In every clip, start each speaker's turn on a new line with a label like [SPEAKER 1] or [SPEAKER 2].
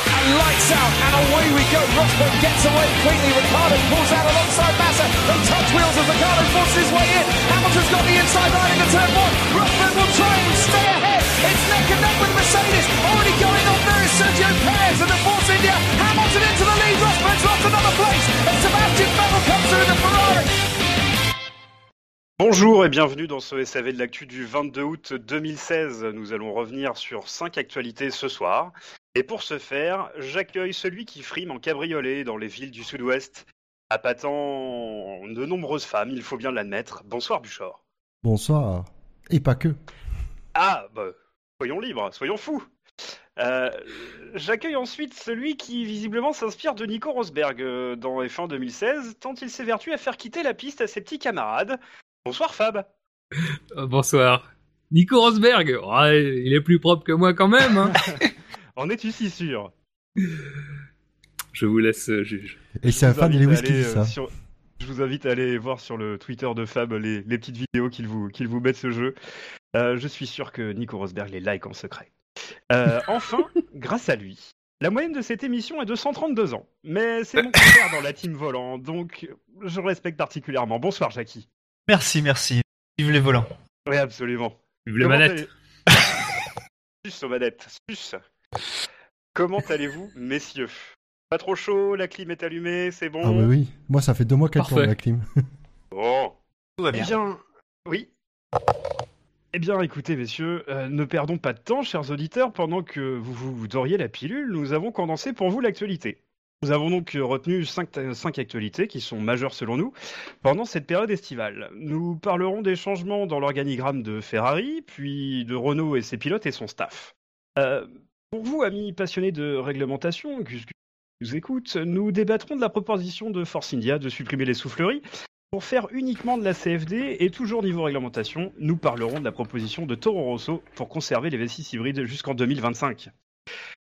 [SPEAKER 1] breaks out and away we go. Rosberg gets away quickly. Ricardo pulls out alongside Massa. They touch wheels as Ricardo forces his way in. Hamilton's got the inside line into turn one. Rosberg will try and stay ahead. It's neck and neck with Mercedes. Already going on there is Sergio Perez and the Force India. Hamilton into the lead. Rosberg's lost another place. And Sebastian Vettel comes through in the Ferrari.
[SPEAKER 2] Bonjour et bienvenue dans ce SAV de l'actu du 22 août 2016. Nous allons revenir sur cinq actualités ce soir. Et pour ce faire, j'accueille celui qui frime en cabriolet dans les villes du sud-ouest, appâtant de nombreuses femmes, il faut bien l'admettre. Bonsoir Buchor.
[SPEAKER 3] Bonsoir. Et pas que.
[SPEAKER 2] Ah, bah, soyons libres, soyons fous. Euh, j'accueille ensuite celui qui visiblement s'inspire de Nico Rosberg euh, dans F1 2016, tant il s'évertue à faire quitter la piste à ses petits camarades. Bonsoir Fab.
[SPEAKER 4] Euh, bonsoir. Nico Rosberg, oh, il est plus propre que moi quand même. hein.
[SPEAKER 2] En es-tu si sûr
[SPEAKER 4] Je vous laisse euh, juge.
[SPEAKER 3] Et c'est
[SPEAKER 2] Je
[SPEAKER 3] un
[SPEAKER 2] vous
[SPEAKER 3] fan de
[SPEAKER 2] invite à
[SPEAKER 3] Lewis qui
[SPEAKER 2] aller,
[SPEAKER 3] dit
[SPEAKER 2] euh,
[SPEAKER 3] ça.
[SPEAKER 2] sur- Je vous invite à aller voir sur le Twitter de Fab les, les petites vidéos qu'il vous, qu'il vous met de ce jeu. Euh, je suis sûr que Nico Rosberg les like en secret. Euh, enfin, grâce à lui, la moyenne de cette émission est de 132 ans. Mais c'est mon frère dans la team volant, donc je le respecte particulièrement. Bonsoir Jackie.
[SPEAKER 5] Merci, merci. Vive les volants.
[SPEAKER 2] Oui, absolument.
[SPEAKER 4] Vive les
[SPEAKER 2] Comment
[SPEAKER 4] manettes.
[SPEAKER 2] allez- Sus aux manettes, sus. Comment allez-vous, messieurs Pas trop chaud, la clim est allumée, c'est bon
[SPEAKER 3] Ah
[SPEAKER 4] bah
[SPEAKER 3] oui, oui. Moi, ça fait deux mois qu'elle
[SPEAKER 4] Mmh. Parfait.
[SPEAKER 3] tourne la clim.
[SPEAKER 2] Bon.
[SPEAKER 5] Tout va
[SPEAKER 2] Eh
[SPEAKER 5] bien.
[SPEAKER 2] bien, oui. Eh bien, écoutez, messieurs, euh, ne perdons pas de temps, chers auditeurs. Pendant que vous vous doriez la pilule, nous avons condensé pour vous l'actualité. Nous avons donc euh, retenu 5, actualités qui sont majeures selon nous pendant cette période estivale. Nous parlerons des changements dans l'organigramme de Ferrari, puis de Renault et ses pilotes et son staff. Euh, pour vous, amis passionnés de réglementation, Gus Gus nous écoute, nous débattrons de la proposition de Force India de supprimer les souffleries pour faire uniquement de la CFD et toujours niveau réglementation, nous parlerons de la proposition de Toro Rosso pour conserver les V6 hybrides jusqu'en 2025.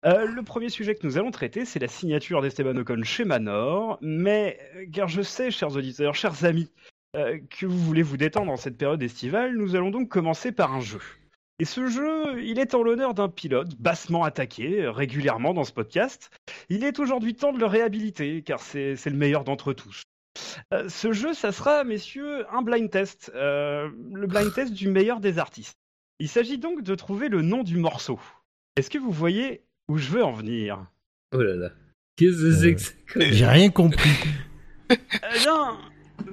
[SPEAKER 2] Euh, le premier sujet que nous allons traiter, c'est la signature d'Esteban Ocon chez Manor, mais euh, car je sais, chers auditeurs, chers amis, euh, que vous voulez vous détendre en cette période estivale, nous allons donc commencer par un jeu. Et ce jeu, il est en l'honneur d'un pilote bassement attaqué euh, régulièrement dans ce podcast. Il est aujourd'hui temps de le réhabiliter, car c'est c'est le meilleur d'entre tous. Euh, ce jeu, ça sera, messieurs, un blind test. Euh, le blind test du meilleur des artistes. Il s'agit donc de trouver le nom du morceau. Est-ce que vous voyez où je veux en venir Euh,
[SPEAKER 4] Oh là là. Qu'est-ce que c'est que ça
[SPEAKER 3] J'ai rien compris.
[SPEAKER 2] Eh bien, euh,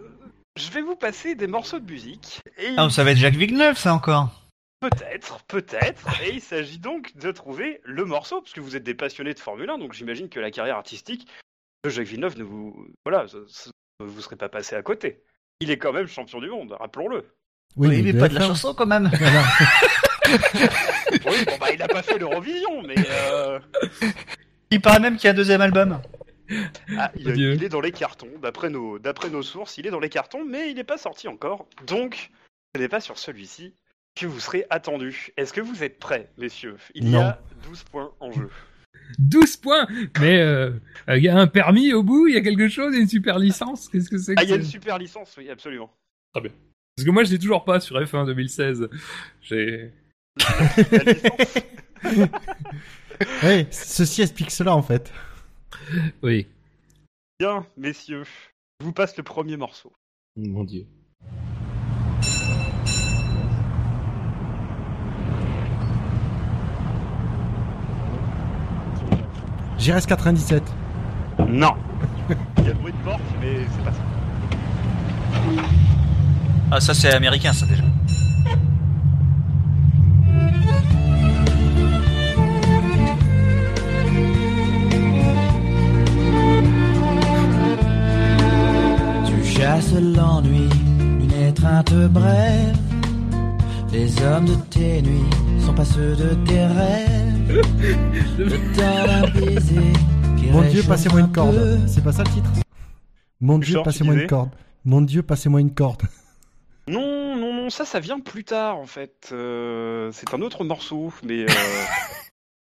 [SPEAKER 2] je vais vous passer des morceaux de musique. Et
[SPEAKER 5] Ah, ça va être Jacques Villeneuve, ça encore.
[SPEAKER 2] peut-être, peut-être. Et il s'agit donc de trouver le morceau, parce que vous êtes des passionnés de Formule 1, donc j'imagine que la carrière artistique de Jacques Villeneuve ne vous. Voilà, ce- ce- vous serez pas passé à côté. Il est quand même champion du monde, rappelons-le.
[SPEAKER 3] Oui,
[SPEAKER 5] Oui, mais
[SPEAKER 3] de
[SPEAKER 5] pas de la
[SPEAKER 3] F1.
[SPEAKER 5] chanson quand même.
[SPEAKER 3] Voilà.
[SPEAKER 2] Oui, bon, bah, il n'a pas fait l'Eurovision, mais euh,
[SPEAKER 5] Il paraît même qu'il y a un deuxième album.
[SPEAKER 2] ah, il,
[SPEAKER 4] Mon Dieu.
[SPEAKER 2] il est dans les cartons, d'après nos, d'après nos sources, il est dans les cartons, mais il n'est pas sorti encore. Donc, ce n'est pas sur celui-ci que vous serez attendu. Est-ce que vous êtes prêts, messieurs Il y a 12 points en jeu.
[SPEAKER 4] 12 points Mais euh, il y a un permis au bout, il y a quelque chose, il y a une super licence Qu'est-ce que c'est que
[SPEAKER 2] Ah, il y a
[SPEAKER 4] ça
[SPEAKER 2] une super licence, oui, absolument.
[SPEAKER 4] Parce que moi, je l'ai toujours pas sur F1 2016. J'ai...
[SPEAKER 2] La licence,
[SPEAKER 3] Ouais, Eh, ceci explique cela, en fait.
[SPEAKER 4] Oui.
[SPEAKER 2] Bien, messieurs, je vous passe le premier morceau.
[SPEAKER 4] Mon dieu.
[SPEAKER 3] JRS 97.
[SPEAKER 2] Non Il y a le bruit de porte, mais c'est pas ça.
[SPEAKER 5] Ah, ça c'est américain, ça déjà.
[SPEAKER 6] Tu chasses l'ennui d'une étreinte brève. Les hommes de tes nuits sont pas ceux de tes rêves. Le temps d'un baiser qui
[SPEAKER 3] Mon Dieu,
[SPEAKER 6] réchauffe
[SPEAKER 3] passez-moi
[SPEAKER 6] un
[SPEAKER 3] une corde.
[SPEAKER 6] peu.
[SPEAKER 3] C'est pas ça le titre Mon
[SPEAKER 2] Tu
[SPEAKER 3] Dieu,
[SPEAKER 2] sors, tu
[SPEAKER 3] passez-moi une
[SPEAKER 2] disais
[SPEAKER 3] corde. Mon Dieu, passez-moi une corde.
[SPEAKER 2] Non, non, non, ça, ça vient plus tard en fait. Euh, c'est un autre morceau, mais euh,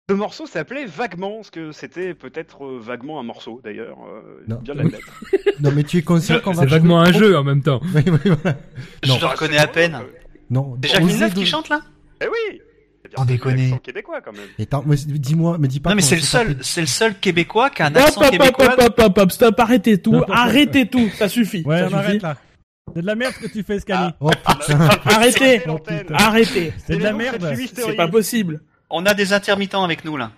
[SPEAKER 2] ce morceau s'appelait vaguement, parce que c'était peut-être euh, vaguement un morceau d'ailleurs. euh,
[SPEAKER 3] Non.
[SPEAKER 2] bien
[SPEAKER 4] Oui.
[SPEAKER 2] l'admettre.
[SPEAKER 3] Non, mais tu es conscient qu'on va.
[SPEAKER 4] C'est vaguement un
[SPEAKER 3] Oh.
[SPEAKER 4] jeu en même temps.
[SPEAKER 3] Oui, oui, voilà. Non.
[SPEAKER 5] Je le reconnais à peine.
[SPEAKER 2] Euh,
[SPEAKER 3] Non.
[SPEAKER 5] C'est Jacques
[SPEAKER 3] Osez
[SPEAKER 5] Villeneuve qui
[SPEAKER 3] de-
[SPEAKER 5] chante là
[SPEAKER 2] Eh oui, c'est dire
[SPEAKER 5] Sans
[SPEAKER 2] c'est de
[SPEAKER 5] déconner.
[SPEAKER 2] l'accent québécois quand même.
[SPEAKER 3] Et t'en- mais dis-moi, me dis pas.
[SPEAKER 5] Non mais
[SPEAKER 3] qu'on
[SPEAKER 5] c'est le
[SPEAKER 3] s'est tapé.
[SPEAKER 5] seul, c'est le seul québécois qui a un
[SPEAKER 7] Hop,
[SPEAKER 5] accent
[SPEAKER 7] hop, hop,
[SPEAKER 5] québécois.
[SPEAKER 7] hop, hop, hop, hop, stop, arrêtez tout,
[SPEAKER 8] N'importe quoi.
[SPEAKER 7] arrêtez tout, ça suffit.
[SPEAKER 8] Ouais,
[SPEAKER 7] ça
[SPEAKER 8] on arrête
[SPEAKER 7] suffit.
[SPEAKER 8] là. C'est de la merde ce que tu fais, Scali. Oh,
[SPEAKER 3] Oh putain.
[SPEAKER 7] Arrêtez,
[SPEAKER 2] Ah. bah, C'est l'antenne.
[SPEAKER 7] arrêtez,
[SPEAKER 8] c'est de la merde.
[SPEAKER 7] c'est pas possible.
[SPEAKER 5] On a des intermittents avec nous là.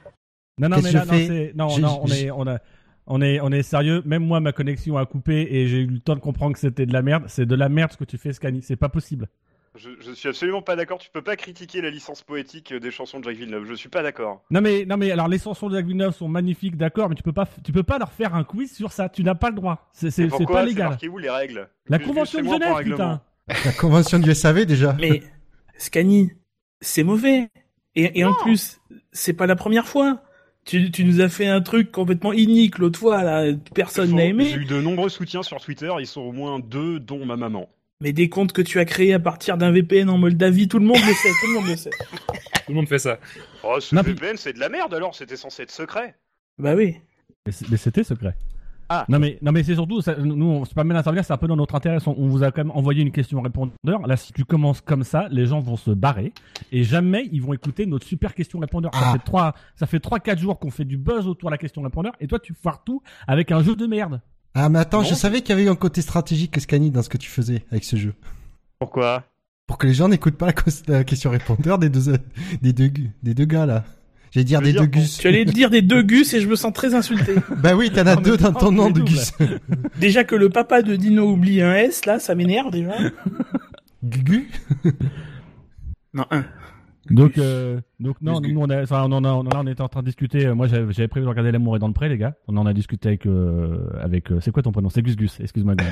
[SPEAKER 8] Non, non,
[SPEAKER 3] Qu'est-ce
[SPEAKER 8] mais
[SPEAKER 3] que
[SPEAKER 8] là,
[SPEAKER 3] je
[SPEAKER 8] non,
[SPEAKER 3] fais
[SPEAKER 8] c'est- non,
[SPEAKER 3] J'ai-
[SPEAKER 8] non, on
[SPEAKER 3] j'ai-
[SPEAKER 8] est, on a, on est, on est sérieux. Même moi, ma connexion a coupé et j'ai eu le temps de comprendre que c'était de la merde. C'est de la merde ce que tu fais, Scani. C'est pas possible.
[SPEAKER 2] Je, je suis absolument pas d'accord. Tu peux pas critiquer la licence poétique des chansons de Jacques Villeneuve. Je suis pas d'accord.
[SPEAKER 8] Non mais, non mais, alors les chansons de Jacques Villeneuve sont magnifiques, d'accord, mais tu peux pas, f- tu peux pas leur faire un quiz sur ça. Tu n'as pas le droit. C'est,
[SPEAKER 2] Et
[SPEAKER 8] c'est, c'est
[SPEAKER 2] pourquoi
[SPEAKER 8] pas
[SPEAKER 2] C'est
[SPEAKER 8] légal.
[SPEAKER 2] marqué où les règles
[SPEAKER 8] La
[SPEAKER 2] Excuse-
[SPEAKER 8] convention de
[SPEAKER 2] excusez-moi pour
[SPEAKER 8] Genève,
[SPEAKER 2] règlement.
[SPEAKER 8] putain.
[SPEAKER 3] La convention du SAV déjà.
[SPEAKER 7] Mais Scani, c'est mauvais. Et, et en plus, c'est pas la première fois. Tu, tu nous as fait un truc complètement inique l'autre fois, là, personne n'a aimé.
[SPEAKER 2] J'ai eu de nombreux soutiens sur Twitter. Ils sont au moins deux, dont ma maman.
[SPEAKER 7] Mais des comptes que tu as créés à partir d'un VPN en Moldavie, tout le monde le sait, tout le monde le sait.
[SPEAKER 4] Tout le monde fait ça.
[SPEAKER 2] Oh, ce
[SPEAKER 8] Non, puis-
[SPEAKER 2] VPN, c'est de la merde alors. C'était censé être secret.
[SPEAKER 7] Bah oui.
[SPEAKER 8] Mais, c'est- mais c'était secret.
[SPEAKER 2] Ah.
[SPEAKER 8] Non mais, non mais c'est surtout, ça- nous on se permet d'intervenir, c'est un peu dans notre intérêt. On, on vous a quand même envoyé une question répondeur. Là, si tu commences comme ça, les gens vont se barrer et jamais ils vont écouter notre super question répondeur.
[SPEAKER 3] Ah.
[SPEAKER 8] Ça fait trois, ça fait trois quatre jours qu'on fait du buzz autour de la question répondeur et toi tu foires tout avec un jeu de merde.
[SPEAKER 3] Ah mais attends,
[SPEAKER 2] Non.
[SPEAKER 3] je savais qu'il y avait eu un côté stratégique, Scani, dans ce que tu faisais avec ce jeu.
[SPEAKER 2] Pourquoi
[SPEAKER 3] Pour que les gens n'écoutent pas la, cos- la question répondeur des deux, des deux, gu- des deux gars là. J'allais dire
[SPEAKER 2] Je
[SPEAKER 3] des
[SPEAKER 2] veux
[SPEAKER 3] deux
[SPEAKER 2] dire,
[SPEAKER 3] Gus.
[SPEAKER 7] Tu allais dire des deux Gus et je me sens très insulté.
[SPEAKER 3] Bah oui, t'en as
[SPEAKER 8] Non, mais
[SPEAKER 3] deux dans
[SPEAKER 8] non,
[SPEAKER 3] ton nom
[SPEAKER 8] les
[SPEAKER 3] de
[SPEAKER 8] doubles.
[SPEAKER 3] Gus.
[SPEAKER 7] Déjà que le papa de Dino oublie un S, là, ça m'énerve déjà.
[SPEAKER 3] Gugu
[SPEAKER 7] Non, un.
[SPEAKER 8] Donc, euh, donc non,
[SPEAKER 4] Gus,
[SPEAKER 8] nous, on, a, enfin, on, en a- on, en a- on était en train de discuter. euh, Moi, j'avais j'avais prévu de regarder l'amour est dans le pré, les gars. On en a discuté avec, euh, avec, euh, c'est quoi ton prénom C'est Gus Gus. Excuse-moi. Gus.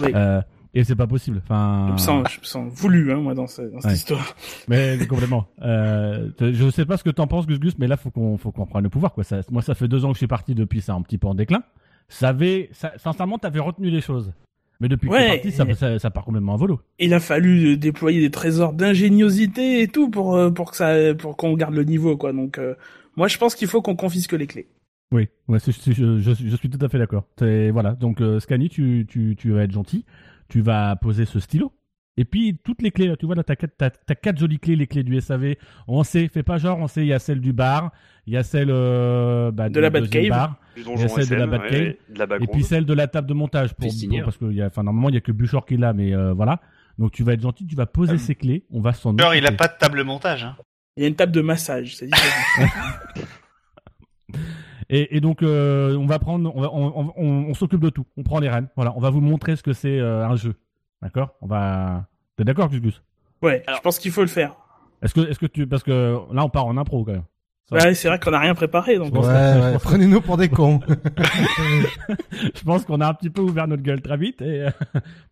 [SPEAKER 7] Oui.
[SPEAKER 8] Euh, et c'est pas possible. Enfin,
[SPEAKER 7] Je me sens, je me sens voulu, hein, moi, dans, ce- dans cette
[SPEAKER 8] Ouais.
[SPEAKER 7] histoire.
[SPEAKER 8] mais complètement. Euh, t- je sais pas ce que t'en penses, Gus Gus, mais là, faut qu'on, faut qu'on prenne le pouvoir, quoi. Ça, moi, ça fait deux ans que je suis parti. Depuis, c'est un petit peu en déclin. Ça avait, ça, sincèrement, t'avais retenu les choses. Mais depuis que
[SPEAKER 7] Ouais.
[SPEAKER 8] t'es parti, ça, ça, ça part complètement en volo.
[SPEAKER 7] Il a fallu euh, déployer des trésors d'ingéniosité et tout pour, euh, pour que ça, pour qu'on garde le niveau, quoi. Donc, euh, moi, je pense qu'il faut qu'on confisque les clés.
[SPEAKER 8] Oui, ouais, c'est- c'est- je, je, je suis tout à fait d'accord. C'est- Voilà, donc euh, Scani, tu, tu, tu vas être gentil, tu vas poser ce stylo, et puis toutes les clés, là, tu vois, là, t'as quatre, t'as- t'as quatre jolies clés, les clés du SAV, on sait, fais pas genre, on sait, il y a celle du bar, il y a celle euh, bah,
[SPEAKER 7] De
[SPEAKER 8] du
[SPEAKER 7] la
[SPEAKER 8] deuxième
[SPEAKER 7] Batcave.
[SPEAKER 8] bar,
[SPEAKER 2] Du
[SPEAKER 8] Il y a
[SPEAKER 2] donjon
[SPEAKER 8] celle de la
[SPEAKER 2] SM,
[SPEAKER 8] Batcave,
[SPEAKER 2] ouais, ouais, de la
[SPEAKER 8] et puis
[SPEAKER 2] Background.
[SPEAKER 8] celle de la table de montage, pour,
[SPEAKER 4] Festinière.
[SPEAKER 8] pour- parce que, y a- enfin, normalement, il y a que Buchor qui l'a, mais euh, voilà. Donc tu vas être gentil, tu vas
[SPEAKER 7] Ah
[SPEAKER 8] poser
[SPEAKER 5] Euh,
[SPEAKER 8] ces clés, on va s'en
[SPEAKER 5] Genre, il a
[SPEAKER 8] occuper.
[SPEAKER 5] pas de table montage. Hein.
[SPEAKER 7] Il y a une table de massage, c'est différent.
[SPEAKER 8] Et, et donc, euh, on va prendre, on, va- on, on- on- on s'occupe de tout. On prend les rênes. Voilà, on va vous montrer ce que c'est euh, un jeu. D'accord On va. T'es d'accord, Gus Gus
[SPEAKER 7] ouais,
[SPEAKER 2] Alors-
[SPEAKER 7] je pense qu'il faut le faire.
[SPEAKER 8] Est-ce que, est-ce que tu, parce que là, on part en impro quand même. Ça.
[SPEAKER 7] Ouais, c'est vrai qu'on n'a rien préparé, donc.
[SPEAKER 8] Je
[SPEAKER 3] Ouais,
[SPEAKER 8] pense que- je
[SPEAKER 3] ouais,
[SPEAKER 8] pense que-
[SPEAKER 3] prenez-nous pour des cons.
[SPEAKER 8] Je pense qu'on a un petit peu ouvert notre gueule très vite, et, euh,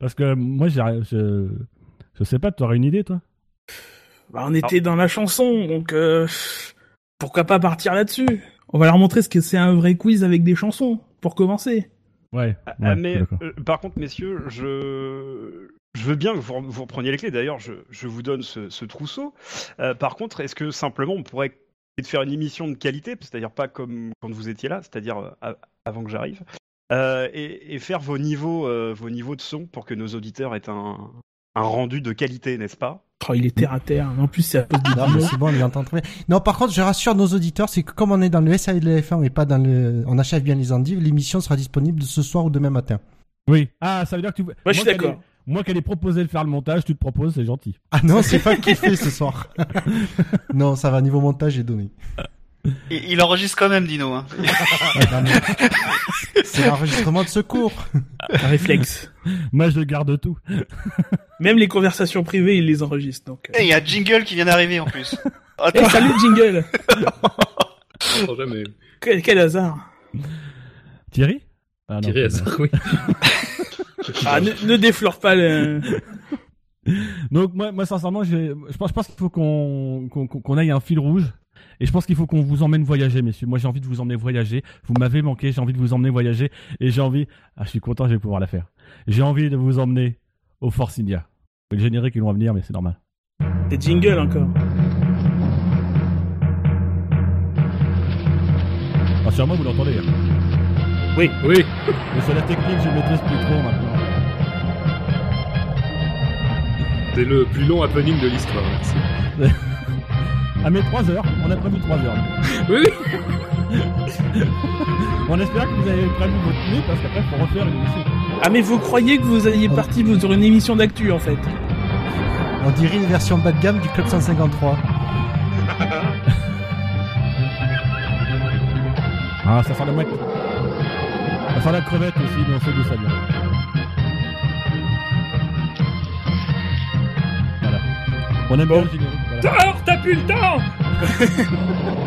[SPEAKER 8] parce que moi, j'ai- je, je sais pas, t'aurais une idée, toi
[SPEAKER 7] Bah, on était dans la chanson, donc euh, pourquoi pas partir là-dessus On va leur montrer ce que c'est un vrai quiz avec des chansons, pour commencer.
[SPEAKER 8] Ouais.
[SPEAKER 2] Ah,
[SPEAKER 8] ouais,
[SPEAKER 2] mais
[SPEAKER 8] d'accord.
[SPEAKER 2] euh, par contre, messieurs, je je veux bien que vous, vous repreniez les clés. D'ailleurs, je, je vous donne ce, ce trousseau. Euh, par contre, est-ce que simplement on pourrait essayer de faire une émission de qualité, c'est-à-dire pas comme quand vous étiez là, c'est-à-dire euh, a- avant que j'arrive, euh, et, et faire vos niveaux euh, vos niveaux de son pour que nos auditeurs aient un un rendu de qualité, n'est-ce pas
[SPEAKER 7] Oh, il est terre à terre. En plus, c'est à cause du
[SPEAKER 3] Non, Ah, mais
[SPEAKER 7] dino.
[SPEAKER 3] c'est bon, on les entend très bien. Non, par contre, je rassure nos auditeurs, c'est que comme on est dans le SAV de la F1 et pas dans le, on achève bien les endives, l'émission sera disponible ce soir ou demain matin.
[SPEAKER 8] Oui. Ah, ça veut dire que tu.
[SPEAKER 7] Moi, je suis
[SPEAKER 8] qu'elle
[SPEAKER 7] d'accord.
[SPEAKER 8] ait- Moi, qu'elle ait proposé de faire le montage, tu te proposes, c'est gentil.
[SPEAKER 3] Ah non, c'est pas kiffé ce soir. non, ça va, niveau montage, j'ai donné.
[SPEAKER 5] Il, il enregistre quand même, Dino. Hein.
[SPEAKER 3] Non, mais c'est l'enregistrement de secours.
[SPEAKER 7] Un réflexe.
[SPEAKER 8] Moi, je garde tout.
[SPEAKER 7] Même les conversations privées, il les enregistre. Donc. euh.
[SPEAKER 5] Et il y a Jingle qui vient d'arriver en plus. Attends,
[SPEAKER 7] Eh, salut Jingle
[SPEAKER 4] On l'entend jamais.
[SPEAKER 7] quel, quel hasard
[SPEAKER 8] Thierry Ah, non,
[SPEAKER 4] Thierry
[SPEAKER 8] c'est-
[SPEAKER 4] Hazard, oui.
[SPEAKER 7] ah, ne, ne déflore pas le...
[SPEAKER 8] Donc moi, moi sincèrement, j'ai- je pense, je pense qu'il faut qu'on qu'on qu'on aille un fil rouge. Et je pense qu'il faut qu'on vous emmène voyager, messieurs. Moi, j'ai envie de vous emmener voyager. Vous m'avez manqué, j'ai envie de vous emmener voyager. Et j'ai envie... Ah, je suis content, je vais pouvoir la faire. J'ai envie de vous emmener au Force India. C'est le générique, ils vont venir, mais c'est normal.
[SPEAKER 7] C'est Jingle encore.
[SPEAKER 8] Enfin, sûrement, vous l'entendez. hein.
[SPEAKER 4] Oui.
[SPEAKER 8] Mais c'est la technique, je maîtrise plus trop maintenant.
[SPEAKER 4] C'est le plus long happening de l'histoire. merci.
[SPEAKER 8] Ah mais 3 heures, on a prévu 3 heures.
[SPEAKER 4] Oui,
[SPEAKER 8] On espère que vous avez prévu votre nuit parce qu'après faut refaire une émission.
[SPEAKER 7] Ah mais vous croyez que vous alliez partir sur une émission d'actu en fait
[SPEAKER 3] On dirait une version bas de gamme du Club 153.
[SPEAKER 8] Ah ça sent la mouette. Ça sent la crevette aussi, mais on sait d'où ça vient. Voilà. On aime bien le générique. voilà.
[SPEAKER 4] Tort, t'as plus le temps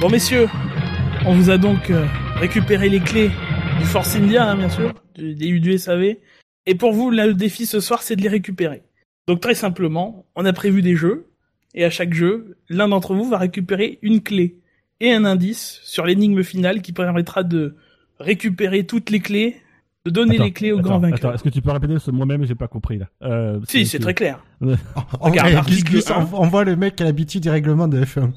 [SPEAKER 7] Bon messieurs, on vous a donc euh, récupéré les clés du Force India, hein, bien sûr, du, des du SAV. Et pour vous, là, le défi ce soir, c'est de les récupérer. Donc très simplement, on a prévu des jeux, et à chaque jeu, l'un d'entre vous va récupérer une clé et un indice sur l'énigme finale qui permettra de récupérer toutes les clés, de donner
[SPEAKER 8] Attends,
[SPEAKER 7] les clés au
[SPEAKER 8] attends,
[SPEAKER 7] grand vainqueur.
[SPEAKER 8] Attends, est-ce que tu peux répéter ce moi-même j'ai pas compris là. Euh,
[SPEAKER 7] si, c'est très clair.
[SPEAKER 3] On,
[SPEAKER 7] Regarde,
[SPEAKER 3] eh,
[SPEAKER 7] article
[SPEAKER 3] Gus, Gus,
[SPEAKER 7] un.
[SPEAKER 3] on- on voit le mec qui a l'habitude des règlements de F1.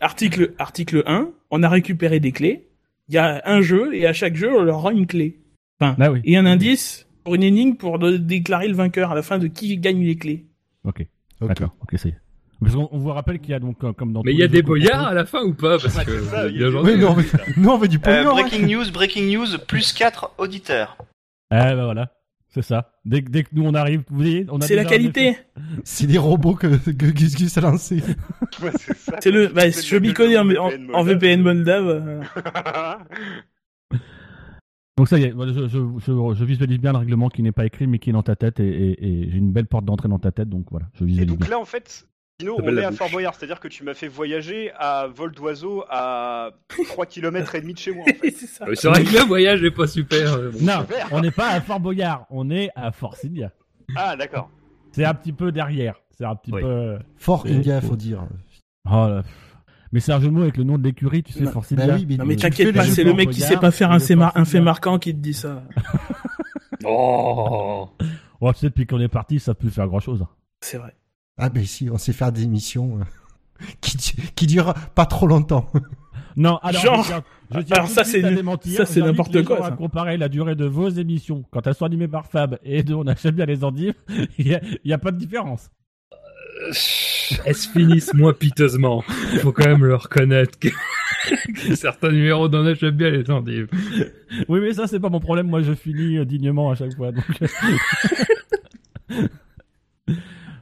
[SPEAKER 7] Article, article 1, on a récupéré des clés. Il y a un jeu, et à chaque jeu, on leur rend une clé.
[SPEAKER 8] Ah oui.
[SPEAKER 7] Et un indice pour une énigme pour de- déclarer le vainqueur à la fin de qui gagne les clés.
[SPEAKER 8] Ok.
[SPEAKER 3] Ok.
[SPEAKER 8] D'accord. Ok, c'est. Parce qu'on on vous rappelle qu'il y a donc euh, comme dans.
[SPEAKER 4] Mais
[SPEAKER 8] tous
[SPEAKER 4] il y a
[SPEAKER 8] les
[SPEAKER 4] des
[SPEAKER 8] jeux qu'on
[SPEAKER 4] boyards
[SPEAKER 7] Ah,
[SPEAKER 4] à la fin ou pas Parce
[SPEAKER 2] Ouais,
[SPEAKER 4] que
[SPEAKER 2] c'est ça,
[SPEAKER 4] euh,
[SPEAKER 2] il y a
[SPEAKER 4] il y a
[SPEAKER 2] des-
[SPEAKER 4] genre-
[SPEAKER 3] Oui, mais on veut, nous, on veut du
[SPEAKER 5] Euh,
[SPEAKER 3] pognon. hein.
[SPEAKER 5] breaking news, breaking news, plus 4 auditeurs.
[SPEAKER 8] propose. Eh ben voilà, c'est ça. Dès, que- dès que nous on arrive, vous voyez, on a.
[SPEAKER 7] C'est la
[SPEAKER 8] déjà un
[SPEAKER 7] qualité.
[SPEAKER 8] effet.
[SPEAKER 3] C'est des robots que, que Gus Gus a lancés.
[SPEAKER 2] Ouais, c'est ça.
[SPEAKER 7] C'est le, bah,
[SPEAKER 2] C'est
[SPEAKER 7] je
[SPEAKER 2] de la
[SPEAKER 7] m'y connais en,
[SPEAKER 2] gueule de
[SPEAKER 7] en-
[SPEAKER 2] VPN
[SPEAKER 7] en
[SPEAKER 2] moldave.
[SPEAKER 7] VPN Moldave. euh,
[SPEAKER 8] Donc ça y est, voilà, je, je, je, je visualise bien le règlement qui n'est pas écrit mais qui est dans ta tête et, et- et j'ai une belle porte d'entrée dans ta tête donc voilà, je
[SPEAKER 2] Et
[SPEAKER 8] visualise
[SPEAKER 2] donc
[SPEAKER 8] bien.
[SPEAKER 2] là, en fait, Dino,
[SPEAKER 4] Ça
[SPEAKER 2] on
[SPEAKER 4] s'appelle
[SPEAKER 2] est
[SPEAKER 4] la
[SPEAKER 2] à
[SPEAKER 4] bouche.
[SPEAKER 2] Fort Boyard, c'est-à-dire que tu m'as fait voyager à vol d'oiseau à 3 km et demi de chez moi. En fait.
[SPEAKER 7] c'est ça.
[SPEAKER 4] Ah, C'est vrai que le voyage est pas super. euh, bon.
[SPEAKER 8] Non, on n'est pas à Fort Boyard, on est à Fort Signia.
[SPEAKER 2] Ah, d'accord.
[SPEAKER 8] C'est un petit peu derrière, c'est un petit
[SPEAKER 4] Oui.
[SPEAKER 8] peu.
[SPEAKER 3] Fort
[SPEAKER 8] Mais-
[SPEAKER 3] India, faut dire.
[SPEAKER 8] Oh là. pff. Mais c'est un jeu de mots avec le nom de l'écurie, tu sais,
[SPEAKER 7] Non,
[SPEAKER 8] Fort Signia.
[SPEAKER 3] Bah oui, mais,
[SPEAKER 7] Non mais
[SPEAKER 3] tu
[SPEAKER 7] t'inquiète
[SPEAKER 3] fais
[SPEAKER 7] pas,
[SPEAKER 3] les-
[SPEAKER 7] c'est
[SPEAKER 8] jeux
[SPEAKER 7] le mec
[SPEAKER 8] pour
[SPEAKER 7] qui
[SPEAKER 8] regarder,
[SPEAKER 7] sait pas faire
[SPEAKER 8] et
[SPEAKER 7] un,
[SPEAKER 8] le
[SPEAKER 7] fait mar- un
[SPEAKER 8] parfum.
[SPEAKER 7] fait marquant qui te dit ça.
[SPEAKER 4] Oh
[SPEAKER 8] Ouais, tu sais, depuis qu'on est parti, ça peut faire hein. grand chose.
[SPEAKER 7] C'est vrai.
[SPEAKER 3] Ah ben si, on sait faire des émissions euh, qui, du- qui durent pas trop longtemps.
[SPEAKER 8] Non, alors,
[SPEAKER 7] Genre-
[SPEAKER 8] je tiens- je tiens
[SPEAKER 7] Alors
[SPEAKER 8] tout
[SPEAKER 7] ça,
[SPEAKER 8] de suite
[SPEAKER 7] c'est
[SPEAKER 8] à
[SPEAKER 7] nu-
[SPEAKER 8] démentir.
[SPEAKER 7] ça, c'est
[SPEAKER 8] J'invite
[SPEAKER 7] n'importe
[SPEAKER 8] les
[SPEAKER 7] quoi,
[SPEAKER 8] gens à
[SPEAKER 7] ça.
[SPEAKER 8] comparer la durée de vos émissions quand elles sont animées par Fab et de On achète bien les endives, il n'y a, il y a pas de différence.
[SPEAKER 4] Euh, Elles se finissent moins piteusement. Faut quand même le reconnaître que, que certains numéros d'en achètent bien les endives.
[SPEAKER 8] Oui, mais ça, c'est pas mon problème. Moi, je finis euh, dignement à chaque fois. Donc,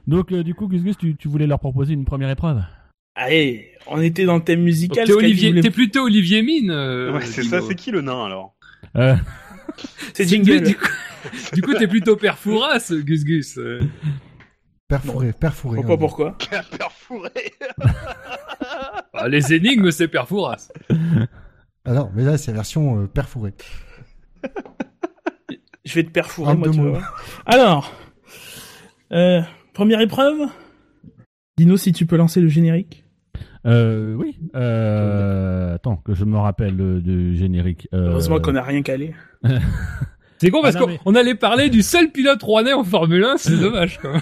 [SPEAKER 8] donc euh, du coup, Gus Gus, tu, tu voulais leur proposer une première épreuve.
[SPEAKER 7] Allez, on était dans le thème musical.
[SPEAKER 4] T'es
[SPEAKER 7] ce qu'a dit
[SPEAKER 4] Olivier,
[SPEAKER 7] le-
[SPEAKER 4] t'es plutôt Olivier Mine. euh,
[SPEAKER 2] Ouais, c'est
[SPEAKER 4] Dino.
[SPEAKER 2] ça, c'est qui le nain alors
[SPEAKER 8] Euh,
[SPEAKER 7] C'est
[SPEAKER 4] Du,
[SPEAKER 7] jingle.
[SPEAKER 4] du coup, du coup, t'es plutôt Perfouras, Gus Gus. euh.
[SPEAKER 3] Perforé, perforé.
[SPEAKER 7] Pourquoi,
[SPEAKER 3] hein.
[SPEAKER 7] pourquoi
[SPEAKER 2] Perfouré
[SPEAKER 4] Ah, les énigmes, c'est Perfouras.
[SPEAKER 3] Ah non, mais là c'est la version euh, perforée.
[SPEAKER 7] Je vais te perfourer,
[SPEAKER 3] Un,
[SPEAKER 7] moi,
[SPEAKER 3] deux
[SPEAKER 7] tu
[SPEAKER 3] mots.
[SPEAKER 7] vois. Alors, euh, première épreuve. Dino, si tu peux lancer le générique.
[SPEAKER 8] euh, oui. Euh, attends, que je me rappelle euh, du générique. Euh,
[SPEAKER 7] Heureusement qu'on a rien calé.
[SPEAKER 4] C'est con parce
[SPEAKER 8] Ah non,
[SPEAKER 4] qu'on
[SPEAKER 8] mais-
[SPEAKER 4] on allait parler du seul pilote rouennais en Formule 1, c'est dommage quand même.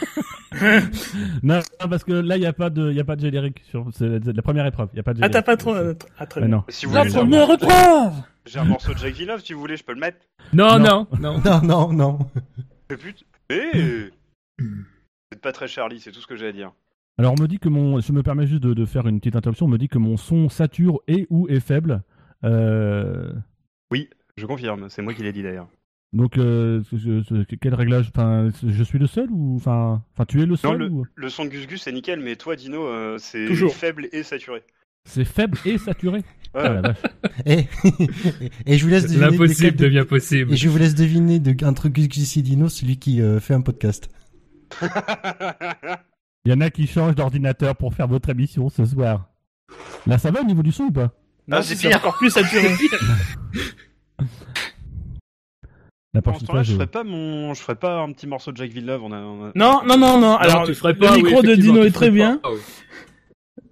[SPEAKER 8] Non, non, parce que là, il n'y a, pas de- il y a pas de générique. Sur, c'est la, la première épreuve. Il y a pas de
[SPEAKER 7] Ah,
[SPEAKER 8] générique.
[SPEAKER 7] t'as pas trop. Ah, très
[SPEAKER 8] Mais
[SPEAKER 7] bien.
[SPEAKER 8] non.
[SPEAKER 2] Si vous voulez, j'ai un morceau-
[SPEAKER 4] épreuve
[SPEAKER 2] j'ai un morceau de Jack Villeneuve, si vous voulez, je peux le mettre.
[SPEAKER 4] Non, non,
[SPEAKER 8] Non.
[SPEAKER 4] non.
[SPEAKER 3] Non, non, non.
[SPEAKER 2] Mais putain. Eh C'est pas très Charlie, c'est tout ce que j'ai à dire.
[SPEAKER 8] Alors on me dit que mon, je me permets juste de, de faire une petite interruption, on me dit que mon son sature et ou est faible. Euh,
[SPEAKER 2] Je confirme, c'est moi qui l'ai dit d'ailleurs.
[SPEAKER 8] donc euh, je- je- quel réglage Enfin, je suis le seul ou enfin, enfin tu es le seul ou- euh,
[SPEAKER 2] Le son de Gus Gus, c'est nickel, mais toi, Dino, euh, c'est
[SPEAKER 7] Toujours.
[SPEAKER 2] faible et saturé.
[SPEAKER 8] C'est faible et saturé.
[SPEAKER 2] Ouais.
[SPEAKER 8] Ah, la vache.
[SPEAKER 3] Et, et je vous laisse deviner.
[SPEAKER 4] L'impossible
[SPEAKER 3] lequel de-
[SPEAKER 4] devient possible.
[SPEAKER 3] Et je vous laisse deviner de, entre Gus Gus et Dino, celui qui euh, fait un podcast.
[SPEAKER 8] Il y en a qui changent d'ordinateur pour faire votre émission ce soir. Là ça va au niveau du son ou pas
[SPEAKER 5] Ah,
[SPEAKER 7] Non,
[SPEAKER 5] c'est
[SPEAKER 7] c'est
[SPEAKER 5] pire.
[SPEAKER 7] encore plus saturé.
[SPEAKER 8] La
[SPEAKER 2] Pendant ce temps-là, je
[SPEAKER 8] pourcentage,
[SPEAKER 2] ferais pas mon, je ferais pas un petit morceau de Jack Villeneuve. On a, on a-
[SPEAKER 7] Non, non, non, non. Alors,
[SPEAKER 4] tu ferais
[SPEAKER 7] le
[SPEAKER 4] pas, oui,
[SPEAKER 7] micro de
[SPEAKER 4] effectivement,
[SPEAKER 7] Dino
[SPEAKER 4] tu
[SPEAKER 7] est très
[SPEAKER 4] ferais
[SPEAKER 7] bien.
[SPEAKER 2] Ah
[SPEAKER 4] pas, oui.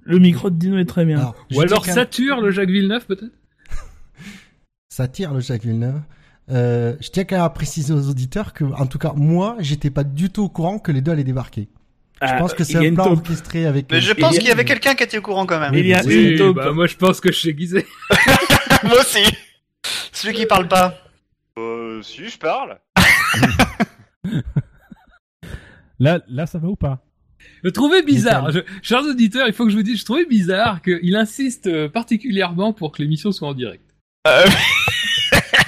[SPEAKER 7] Le micro de Dino est très bien.
[SPEAKER 3] Alors, je
[SPEAKER 4] Ou alors
[SPEAKER 3] tiens quand-
[SPEAKER 4] Sature, le Jacques Villeneuve, peut-être
[SPEAKER 3] ça tire le Jacques Villeneuve. Euh, je tiens quand même à préciser aux auditeurs que, en tout cas, moi, j'étais pas du tout au courant que les deux allaient débarquer. Je
[SPEAKER 7] Ah,
[SPEAKER 3] pense que
[SPEAKER 7] il y
[SPEAKER 3] c'est
[SPEAKER 7] a
[SPEAKER 3] un
[SPEAKER 7] une
[SPEAKER 3] plan
[SPEAKER 7] taupe.
[SPEAKER 3] orchestré avec.
[SPEAKER 5] Mais je
[SPEAKER 3] euh,
[SPEAKER 5] pense
[SPEAKER 7] il y a-
[SPEAKER 5] qu'il y avait quelqu'un qui était au courant quand même.
[SPEAKER 7] Il y a une
[SPEAKER 4] Ah, Oui,
[SPEAKER 7] taupe.
[SPEAKER 4] bah, moi je pense que je sais qui c'est.
[SPEAKER 5] Moi aussi. Celui qui parle pas.
[SPEAKER 2] Euh, si je parle.
[SPEAKER 8] Là, là ça va ou pas
[SPEAKER 4] Je trouvais bizarre, je, chers auditeurs, il faut que je vous dise, je trouvais bizarre qu'il insiste euh, particulièrement pour que l'émission soit en direct.
[SPEAKER 5] Euh.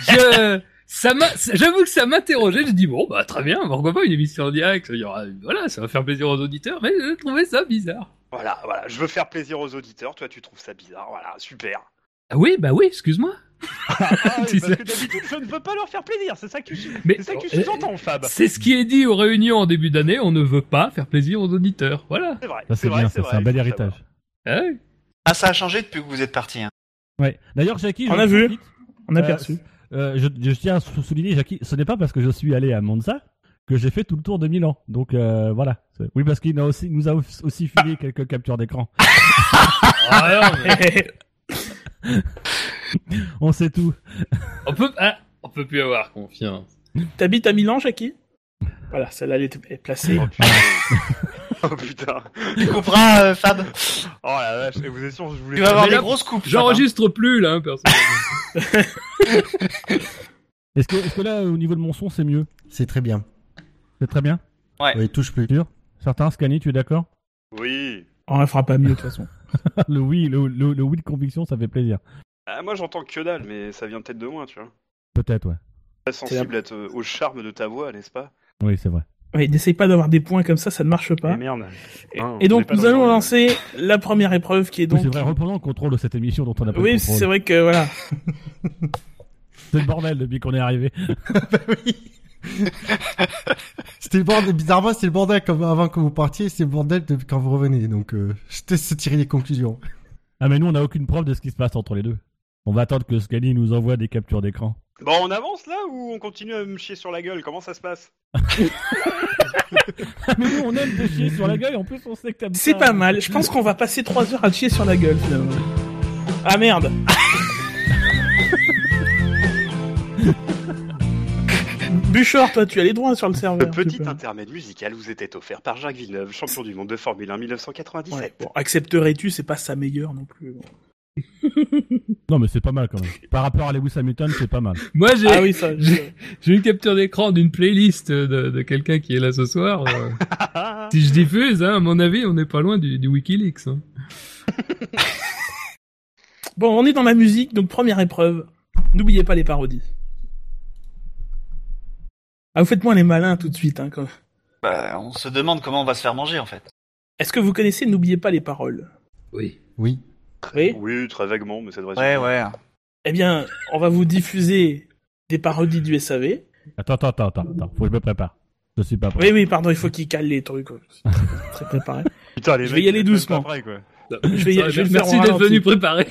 [SPEAKER 4] je, ça m'a, j'avoue que ça m'interrogeait, j'ai dit bon, bah très bien, pourquoi pas une émission en direct, il y aura, voilà, ça va faire plaisir aux auditeurs, mais je trouvais ça bizarre.
[SPEAKER 2] Voilà, voilà, je veux faire plaisir aux auditeurs, toi tu trouves ça bizarre, voilà, super.
[SPEAKER 4] Ah oui, bah oui, excuse-moi.
[SPEAKER 2] Ah oui,
[SPEAKER 4] Tu
[SPEAKER 2] parce
[SPEAKER 4] sais.
[SPEAKER 2] que d'habitude, je ne veux pas leur faire plaisir, c'est ça que tu,
[SPEAKER 4] Mais- euh,
[SPEAKER 2] c'est ça que
[SPEAKER 7] euh,
[SPEAKER 2] tu sous-entends, Fab.
[SPEAKER 4] C'est ce qui est dit aux réunions en début d'année, on ne veut pas faire plaisir aux auditeurs, voilà.
[SPEAKER 2] C'est vrai,
[SPEAKER 8] Ça, c'est
[SPEAKER 2] vrai,
[SPEAKER 8] bien, ça,
[SPEAKER 2] vrai,
[SPEAKER 8] c'est un
[SPEAKER 2] il
[SPEAKER 8] bel
[SPEAKER 2] faut
[SPEAKER 8] héritage.
[SPEAKER 2] savoir.
[SPEAKER 4] Ah oui.
[SPEAKER 5] Ah, ça a changé depuis que vous êtes parti. Hein.
[SPEAKER 8] Ouais. D'ailleurs, Jackie,
[SPEAKER 7] On
[SPEAKER 8] j'en
[SPEAKER 7] a vu.
[SPEAKER 8] profite.
[SPEAKER 7] On a perçu.
[SPEAKER 8] Euh, je, je tiens à sou- souligner, Jackie, ce n'est pas parce que je suis allé à Monza que j'ai fait tout le tour de Milan. Donc euh, voilà. C'est- Oui, parce qu'il a aussi, il nous a aussi- aussi filé quelques captures d'écran.
[SPEAKER 4] Ah non, mais-
[SPEAKER 8] On sait tout.
[SPEAKER 4] on peut, ah, on peut plus avoir confiance.
[SPEAKER 7] T'habites à Milan, Jackie Voilà, celle-là, elle était placée.
[SPEAKER 2] Oh putain.
[SPEAKER 5] Tu couperas, euh, Fab
[SPEAKER 2] Oh la vache, et vous êtes sûr que je voulais
[SPEAKER 5] Tu vas avoir
[SPEAKER 4] Mais
[SPEAKER 5] des
[SPEAKER 4] là,
[SPEAKER 5] grosses coupes.
[SPEAKER 4] J'enregistre plus là, hein, personnellement.
[SPEAKER 8] Est-ce que, est-ce que là, au niveau de mon son, c'est mieux
[SPEAKER 3] C'est très bien.
[SPEAKER 8] C'est très bien
[SPEAKER 3] Oui, touche plus.
[SPEAKER 8] Certains, Scanny, tu es d'accord
[SPEAKER 5] hein.
[SPEAKER 2] Oui.
[SPEAKER 7] On ne fera pas mieux, de toute façon.
[SPEAKER 8] Le oui, le, le- le oui de conviction, ça fait plaisir.
[SPEAKER 2] Ah, moi j'entends que dalle, mais ça vient peut-être de moi, tu vois.
[SPEAKER 8] Peut-être, ouais.
[SPEAKER 2] Très sensible à te- au charme de ta voix, n'est-ce pas
[SPEAKER 8] Oui, c'est vrai.
[SPEAKER 7] Ouais, n'essaye pas d'avoir des points comme ça, ça ne marche
[SPEAKER 2] Eh
[SPEAKER 7] pas.
[SPEAKER 2] merde.
[SPEAKER 7] Et,
[SPEAKER 2] Hein,
[SPEAKER 7] et
[SPEAKER 2] on
[SPEAKER 7] donc,
[SPEAKER 2] n'est pas
[SPEAKER 7] nous
[SPEAKER 2] dans le
[SPEAKER 7] allons
[SPEAKER 2] genre.
[SPEAKER 7] lancer la première épreuve qui est
[SPEAKER 8] Oui,
[SPEAKER 7] donc.
[SPEAKER 8] c'est vrai, reprenons le contrôle de cette émission dont on a pas
[SPEAKER 7] Oui,
[SPEAKER 8] le
[SPEAKER 7] c'est
[SPEAKER 8] contrôle.
[SPEAKER 7] vrai que voilà.
[SPEAKER 8] C'est le bordel depuis qu'on est arrivé.
[SPEAKER 3] Bah C'était le bordel, bizarrement, c'était le bordel comme avant que vous partiez, c'était le bordel de- quand vous revenez. Donc, euh, je te laisse tirer les conclusions.
[SPEAKER 8] Ah, mais nous, on n'a aucune preuve de ce qui se passe entre les deux. On va attendre que Scanny nous envoie des captures d'écran.
[SPEAKER 2] Bon, on avance là ou on continue à me chier sur la gueule Comment ça se passe
[SPEAKER 8] mais nous, on aime te chier sur la gueule, en plus, on sait que t'aimes
[SPEAKER 7] C'est
[SPEAKER 8] ça.
[SPEAKER 7] pas mal. Je pense qu'on va passer trois heures à te chier sur la gueule, finalement. Ah merde Bouchard, toi, tu as les droits sur le serveur.
[SPEAKER 2] Le
[SPEAKER 7] tu
[SPEAKER 2] petit
[SPEAKER 7] peux.
[SPEAKER 2] intermède musical vous était offert par Jacques Villeneuve, champion du monde de Formule 1 1997.
[SPEAKER 7] Ouais, bon, accepterais-tu, c'est pas sa meilleure non plus. bon.
[SPEAKER 8] Non, mais c'est pas mal quand même. Par rapport à Lewis Hamilton, c'est pas mal.
[SPEAKER 4] Moi, j'ai
[SPEAKER 7] Ah oui, ça. je-
[SPEAKER 4] j'ai une capture d'écran d'une playlist de, de quelqu'un qui est là ce soir. euh, si je diffuse, hein, à mon avis, on n'est pas loin du, du Wikileaks. hein.
[SPEAKER 7] Bon, on est dans la musique, donc première épreuve. N'oubliez pas les parodies. Ah, vous faites moins les malins tout de suite. Hein, quand-
[SPEAKER 5] Bah, on se demande comment on va se faire manger en fait.
[SPEAKER 7] Est-ce que vous connaissez N'oubliez pas les paroles
[SPEAKER 4] Oui.
[SPEAKER 3] Oui.
[SPEAKER 7] Oui.
[SPEAKER 2] Oui, très vaguement, mais ça devrait
[SPEAKER 5] Ouais,
[SPEAKER 2] suffire.
[SPEAKER 5] ouais.
[SPEAKER 7] Eh bien, on va vous diffuser des parodies du SAV.
[SPEAKER 8] Attends, attends, attends, attends, attends. Faut que je me prépare. Je suis pas prêt.
[SPEAKER 7] Oui, oui, pardon, il faut qu'il cale les trucs. quoi. C'est Très, très préparé.
[SPEAKER 2] Putain, les
[SPEAKER 7] Je
[SPEAKER 2] mecs,
[SPEAKER 7] vais y aller
[SPEAKER 2] ils sont même
[SPEAKER 7] doucement.
[SPEAKER 2] pas prêts, quoi.
[SPEAKER 7] Je vais y-
[SPEAKER 4] Ça,
[SPEAKER 7] je vais le faire
[SPEAKER 4] merci
[SPEAKER 7] en
[SPEAKER 4] d'être
[SPEAKER 7] ralenti.
[SPEAKER 4] venu préparer.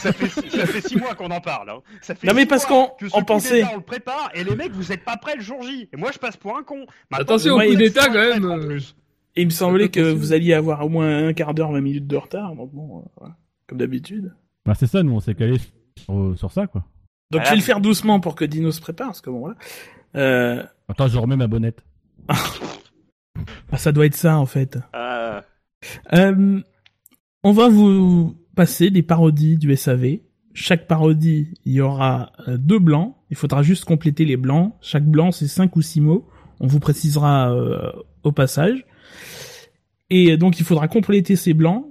[SPEAKER 2] Ça fait, ça fait six mois qu'on en parle. Hein. Ça fait
[SPEAKER 7] Non, mais
[SPEAKER 2] six
[SPEAKER 7] parce
[SPEAKER 2] mois
[SPEAKER 7] qu'on-
[SPEAKER 2] que ce
[SPEAKER 7] on
[SPEAKER 2] coup
[SPEAKER 7] pensait-
[SPEAKER 2] d'État, on le prépare et les mecs, vous êtes pas prêts le jour J. Et moi, je passe pour un con.
[SPEAKER 4] Attention
[SPEAKER 7] au
[SPEAKER 2] vous
[SPEAKER 7] coup
[SPEAKER 2] êtes
[SPEAKER 4] d'État,
[SPEAKER 2] sur la
[SPEAKER 4] quand
[SPEAKER 2] traite,
[SPEAKER 4] même,
[SPEAKER 2] en
[SPEAKER 4] euh.
[SPEAKER 2] plus.
[SPEAKER 7] Et il me semblait que
[SPEAKER 4] possible.
[SPEAKER 7] vous alliez avoir au moins un quart d'heure, 20 minutes de retard. donc bon, euh, voilà, comme d'habitude.
[SPEAKER 8] Bah, c'est ça, nous, on s'est calé sur, sur ça, quoi.
[SPEAKER 7] Donc
[SPEAKER 5] Voilà.
[SPEAKER 7] je vais le faire doucement pour que Dino se prépare, parce que bon voilà. Euh,
[SPEAKER 8] Attends, je remets ma bonnette.
[SPEAKER 7] ah, ça doit être ça en fait.
[SPEAKER 2] Ah,
[SPEAKER 7] Euh, on va vous passer des parodies du SAV. Chaque parodie, il y aura euh, deux blancs. Il faudra juste compléter les blancs. Chaque blanc, c'est cinq ou six mots. On vous précisera euh, au passage. Et donc, il faudra compléter ces blancs.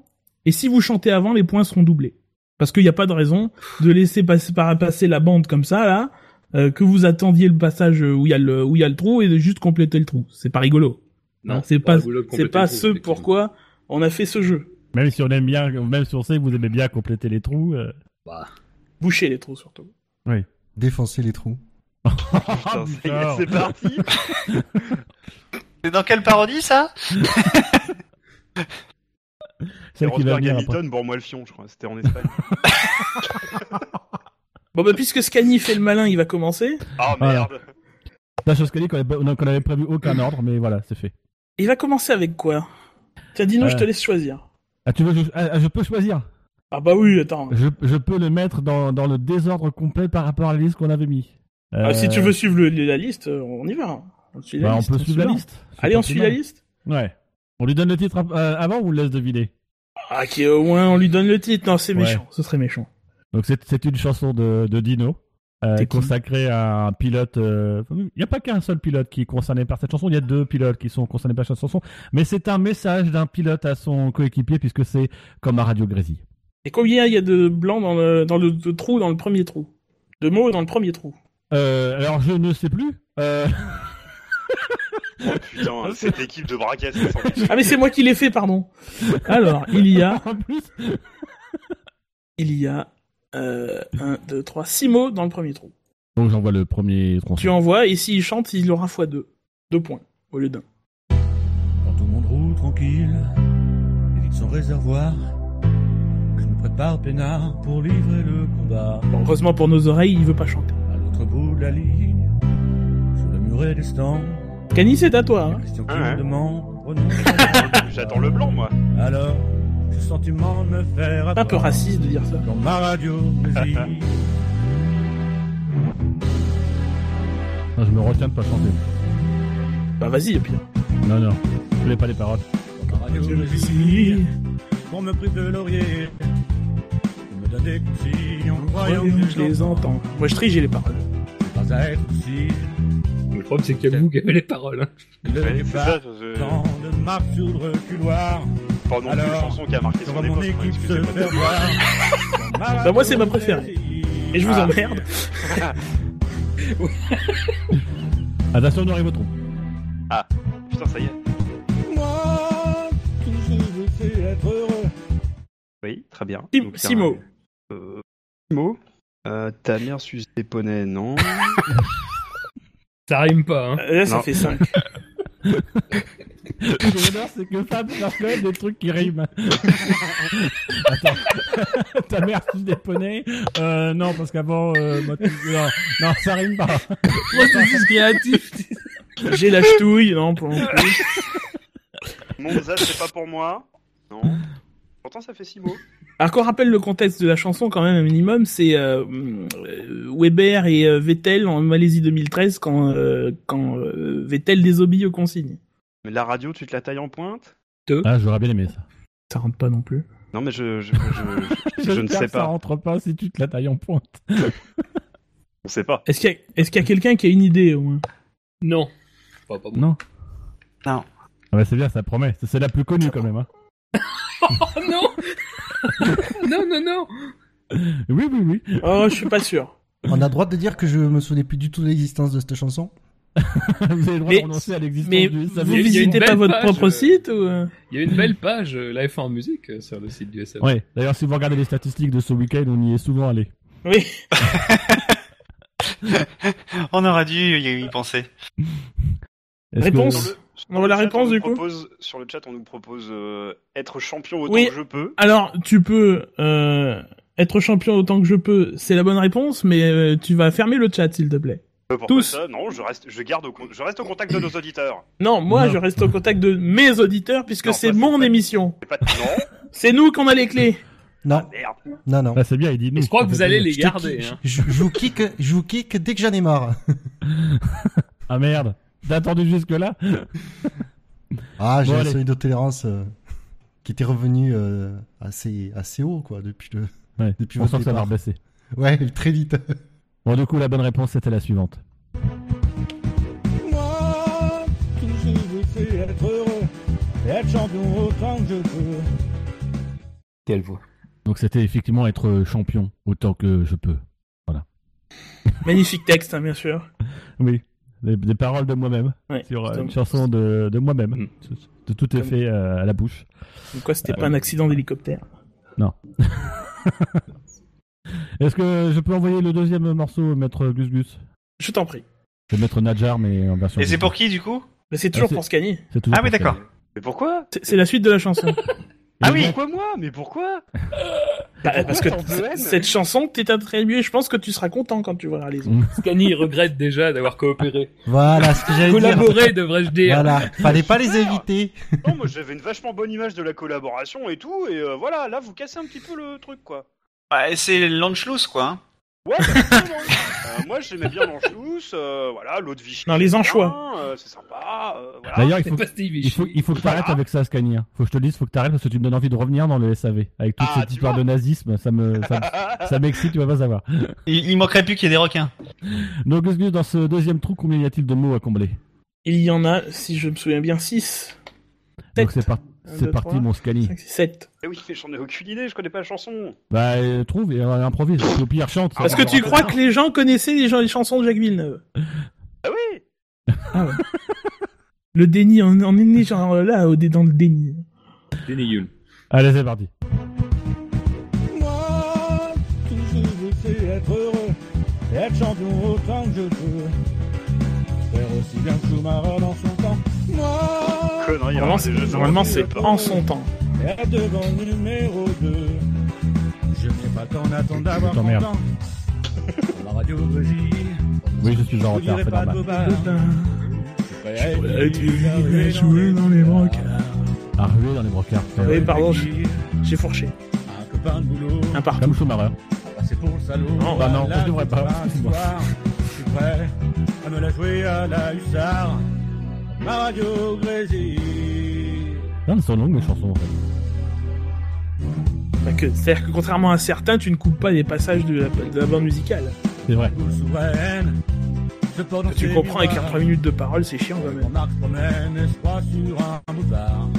[SPEAKER 7] Et si vous chantez avant, les points seront doublés. Parce qu'il n'y a pas de raison de laisser passer, par- passer la bande comme ça, là, euh, que vous attendiez le passage où il y, a le- où il y a le trou et de juste compléter le trou. C'est pas rigolo. Non, c'est pas- C'est pas ce pourquoi on a fait ce jeu.
[SPEAKER 8] Même si on aime bien, même si on sait que vous aimez bien compléter les trous. euh,
[SPEAKER 7] Boucher les trous surtout.
[SPEAKER 3] Défoncer les trous.
[SPEAKER 8] Ah,
[SPEAKER 2] putain, ça y est,
[SPEAKER 8] bizarre.
[SPEAKER 2] c'est parti.
[SPEAKER 5] C'est dans quelle parodie ça
[SPEAKER 2] C'est
[SPEAKER 8] Celle qui va
[SPEAKER 2] Rosberg et
[SPEAKER 8] venir après.
[SPEAKER 2] Hamilton, bon, moi le fion, je crois. C'était en Espagne.
[SPEAKER 7] Bon bah puisque Scanny fait le malin, il va commencer.
[SPEAKER 2] Oh merde.
[SPEAKER 8] La chose qu'on dit qu'on avait- qu'on avait prévu aucun ordre, mais voilà, c'est fait.
[SPEAKER 7] Il va commencer avec quoi Tiens Dino,
[SPEAKER 8] Ouais.
[SPEAKER 7] je te laisse choisir.
[SPEAKER 8] Ah, tu veux, je, ah, je peux choisir.
[SPEAKER 7] Ah bah oui, attends.
[SPEAKER 8] Je, je peux le mettre dans, dans le désordre complet par rapport à la liste qu'on avait mis. Euh,
[SPEAKER 7] Ah, si tu veux suivre le- la liste, euh, on y va. hein. On, suit la
[SPEAKER 8] bah, on
[SPEAKER 7] liste,
[SPEAKER 8] peut suivre la
[SPEAKER 7] liste.
[SPEAKER 8] liste. C'est
[SPEAKER 7] Allez,
[SPEAKER 8] pas
[SPEAKER 7] on
[SPEAKER 8] plus
[SPEAKER 7] suit la
[SPEAKER 8] mal.
[SPEAKER 7] liste
[SPEAKER 8] Ouais. On lui donne le titre euh, avant ou on le laisse deviner
[SPEAKER 7] Ah qui au moins on lui donne le titre. Non, c'est
[SPEAKER 8] Ouais.
[SPEAKER 7] méchant, ce serait méchant.
[SPEAKER 8] Donc c'est c'est une chanson de, de Dino. euh,
[SPEAKER 7] C'est qui
[SPEAKER 8] consacré à un pilote. euh, Il n'y a pas qu'un seul pilote qui est concerné par cette chanson. Il y a deux pilotes qui sont concernés par cette chanson. Mais c'est un message d'un pilote à son coéquipier puisque c'est comme à Radio Grésy.
[SPEAKER 7] Et combien il y a de blancs dans le, dans le de trou, dans le premier trou De mots dans le premier trou.
[SPEAKER 8] Euh, alors je ne sais plus. Euh,
[SPEAKER 2] Oh putain, cette équipe de braquettes, c'est sans doute.
[SPEAKER 7] Ah mais c'est moi qui l'ai fait, pardon. Alors, il y a,
[SPEAKER 8] en plus,
[SPEAKER 7] il y a, euh, un, deux, trois, six mots dans le premier trou.
[SPEAKER 8] donc j'envoie le premier tronçon.
[SPEAKER 7] Tu envoies, et s'il chante, il aura fois deux. Deux points, au lieu d'un.
[SPEAKER 6] Quand tout le monde roule tranquille, et vide son réservoir, je me prépare peinard pour livrer le combat.
[SPEAKER 7] Bon, heureusement pour nos oreilles, il veut pas chanter.
[SPEAKER 6] À l'autre bout de la ligne, sur le muret des stands,
[SPEAKER 7] Cani, c'est à toi,
[SPEAKER 6] il y a
[SPEAKER 7] hein.
[SPEAKER 6] Christian qui
[SPEAKER 2] Ah ouais.
[SPEAKER 6] me demande
[SPEAKER 2] J'attends le blanc, moi.
[SPEAKER 6] Alors, j'ai le sentiment de me faire
[SPEAKER 7] Un peu
[SPEAKER 6] avoir.
[SPEAKER 7] raciste de dire ça.
[SPEAKER 6] Quand ma radio me dit
[SPEAKER 8] Non, je me retiens de pas chanter.
[SPEAKER 7] Bah vas-y, au pire.
[SPEAKER 8] Non non, je voulais pas les paroles.
[SPEAKER 6] Ma radio me dit qu'on me prive de laurier. On me donne des consignes en croyant
[SPEAKER 7] Voyons,
[SPEAKER 6] que
[SPEAKER 7] je les entends. Moi, je trie, j'ai les paroles.
[SPEAKER 6] Pas à être aussi
[SPEAKER 4] Le problème, c'est qu'il y a vous qui avez les paroles. hein.
[SPEAKER 6] le
[SPEAKER 2] Ouais, C'est
[SPEAKER 6] départ.
[SPEAKER 2] ça, je-
[SPEAKER 6] Tant de marche sur le reculoir.
[SPEAKER 2] pas non plus
[SPEAKER 6] Alors,
[SPEAKER 2] chanson qui a marqué son
[SPEAKER 6] Quand mon
[SPEAKER 2] époque,
[SPEAKER 6] équipe se
[SPEAKER 2] excusez-moi.
[SPEAKER 6] fait voir. Quand ma
[SPEAKER 7] Bah, moi, c'est ma
[SPEAKER 6] radio me
[SPEAKER 7] préférée.
[SPEAKER 6] dit-
[SPEAKER 7] Et je vous
[SPEAKER 2] Ah.
[SPEAKER 7] emmerde.
[SPEAKER 8] Attention, on arrive au trou.
[SPEAKER 2] Ah, Putain, ça y est.
[SPEAKER 6] Moi, tout ce que je veux, c'est être heureux.
[SPEAKER 2] Oui, très bien.
[SPEAKER 7] Six-
[SPEAKER 2] Donc,
[SPEAKER 7] six
[SPEAKER 2] il y a un-
[SPEAKER 7] mots.
[SPEAKER 2] Euh, six mots. Euh, ta mère suce des poneys, non
[SPEAKER 4] Ça rime pas, hein.
[SPEAKER 7] Euh, Là, ça
[SPEAKER 2] Non.
[SPEAKER 7] fait 5.
[SPEAKER 8] Le plus drôle, c'est que Fab ça fait des trucs qui riment. Attends. Ta mère tu des poneys Euh, non, parce qu'avant, euh, moi, tu- non, non, ça rime pas.
[SPEAKER 4] Moi, c'est juste créatif.
[SPEAKER 7] J'ai la ch'touille, non, pour
[SPEAKER 2] Mon ça c'est pas pour moi. Non. Pourtant, ça fait six mots.
[SPEAKER 7] Alors qu'on rappelle le contexte de la chanson quand même un minimum, c'est euh, hum, euh, Weber et euh, Vettel en Malaisie 2013 quand, euh, quand euh, Vettel désobéit aux consignes.
[SPEAKER 2] Mais la radio, tu te la tailles en pointe
[SPEAKER 8] Ah, j'aurais bien aimé ça.
[SPEAKER 7] Ça rentre pas non plus.
[SPEAKER 2] Non, mais je, je, je- je- je ne
[SPEAKER 8] J'espère
[SPEAKER 2] sais
[SPEAKER 8] que Ça
[SPEAKER 2] pas.
[SPEAKER 8] rentre pas si tu te la tailles en pointe.
[SPEAKER 2] On sait pas.
[SPEAKER 7] Est-ce qu'il y a, est-ce qu'il y a quelqu'un qui a une idée au moins
[SPEAKER 4] Non. Enfin, pas moi.
[SPEAKER 8] Non.
[SPEAKER 5] Non.
[SPEAKER 8] Ah bah c'est bien, ça promet. C'est- C'est la plus connue quand même. Hein.
[SPEAKER 4] Oh non Non, non, non
[SPEAKER 8] Oui, oui, oui.
[SPEAKER 7] Oh, je suis pas sûr.
[SPEAKER 3] On a le droit de dire que je me souvenais plus du tout de l'existence de cette chanson.
[SPEAKER 8] Vous avez le droit
[SPEAKER 7] Mais-
[SPEAKER 8] de renoncer à l'existence
[SPEAKER 7] Mais
[SPEAKER 8] du
[SPEAKER 7] vous
[SPEAKER 8] SAV.
[SPEAKER 4] Il y a une
[SPEAKER 7] visitez
[SPEAKER 4] belle
[SPEAKER 7] pas votre
[SPEAKER 4] page,
[SPEAKER 7] propre
[SPEAKER 4] euh,
[SPEAKER 7] site ou euh
[SPEAKER 4] Il y a une belle page euh, Life en musique euh, sur le site du SAV.
[SPEAKER 8] Ouais, d'ailleurs, si vous regardez les statistiques de ce week-end, on y est souvent allé.
[SPEAKER 7] Oui.
[SPEAKER 5] On aurait dû y y penser.
[SPEAKER 8] Est-ce que-
[SPEAKER 7] Réponse. On a la
[SPEAKER 2] Sur le chat,
[SPEAKER 7] réponse,
[SPEAKER 2] on nous
[SPEAKER 7] du coup
[SPEAKER 2] propose- Sur le chat, on nous propose euh, être champion autant
[SPEAKER 7] Oui.
[SPEAKER 2] que je peux.
[SPEAKER 7] Alors, tu peux euh, être champion autant que je peux, c'est la bonne réponse, mais euh, tu vas fermer le chat s'il te plaît.
[SPEAKER 2] Euh, pourquoi
[SPEAKER 7] Tous.
[SPEAKER 2] ça Non, je reste, je garde, au con- je reste au contact de nos auditeurs.
[SPEAKER 7] Non, moi
[SPEAKER 8] Non.
[SPEAKER 7] je reste au contact de mes auditeurs puisque
[SPEAKER 2] Non,
[SPEAKER 7] c'est
[SPEAKER 2] ça, c'est
[SPEAKER 7] mon
[SPEAKER 2] pas-
[SPEAKER 7] émission.
[SPEAKER 2] C'est pas non,
[SPEAKER 7] C'est nous qu'on a les clés.
[SPEAKER 3] Non,
[SPEAKER 2] merde.
[SPEAKER 3] non, non.
[SPEAKER 8] Ah, c'est bien, il dit nous.
[SPEAKER 4] Mais je crois que
[SPEAKER 8] Ça
[SPEAKER 4] vous
[SPEAKER 8] fait
[SPEAKER 4] allez
[SPEAKER 8] plaisir.
[SPEAKER 3] Je te
[SPEAKER 4] les garder.
[SPEAKER 3] kick-
[SPEAKER 4] hein.
[SPEAKER 3] je, je vous kick, je vous kick dès que j'en ai marre.
[SPEAKER 8] Ah merde. T'as attendu jusque-là
[SPEAKER 3] Ah, j'ai
[SPEAKER 8] Bon,
[SPEAKER 3] un
[SPEAKER 8] allez.
[SPEAKER 3] seuil de tolérance euh, qui était revenu euh, assez, assez haut, quoi, depuis le.
[SPEAKER 8] Ouais,
[SPEAKER 3] Depuis
[SPEAKER 8] on
[SPEAKER 3] votre
[SPEAKER 8] sent que ça va
[SPEAKER 3] départ.
[SPEAKER 8] rebaisser.
[SPEAKER 3] Ouais, très vite.
[SPEAKER 8] Bon, du coup, la bonne réponse, c'était la suivante.
[SPEAKER 6] Moi, tout ce que je veux, c'est être heureux. Et être champion autant que je peux.
[SPEAKER 4] Quelle voix
[SPEAKER 8] Donc, c'était effectivement être euh, champion autant que je peux.
[SPEAKER 7] Magnifique texte, hein, bien sûr.
[SPEAKER 8] Oui, des, des paroles de moi-même.
[SPEAKER 7] Ouais,
[SPEAKER 8] sur euh,
[SPEAKER 7] putain.
[SPEAKER 8] une chanson de, de moi-même.
[SPEAKER 4] Mm.
[SPEAKER 8] De tout est fait euh, à la bouche.
[SPEAKER 7] Comme quoi,
[SPEAKER 3] Ah
[SPEAKER 7] c'était pas un accident d'hélicoptère.
[SPEAKER 8] Est-ce que je peux envoyer le deuxième morceau, Maître Gus Gus
[SPEAKER 7] Je t'en prie.
[SPEAKER 8] Je vais mettre Nadjar, mais en version.
[SPEAKER 5] Et c'est pour qui du coup
[SPEAKER 7] Mais c'est toujours
[SPEAKER 8] Ah, c'est-
[SPEAKER 7] pour Scani.
[SPEAKER 8] C'est toujours
[SPEAKER 5] Ah oui,
[SPEAKER 8] pour
[SPEAKER 5] d'accord.
[SPEAKER 8] ça.
[SPEAKER 2] Mais pourquoi
[SPEAKER 7] C'est c'est la suite de la chanson.
[SPEAKER 2] Ah
[SPEAKER 8] oui.
[SPEAKER 2] Pourquoi moi Mais pourquoi
[SPEAKER 7] Bah, parce que
[SPEAKER 2] tant de haine
[SPEAKER 7] cette chanson t'est attribuée. Je pense que tu seras content quand tu verras les autres.
[SPEAKER 4] Scani regrette déjà d'avoir coopéré.
[SPEAKER 3] Mm. Voilà ce que j'allais dire.
[SPEAKER 4] Collaboré, devrais-je dire.
[SPEAKER 3] Voilà, fallait pas les
[SPEAKER 2] Ah,
[SPEAKER 3] éviter.
[SPEAKER 2] Non, moi j'avais une vachement bonne image de la Ah, collaboration et tout, et euh, voilà, là vous cassez un petit peu le truc quoi.
[SPEAKER 5] Bah, c'est l'Anschluss quoi. hein.
[SPEAKER 2] Ouais, bah, c'est bon. Euh, moi j'aimais bien l'Angelus, euh, voilà, l'eau de Vichy.
[SPEAKER 7] Non, les
[SPEAKER 2] c'est
[SPEAKER 7] anchois.
[SPEAKER 2] bien, euh, c'est sympa. euh, voilà.
[SPEAKER 8] D'ailleurs, il
[SPEAKER 4] Ah, C'est
[SPEAKER 8] faut,
[SPEAKER 4] pas Ah. Stevie
[SPEAKER 8] il faut,
[SPEAKER 4] Chou.
[SPEAKER 8] il faut que t'arrêtes avec ça, Scania. Faut que je te le dise, faut que t'arrêtes parce que tu me donnes envie de revenir dans le SAV. Avec toute
[SPEAKER 2] Ah,
[SPEAKER 8] cette
[SPEAKER 2] tu
[SPEAKER 8] histoire
[SPEAKER 2] vois.
[SPEAKER 8] de nazisme, ça me, ça, me- ça m'excite, tu vas pas savoir.
[SPEAKER 5] Il, il manquerait plus qu'il y ait des requins.
[SPEAKER 8] Donc, Gus Gus, dans ce deuxième trou, combien y a-t-il de mots à combler
[SPEAKER 7] Il y en a, si je me souviens bien, 6.
[SPEAKER 8] Donc, c'est, par-
[SPEAKER 7] Un,
[SPEAKER 8] c'est
[SPEAKER 7] deux,
[SPEAKER 8] parti,
[SPEAKER 7] trois,
[SPEAKER 8] mon Scani.
[SPEAKER 7] 7.
[SPEAKER 2] Eh oui, mais j'en ai aucune idée, je connais pas la chanson.
[SPEAKER 8] Bah, euh, trouve et euh, improvise. Puis Au pire, chante.
[SPEAKER 7] Parce que tu crois que les gens connaissaient les, gens- les chansons de Jacques Villeneuve Ah
[SPEAKER 2] Ah oui
[SPEAKER 7] Le déni, on, on est né genre là, au dé- dans le déni.
[SPEAKER 4] Des négules.
[SPEAKER 8] Allez, c'est parti.
[SPEAKER 6] Moi, tout ce que je veux, c'est être heureux, être champion autant que je peux. Faire aussi bien que Schumacher dans son temps. Moi,
[SPEAKER 2] Connerie,
[SPEAKER 7] Normalement,
[SPEAKER 2] hein,
[SPEAKER 7] c'est-
[SPEAKER 2] déjà, ça
[SPEAKER 7] Normalement,
[SPEAKER 2] me
[SPEAKER 7] c'est
[SPEAKER 2] fait peur.
[SPEAKER 7] en son temps.
[SPEAKER 6] être devant numéro 2. Je n'ai pas le temps d'attendre d'avoir
[SPEAKER 8] Je
[SPEAKER 6] mon
[SPEAKER 8] t'emmerde.
[SPEAKER 6] temps. La radio Brésil.
[SPEAKER 8] Oui, je suis
[SPEAKER 6] Je
[SPEAKER 8] en retard,
[SPEAKER 6] dirai
[SPEAKER 8] c'est
[SPEAKER 6] pas de
[SPEAKER 8] normal.
[SPEAKER 6] bobard. Je pourrais être
[SPEAKER 7] J'ai joué dans les brancards.
[SPEAKER 8] À ruer dans les brocards. Euh,
[SPEAKER 7] Oui, pardon, je- j'ai fourché.
[SPEAKER 6] Un copain de boulot.
[SPEAKER 7] Un partout.
[SPEAKER 8] Comme Schumacher.
[SPEAKER 6] Ah, c'est pour le salaud.
[SPEAKER 8] Non, bah non, je devrais pas.
[SPEAKER 6] ce soir, Je suis prêt à me la jouer à la hussard. Ma radio grésille.
[SPEAKER 8] Non, elles sont longues, mes chansons, en fait.
[SPEAKER 7] Bah que- C'est-à-dire que contrairement à certains, tu ne coupes pas les passages de la, de la bande musicale.
[SPEAKER 8] C'est vrai.
[SPEAKER 6] Boule souveraine. Je porte dans
[SPEAKER 7] Tu
[SPEAKER 6] ses
[SPEAKER 7] comprends, avec
[SPEAKER 6] miroirs.
[SPEAKER 7] 3 minutes de parole, c'est chiant quand
[SPEAKER 6] Avec
[SPEAKER 7] même.
[SPEAKER 6] Mon arc promène et je crois sur un boulevard.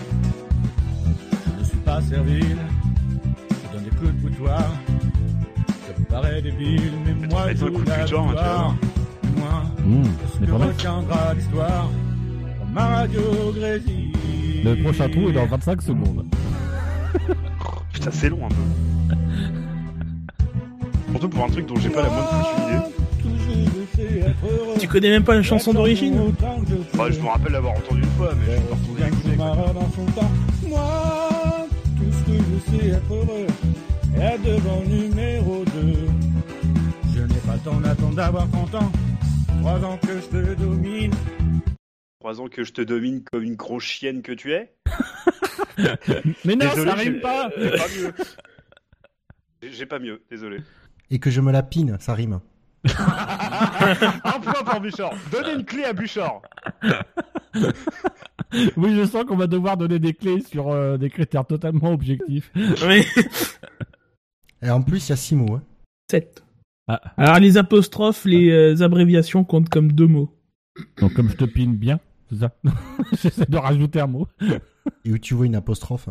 [SPEAKER 6] Je ne suis pas servile. Je donne des coups de boutoir. Ça me paraît débile, mais moi
[SPEAKER 2] fais-toi
[SPEAKER 6] je
[SPEAKER 2] un coup de
[SPEAKER 6] la
[SPEAKER 2] boutoir, hein, tu vas
[SPEAKER 6] victoire.
[SPEAKER 2] voir.
[SPEAKER 6] Mais moi,
[SPEAKER 8] Mmh,
[SPEAKER 6] Parce
[SPEAKER 8] c'est
[SPEAKER 6] que
[SPEAKER 8] pas mal.
[SPEAKER 6] retiendra l'histoire dans ma radio grésille.
[SPEAKER 8] Le prochain trou est dans 25 secondes.
[SPEAKER 2] Putain, c'est long un peu. Surtout pour un truc dont j'ai pas la moindre foutue idée.
[SPEAKER 7] Tu connais même pas la chanson d'origine hein.
[SPEAKER 2] Bah, je me rappelle l'avoir entendu une fois, mais je suis pas retourné l'écouter. quoi.
[SPEAKER 6] dans son temps. Moi, tout ce que je sais être heureux est devant numéro 2. Je n'ai pas le temps d'attendre d'avoir 30 ans. Trois ans que je te domine.
[SPEAKER 2] Trois ans que je te domine comme une grosse chienne que tu es.
[SPEAKER 8] Mais non,
[SPEAKER 2] Désolé,
[SPEAKER 8] ça rime
[SPEAKER 2] j'ai-
[SPEAKER 8] pas.
[SPEAKER 2] j'ai pas mieux. J'ai- J'ai pas mieux, désolé.
[SPEAKER 3] Et que je me la pine, ça rime.
[SPEAKER 2] Un point pour Buchor. Donnez une clé à Buchor.
[SPEAKER 8] Oui, je sens qu'on va devoir donner des clés sur euh, des critères totalement objectifs.
[SPEAKER 7] Oui.
[SPEAKER 3] Et en plus, il y a six mots. hein.
[SPEAKER 7] 7.
[SPEAKER 8] Ah.
[SPEAKER 7] Alors les apostrophes, les euh, abréviations comptent comme deux mots.
[SPEAKER 8] Donc, comme je te pine bien, c'est ça J'essaie de rajouter un mot.
[SPEAKER 3] Et où tu vois une apostrophe.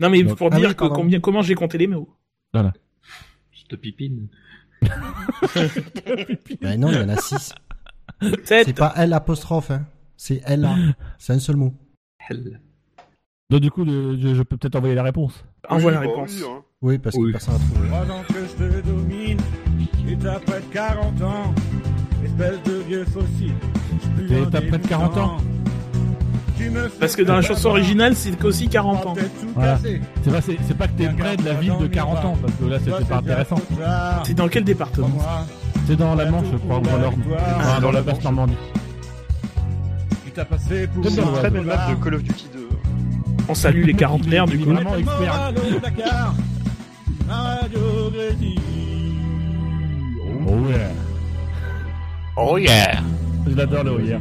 [SPEAKER 7] Non mais
[SPEAKER 8] Donc-
[SPEAKER 7] pour
[SPEAKER 3] Ah
[SPEAKER 7] dire
[SPEAKER 3] oui,
[SPEAKER 7] que
[SPEAKER 3] pardon.
[SPEAKER 7] combien, comment j'ai compté les mots.
[SPEAKER 4] Je te pipine.
[SPEAKER 3] Ben non, il y en a six.
[SPEAKER 7] 7.
[SPEAKER 3] C'est pas L apostrophe, hein. C'est L A. C'est un seul mot.
[SPEAKER 4] Hell.
[SPEAKER 8] Donc, Bah, du coup, le- je, je peux peut-être envoyer la réponse.
[SPEAKER 7] Envoie la
[SPEAKER 2] Oui, bah
[SPEAKER 7] réponse.
[SPEAKER 2] oui, hein.
[SPEAKER 3] Oui, parce
[SPEAKER 4] Oui.
[SPEAKER 3] que personne n'a trouvé.
[SPEAKER 6] Trois ans que je te domine. Et t'as près de 40 ans. Espèce de vieux fossile. Je pue
[SPEAKER 8] Et
[SPEAKER 6] un
[SPEAKER 8] t'as près de 40 ans.
[SPEAKER 6] débutant. Tu me
[SPEAKER 7] Parce que dans la
[SPEAKER 6] fais
[SPEAKER 7] chanson
[SPEAKER 6] avoir.
[SPEAKER 7] originale, c'est aussi 40 ans.
[SPEAKER 6] Peut-être tout
[SPEAKER 8] Voilà.
[SPEAKER 6] casser.
[SPEAKER 8] C'est pas, c'est, c'est pas que t'es près de la ville de 40 ans, parce que
[SPEAKER 6] Toi,
[SPEAKER 8] là, c'était
[SPEAKER 6] déjà
[SPEAKER 8] pas intéressant.
[SPEAKER 6] trop tard.
[SPEAKER 7] C'est dans quel département ça
[SPEAKER 6] Crois-moi,
[SPEAKER 8] C'est dans la Manche, je crois, ou dans l'Orne.
[SPEAKER 6] Ah,
[SPEAKER 8] Ah, dans la basse Normandie.
[SPEAKER 6] Tu t'as passé pour
[SPEAKER 8] C'est
[SPEAKER 2] C'est
[SPEAKER 8] bon,
[SPEAKER 2] une
[SPEAKER 8] ouais,
[SPEAKER 2] très belle
[SPEAKER 8] ouais.
[SPEAKER 2] map de Call of Duty 2.
[SPEAKER 7] On salue les quarantenaires du
[SPEAKER 8] Il est
[SPEAKER 7] coup.
[SPEAKER 8] vraiment expert. Oh yeah.
[SPEAKER 5] Oh yeah
[SPEAKER 8] Je l'adore le rire.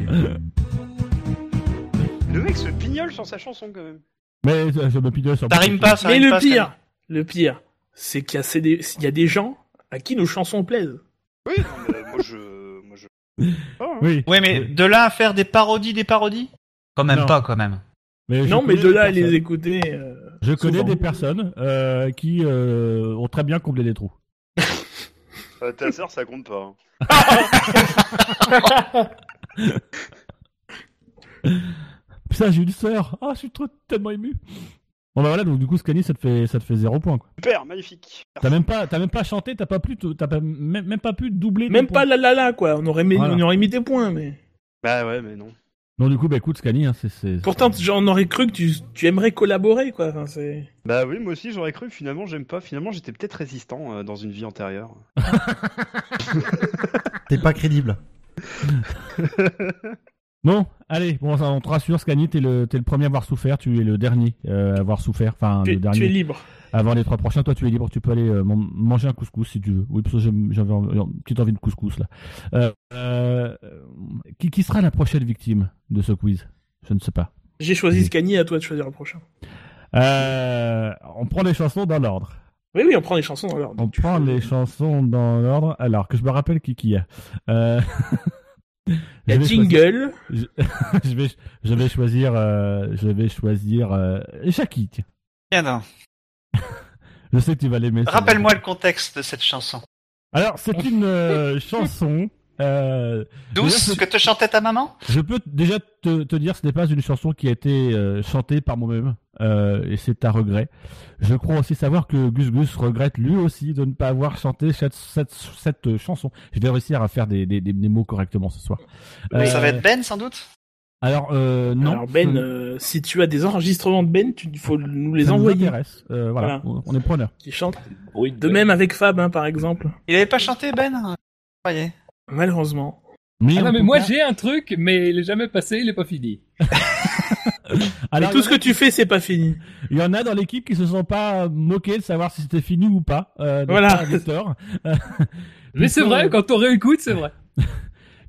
[SPEAKER 2] Le mec se pignole sur sa chanson quand même.
[SPEAKER 8] Mais euh, je me pidole sur.
[SPEAKER 5] Ça rime pas, ça
[SPEAKER 7] Mais
[SPEAKER 5] rime
[SPEAKER 7] le
[SPEAKER 5] pas, ça
[SPEAKER 7] pire, le pire, c'est qu'il y, a ces- des- il y a des gens à qui nos chansons plaisent.
[SPEAKER 2] Oui, non, mais moi je. Moi, je... Oh, hein.
[SPEAKER 8] Oui.
[SPEAKER 5] rime- Ouais, mais de là à faire des parodies des parodies Quand même
[SPEAKER 8] Non.
[SPEAKER 5] pas, quand même.
[SPEAKER 8] je
[SPEAKER 7] non, mais
[SPEAKER 8] connais
[SPEAKER 7] de là à
[SPEAKER 8] des
[SPEAKER 7] les
[SPEAKER 8] personnes-
[SPEAKER 7] écouter. euh,
[SPEAKER 8] Je connais
[SPEAKER 7] souvent.
[SPEAKER 8] des personnes euh, qui euh, ont très bien comblé des trous.
[SPEAKER 2] Euh, ta sœur, ça compte pas. hein.
[SPEAKER 8] Putain, j'ai une sœur. Ah, je suis trop tellement ému. Bon bah voilà, donc du coup, Scanny, ça te fait, ça te fait zéro point. quoi.
[SPEAKER 2] Super, magnifique.
[SPEAKER 8] T'as même pas, t'as même pas chanté, t'as pas pu, te- t'as pas, même, même pas pu doubler. tes
[SPEAKER 7] Même
[SPEAKER 8] points.
[SPEAKER 7] pas la la la quoi. On aurait mis,
[SPEAKER 8] Voilà.
[SPEAKER 7] on aurait mis des points, mais.
[SPEAKER 2] Bah ouais, mais non.
[SPEAKER 8] Non, du coup, bah écoute, Scanny, hein, c'est, c'est.
[SPEAKER 7] Pourtant, t- genre, on aurait cru que tu, tu aimerais collaborer, quoi. Enfin, c'est...
[SPEAKER 2] Bah oui, moi aussi j'aurais cru, finalement j'aime pas. Finalement j'étais peut-être résistant euh, dans une vie antérieure.
[SPEAKER 3] T'es pas crédible.
[SPEAKER 8] Bon, allez, bon, ça, on te rassure, Scanny, t'es le, t'es le premier à avoir souffert, tu es le dernier euh, à avoir souffert, enfin
[SPEAKER 7] Tu,
[SPEAKER 8] le
[SPEAKER 7] tu
[SPEAKER 8] dernier.
[SPEAKER 7] es libre.
[SPEAKER 8] Avant les trois prochains, toi tu es libre, tu peux aller euh, man- manger un couscous si tu veux. Oui, parce que j'aime- j'avais en- une petite envie de couscous là. Euh, euh, qui, qui sera la prochaine victime de ce quiz Je ne sais pas.
[SPEAKER 7] J'ai choisi Scani, à toi de choisir le prochain.
[SPEAKER 8] Euh, on prend les chansons dans l'ordre.
[SPEAKER 7] Oui, oui, on prend les chansons dans l'ordre.
[SPEAKER 8] On prend les chansons dans l'ordre. Alors que je me rappelle qui qui y a. Euh,
[SPEAKER 7] Il y
[SPEAKER 8] je
[SPEAKER 7] a
[SPEAKER 8] vais
[SPEAKER 7] Jingle.
[SPEAKER 8] choisir- Je, je vais, je vais choisir, euh, je vais choisir euh, Jackie. tiens.
[SPEAKER 9] Bien, non.
[SPEAKER 8] Je sais que tu vas l'aimer. celle-là.
[SPEAKER 9] Rappelle-moi le contexte de cette chanson.
[SPEAKER 8] Alors c'est une euh, chanson. Euh,
[SPEAKER 9] Douce,
[SPEAKER 8] Déjà,
[SPEAKER 9] ce
[SPEAKER 8] c'est-
[SPEAKER 9] que te chantait ta maman
[SPEAKER 8] Je peux t- déjà te, te dire, ce n'est pas une chanson qui a été euh, chantée par moi-même, euh, et c'est un regret. Je crois aussi savoir que Gus Gus regrette lui aussi de ne pas avoir chanté cette, cette, cette, euh, chanson. Je vais réussir à faire des, des, des- des mots correctement ce soir. Euh,
[SPEAKER 9] Ça va être Ben, sans doute
[SPEAKER 8] Alors, euh, non.
[SPEAKER 7] Alors Ben,
[SPEAKER 8] ça-
[SPEAKER 7] euh, si tu as des enregistrements de Ben, tu- il faut nous les
[SPEAKER 8] ça nous
[SPEAKER 7] envoyer.
[SPEAKER 8] intéresse. Euh, voilà, on est preneur.
[SPEAKER 7] Qui chante. De même avec Fab, hein, par exemple.
[SPEAKER 9] Il avait pas chanté Ben hein Voyez.
[SPEAKER 7] Malheureusement.
[SPEAKER 8] Mais,
[SPEAKER 4] Ah
[SPEAKER 8] en
[SPEAKER 4] non, mais
[SPEAKER 8] tout
[SPEAKER 4] moi
[SPEAKER 8] cas-
[SPEAKER 4] j'ai un truc, mais il est jamais passé, il est pas fini.
[SPEAKER 8] Alors,
[SPEAKER 7] Mais tout ce que tu fais, c'est pas fini.
[SPEAKER 8] Il y en a dans l'équipe qui se sont pas moqués de savoir si c'était fini ou pas. Euh, de
[SPEAKER 7] Voilà.
[SPEAKER 8] part d'auteur.
[SPEAKER 4] Mais c'est vrai, quand on réécoute, c'est vrai.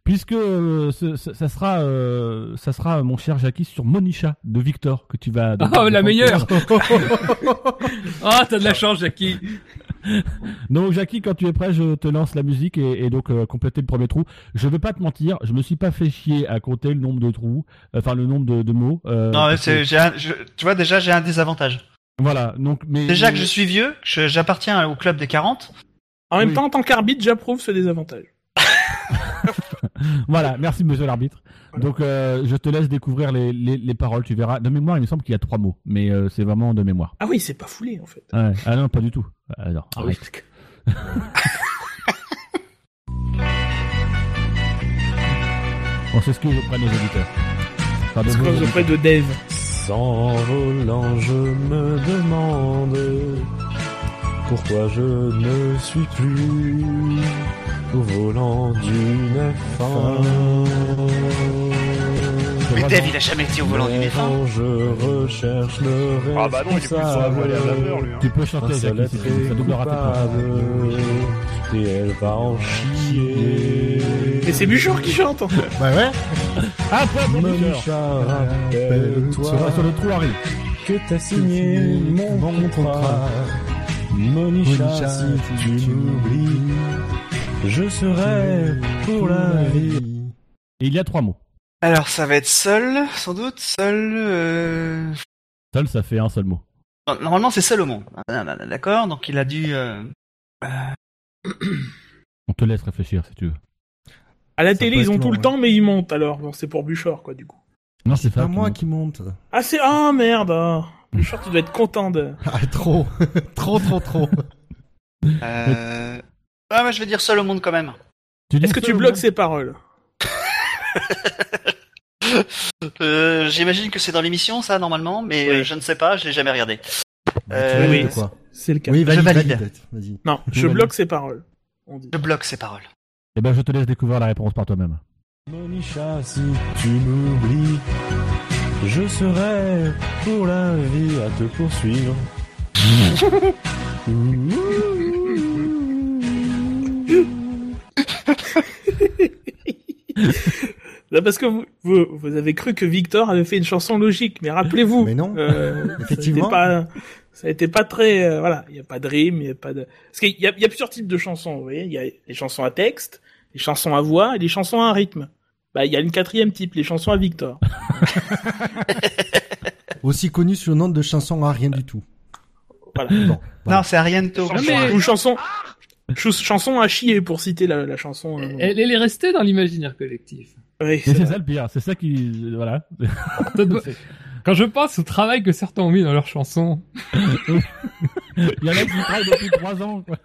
[SPEAKER 8] Puisque euh, ce- ce- ça sera, euh, ça sera euh, mon cher Jackie sur Monisha de Victor que tu vas.
[SPEAKER 3] Ah,
[SPEAKER 4] Oh, la meilleure
[SPEAKER 8] meilleure.
[SPEAKER 4] Ah, t'as de la chance, Jackie.
[SPEAKER 8] donc Jackie, quand tu es prêt, je te lance la musique et, et donc euh, compléter le premier trou. Je vais pas te mentir, je me suis pas fait chier à compter le nombre de trous, euh, enfin le nombre de, de mots. euh,
[SPEAKER 9] Non, mais
[SPEAKER 8] parce que-
[SPEAKER 9] c'est, j'ai un- je- tu vois, déjà, j'ai un désavantage.
[SPEAKER 8] Voilà, donc mais
[SPEAKER 9] Déjà que je suis vieux, je- j'appartiens au club des 40.
[SPEAKER 7] En même
[SPEAKER 8] Oui.
[SPEAKER 7] temps, en tant qu'arbitre, j'approuve ce désavantage.
[SPEAKER 8] Voilà, merci monsieur l'arbitre.
[SPEAKER 7] Voilà.
[SPEAKER 8] Donc euh, je te laisse découvrir les, les, les paroles, tu verras. De mémoire, il me semble qu'il y a trois mots, mais euh, c'est vraiment de mémoire.
[SPEAKER 7] Ah oui, c'est pas foulé, en fait.
[SPEAKER 8] Ouais. Ah non, pas du tout. Alors,
[SPEAKER 7] Ah oui,
[SPEAKER 8] arrête.
[SPEAKER 7] parce que-
[SPEAKER 8] On s'excuse auprès de nos auditeurs. Enfin, de
[SPEAKER 7] parce qu'on
[SPEAKER 8] vos
[SPEAKER 7] est
[SPEAKER 8] auditeurs.
[SPEAKER 7] auprès de Dave.
[SPEAKER 6] S'envolant, je me demande pourquoi je ne suis plus au volant d'une fin.
[SPEAKER 9] Mais Dave, il a jamais été au volant d'une F1.
[SPEAKER 6] Quand je recherche le
[SPEAKER 2] Ah bah non, il est plus sur la voie à la vapeur, lui. hein.
[SPEAKER 8] Tu peux chanter,
[SPEAKER 6] un seul
[SPEAKER 8] Jackie,
[SPEAKER 6] être
[SPEAKER 8] si tu veux, ça
[SPEAKER 6] est
[SPEAKER 8] doublera tes points.
[SPEAKER 6] coupable, et elle va en chier.
[SPEAKER 7] Mais c'est Bouchard qui chante. en fait.
[SPEAKER 3] Bah ouais.
[SPEAKER 8] Ah, point pour Bouchard.
[SPEAKER 6] Monica, rappelle-toi
[SPEAKER 8] Sur, sur le trou arrive.
[SPEAKER 6] que t'as signé mon
[SPEAKER 3] Mon
[SPEAKER 6] contrat.
[SPEAKER 3] contrat.
[SPEAKER 6] Monica,
[SPEAKER 3] Monica,
[SPEAKER 6] si
[SPEAKER 3] si
[SPEAKER 6] tu
[SPEAKER 3] tu
[SPEAKER 6] m'oublies, je serai pour la vie.
[SPEAKER 8] Et il y a trois mots.
[SPEAKER 9] Alors, ça va être seul, sans doute, seul... euh,
[SPEAKER 8] Seul, ça fait un seul mot.
[SPEAKER 9] Non, Normalement, c'est Salomon. Bah, D'accord Donc, il a dû... euh,
[SPEAKER 8] On te laisse réfléchir si tu veux.
[SPEAKER 7] À la
[SPEAKER 3] Ça
[SPEAKER 7] télé,
[SPEAKER 3] peut
[SPEAKER 7] ils ont
[SPEAKER 3] être
[SPEAKER 7] tout
[SPEAKER 3] long,
[SPEAKER 7] le
[SPEAKER 3] ouais.
[SPEAKER 7] temps, mais ils montent alors. Bon, c'est pour Bouchard, quoi, du coup.
[SPEAKER 8] Non, c'est
[SPEAKER 3] Pas
[SPEAKER 8] Fab
[SPEAKER 3] moi
[SPEAKER 8] monte.
[SPEAKER 3] qui monte.
[SPEAKER 7] Ah, c'est. Ah, merde ah. Bouchard, tu dois être content de.
[SPEAKER 3] Ah, trop, trop, trop, trop.
[SPEAKER 9] euh, Ah, moi, je vais dire seul au monde, quand même.
[SPEAKER 8] Tu dis
[SPEAKER 7] Est-ce que tu
[SPEAKER 8] seul,
[SPEAKER 7] bloques
[SPEAKER 8] ouais
[SPEAKER 7] ses paroles
[SPEAKER 9] Euh, J'imagine que c'est dans l'émission, ça, normalement, mais euh, je ne sais pas, je l'ai jamais regardé.
[SPEAKER 3] Tu
[SPEAKER 9] Euh,
[SPEAKER 3] valides,
[SPEAKER 7] oui.
[SPEAKER 3] quoi.
[SPEAKER 7] C'est le cas.
[SPEAKER 3] Oui, valide,
[SPEAKER 9] valide.
[SPEAKER 3] valide. Vas-y.
[SPEAKER 7] Non, je bloque ses paroles. On dit.
[SPEAKER 9] Je bloque ces paroles.
[SPEAKER 8] Eh ben, je te laisse découvrir la réponse par toi-même.
[SPEAKER 6] Monica, si tu m'oublies, je serai pour la vie à te poursuivre.
[SPEAKER 7] Là, parce que vous, vous, vous avez cru que Victor avait fait une chanson logique, mais rappelez-vous.
[SPEAKER 3] Mais non.
[SPEAKER 7] euh,
[SPEAKER 3] Effectivement.
[SPEAKER 7] Ça n'était pas, ça a été pas très. euh, voilà, il n'y a pas de rime, il n'y a pas de. Parce qu'il y a, il y a plusieurs types de chansons, vous voyez. Il y a les chansons à texte, les chansons à voix et les chansons à rythme. Bah, il y a une quatrième type, les chansons à Victor.
[SPEAKER 3] Aussi connu sous le nom de chanson à rien du tout.
[SPEAKER 7] Voilà.
[SPEAKER 3] Bon, voilà.
[SPEAKER 9] Non, c'est Ariento.
[SPEAKER 2] Non,
[SPEAKER 4] mais-
[SPEAKER 7] Ou chanson. ch- Chanson à chier pour citer la, la chanson. euh,
[SPEAKER 4] Elle, elle est restée dans l'imaginaire collectif.
[SPEAKER 7] oui,
[SPEAKER 8] Et
[SPEAKER 7] c'est
[SPEAKER 8] c'est
[SPEAKER 7] vrai.
[SPEAKER 8] ça le pire, c'est ça qui. Voilà.
[SPEAKER 4] Quand je pense au travail que certains ont mis dans leurs chansons.
[SPEAKER 8] Il y en a qui travaillent depuis trois ans, quoi.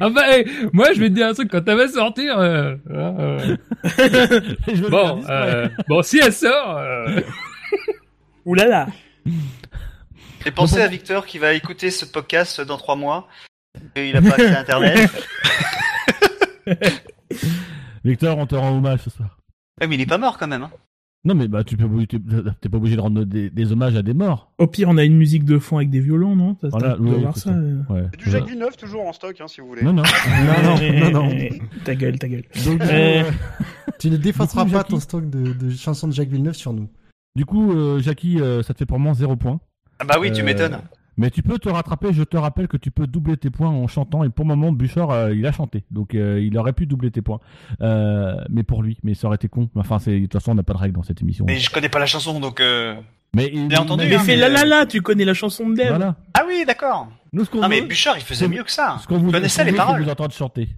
[SPEAKER 4] Ah bah, eh, moi, je vais te dire un truc, quand elle va sortir, euh, euh,
[SPEAKER 8] Et je vais le faire
[SPEAKER 4] bon,
[SPEAKER 8] disparaître.
[SPEAKER 4] euh, bon, si elle sort, euh,
[SPEAKER 7] Ouh là là.
[SPEAKER 9] Et pensez à Victor qui va écouter ce podcast dans trois mois. Et il a pas accès à Internet.
[SPEAKER 8] Victor, on te rend hommage ce soir.
[SPEAKER 9] Ouais, mais il est pas mort quand même. hein.
[SPEAKER 8] Non, mais bah, tu peux, t'es t'es pas obligé de rendre des, des hommages à des morts.
[SPEAKER 7] Au pire, on a une musique de fond avec des violons, non Ça,
[SPEAKER 8] Voilà,
[SPEAKER 7] t'as- tu dois
[SPEAKER 8] oui,
[SPEAKER 7] voir
[SPEAKER 8] c'est
[SPEAKER 7] ça,
[SPEAKER 8] ça.
[SPEAKER 7] euh.
[SPEAKER 8] Ouais.
[SPEAKER 2] C'est du Jacques Villeneuve toujours en stock, hein, si vous voulez.
[SPEAKER 8] Non, non.
[SPEAKER 3] non, non, non.
[SPEAKER 7] Eh, Ta gueule, ta gueule.
[SPEAKER 8] Donc,
[SPEAKER 7] Euh,
[SPEAKER 3] Tu ne défausseras
[SPEAKER 8] Beaucoup,
[SPEAKER 3] pas
[SPEAKER 8] Jackie.
[SPEAKER 3] ton stock de, de chansons de Jacques Villeneuve sur nous.
[SPEAKER 8] du coup, euh, Jackie, euh, ça te fait pour moi zéro point.
[SPEAKER 9] Ah bah oui, tu
[SPEAKER 8] Euh,
[SPEAKER 9] m'étonnes.
[SPEAKER 8] Mais tu peux te rattraper, je te rappelle que tu peux doubler tes points en chantant, et pour le moment, Bouchard, euh, il a chanté, donc euh, il aurait pu doubler tes points. Euh, mais pour lui, mais ça aurait été con. Enfin, c'est- de toute façon, on n'a pas de règle dans cette émission.
[SPEAKER 9] Mais je connais pas la chanson, donc. euh,
[SPEAKER 8] Mais,
[SPEAKER 9] l'ai entendu,
[SPEAKER 7] mais
[SPEAKER 9] hein,
[SPEAKER 7] fais la la la, tu connais la chanson de Dev.
[SPEAKER 8] Voilà.
[SPEAKER 9] Ah oui, d'accord.
[SPEAKER 8] Nous, ce qu'on
[SPEAKER 9] Non mais
[SPEAKER 8] veut-
[SPEAKER 9] Bouchard, il faisait
[SPEAKER 8] Ce-
[SPEAKER 9] mieux que ça.
[SPEAKER 8] ce qu'on vous
[SPEAKER 9] connaissait
[SPEAKER 8] ce qu'on
[SPEAKER 9] les
[SPEAKER 8] veut, c'est
[SPEAKER 9] paroles.
[SPEAKER 8] vous entendre chanter.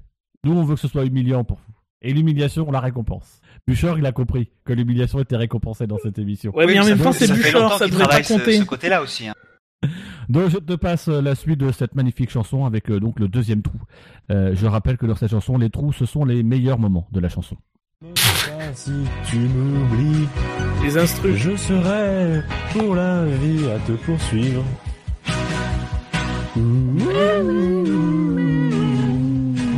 [SPEAKER 8] Nous, on veut que ce soit humiliant pour vous. Et l'humiliation, on la récompense. Bouchard, il a compris que l'humiliation était récompensée dans cette émission.
[SPEAKER 7] Ouais,
[SPEAKER 9] Oui,
[SPEAKER 7] mais en
[SPEAKER 9] ça
[SPEAKER 7] même
[SPEAKER 9] fait-
[SPEAKER 7] temps, c'est
[SPEAKER 9] ça fait
[SPEAKER 7] Bouchard,
[SPEAKER 9] longtemps
[SPEAKER 7] ça
[SPEAKER 9] qu'il
[SPEAKER 7] devrait pas
[SPEAKER 9] travaille ce-
[SPEAKER 7] compter.
[SPEAKER 9] Ce côté-là aussi. hein.
[SPEAKER 8] Donc je te passe euh, la suite de cette magnifique chanson avec euh, donc le deuxième trou. Euh, je rappelle que dans cette chanson, les trous, ce sont les meilleurs moments de la chanson.
[SPEAKER 6] Ne sais pas si tu m'oublies,
[SPEAKER 7] Les instrus.
[SPEAKER 6] je serai pour la vie à te poursuivre.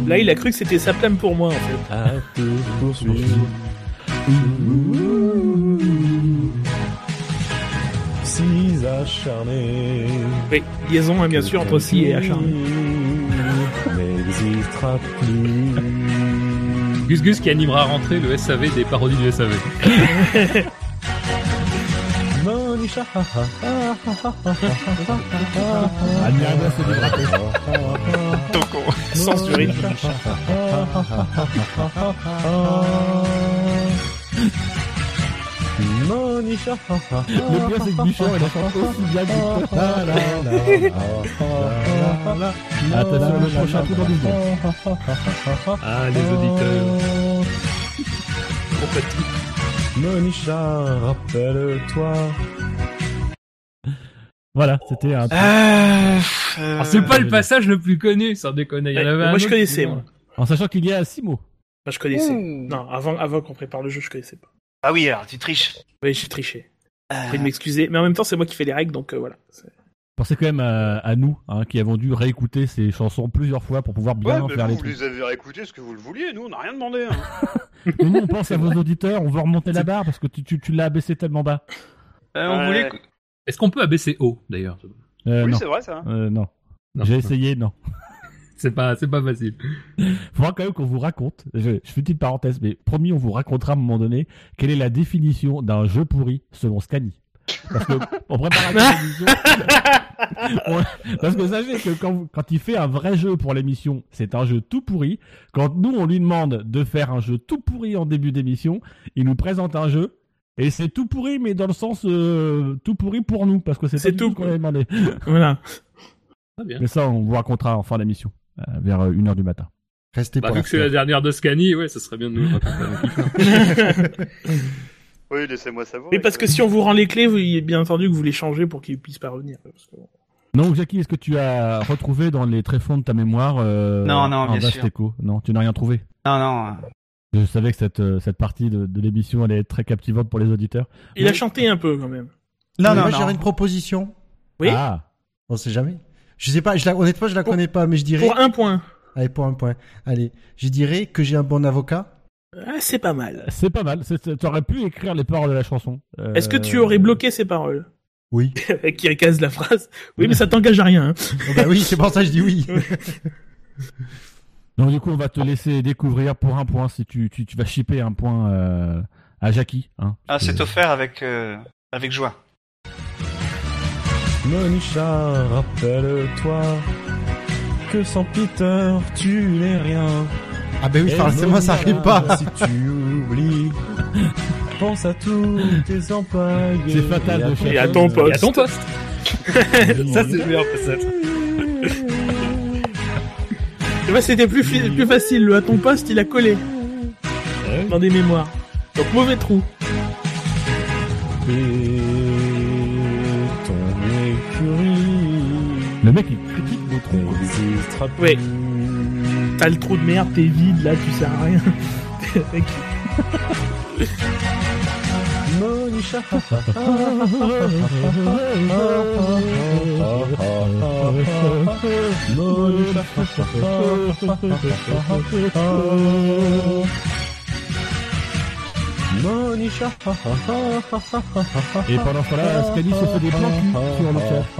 [SPEAKER 7] Là, il a cru que c'était sa plame pour moi, en fait.
[SPEAKER 6] À te poursuivre. Si acharné.
[SPEAKER 7] Oui, liaison, hein, bien sûr, entre si et acharné.
[SPEAKER 6] N'existera plus.
[SPEAKER 4] Gus Gus qui animera à rentrer le SAV des parodies du SAV.
[SPEAKER 6] Monisha.
[SPEAKER 8] Admirable, c'est du
[SPEAKER 7] Censuré.
[SPEAKER 6] Monisha.
[SPEAKER 8] Le pire, c'est que Bouchard, il a chanté aussi bien que Bouchard. Attention, le prochain trou dans 10 secondes.
[SPEAKER 4] Ah, les auditeurs.
[SPEAKER 6] Monisha, rappelle-toi.
[SPEAKER 8] Voilà, c'était un...
[SPEAKER 9] Euh, euh,
[SPEAKER 4] Alors, Ah, c'est pas le passage le plus connu, sans déconner. Il y en
[SPEAKER 7] Ouais,
[SPEAKER 4] avait un
[SPEAKER 7] moi, je
[SPEAKER 4] autre.
[SPEAKER 7] connaissais, moi.
[SPEAKER 8] En sachant qu'il y a 6 mots.
[SPEAKER 7] Bah, je connaissais. Non, avant, avant qu'on prépare le jeu, je connaissais pas.
[SPEAKER 9] Ah oui, alors tu triches. Ah.
[SPEAKER 7] Oui, j'ai triché. Après de m'excuser. Mais en même temps, c'est moi qui fais les règles, donc euh, voilà. C'est-
[SPEAKER 8] Pensez quand même à, à nous, hein, qui avons dû réécouter ces chansons plusieurs fois pour pouvoir bien
[SPEAKER 2] Ouais,
[SPEAKER 8] en
[SPEAKER 2] mais
[SPEAKER 8] faire
[SPEAKER 2] vous,
[SPEAKER 8] les
[SPEAKER 2] vous
[SPEAKER 8] trucs.
[SPEAKER 2] les avez réécoutés ce que vous le vouliez, nous on n'a rien demandé. hein.
[SPEAKER 8] Mais nous, on pense à vos auditeurs, on veut remonter la barre parce que tu, tu, tu l'as abaissée tellement bas.
[SPEAKER 9] Euh, on
[SPEAKER 2] Ouais.
[SPEAKER 9] voulait. que-
[SPEAKER 4] Est-ce qu'on peut abaisser haut, d'ailleurs
[SPEAKER 8] Euh,
[SPEAKER 2] oui,
[SPEAKER 8] non.
[SPEAKER 2] c'est vrai ça.
[SPEAKER 8] Euh, non.
[SPEAKER 4] Non.
[SPEAKER 8] J'ai essayé, non.
[SPEAKER 4] C'est pas, c'est pas facile.
[SPEAKER 8] Faudra quand même qu'on vous raconte, je, je fais une petite parenthèse, mais promis, on vous racontera à un moment donné quelle est la définition d'un jeu pourri selon Scani. Parce que, on prépare la émission. On- Parce que sachez que quand, vous- quand il fait un vrai jeu pour l'émission, c'est un jeu tout pourri. Quand nous, on lui demande de faire un jeu tout pourri en début d'émission, il nous présente un jeu. Et c'est tout pourri, mais dans le sens euh, tout pourri pour nous, parce que c'est
[SPEAKER 7] C'est
[SPEAKER 8] pas
[SPEAKER 7] tout
[SPEAKER 8] tout qu'on avait demandé.
[SPEAKER 7] Voilà.
[SPEAKER 4] Très bien.
[SPEAKER 8] Mais ça, on vous racontera en fin d'émission, euh, vers 1h du matin.
[SPEAKER 3] Restez
[SPEAKER 4] Bah,
[SPEAKER 3] pour
[SPEAKER 4] vu
[SPEAKER 3] la
[SPEAKER 4] que c'est la dernière de Scani, ouais, ça serait bien de nous raconter.
[SPEAKER 2] Oui, laissez-moi savoir.
[SPEAKER 7] Oui, parce que si on vous rend les clés, vous, il est bien entendu que vous les changez pour qu'ils puissent pas revenir. Parce que-
[SPEAKER 8] Donc, Jackie, est-ce que tu as retrouvé dans les tréfonds de ta mémoire euh,
[SPEAKER 9] Non, non,
[SPEAKER 8] un
[SPEAKER 9] bien
[SPEAKER 8] vaste
[SPEAKER 9] sûr.
[SPEAKER 8] écho Non, tu n'as rien trouvé.
[SPEAKER 9] Non, non.
[SPEAKER 8] Je savais que cette, euh, cette partie de, de l'émission allait être très captivante pour les auditeurs.
[SPEAKER 7] Il a chanté un peu, quand même.
[SPEAKER 9] Non, non,
[SPEAKER 3] moi, j'aurais
[SPEAKER 9] non.
[SPEAKER 3] une proposition.
[SPEAKER 7] Oui.
[SPEAKER 8] Ah,
[SPEAKER 3] On sait jamais. Je sais pas, je la, honnêtement, je la
[SPEAKER 7] Pour-
[SPEAKER 3] connais pas, mais je dirais.
[SPEAKER 7] Pour un point.
[SPEAKER 3] Allez, pour un point. Allez, je dirais que j'ai un bon avocat.
[SPEAKER 7] Ah, c'est pas mal.
[SPEAKER 8] c'est pas mal. Tu aurais pu écrire les paroles de la chanson. Euh,
[SPEAKER 7] Est-ce que tu aurais bloqué ces paroles
[SPEAKER 3] Oui.
[SPEAKER 7] Qui recase la phrase. Oui, mais ça t'engage à rien. hein.
[SPEAKER 3] Oh, bah oui, c'est pour ça que je dis oui.
[SPEAKER 8] Donc, du coup, on va te laisser découvrir pour un point si tu, tu, tu vas shipper un point euh, à Jackie. Hein,
[SPEAKER 9] Ah, c'est
[SPEAKER 8] top.
[SPEAKER 9] offert avec euh, avec joie.
[SPEAKER 6] Monisha, rappelle-toi que sans Peter, tu n'es rien.
[SPEAKER 3] Ah bah oui,
[SPEAKER 6] Et
[SPEAKER 3] forcément, ça
[SPEAKER 6] Monisha,
[SPEAKER 3] arrive pas.
[SPEAKER 6] Si tu oublies, pense à tous tes employés.
[SPEAKER 8] C'est fatal de faire
[SPEAKER 7] Et à ton
[SPEAKER 4] Et à
[SPEAKER 7] poste.
[SPEAKER 4] ton poste
[SPEAKER 6] Ça, c'est
[SPEAKER 4] meilleur passage.
[SPEAKER 7] Tu vois, Eh ben, c'était plus, fi- plus facile. Le à ton poste, il a collé. Dans des mémoires. Donc, mauvais trou.
[SPEAKER 6] Et ton
[SPEAKER 8] Le mec, il critique des
[SPEAKER 6] écurie
[SPEAKER 8] troncs.
[SPEAKER 6] n'existera plus.
[SPEAKER 7] Ouais. T'as le trou de merde, t'es vide, là, tu sers à rien. Mec,
[SPEAKER 6] Monisha. Monisha.
[SPEAKER 10] Monisha.
[SPEAKER 8] Et pendant ce temps-là, Scali se fait des plans cul sur le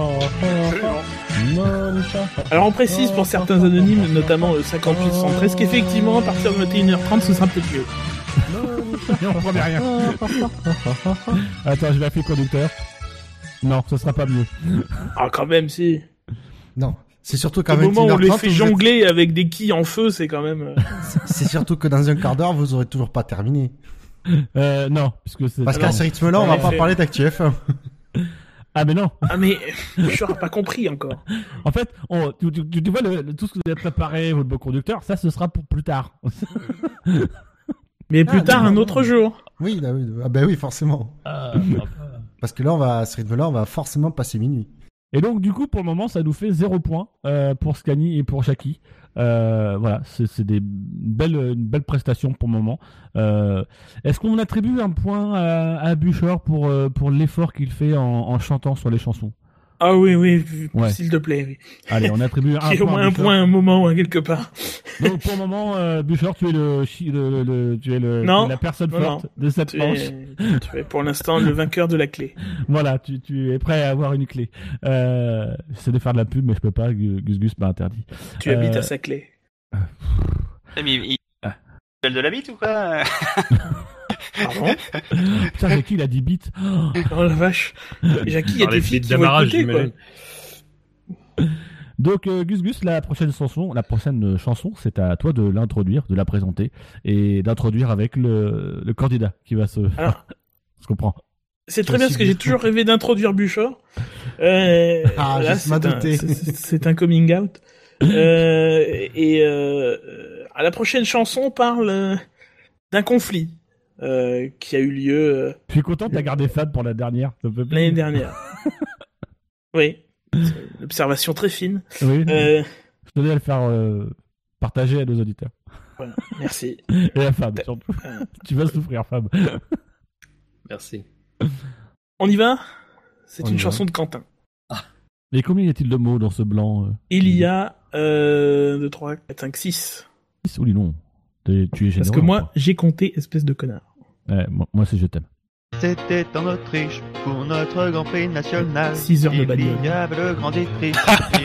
[SPEAKER 8] chat.
[SPEAKER 10] Monisha.
[SPEAKER 7] Alors on précise pour certains anonymes, notamment euh, le 5813, qu'effectivement à partir de 21h30 ce sera peut-être mieux.
[SPEAKER 8] Et on promet rien. Attends, je vais appeler le conducteur. Non, ce sera pas mieux.
[SPEAKER 7] Ah quand même si.
[SPEAKER 3] Non. C'est surtout
[SPEAKER 7] Au
[SPEAKER 3] qu'à
[SPEAKER 7] moment où on les
[SPEAKER 3] 21h30,
[SPEAKER 7] fait
[SPEAKER 3] vous êtes-
[SPEAKER 7] jongler avec des quilles en feu, c'est quand même... euh,
[SPEAKER 3] c'est surtout que dans un quart d'heure, vous aurez toujours pas terminé.
[SPEAKER 8] Euh, non, puisque c'est.
[SPEAKER 3] Parce qu'à ce rythme-là, on
[SPEAKER 7] En
[SPEAKER 3] va pas
[SPEAKER 7] effet.
[SPEAKER 3] parler d'actif.
[SPEAKER 8] Ah, mais non.
[SPEAKER 7] Ah mais je n'aurais pas compris encore.
[SPEAKER 8] En fait, on- tu, tu- tu- tu vois, le- le- tout ce que vous avez préparé, votre beau conducteur, ça, ce sera pour plus tard.
[SPEAKER 7] Mais plus
[SPEAKER 3] Ah,
[SPEAKER 7] tard,
[SPEAKER 3] non,
[SPEAKER 7] un
[SPEAKER 3] non,
[SPEAKER 7] autre hein. jour.
[SPEAKER 3] Oui, là, oui, ah ben oui, forcément.
[SPEAKER 8] Euh,
[SPEAKER 3] Parce que là, on va, à ce rythme-là, on va forcément passer minuit.
[SPEAKER 8] Et donc, du coup, pour le moment, ça nous fait 0 point euh, pour Scani et pour Jackie. Euh, voilà, c'est c'est des belles, une belle prestation pour le moment. Euh, Est-ce qu'on attribue un point à, à Bouchard pour, euh, pour l'effort qu'il fait en, en chantant sur les chansons
[SPEAKER 7] Ah oui, oui, v-
[SPEAKER 8] Ouais.
[SPEAKER 7] s'il te plaît. Oui.
[SPEAKER 8] Allez, on attribue un
[SPEAKER 7] Qu'il y
[SPEAKER 8] point.
[SPEAKER 7] ait au moins
[SPEAKER 8] à
[SPEAKER 7] un
[SPEAKER 8] Bouchard.
[SPEAKER 7] point, un moment, hein, quelque part.
[SPEAKER 8] Donc, pour le moment, euh, Bouchard, tu es, le, chi- le- le- le- tu es le,
[SPEAKER 7] Non,
[SPEAKER 8] tu es Euh, la personne
[SPEAKER 7] non,
[SPEAKER 8] forte de cette
[SPEAKER 7] Tu
[SPEAKER 8] manche.
[SPEAKER 7] es, tu es pour l'instant le vainqueur de la clé.
[SPEAKER 8] Voilà, tu, tu es prêt à avoir une clé. Euh, J'essaie de faire de la pub, mais je peux pas. Gu- Gus Gus m'a interdit.
[SPEAKER 7] Tu
[SPEAKER 8] Euh,
[SPEAKER 7] habites à sa clé.
[SPEAKER 5] Eh, Mais il... il-
[SPEAKER 8] Ah.
[SPEAKER 5] Celle de la bite ou quoi
[SPEAKER 7] Pardon
[SPEAKER 8] Putain, Jackie, il a 10 bits. Oh,
[SPEAKER 7] Oh la vache. Jackie, il y a
[SPEAKER 4] Par les
[SPEAKER 7] des filles
[SPEAKER 4] filles
[SPEAKER 7] qui vont
[SPEAKER 4] d'amarrage,
[SPEAKER 7] écouter, quoi.
[SPEAKER 4] j'imagine.
[SPEAKER 8] Donc, euh, Gus Gus, la prochaine chanson, la prochaine euh, chanson, c'est à toi de l'introduire, de la présenter et d'introduire avec le, le candidat qui va se.
[SPEAKER 7] Alors.
[SPEAKER 8] je comprends.
[SPEAKER 7] C'est très bien
[SPEAKER 3] Je
[SPEAKER 7] parce que j'ai
[SPEAKER 3] suis-
[SPEAKER 7] toujours rêvé d'introduire Bouchard. Euh,
[SPEAKER 3] Ah, je
[SPEAKER 7] c'est
[SPEAKER 3] m'en
[SPEAKER 7] un-
[SPEAKER 3] doutais.
[SPEAKER 7] c'est- c'est- C'est un coming out. Euh, et euh, euh, à la prochaine chanson, on parle euh, d'un conflit euh, qui a eu lieu euh,
[SPEAKER 8] Je suis content, t'as gardé Fab pour la dernière. Ça me fait plaisir.
[SPEAKER 7] l'année dernière. oui, C'est une observation très fine.
[SPEAKER 8] Oui,
[SPEAKER 7] Euh,
[SPEAKER 8] je tenais à le faire euh, partager à nos auditeurs
[SPEAKER 7] voilà, merci.
[SPEAKER 8] et à Fab surtout.
[SPEAKER 7] Ah.
[SPEAKER 8] tu vas souffrir, Fab.
[SPEAKER 4] Merci.
[SPEAKER 7] On y va C'est
[SPEAKER 3] On
[SPEAKER 7] une
[SPEAKER 3] y va.
[SPEAKER 7] chanson de Quentin.
[SPEAKER 8] Mais combien y a-t-il de mots dans ce blanc euh
[SPEAKER 7] Il y a euh, 2, 3, 4, 5, 6.
[SPEAKER 8] Six ou non T'es- Tu es généreux.
[SPEAKER 7] Parce que
[SPEAKER 8] hein.
[SPEAKER 7] moi, j'ai compté espèce de connard.
[SPEAKER 8] Ouais, moi, moi, c'est je t'aime.
[SPEAKER 5] C'était en Autriche pour notre Grand Prix national.
[SPEAKER 7] 6 heures de bagnole.
[SPEAKER 5] y avait le grand étriche,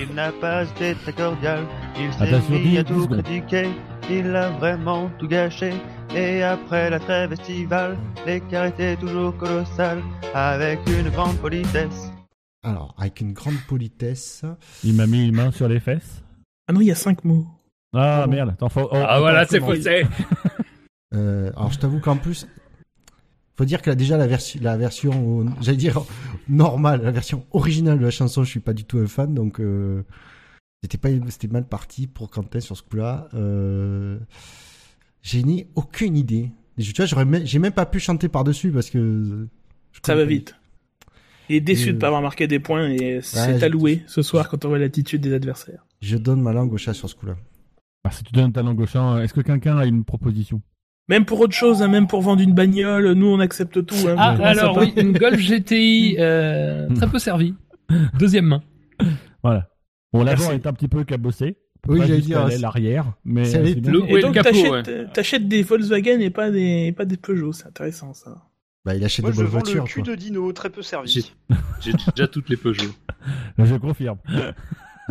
[SPEAKER 5] il n'a pas été très cordial. Il
[SPEAKER 8] s'est Attention, mis dix- à dix tout secondes.
[SPEAKER 5] critiquer, il a vraiment tout gâché. Et après la trêve estivale, l'écart était toujours colossal, avec une grande politesse.
[SPEAKER 3] Alors, avec une grande politesse.
[SPEAKER 8] Il m'a mis une main sur les fesses.
[SPEAKER 7] Ah non, il y a 5 mots.
[SPEAKER 8] Ah merde, attends, faut- oh,
[SPEAKER 4] Ah
[SPEAKER 8] attends,
[SPEAKER 4] voilà, c'est
[SPEAKER 8] comment-
[SPEAKER 4] faussé.
[SPEAKER 3] Euh, alors, je t'avoue qu'en plus, faut dire que là, déjà la, versi- la version, euh, j'allais dire normale, la version originale de la chanson, je suis pas du tout un fan, donc euh, c'était pas, c'était mal parti pour Quentin sur ce coup-là. Euh, j'ai ni aucune idée. Et je- Tu vois, j'aurais, même- j'ai même pas pu chanter par-dessus parce que euh, je
[SPEAKER 7] Ça va
[SPEAKER 3] connais pas.
[SPEAKER 7] vite. Il est déçu
[SPEAKER 3] Euh,
[SPEAKER 7] de pas avoir marqué des points et c'est
[SPEAKER 3] je-
[SPEAKER 7] alloué ce soir quand on voit l'attitude des adversaires.
[SPEAKER 3] Je donne ma langue au chat sur ce coup-là.
[SPEAKER 8] Ah, si tu donnes ta langue au champ, est-ce que quelqu'un a une proposition
[SPEAKER 7] Même pour autre chose, hein, même pour vendre une bagnole, nous on accepte tout. hein,
[SPEAKER 4] Ah,
[SPEAKER 7] vous commencez
[SPEAKER 4] alors
[SPEAKER 7] pas.
[SPEAKER 4] oui, une Golf GTI euh, très peu servie. Deuxième main.
[SPEAKER 8] Voilà. Bon, l'avant
[SPEAKER 7] Merci.
[SPEAKER 8] est un petit peu cabossé.
[SPEAKER 3] Oui,
[SPEAKER 8] Pas
[SPEAKER 3] j'allais
[SPEAKER 8] jusqu'à
[SPEAKER 3] dire,
[SPEAKER 8] la-
[SPEAKER 3] c'est-
[SPEAKER 8] l'arrière, mais
[SPEAKER 3] c'est allé-
[SPEAKER 8] c'est bien.
[SPEAKER 4] Le-
[SPEAKER 7] Et
[SPEAKER 4] oui,
[SPEAKER 7] donc
[SPEAKER 4] capot,
[SPEAKER 7] t'achètes,
[SPEAKER 4] ouais.
[SPEAKER 7] euh, t'achètes des Volkswagen et pas des, et pas des Peugeot, c'est intéressant ça.
[SPEAKER 3] Bah, il achète
[SPEAKER 2] Moi,
[SPEAKER 3] de
[SPEAKER 2] je
[SPEAKER 3] bonnes
[SPEAKER 2] vends le
[SPEAKER 3] voitures.
[SPEAKER 2] cul
[SPEAKER 3] quoi.
[SPEAKER 2] de Dino, très peu servi.
[SPEAKER 4] J'ai- J'ai déjà toutes les Peugeot.
[SPEAKER 8] Je confirme.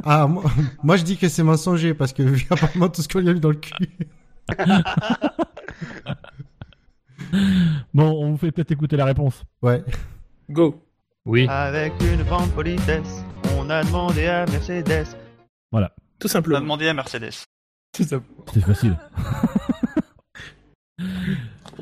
[SPEAKER 3] Ah, moi, moi, je dis que c'est mensonger parce que vu apparemment tout ce qu'on lui a mis dans le cul.
[SPEAKER 8] Bon, on vous fait peut-être écouter la réponse.
[SPEAKER 3] Ouais.
[SPEAKER 7] Go.
[SPEAKER 4] Oui.
[SPEAKER 5] Avec une grande politesse, on a demandé à Mercedes. On
[SPEAKER 7] Tout
[SPEAKER 5] a
[SPEAKER 7] simplement.
[SPEAKER 5] demandé à Mercedes.
[SPEAKER 8] C'est facile.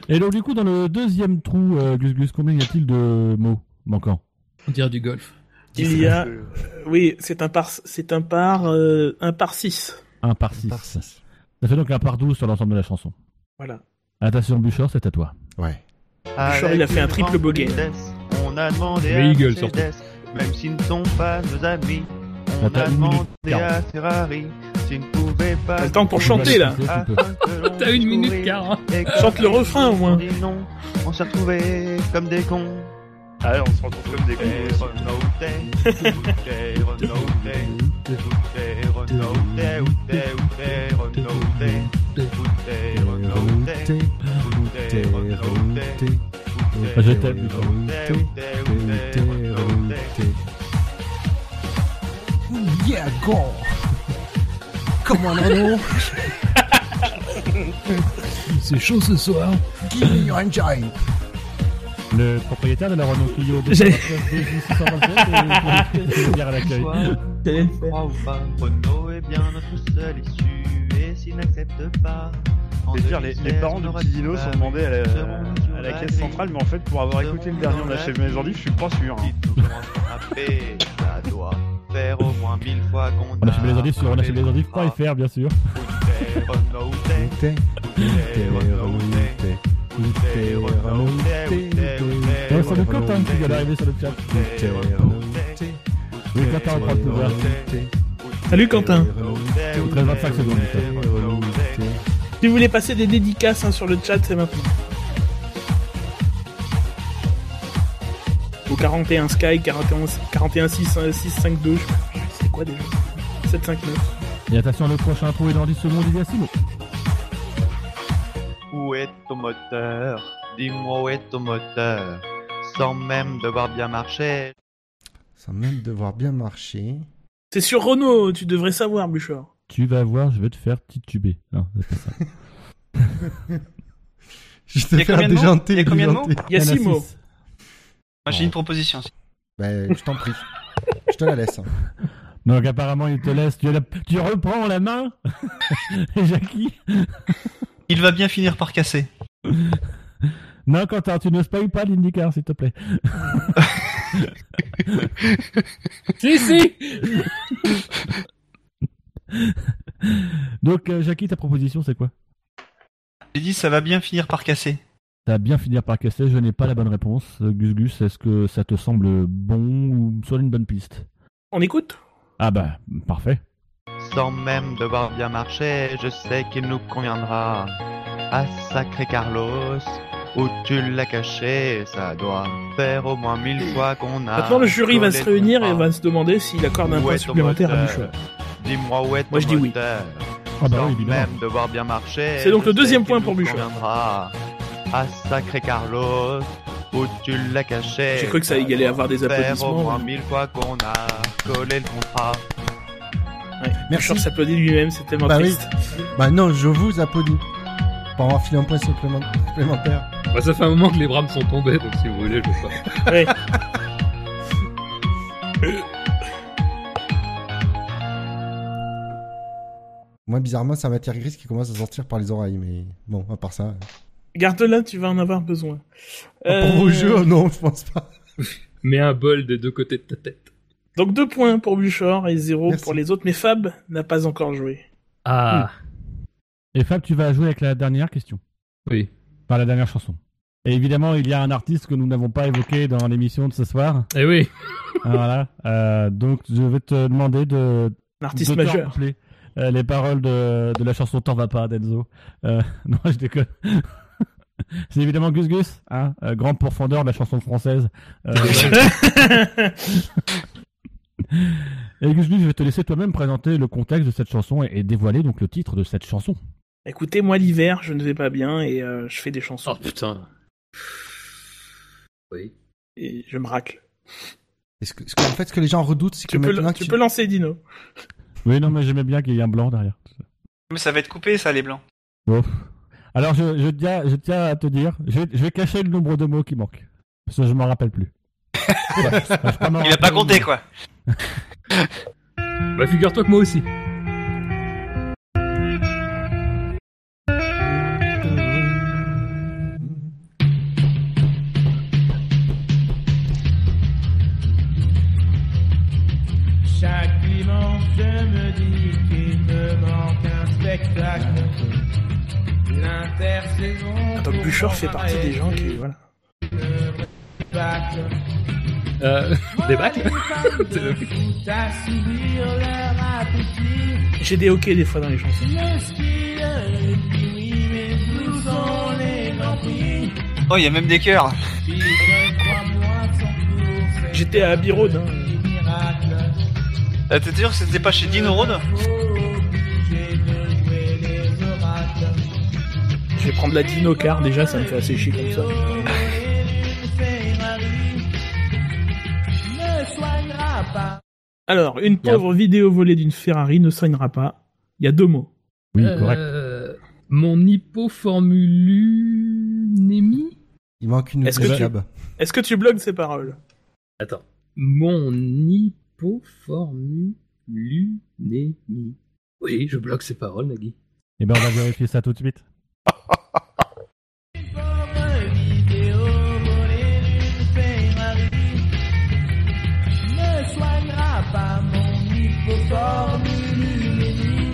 [SPEAKER 8] Et donc, du coup, dans le deuxième trou, euh, Gus Gus, combien y a-t-il de mots manquants
[SPEAKER 4] On dirait du golf.
[SPEAKER 7] Il y a, euh, oui, c'est un par, c'est un par, euh, un par 6.
[SPEAKER 8] 1 par 6.
[SPEAKER 3] Par six.
[SPEAKER 8] Ça fait donc 1 par 12 sur l'ensemble de la chanson.
[SPEAKER 7] Voilà.
[SPEAKER 8] Attention, Bûcheur, c'est à toi.
[SPEAKER 3] Ouais.
[SPEAKER 7] Bouchard, il a fait un
[SPEAKER 5] une
[SPEAKER 7] triple
[SPEAKER 5] grande
[SPEAKER 7] bogey.
[SPEAKER 5] politesse, On a demandé
[SPEAKER 4] Mais
[SPEAKER 5] à
[SPEAKER 4] il gueule,
[SPEAKER 5] Mercedes, même s'ils ne sont pas nos amis. On
[SPEAKER 8] Attends,
[SPEAKER 5] a
[SPEAKER 8] une minute
[SPEAKER 5] demandé
[SPEAKER 8] quarante.
[SPEAKER 5] à Ferrari s'ils ne pouvaient pas.
[SPEAKER 7] T'as le temps pour
[SPEAKER 5] nous
[SPEAKER 7] chanter là.
[SPEAKER 8] Tu peux.
[SPEAKER 4] T'as une minute quart. hein.
[SPEAKER 7] Chante le refrain, au moins.
[SPEAKER 5] Non, on s'est retrouvés comme des cons.
[SPEAKER 2] Ah, on se retrouve comme des
[SPEAKER 5] Des
[SPEAKER 2] cons.
[SPEAKER 5] Renaultais, des Renaultais, des Renaultais, des Renaultais, des Renaultais, des Renaultais, des Renaultais, des Renaultais,
[SPEAKER 8] Enfin, je t'aime.
[SPEAKER 3] Yeah, go Come on, Renaud
[SPEAKER 4] C'est chaud ce soir.
[SPEAKER 3] Give me your engine
[SPEAKER 8] Le propriétaire de la Renault Clio de
[SPEAKER 4] J'ai-
[SPEAKER 8] 627 est bien à l'accueil.
[SPEAKER 7] T'allais le faire.
[SPEAKER 5] Crois ou pas, Renault est bien notre seule issue. Et s'il n'accepte pas, en
[SPEAKER 2] C'est dire, les, les
[SPEAKER 5] 2016,
[SPEAKER 2] parents de
[SPEAKER 5] on aura
[SPEAKER 2] petit Dino
[SPEAKER 5] dit,
[SPEAKER 2] sont
[SPEAKER 5] bah,
[SPEAKER 2] demandés à
[SPEAKER 5] serons-nous
[SPEAKER 2] la, à la
[SPEAKER 5] sur la
[SPEAKER 2] caisse centrale, mais en fait, pour avoir écouté le dernier, on l'a chez mes ordi, je suis pas sûr. hein.
[SPEAKER 5] Dites-nous comment se frapper, ça doit faire au moins mille fois qu'on
[SPEAKER 8] On achète les ordifs sur
[SPEAKER 5] Ah.
[SPEAKER 8] onachètelesordives.fr, bien sûr. Ouais, ça nous cote, hein, qui vient d'arriver sur le chat. Oui, quand t'as reprendre tout ça.
[SPEAKER 7] Salut Quentin.
[SPEAKER 8] Il te reste 25 secondes. putain.
[SPEAKER 7] Si vous voulez passer des dédicaces hein, sur le chat, c'est maintenant. Ou 41 Sky, 41, 41 6, 6 5 2, je sais plus, c'est quoi déjà 7 5 9.
[SPEAKER 8] Et attention, le prochain trou est dans 10 secondes, il y a Simon.
[SPEAKER 5] Où est ton moteur Dis-moi où est ton moteur Sans même devoir bien marcher.
[SPEAKER 3] Sans même devoir bien marcher.
[SPEAKER 7] C'est sur Renault, tu devrais savoir, Bouchard.
[SPEAKER 8] Tu vas voir, je vais te faire tituber. Non, c'est pas ça.
[SPEAKER 3] Je te
[SPEAKER 9] Il y a
[SPEAKER 3] fais
[SPEAKER 9] combien de mots
[SPEAKER 3] déjanter,
[SPEAKER 9] Il y a combien de
[SPEAKER 3] déjanter.
[SPEAKER 7] Il y a
[SPEAKER 8] Il y en a
[SPEAKER 7] 6 mots.
[SPEAKER 8] six.
[SPEAKER 9] Moi, j'ai une proposition.
[SPEAKER 3] Ben, je t'en prie. Je te la laisse.
[SPEAKER 8] Donc apparemment, il te laisse. Tu, la- tu reprends la main. Et Jackie.
[SPEAKER 9] Il va bien finir par casser.
[SPEAKER 8] Non, Quentin, tu ne spoil pas l'IndyCar, s'il te plaît.
[SPEAKER 4] Si, si
[SPEAKER 8] Donc, euh, Jackie, ta proposition, c'est quoi
[SPEAKER 9] J'ai dit, ça va bien finir par casser.
[SPEAKER 8] T'as bien finir par casser, je n'ai pas la bonne réponse. Euh, Gus Gus, est-ce que ça te semble bon ou soit une bonne piste
[SPEAKER 7] On écoute
[SPEAKER 8] Ah bah, parfait.
[SPEAKER 5] Sans même devoir bien marcher, je sais qu'il nous conviendra. À sacré Carlos, où tu l'as caché, ça doit faire au moins mille fois qu'on a.
[SPEAKER 7] Maintenant, le jury va se
[SPEAKER 5] collé
[SPEAKER 7] réunir
[SPEAKER 5] ton
[SPEAKER 7] et
[SPEAKER 5] bras.
[SPEAKER 7] va se demander s'il accorde un
[SPEAKER 5] Où
[SPEAKER 7] point
[SPEAKER 5] est ton
[SPEAKER 7] supplémentaire à
[SPEAKER 5] moteur
[SPEAKER 7] Bouchard.
[SPEAKER 5] Dis-moi où est ton
[SPEAKER 7] Moi, je dis oui.
[SPEAKER 5] moteur
[SPEAKER 8] Ah bah
[SPEAKER 5] Sans
[SPEAKER 8] oui, évidemment.
[SPEAKER 5] même devoir bien marcher.
[SPEAKER 7] C'est donc
[SPEAKER 5] je
[SPEAKER 7] le deuxième
[SPEAKER 5] sais qu'il
[SPEAKER 7] point pour
[SPEAKER 5] nous
[SPEAKER 7] Bouchard.
[SPEAKER 5] conviendra. À sacré Carlos, où tu l'as caché.
[SPEAKER 7] J'ai cru que ça allait y aller avoir des
[SPEAKER 5] Faire au
[SPEAKER 7] applaudissements. hein.
[SPEAKER 5] moins mille fois qu'on a collé le contrat.
[SPEAKER 7] Ouais.
[SPEAKER 3] Merci.
[SPEAKER 7] Bouchard s'applaudit lui-même, c'est tellement
[SPEAKER 3] Bah oui.
[SPEAKER 7] triste.
[SPEAKER 3] Bah non, je vous applaudis. Pour avoir filé un point supplément- supplémentaire.
[SPEAKER 4] Bah, ça fait un moment que les brames sont tombés, donc si vous voulez, je sais pas.
[SPEAKER 3] Moi, bizarrement, c'est la matière grise qui commence à sortir par les oreilles. Mais bon, à part ça.
[SPEAKER 7] Garde-la, tu vas en avoir besoin.
[SPEAKER 3] Pour au
[SPEAKER 7] Euh,
[SPEAKER 3] jeu, non, je pense pas.
[SPEAKER 4] Mets un bol des deux côtés de ta tête.
[SPEAKER 7] Donc deux points pour Bouchard et zéro
[SPEAKER 3] Merci.
[SPEAKER 7] pour les autres, mais Fab n'a pas encore joué.
[SPEAKER 4] Ah
[SPEAKER 8] Et Fab, tu vas jouer avec la dernière question.
[SPEAKER 4] Oui.
[SPEAKER 8] Enfin, la dernière chanson. Et évidemment, il y a un artiste que nous n'avons pas évoqué dans l'émission de ce soir.
[SPEAKER 4] Eh oui
[SPEAKER 8] Ah, voilà. Euh, donc, je vais te demander de,
[SPEAKER 7] Un artiste
[SPEAKER 8] de te
[SPEAKER 7] majeur.
[SPEAKER 8] rappeler, euh, les paroles de, de la chanson T'en va pas d'Enzo. Euh, non, je déconne. C'est évidemment Gus Gus, hein, euh, grand pourfendeur de la chanson française. Euh, et Gus Gus, je vais te laisser toi-même présenter le contexte de cette chanson et, et dévoiler donc le titre de cette chanson.
[SPEAKER 7] Écoutez, moi l'hiver, je ne vais pas bien et euh, je fais des chansons.
[SPEAKER 4] Oh putain Oui.
[SPEAKER 7] Et je me racle.
[SPEAKER 3] Et ce que- ce que- en fait, ce que les gens redoutent, c'est que
[SPEAKER 7] Tu peux,
[SPEAKER 3] maintenant que
[SPEAKER 7] tu peux lancer Dino.
[SPEAKER 8] Oui, non, mais j'aimais bien qu'il y ait un blanc derrière.
[SPEAKER 9] Mais ça va être coupé, ça, les blancs.
[SPEAKER 8] Bon. Alors, je, je, tiens, je tiens à te dire, je, vais- je vais cacher le nombre de mots qui manquent. Parce que je m'en rappelle plus. Ouais, je peux m'en
[SPEAKER 9] Il a pas
[SPEAKER 8] rappeler.
[SPEAKER 9] compté, quoi.
[SPEAKER 4] Bah, figure-toi que moi aussi.
[SPEAKER 1] Chaque dimanche, je me dis qu'il me manque un spectacle. L'intersaison.
[SPEAKER 7] Attends, Ah, Bouchard fait partie des gens qui. Voilà.
[SPEAKER 4] Euh, des bacs
[SPEAKER 7] J'ai des hockey des fois dans les chansons.
[SPEAKER 9] Oh, il y a même des cœurs.
[SPEAKER 7] J'étais à Abbey Road. Hein.
[SPEAKER 9] Euh, T'es sûr que c'était pas chez Dino Road
[SPEAKER 7] Je vais prendre la Dino car déjà, ça me fait assez chier comme ça.
[SPEAKER 6] soignera pas.
[SPEAKER 7] Alors, une pauvre vidéo volée d'une Ferrari ne soignera pas. Il y a deux mots.
[SPEAKER 8] Oui,
[SPEAKER 4] Euh,
[SPEAKER 8] correct.
[SPEAKER 4] Mon hypoformulunémie
[SPEAKER 3] Il manque une
[SPEAKER 7] Est-ce que tu-
[SPEAKER 3] syllabe.
[SPEAKER 7] Est-ce que tu blogues ces paroles
[SPEAKER 4] Attends. Mon hypoformulunémie. Oui, je bloque ces paroles, Nagui.
[SPEAKER 8] Et ben on va vérifier ça tout de suite.
[SPEAKER 6] Comme vidéo volée d'une Ferrari ne soignera pas mon hypoformulunémie.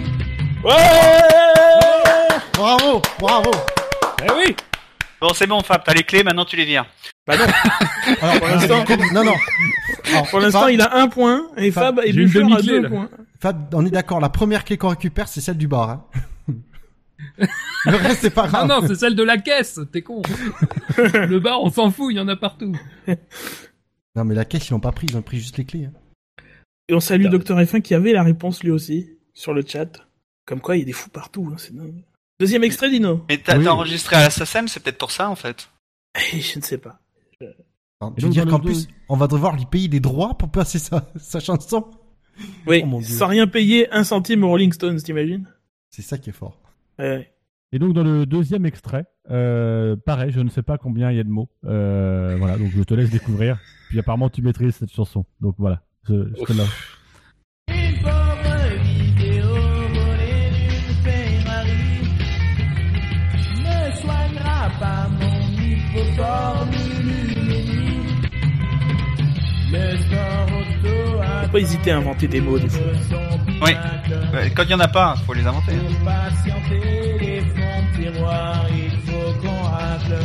[SPEAKER 3] Bravo, bravo.
[SPEAKER 7] Eh oui Bah
[SPEAKER 9] Bon, c'est bon, Fab, t'as les clés, maintenant tu les vires.
[SPEAKER 3] Alors, pour l'instant, non, non. Alors,
[SPEAKER 7] Pour l'instant,
[SPEAKER 3] Fab,
[SPEAKER 7] il a un point et Fab et
[SPEAKER 4] j'ai une
[SPEAKER 7] Buffer a
[SPEAKER 4] demi-clé,
[SPEAKER 7] deux
[SPEAKER 4] là.
[SPEAKER 7] points.
[SPEAKER 3] Fab, on est d'accord, la première clé qu'on récupère, c'est celle du bar. hein. Le reste, c'est pas
[SPEAKER 4] Ah
[SPEAKER 3] grave.
[SPEAKER 4] non, c'est celle de la caisse, t'es con. le bar, on s'en fout, il y en a partout.
[SPEAKER 3] Non, mais la caisse, ils l'ont pas pris, ils ont pris juste les clés. hein.
[SPEAKER 7] Et on salue Docteur F1 qui avait la réponse lui aussi sur le chat. Comme quoi, il y a des fous partout, hein, c'est dingue. Deuxième extrait, Dino.
[SPEAKER 9] Mais t'as
[SPEAKER 8] Oui.
[SPEAKER 9] t'as enregistré à la SACEM, c'est peut-être pour ça en fait.
[SPEAKER 7] Eh, Je ne sais pas.
[SPEAKER 3] Alors,
[SPEAKER 8] Et
[SPEAKER 3] tu veux
[SPEAKER 8] donc,
[SPEAKER 3] dire
[SPEAKER 8] dans
[SPEAKER 3] qu'en
[SPEAKER 8] le-
[SPEAKER 3] plus, on va devoir lui payer des droits pour passer sa, sa chanson
[SPEAKER 7] Oui,
[SPEAKER 3] Oh, mon Dieu.
[SPEAKER 7] sans rien payer, un centime aux Rolling Stones, t'imagines
[SPEAKER 3] C'est ça qui est fort.
[SPEAKER 7] Ouais.
[SPEAKER 8] Et donc dans le deuxième extrait, euh, pareil, je ne sais pas combien il y a de mots. Euh, voilà, donc je te laisse découvrir. Puis apparemment tu maîtrises cette chanson. Donc voilà, je, je te la-
[SPEAKER 6] Une pauvre vidéo volée d'une Ferrari ne soignera pas mon hypoformulunémie. Le sport auto a
[SPEAKER 7] Faut pas hésiter à inventer des mots, des fois.
[SPEAKER 9] Oui. Ouais, Quand il y en a pas, hein, faut les inventer.
[SPEAKER 6] Pour patienter les fonds de tiroir, il faut qu'on rafle.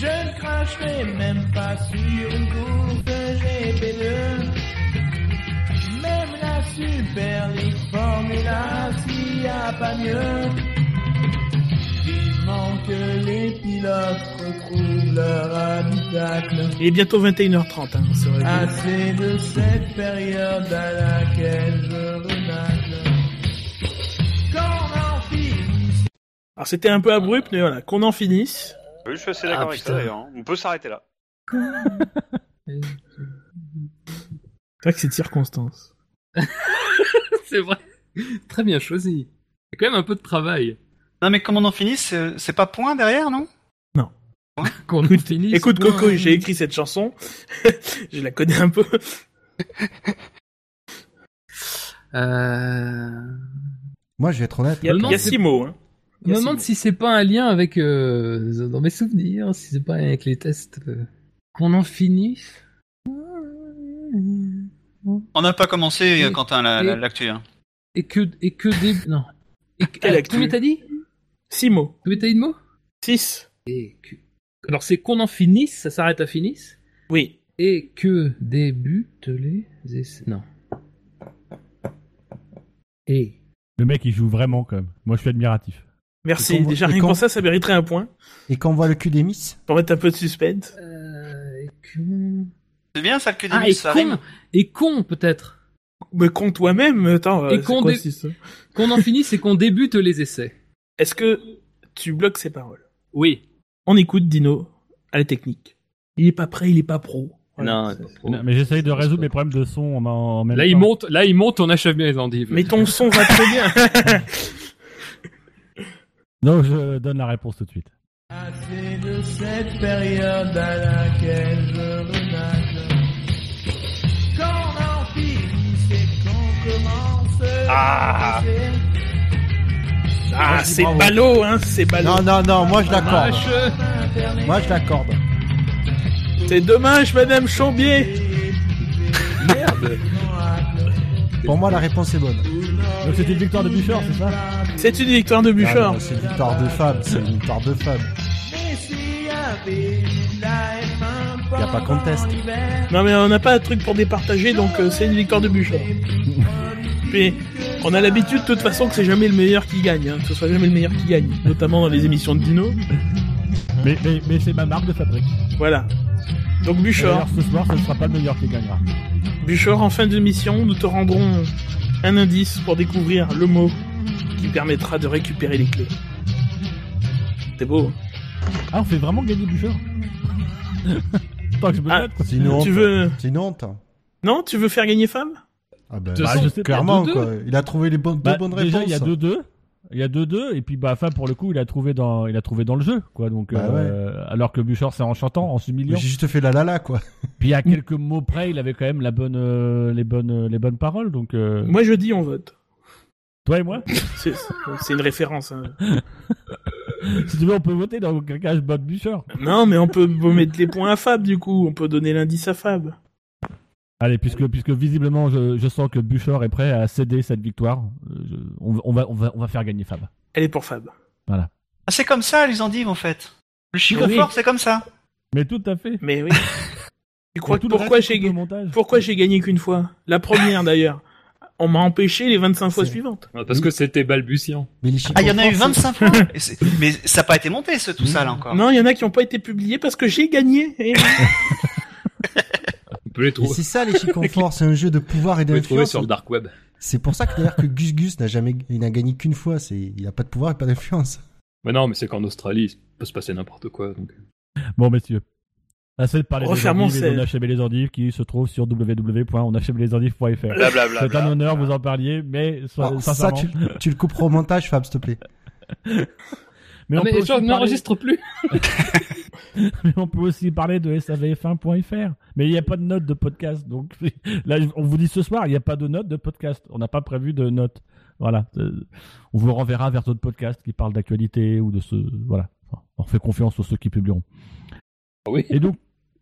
[SPEAKER 6] Je ne cracherai même pas sur une course de GP2. Même la Super League Formula, s'il n'y a pas mieux. Vivement que les pilotes retrouvent leur habitacle.
[SPEAKER 7] Il est bientôt 21h30, hein, c'est vrai.
[SPEAKER 6] Ah, Assez de cette période à laquelle je renacle. Quand on finit
[SPEAKER 7] Alors c'était un peu abrupt, mais voilà, qu'on en finisse.
[SPEAKER 2] Je suis assez d'accord
[SPEAKER 4] Ah,
[SPEAKER 2] avec ça
[SPEAKER 4] putain.
[SPEAKER 2] d'ailleurs. hein. On peut s'arrêter là.
[SPEAKER 7] C'est vrai que c'est de circonstance.
[SPEAKER 4] c'est vrai. Très bien choisi. C'est quand même un peu de travail.
[SPEAKER 9] Non mais comment on en finit C'est c'est pas point derrière, non
[SPEAKER 4] Qu'on en finisse. hein.
[SPEAKER 7] Écoute
[SPEAKER 4] Ouais.
[SPEAKER 7] Coco, j'ai écrit cette chanson. je la connais un peu.
[SPEAKER 4] Euh...
[SPEAKER 3] Moi, je vais être honnête.
[SPEAKER 7] Il y a,
[SPEAKER 4] Le nom,
[SPEAKER 7] il y a
[SPEAKER 4] c'est-
[SPEAKER 7] six mots. Hein.
[SPEAKER 4] Je me
[SPEAKER 7] Yes,
[SPEAKER 4] demande
[SPEAKER 7] oui.
[SPEAKER 4] si c'est pas un lien avec euh, dans mes souvenirs, si c'est pas un lien avec les tests euh, qu'on en finit.
[SPEAKER 9] On n'a pas commencé, euh,
[SPEAKER 4] Oui.
[SPEAKER 9] Quentin, la-
[SPEAKER 4] Oui.
[SPEAKER 9] la- l'actu. hein.
[SPEAKER 4] Et que et que des non. Et que,
[SPEAKER 7] Quelle
[SPEAKER 4] ah,
[SPEAKER 7] actu
[SPEAKER 4] combien t'as dit
[SPEAKER 7] Six mots.
[SPEAKER 4] Combien t'as dit de mots
[SPEAKER 7] Six.
[SPEAKER 4] Et que... alors c'est qu'on en finisse, ça s'arrête à finisse.
[SPEAKER 7] Oui.
[SPEAKER 4] Et que débutent les essais. Non. Et
[SPEAKER 8] Le mec il joue vraiment quand même. Moi je suis admiratif.
[SPEAKER 3] Et
[SPEAKER 7] Merci.
[SPEAKER 3] qu'on voit-
[SPEAKER 7] Déjà
[SPEAKER 3] et
[SPEAKER 7] rien que
[SPEAKER 3] qu'on-
[SPEAKER 7] pour ça, ça mériterait un point.
[SPEAKER 3] Et quand on voit le cul des miss,
[SPEAKER 7] Pour mettre un peu de suspense.
[SPEAKER 4] euh, et que
[SPEAKER 9] C'est bien ça que
[SPEAKER 4] ah
[SPEAKER 9] début,
[SPEAKER 4] et
[SPEAKER 9] ça
[SPEAKER 4] con
[SPEAKER 9] rime.
[SPEAKER 4] et con peut-être.
[SPEAKER 7] Mais compte toi-même. Attends.
[SPEAKER 4] Et
[SPEAKER 7] euh, c'est
[SPEAKER 4] qu'on
[SPEAKER 7] quoi,
[SPEAKER 4] dé-
[SPEAKER 7] six, hein
[SPEAKER 4] Qu'on en finisse et qu'on débute les essais.
[SPEAKER 7] Est-ce que tu bloques ces paroles
[SPEAKER 4] Oui.
[SPEAKER 7] On écoute Dino à la technique. Il est pas prêt, il est pas pro. Voilà.
[SPEAKER 8] Non, mais j'essaye de résoudre mes problèmes de son en, en même
[SPEAKER 4] Là
[SPEAKER 8] temps.
[SPEAKER 4] il monte, là il monte, on achève bien les endives.
[SPEAKER 7] Mais ton son va très bien.
[SPEAKER 8] Non, je donne la réponse tout de suite.
[SPEAKER 6] Assez de cette période à laquelle je renacle. Quand on en finit, c'est qu'on commence à
[SPEAKER 7] Ah.
[SPEAKER 6] penser.
[SPEAKER 7] ah,
[SPEAKER 3] dis
[SPEAKER 7] c'est
[SPEAKER 3] bravo.
[SPEAKER 7] ballot, hein, c'est ballot. Ah,
[SPEAKER 3] Non, non, non, moi je l'accorde.
[SPEAKER 4] Vache.
[SPEAKER 6] Internet
[SPEAKER 3] Moi je l'accorde.
[SPEAKER 7] C'est dommage, Madame Chambier.
[SPEAKER 4] Merde.
[SPEAKER 3] Pour moi, la réponse est bonne.
[SPEAKER 8] Donc c'était une victoire de Bouchard, c'est ça
[SPEAKER 7] C'est une victoire de
[SPEAKER 3] Ah,
[SPEAKER 7] Bouchard.
[SPEAKER 3] non, C'est une victoire de Fab, c'est une victoire de Fab.
[SPEAKER 6] Mais s'il y avait eu la F1
[SPEAKER 3] Y a pas
[SPEAKER 6] pendant
[SPEAKER 3] contest.
[SPEAKER 6] l'hiver,
[SPEAKER 7] Non mais on n'a pas un truc pour départager, donc euh, c'est une victoire de Bouchard. Puis on a l'habitude de toute façon que c'est jamais le meilleur qui gagne, hein, que ce soit jamais le meilleur qui gagne, notamment dans les émissions de Dino.
[SPEAKER 8] Mais, mais, mais c'est ma marque de fabrique.
[SPEAKER 7] Voilà. Donc Bouchard,
[SPEAKER 8] D'ailleurs, ce soir, ce ne sera pas le meilleur qui gagnera.
[SPEAKER 7] Bouchard, en fin d'émission, nous te rendrons un indice pour découvrir le mot qui permettra de récupérer les clés. C'est beau. hein
[SPEAKER 8] Ah, on fait vraiment gagner Bouchard temps que je me
[SPEAKER 7] Ah,
[SPEAKER 8] note.
[SPEAKER 3] C'est une honte.
[SPEAKER 7] Tu veux
[SPEAKER 3] C'est une honte. Ah
[SPEAKER 7] non Tu veux faire gagner femme
[SPEAKER 3] bah,
[SPEAKER 8] De toute façon,
[SPEAKER 3] je-
[SPEAKER 8] c'est pas
[SPEAKER 3] clairement,
[SPEAKER 8] deux-deux.
[SPEAKER 3] quoi. Il a trouvé les bonnes,
[SPEAKER 8] Bah,
[SPEAKER 3] deux bonnes réponses.
[SPEAKER 8] déjà, il y a deux deux. Il y a deux deux et puis bah Fab pour le coup il a trouvé dans il a trouvé dans le jeu quoi donc
[SPEAKER 3] Bah
[SPEAKER 8] euh, alors que Bouchard c'est en chantant en
[SPEAKER 3] Mais
[SPEAKER 8] s'humiliant
[SPEAKER 3] J'ai juste fait la la la, quoi.
[SPEAKER 8] puis à quelques mots près il avait quand même la bonne euh, les bonnes les bonnes paroles donc euh,
[SPEAKER 7] Moi je dis on vote.
[SPEAKER 8] toi et moi
[SPEAKER 7] C'est c'est une référence. hein.
[SPEAKER 8] si tu veux on peut voter dans quel cas je vote Bouchard
[SPEAKER 7] Non, mais on peut mettre les points à Fab du coup. On peut donner l'indice à Fab.
[SPEAKER 8] allez puisque puisque visiblement je, je sens que Bouchard est prêt à céder cette victoire euh, je- on, on va on va on va faire gagner Fab
[SPEAKER 7] Elle est pour Fab.
[SPEAKER 9] Ah, c'est comme ça, les endives, en fait. Le chiffre
[SPEAKER 7] Oui.
[SPEAKER 9] fort, c'est comme ça.
[SPEAKER 8] mais tout à fait
[SPEAKER 7] Mais oui. Tu crois
[SPEAKER 8] Et
[SPEAKER 7] que
[SPEAKER 8] tout le
[SPEAKER 7] pourquoi
[SPEAKER 8] reste,
[SPEAKER 7] j'ai
[SPEAKER 8] coupe de montage.
[SPEAKER 7] pourquoi j'ai gagné qu'une fois La première d'ailleurs. On m'a empêché les 25 fois
[SPEAKER 3] C'est-
[SPEAKER 7] suivantes.
[SPEAKER 4] Ah, Parce que c'était balbutiant.
[SPEAKER 3] Mais les chiffres
[SPEAKER 9] Ah, il y en a
[SPEAKER 3] forts,
[SPEAKER 9] eu
[SPEAKER 3] c'est-
[SPEAKER 9] 25 fois. Et c'est- Mais ça n'a pas été monté, ce, tout ça, là, encore.
[SPEAKER 7] Non, il y en a qui n'ont pas été publiés parce que j'ai gagné. Eh.
[SPEAKER 4] On peut les
[SPEAKER 3] Et
[SPEAKER 4] trouver,
[SPEAKER 3] c'est ça, les chiffons forts. C'est un jeu de pouvoir et
[SPEAKER 4] on peut les trouver
[SPEAKER 3] d'influence.
[SPEAKER 4] sur le dark web.
[SPEAKER 3] C'est pour ça que d'ailleurs que Gus Gus n'a jamais, il n'a gagné qu'une fois. C'est, il a pas de pouvoir et pas d'influence.
[SPEAKER 4] Mais non, mais c'est qu'en Australie, il peut se passer n'importe quoi. Donc...
[SPEAKER 8] Bon, messieurs. Assez de parler des
[SPEAKER 7] Refermons
[SPEAKER 8] endives et
[SPEAKER 7] cette-
[SPEAKER 8] d'on achève les endives qui se trouvent sur www.onachèvelesendives.fr.
[SPEAKER 9] Blablabla.
[SPEAKER 8] C'est un honneur, vous en parliez, mais so-
[SPEAKER 3] Alors, Ah, ça,
[SPEAKER 8] sincèrement.
[SPEAKER 3] tu, tu le couperas au montage, Fab, s'il te plaît.
[SPEAKER 8] Mais, on peut aussi parler-
[SPEAKER 4] plus.
[SPEAKER 8] mais on peut aussi parler de savf1.fr. Mais il n'y a pas de note de podcast. Donc là, je- on vous dit ce soir, il n'y a pas de note de podcast. On n'a pas prévu de note. Voilà. Euh, On vous renverra vers d'autres podcasts qui parlent d'actualité ou de ce. Voilà. Enfin, on fait confiance aux ceux qui publieront.
[SPEAKER 4] Oui.
[SPEAKER 8] Et donc,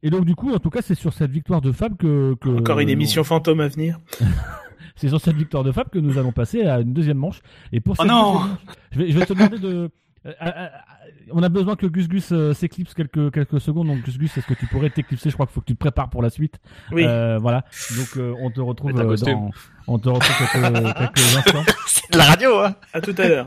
[SPEAKER 8] et donc du coup, en tout cas, c'est sur cette victoire de Fab que. que
[SPEAKER 7] Encore une émission fantôme à venir.
[SPEAKER 8] C'est sur cette victoire de Fab que nous allons passer à une deuxième manche. Et pour cette
[SPEAKER 9] non
[SPEAKER 8] deuxième manche, je vais, je vais te demander de. euh, euh, euh, on a besoin que Gus Gus euh, s'éclipse quelques, quelques secondes. Donc, Gus Gus, est-ce que tu pourrais t'éclipser Je crois qu'il faut que tu te prépares pour la suite.
[SPEAKER 7] Oui.
[SPEAKER 8] Euh, voilà. Donc, euh, on te retrouve
[SPEAKER 4] Mets un
[SPEAKER 8] euh,
[SPEAKER 4] costume.
[SPEAKER 8] dans. On te retrouve quelques, quelques instants.
[SPEAKER 9] C'est de la radio, hein.
[SPEAKER 7] À tout à l'heure.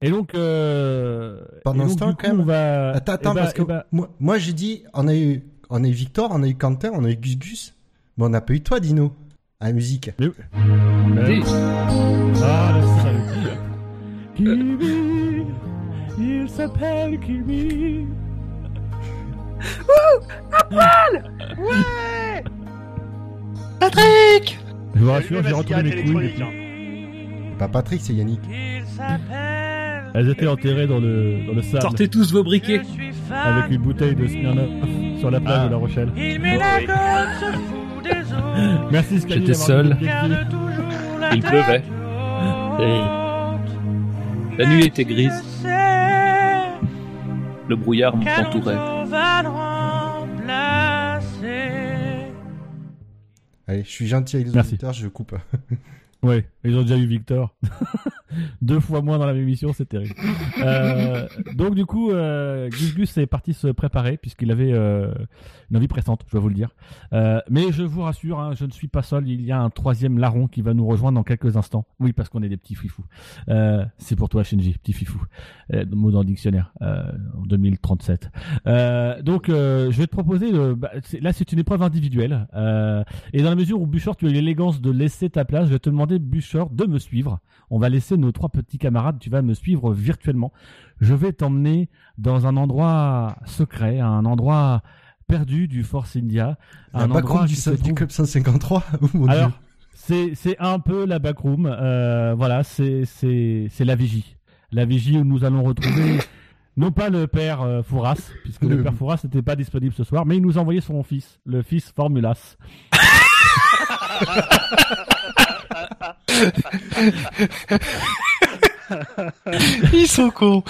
[SPEAKER 8] Et donc. Euh,
[SPEAKER 3] Pendant
[SPEAKER 8] et donc,
[SPEAKER 3] ce temps,
[SPEAKER 8] du coup,
[SPEAKER 3] quand même.
[SPEAKER 8] On va...
[SPEAKER 3] Attends,
[SPEAKER 8] eh
[SPEAKER 3] attends,
[SPEAKER 8] ben,
[SPEAKER 3] parce que
[SPEAKER 8] eh ben,
[SPEAKER 3] moi, moi, j'ai dit, on a eu, on a eu Victor, on a eu Quentin, on a eu Gus Gus, mais on n'a pas eu toi, Dino, à la musique.
[SPEAKER 8] Euh, Ah, le salut. Kimi, il s'appelle Kimi.
[SPEAKER 9] Patrick
[SPEAKER 8] Je vous
[SPEAKER 2] Allumez
[SPEAKER 8] rassure, j'ai
[SPEAKER 2] ma
[SPEAKER 8] retrouvé mes
[SPEAKER 2] cigarette
[SPEAKER 8] couilles.
[SPEAKER 2] électronique, hein.
[SPEAKER 3] C'est Pas Bah, Patrick, c'est Yannick.
[SPEAKER 8] Elles étaient enterrées dans le, dans le sable
[SPEAKER 4] Sortez tous vos briquets.
[SPEAKER 8] avec une bouteille de Smirnoff sur la plage de La Rochelle.
[SPEAKER 6] Ah.
[SPEAKER 8] Merci Scali
[SPEAKER 4] J'étais
[SPEAKER 8] d'avoir
[SPEAKER 4] seul.
[SPEAKER 8] mis le pied dessus.
[SPEAKER 4] Il pleuvait. La nuit était grise. Le brouillard m'entourait.
[SPEAKER 3] Allez, je suis gentil avec les
[SPEAKER 8] Merci.
[SPEAKER 3] auditeurs, je coupe.
[SPEAKER 8] Ouais, ils ont déjà eu Victor. Deux fois moins dans la même émission, c'est terrible. Euh, donc du coup, euh, Gus Gus est parti se préparer puisqu'il avait euh, une envie pressante, je dois vous le dire. Euh, mais je vous rassure, hein, je ne suis pas seul. Il y a un troisième larron qui va nous rejoindre dans quelques instants. Oui, parce qu'on est des petits fifous. Euh, c'est pour toi, Shinji, petit fifou. Euh, mot dans le dictionnaire euh, en 2037. Euh, donc, euh, je vais te proposer. de- bah, c'est- là, c'est une épreuve individuelle. Euh, et dans la mesure où Bouchard, tu as eu l'élégance de laisser ta place, je vais te demander, Bouchard, de me suivre. On va laisser nos trois petits camarades, tu vas me suivre virtuellement. Je vais t'emmener dans un endroit secret, un endroit perdu du Force India.
[SPEAKER 3] Un
[SPEAKER 8] Un endroit
[SPEAKER 3] background du,
[SPEAKER 8] qui se
[SPEAKER 3] du
[SPEAKER 8] trouve-
[SPEAKER 3] Club 153, oh mon
[SPEAKER 8] alors,
[SPEAKER 3] dieu.
[SPEAKER 8] c'est c'est un peu la backroom. Euh, voilà, c'est c'est c'est la vigie. La vigie où nous allons retrouver non pas le père euh, Fouras, puisque le,
[SPEAKER 3] Le-
[SPEAKER 8] père Fouras n'était pas disponible ce soir, mais il nous a envoyé son fils, le fils Formulas.
[SPEAKER 9] Ils sont cons.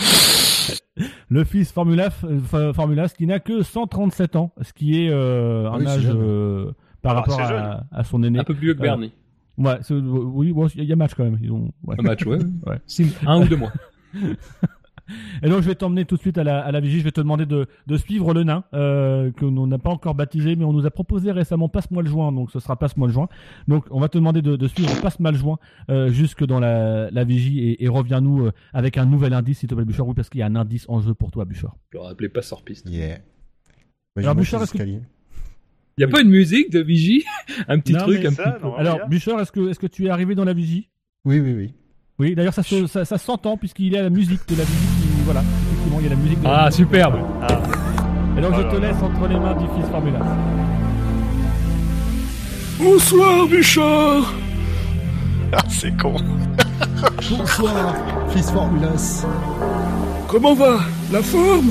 [SPEAKER 8] Le fils Formula, euh, F- Formulas qui n'a que 137 ans, ce qui est euh, un
[SPEAKER 3] Ah Oui, c'est
[SPEAKER 8] âge
[SPEAKER 3] jeune.
[SPEAKER 8] euh, par
[SPEAKER 2] Ah,
[SPEAKER 8] rapport
[SPEAKER 2] c'est
[SPEAKER 8] à,
[SPEAKER 2] jeune.
[SPEAKER 8] à son aîné.
[SPEAKER 4] Un peu plus vieux que Bernie.
[SPEAKER 8] Ouais, c'est- oui, bon, il y a match quand même. Ils ont- ouais.
[SPEAKER 4] Un match, ouais.
[SPEAKER 8] Ouais.
[SPEAKER 4] Si, un ou deux mois.
[SPEAKER 8] Et donc je vais t'emmener tout de suite à la, à la vigie, je vais te demander de, de suivre le nain, euh, que l'on n'a pas encore baptisé, mais on nous a proposé récemment Passe-moi le joint, donc ce sera Passe-moi le joint. Donc on va te demander de, de suivre Passe-moi le joint euh, jusque dans la, la vigie et, et reviens-nous euh, avec un nouvel indice, s'il te plaît Bouchard, oui, parce qu'il y a un indice en jeu pour toi Bouchard.
[SPEAKER 4] Je leur appelais pas sorpiste.
[SPEAKER 3] Yeah. Bah,
[SPEAKER 8] Alors,
[SPEAKER 3] je
[SPEAKER 8] Bouchard,
[SPEAKER 3] monte les
[SPEAKER 8] est-ce que-
[SPEAKER 3] escaliers.
[SPEAKER 4] Y a pas une musique de Vigie Un petit
[SPEAKER 8] Non,
[SPEAKER 4] truc
[SPEAKER 8] mais
[SPEAKER 4] un
[SPEAKER 2] ça,
[SPEAKER 4] petit peu.
[SPEAKER 2] non.
[SPEAKER 8] Alors
[SPEAKER 2] bien.
[SPEAKER 8] Bouchard, est-ce que, est-ce que tu es arrivé dans la vigie
[SPEAKER 3] Oui, oui, oui.
[SPEAKER 8] Oui, d'ailleurs ça se- ça, ça s'entend puisqu'il y a la musique de la vigie, qui- voilà, effectivement il y a la musique de la
[SPEAKER 4] Ah,
[SPEAKER 8] vigie.
[SPEAKER 4] superbe.
[SPEAKER 8] Et donc
[SPEAKER 2] Oh
[SPEAKER 8] je
[SPEAKER 2] là
[SPEAKER 8] te
[SPEAKER 2] là.
[SPEAKER 8] laisse entre les mains du fils Formula.
[SPEAKER 11] Bonsoir, Bichard
[SPEAKER 9] Ah, c'est con.
[SPEAKER 3] Bonsoir, Fils Formulas.
[SPEAKER 11] Comment va La forme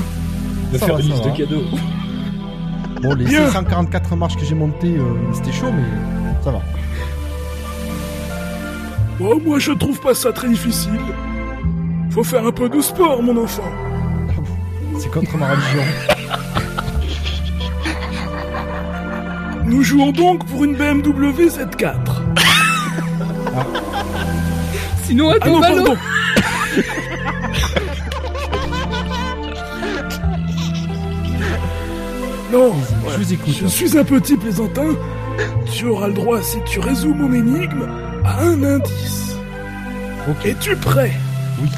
[SPEAKER 6] De
[SPEAKER 3] Ça
[SPEAKER 6] faire
[SPEAKER 3] va,
[SPEAKER 6] une
[SPEAKER 3] ça
[SPEAKER 6] liste de
[SPEAKER 3] va.
[SPEAKER 6] cadeaux.
[SPEAKER 3] Bon, les
[SPEAKER 11] Bien.
[SPEAKER 3] 644 marches que j'ai montées, euh, c'était chaud, mais ça va.
[SPEAKER 11] Oh, moi, je trouve pas ça très difficile. Faut faire un peu de sport, mon enfant.
[SPEAKER 3] C'est contre ma religion.
[SPEAKER 11] Nous jouons donc pour une BMW Z4.
[SPEAKER 3] Ah.
[SPEAKER 4] Sinon,
[SPEAKER 11] Ah
[SPEAKER 4] attends,
[SPEAKER 11] non,
[SPEAKER 4] ah
[SPEAKER 11] pardon Non,
[SPEAKER 3] Je vous écoute.
[SPEAKER 11] je suis un petit plaisantin. Tu auras le droit, si tu résous mon énigme, à un indice.
[SPEAKER 3] Ok.
[SPEAKER 11] Es-tu prêt Oui.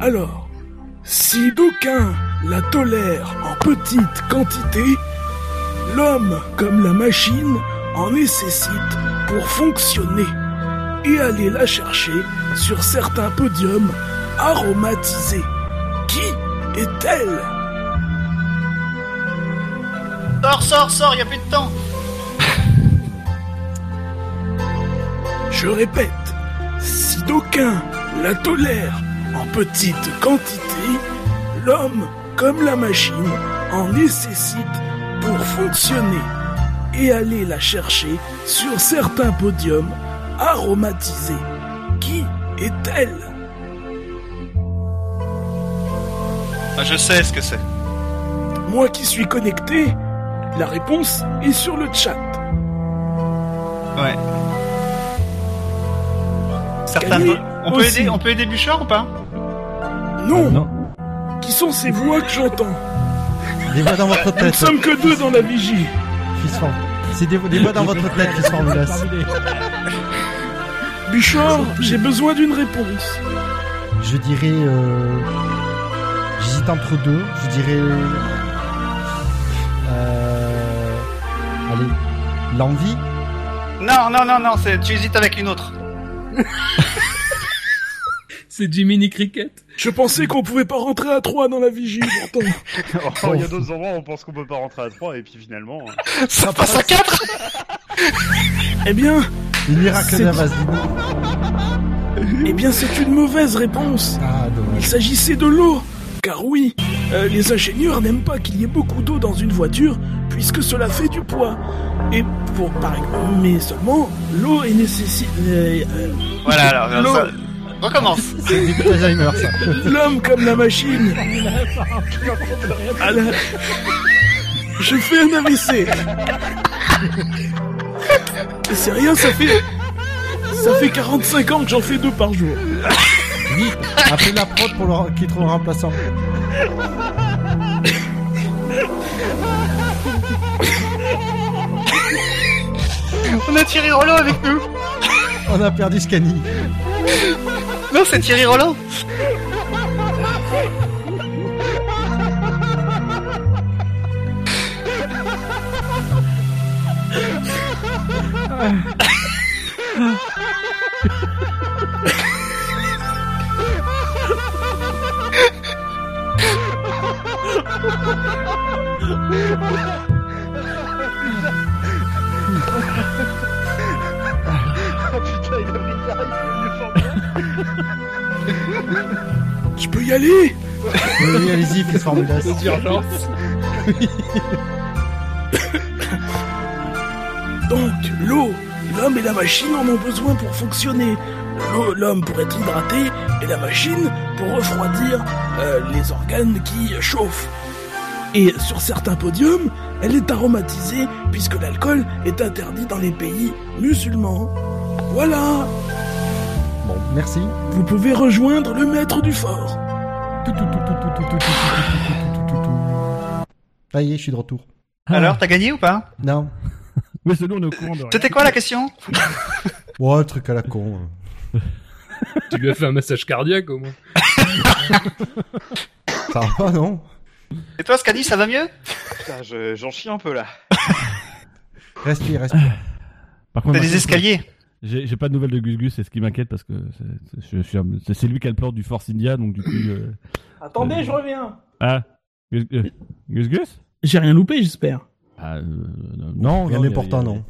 [SPEAKER 11] Alors, si d'aucuns la tolèrent en petite quantité, l'homme, comme la machine, en nécessite pour fonctionner et aller la chercher sur certains podiums aromatisés. Qui est-elle
[SPEAKER 9] Sors, sors, sors, y a plus de temps.
[SPEAKER 11] Je répète, si d'aucuns la tolèrent en petite quantité, l'homme, comme la machine, en nécessite pour fonctionner et aller la chercher sur certains podiums aromatisés. Qui est-elle
[SPEAKER 9] Ah, je sais ce que c'est.
[SPEAKER 11] Moi qui suis connecté, la réponse est sur le chat.
[SPEAKER 9] Ouais. Certains
[SPEAKER 11] Gagné
[SPEAKER 9] po- on peut
[SPEAKER 11] aussi.
[SPEAKER 9] aider, on peut aider Bouchard ou pas
[SPEAKER 3] Ah
[SPEAKER 11] Non,
[SPEAKER 8] Non.
[SPEAKER 11] qui sont ces voix que j'entends
[SPEAKER 3] Des voix dans votre
[SPEAKER 11] Nous ne
[SPEAKER 3] tête,
[SPEAKER 11] sommes que deux dans la vigie.
[SPEAKER 3] Fils Formulas. C'est des, des voix dans votre tête, Fils Formulas.
[SPEAKER 11] Bouchard, j'ai besoin d'une réponse.
[SPEAKER 3] Je dirais. euh, J'hésite entre deux. Je dirais. Euh, allez, l'envie.
[SPEAKER 9] Non, non, non, non, c'est- tu hésites avec une autre.
[SPEAKER 4] c'est Jiminy Cricket.
[SPEAKER 11] Je pensais qu'on pouvait pas rentrer à trois dans la vigie, pourtant.
[SPEAKER 2] Oh, Il y a d'autres endroits où on pense qu'on peut pas rentrer à 3 et puis finalement. hein.
[SPEAKER 9] Ça passe à 4
[SPEAKER 11] eh bien,
[SPEAKER 3] Les miracles
[SPEAKER 11] C'est-
[SPEAKER 3] d'Avazdini.
[SPEAKER 11] eh bien, c'est une mauvaise réponse.
[SPEAKER 3] Ah,
[SPEAKER 11] Il
[SPEAKER 3] dommage.
[SPEAKER 11] s'agissait de l'eau. Car oui, euh, les ingénieurs n'aiment pas qu'il y ait beaucoup d'eau dans une voiture, puisque cela fait du poids. Et pour par mais seulement l'eau est nécessaire.
[SPEAKER 9] Voilà, alors,
[SPEAKER 11] L'eau.
[SPEAKER 9] ça- recommence.
[SPEAKER 3] C'est du Alzheimer, ça.
[SPEAKER 11] L'homme comme la machine. À la- Je fais un AVC. C'est rien, ça fait. Ça fait 45 ans que j'en fais deux par jour.
[SPEAKER 3] Oui, appelez la prod pour leur... qui trouve un remplaçant.
[SPEAKER 9] On a Thierry Roland avec nous
[SPEAKER 3] On a perdu Scanny.
[SPEAKER 9] Non, c'est Thierry Roland
[SPEAKER 2] Putain, il a pris la ride, il est fort.
[SPEAKER 11] Je peux y
[SPEAKER 3] Oui,
[SPEAKER 11] aller
[SPEAKER 3] oui, allez-y, Fils Formulas.
[SPEAKER 4] Urgence.
[SPEAKER 11] Donc, l'eau, l'homme et la machine en ont besoin pour fonctionner. L'eau, l'homme pour être hydraté et la machine pour refroidir euh, les organes qui chauffent. Et sur certains podiums, elle est aromatisée puisque l'alcool est interdit dans les pays musulmans. Voilà,
[SPEAKER 3] Bon, merci.
[SPEAKER 11] vous pouvez rejoindre le maître du fort.
[SPEAKER 3] Tout, tout, tout, tout, tout, tout, tout, tout, tout, tout, tout, tout, tout. Ça y est, je suis de retour.
[SPEAKER 9] Ah. Alors, t'as gagné ou pas
[SPEAKER 3] Non.
[SPEAKER 8] Mais c'est nous, on est au courant de rien.
[SPEAKER 9] C'était quoi la question
[SPEAKER 3] Ouais, truc à la con.
[SPEAKER 4] Tu lui as fait un massage cardiaque au moins.
[SPEAKER 3] Ça va pas, non
[SPEAKER 9] Et toi, Scadi, ça va mieux
[SPEAKER 2] Putain, je- j'en chie un peu là.
[SPEAKER 3] Respire, respire.
[SPEAKER 8] Par contre,
[SPEAKER 9] T'as
[SPEAKER 8] Marcus,
[SPEAKER 9] des escaliers
[SPEAKER 8] J'ai j'ai pas de nouvelles de Gus Gus, c'est ce qui m'inquiète parce que c'est- c'est- je suis un- c'est c'est lui qui a le plan du Force India, donc du coup. euh,
[SPEAKER 11] Attendez, je reviens.
[SPEAKER 8] Ah, Gus Gus Gus Gus
[SPEAKER 7] J'ai rien loupé, j'espère.
[SPEAKER 8] Ah, euh, Non,
[SPEAKER 3] Rien
[SPEAKER 8] non, y a-
[SPEAKER 3] d'important,
[SPEAKER 8] y a-
[SPEAKER 3] non.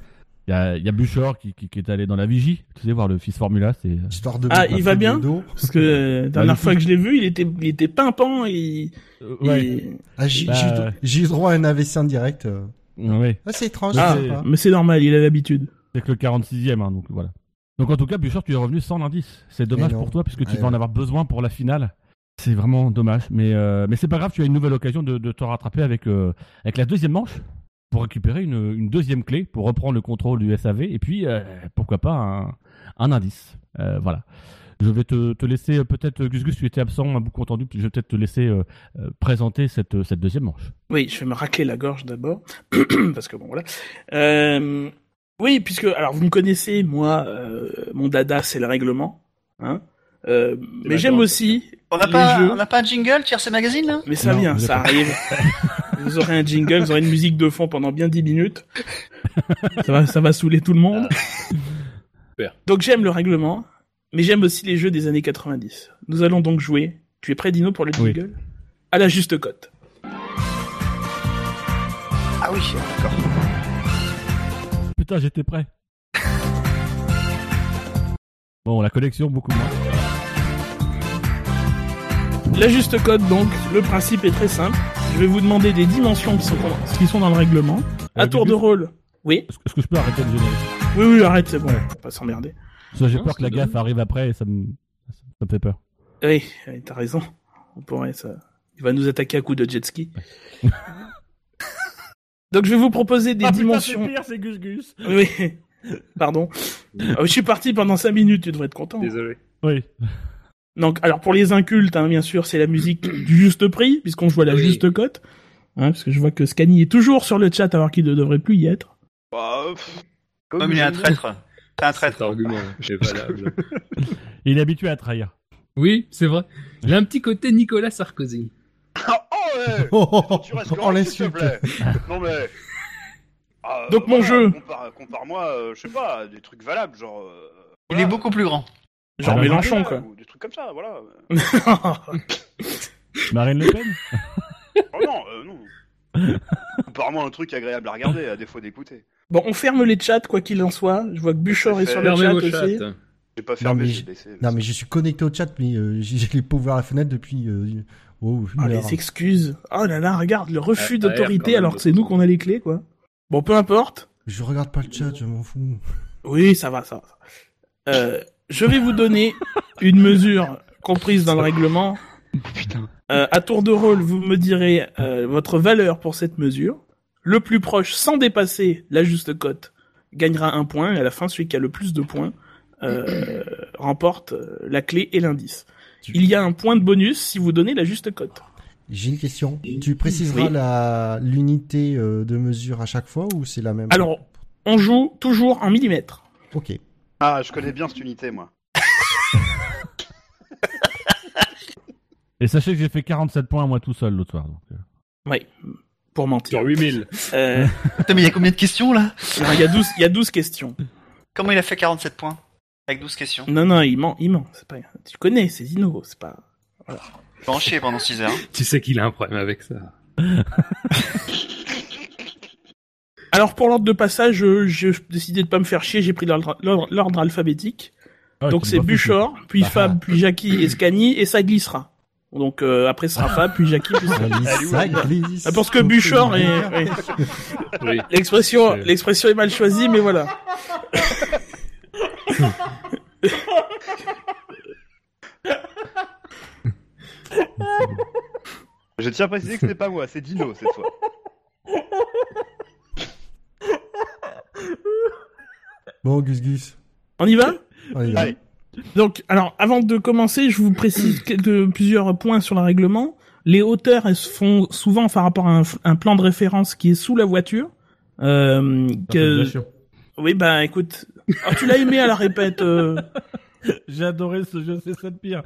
[SPEAKER 8] Il y a, il y a Bouchard qui, qui, qui est allé dans la vigie. Tu sais, voir le fils Formula, c'est. euh,
[SPEAKER 3] Histoire de
[SPEAKER 7] Ah,
[SPEAKER 3] mettre un
[SPEAKER 7] il va
[SPEAKER 3] peu de
[SPEAKER 7] bien
[SPEAKER 3] dos.
[SPEAKER 7] Parce que euh, la
[SPEAKER 8] Bah,
[SPEAKER 7] dernière
[SPEAKER 8] du
[SPEAKER 7] fois
[SPEAKER 8] coup-
[SPEAKER 7] que je l'ai vu, il était, il était pimpant. Il,
[SPEAKER 8] Euh,
[SPEAKER 7] il-
[SPEAKER 8] ouais.
[SPEAKER 3] Ah, j'ai
[SPEAKER 8] Bah,
[SPEAKER 3] j'ai eu-
[SPEAKER 8] ouais.
[SPEAKER 3] j'ai eu droit à un AVC en direct. euh.
[SPEAKER 8] ouais.
[SPEAKER 3] Ah, c'est étrange.
[SPEAKER 7] Ah,
[SPEAKER 3] je sais pas.
[SPEAKER 7] mais c'est normal, il a l'habitude.
[SPEAKER 8] C'est que le 46e, hein, donc voilà. Donc en tout cas, Bouchard, tu es revenu sans l'indice. C'est dommage
[SPEAKER 3] Mais non.
[SPEAKER 8] pour toi, puisque tu
[SPEAKER 3] Ouais,
[SPEAKER 8] vas en
[SPEAKER 3] ouais.
[SPEAKER 8] avoir besoin pour la finale. C'est vraiment dommage. Mais, euh, mais c'est pas grave, tu as une nouvelle occasion de, de te rattraper avec, euh, avec la deuxième manche pour récupérer une, une deuxième clé, pour reprendre le contrôle du SAV, et puis euh, pourquoi pas un, un indice. Euh, voilà. Je vais te, te laisser euh, peut-être, Gus Gus, tu étais absent, à beaucoup entendu, je vais peut-être te laisser euh, euh, présenter cette, cette deuxième manche.
[SPEAKER 7] Oui, je vais me racler la gorge d'abord, parce que bon voilà. Euh, oui, puisque alors vous me connaissez, moi, euh, mon dada c'est le règlement, hein. Euh, mais
[SPEAKER 2] la
[SPEAKER 7] j'aime
[SPEAKER 2] gorge,
[SPEAKER 7] aussi
[SPEAKER 9] On n'a
[SPEAKER 7] les
[SPEAKER 9] pas,
[SPEAKER 7] jeux.
[SPEAKER 9] on n'a pas un jingle, tiers ces magazines là
[SPEAKER 7] Mais ça
[SPEAKER 8] Non,
[SPEAKER 7] vient,
[SPEAKER 8] vous
[SPEAKER 7] ça
[SPEAKER 8] avez
[SPEAKER 7] arrive. vous aurez un jingle, vous aurez une musique de fond pendant bien 10 minutes. ça, va, ça va saouler tout le monde.
[SPEAKER 3] Ah,
[SPEAKER 4] Super.
[SPEAKER 7] donc j'aime le règlement, mais j'aime aussi les jeux des années 90. Nous allons donc jouer, tu es prêt Dino pour le
[SPEAKER 8] Oui.
[SPEAKER 7] jingle À la juste cote.
[SPEAKER 9] Ah oui, d'accord.
[SPEAKER 8] Putain, j'étais prêt. Bon, la collection, beaucoup moins.
[SPEAKER 7] La juste cote donc, le principe est très simple. Je vais vous demander des dimensions qui sont, qui sont dans le règlement.
[SPEAKER 8] Euh,
[SPEAKER 7] À tour de
[SPEAKER 8] Gugus
[SPEAKER 7] rôle. Oui,
[SPEAKER 8] Est-ce que- est-ce que je peux arrêter le générique
[SPEAKER 7] oui, oui, arrête, c'est bon, on va pas s'emmerder.
[SPEAKER 8] Parce que j'ai
[SPEAKER 4] Non,
[SPEAKER 8] peur que la
[SPEAKER 4] c'est
[SPEAKER 8] gaffe arrive après et ça me, ça me fait peur.
[SPEAKER 7] Oui, oui, t'as raison. On pourrait ça. Il va nous attaquer à coups de jet ski. Donc je vais vous proposer
[SPEAKER 4] Ah,
[SPEAKER 7] des dimensions.
[SPEAKER 8] pire, c'est Gus Gus.
[SPEAKER 7] oui. Pardon. Ah, je suis parti pendant 5 minutes, tu devrais être content.
[SPEAKER 2] Désolé.
[SPEAKER 8] Oui.
[SPEAKER 7] Donc alors pour les incultes, hein, bien sûr, c'est la musique du juste prix puisqu'on joue à la
[SPEAKER 4] Oui.
[SPEAKER 7] juste cote. Hein, parce que je vois que Scanny est toujours sur le chat alors qu'il ne devrait plus y être.
[SPEAKER 2] Bah, pff,
[SPEAKER 9] Ouais, mais il est un traître. T'es un traître.
[SPEAKER 4] Cet argument est valable.
[SPEAKER 8] Il est habitué à trahir.
[SPEAKER 4] Oui, c'est vrai. Il a un petit côté Nicolas Sarkozy.
[SPEAKER 1] Ah, Oh, ouais
[SPEAKER 3] Oh, oh, oh,
[SPEAKER 1] Tu restes
[SPEAKER 3] on
[SPEAKER 1] correct, s'il te
[SPEAKER 3] l'insulte.
[SPEAKER 1] plaît. Non, mais. Ah, euh,
[SPEAKER 7] Donc, mon jeu.
[SPEAKER 1] compare- Compare-moi, euh, je sais pas, à des trucs valables, genre. euh,
[SPEAKER 9] Il
[SPEAKER 1] voilà,
[SPEAKER 9] est beaucoup plus grand.
[SPEAKER 7] Genre
[SPEAKER 8] Ah,
[SPEAKER 7] Mélenchon quoi.
[SPEAKER 1] Ou des trucs comme ça, voilà.
[SPEAKER 8] Marine Le Pen
[SPEAKER 1] Oh non, euh, non. Compare-moi un truc agréable à regarder, à défaut d'écouter.
[SPEAKER 7] bon, on ferme les chats quoi qu'il en soit. Je vois que Buchor est sur le
[SPEAKER 4] Fermez
[SPEAKER 7] chat
[SPEAKER 4] vos
[SPEAKER 7] aussi.
[SPEAKER 4] chats.
[SPEAKER 1] J'ai pas fermé,
[SPEAKER 3] mais
[SPEAKER 1] j'ai
[SPEAKER 3] je-
[SPEAKER 1] laissé.
[SPEAKER 3] Non, mais je suis connecté au chat, mais euh, j'ai j'ai les pauvres vers la fenêtre depuis. euh, oh, une
[SPEAKER 7] Ah,
[SPEAKER 3] heure.
[SPEAKER 7] les excuses. Oh là là, regarde, le refus
[SPEAKER 4] Ah, quand
[SPEAKER 7] d'autorité
[SPEAKER 4] même,
[SPEAKER 7] alors que c'est nous qu'on a les clés, quoi. Bon, peu importe.
[SPEAKER 3] Je regarde pas le chat, je m'en fous.
[SPEAKER 7] Oui, ça va, ça va. ça va. Euh, je vais vous donner une mesure comprise dans le règlement. Euh, à tour de rôle, vous me direz euh, votre valeur pour cette mesure. Le plus proche, sans dépasser la juste cote, gagnera un point. Et à la fin, celui qui a le plus de points euh, remporte euh, la clé et l'indice. Il y a un point de bonus si vous donnez la juste cote.
[SPEAKER 3] J'ai une question. Tu préciseras
[SPEAKER 7] Oui.
[SPEAKER 3] la l'unité euh, de mesure à chaque fois ou c'est la même
[SPEAKER 7] Alors, on joue toujours en millimètres.
[SPEAKER 3] Ok.
[SPEAKER 1] Ah, je connais bien cette unité, moi.
[SPEAKER 8] Et sachez que j'ai fait 47 points à moi tout seul l'autre soir. donc, euh.
[SPEAKER 7] Oui, pour mentir.
[SPEAKER 4] Sur 8000.
[SPEAKER 7] Euh,
[SPEAKER 9] Putain, mais il y a combien de questions là
[SPEAKER 7] non, il y a 12 il y a 12 questions.
[SPEAKER 9] Comment il a fait 47 points Avec 12 questions.
[SPEAKER 7] Non, non, il ment, il ment. C'est pas... Tu connais, c'est Dino, c'est pas...
[SPEAKER 9] Je vais en chier pendant 6 heures.
[SPEAKER 4] Tu sais qu'il a un problème avec ça.
[SPEAKER 7] Alors, pour l'ordre de passage, euh, j'ai décidé de pas me faire chier, j'ai pris l'ordre l'ordre- l'ordre alphabétique.
[SPEAKER 8] Ah,
[SPEAKER 7] Donc
[SPEAKER 8] tu
[SPEAKER 7] c'est
[SPEAKER 8] m'as fait
[SPEAKER 7] Buchor, puis
[SPEAKER 3] Bah.
[SPEAKER 7] Fab, puis Jackie et Scani, et ça glissera. Donc euh, après, ce sera Fab, puis Jackie, puis
[SPEAKER 3] Ça
[SPEAKER 7] Scani.
[SPEAKER 3] glisse, ça glisse.
[SPEAKER 7] Ah, Parce que Buchor est... ouais.
[SPEAKER 4] Oui.
[SPEAKER 7] L'expression,
[SPEAKER 4] C'est-
[SPEAKER 7] l'expression est mal choisie, mais voilà.
[SPEAKER 2] Je tiens à préciser que c'est pas moi, c'est Dino cette fois.
[SPEAKER 3] Bon, Gus Gus.
[SPEAKER 7] On y va
[SPEAKER 3] Allez,
[SPEAKER 2] Allez.
[SPEAKER 7] Donc, alors, avant de commencer, je vous précise quelques- plusieurs points sur le règlement. Les hauteurs, elles se font souvent par rapport à un, f- un plan de référence qui est sous la voiture. Euh,
[SPEAKER 8] Ah,
[SPEAKER 3] Ah,
[SPEAKER 7] que...
[SPEAKER 8] plaisir.
[SPEAKER 7] Oui, bah écoute, Ah, tu l'as aimé à la répète. euh.
[SPEAKER 8] J'ai adoré ce jeu, c'est ça de pire.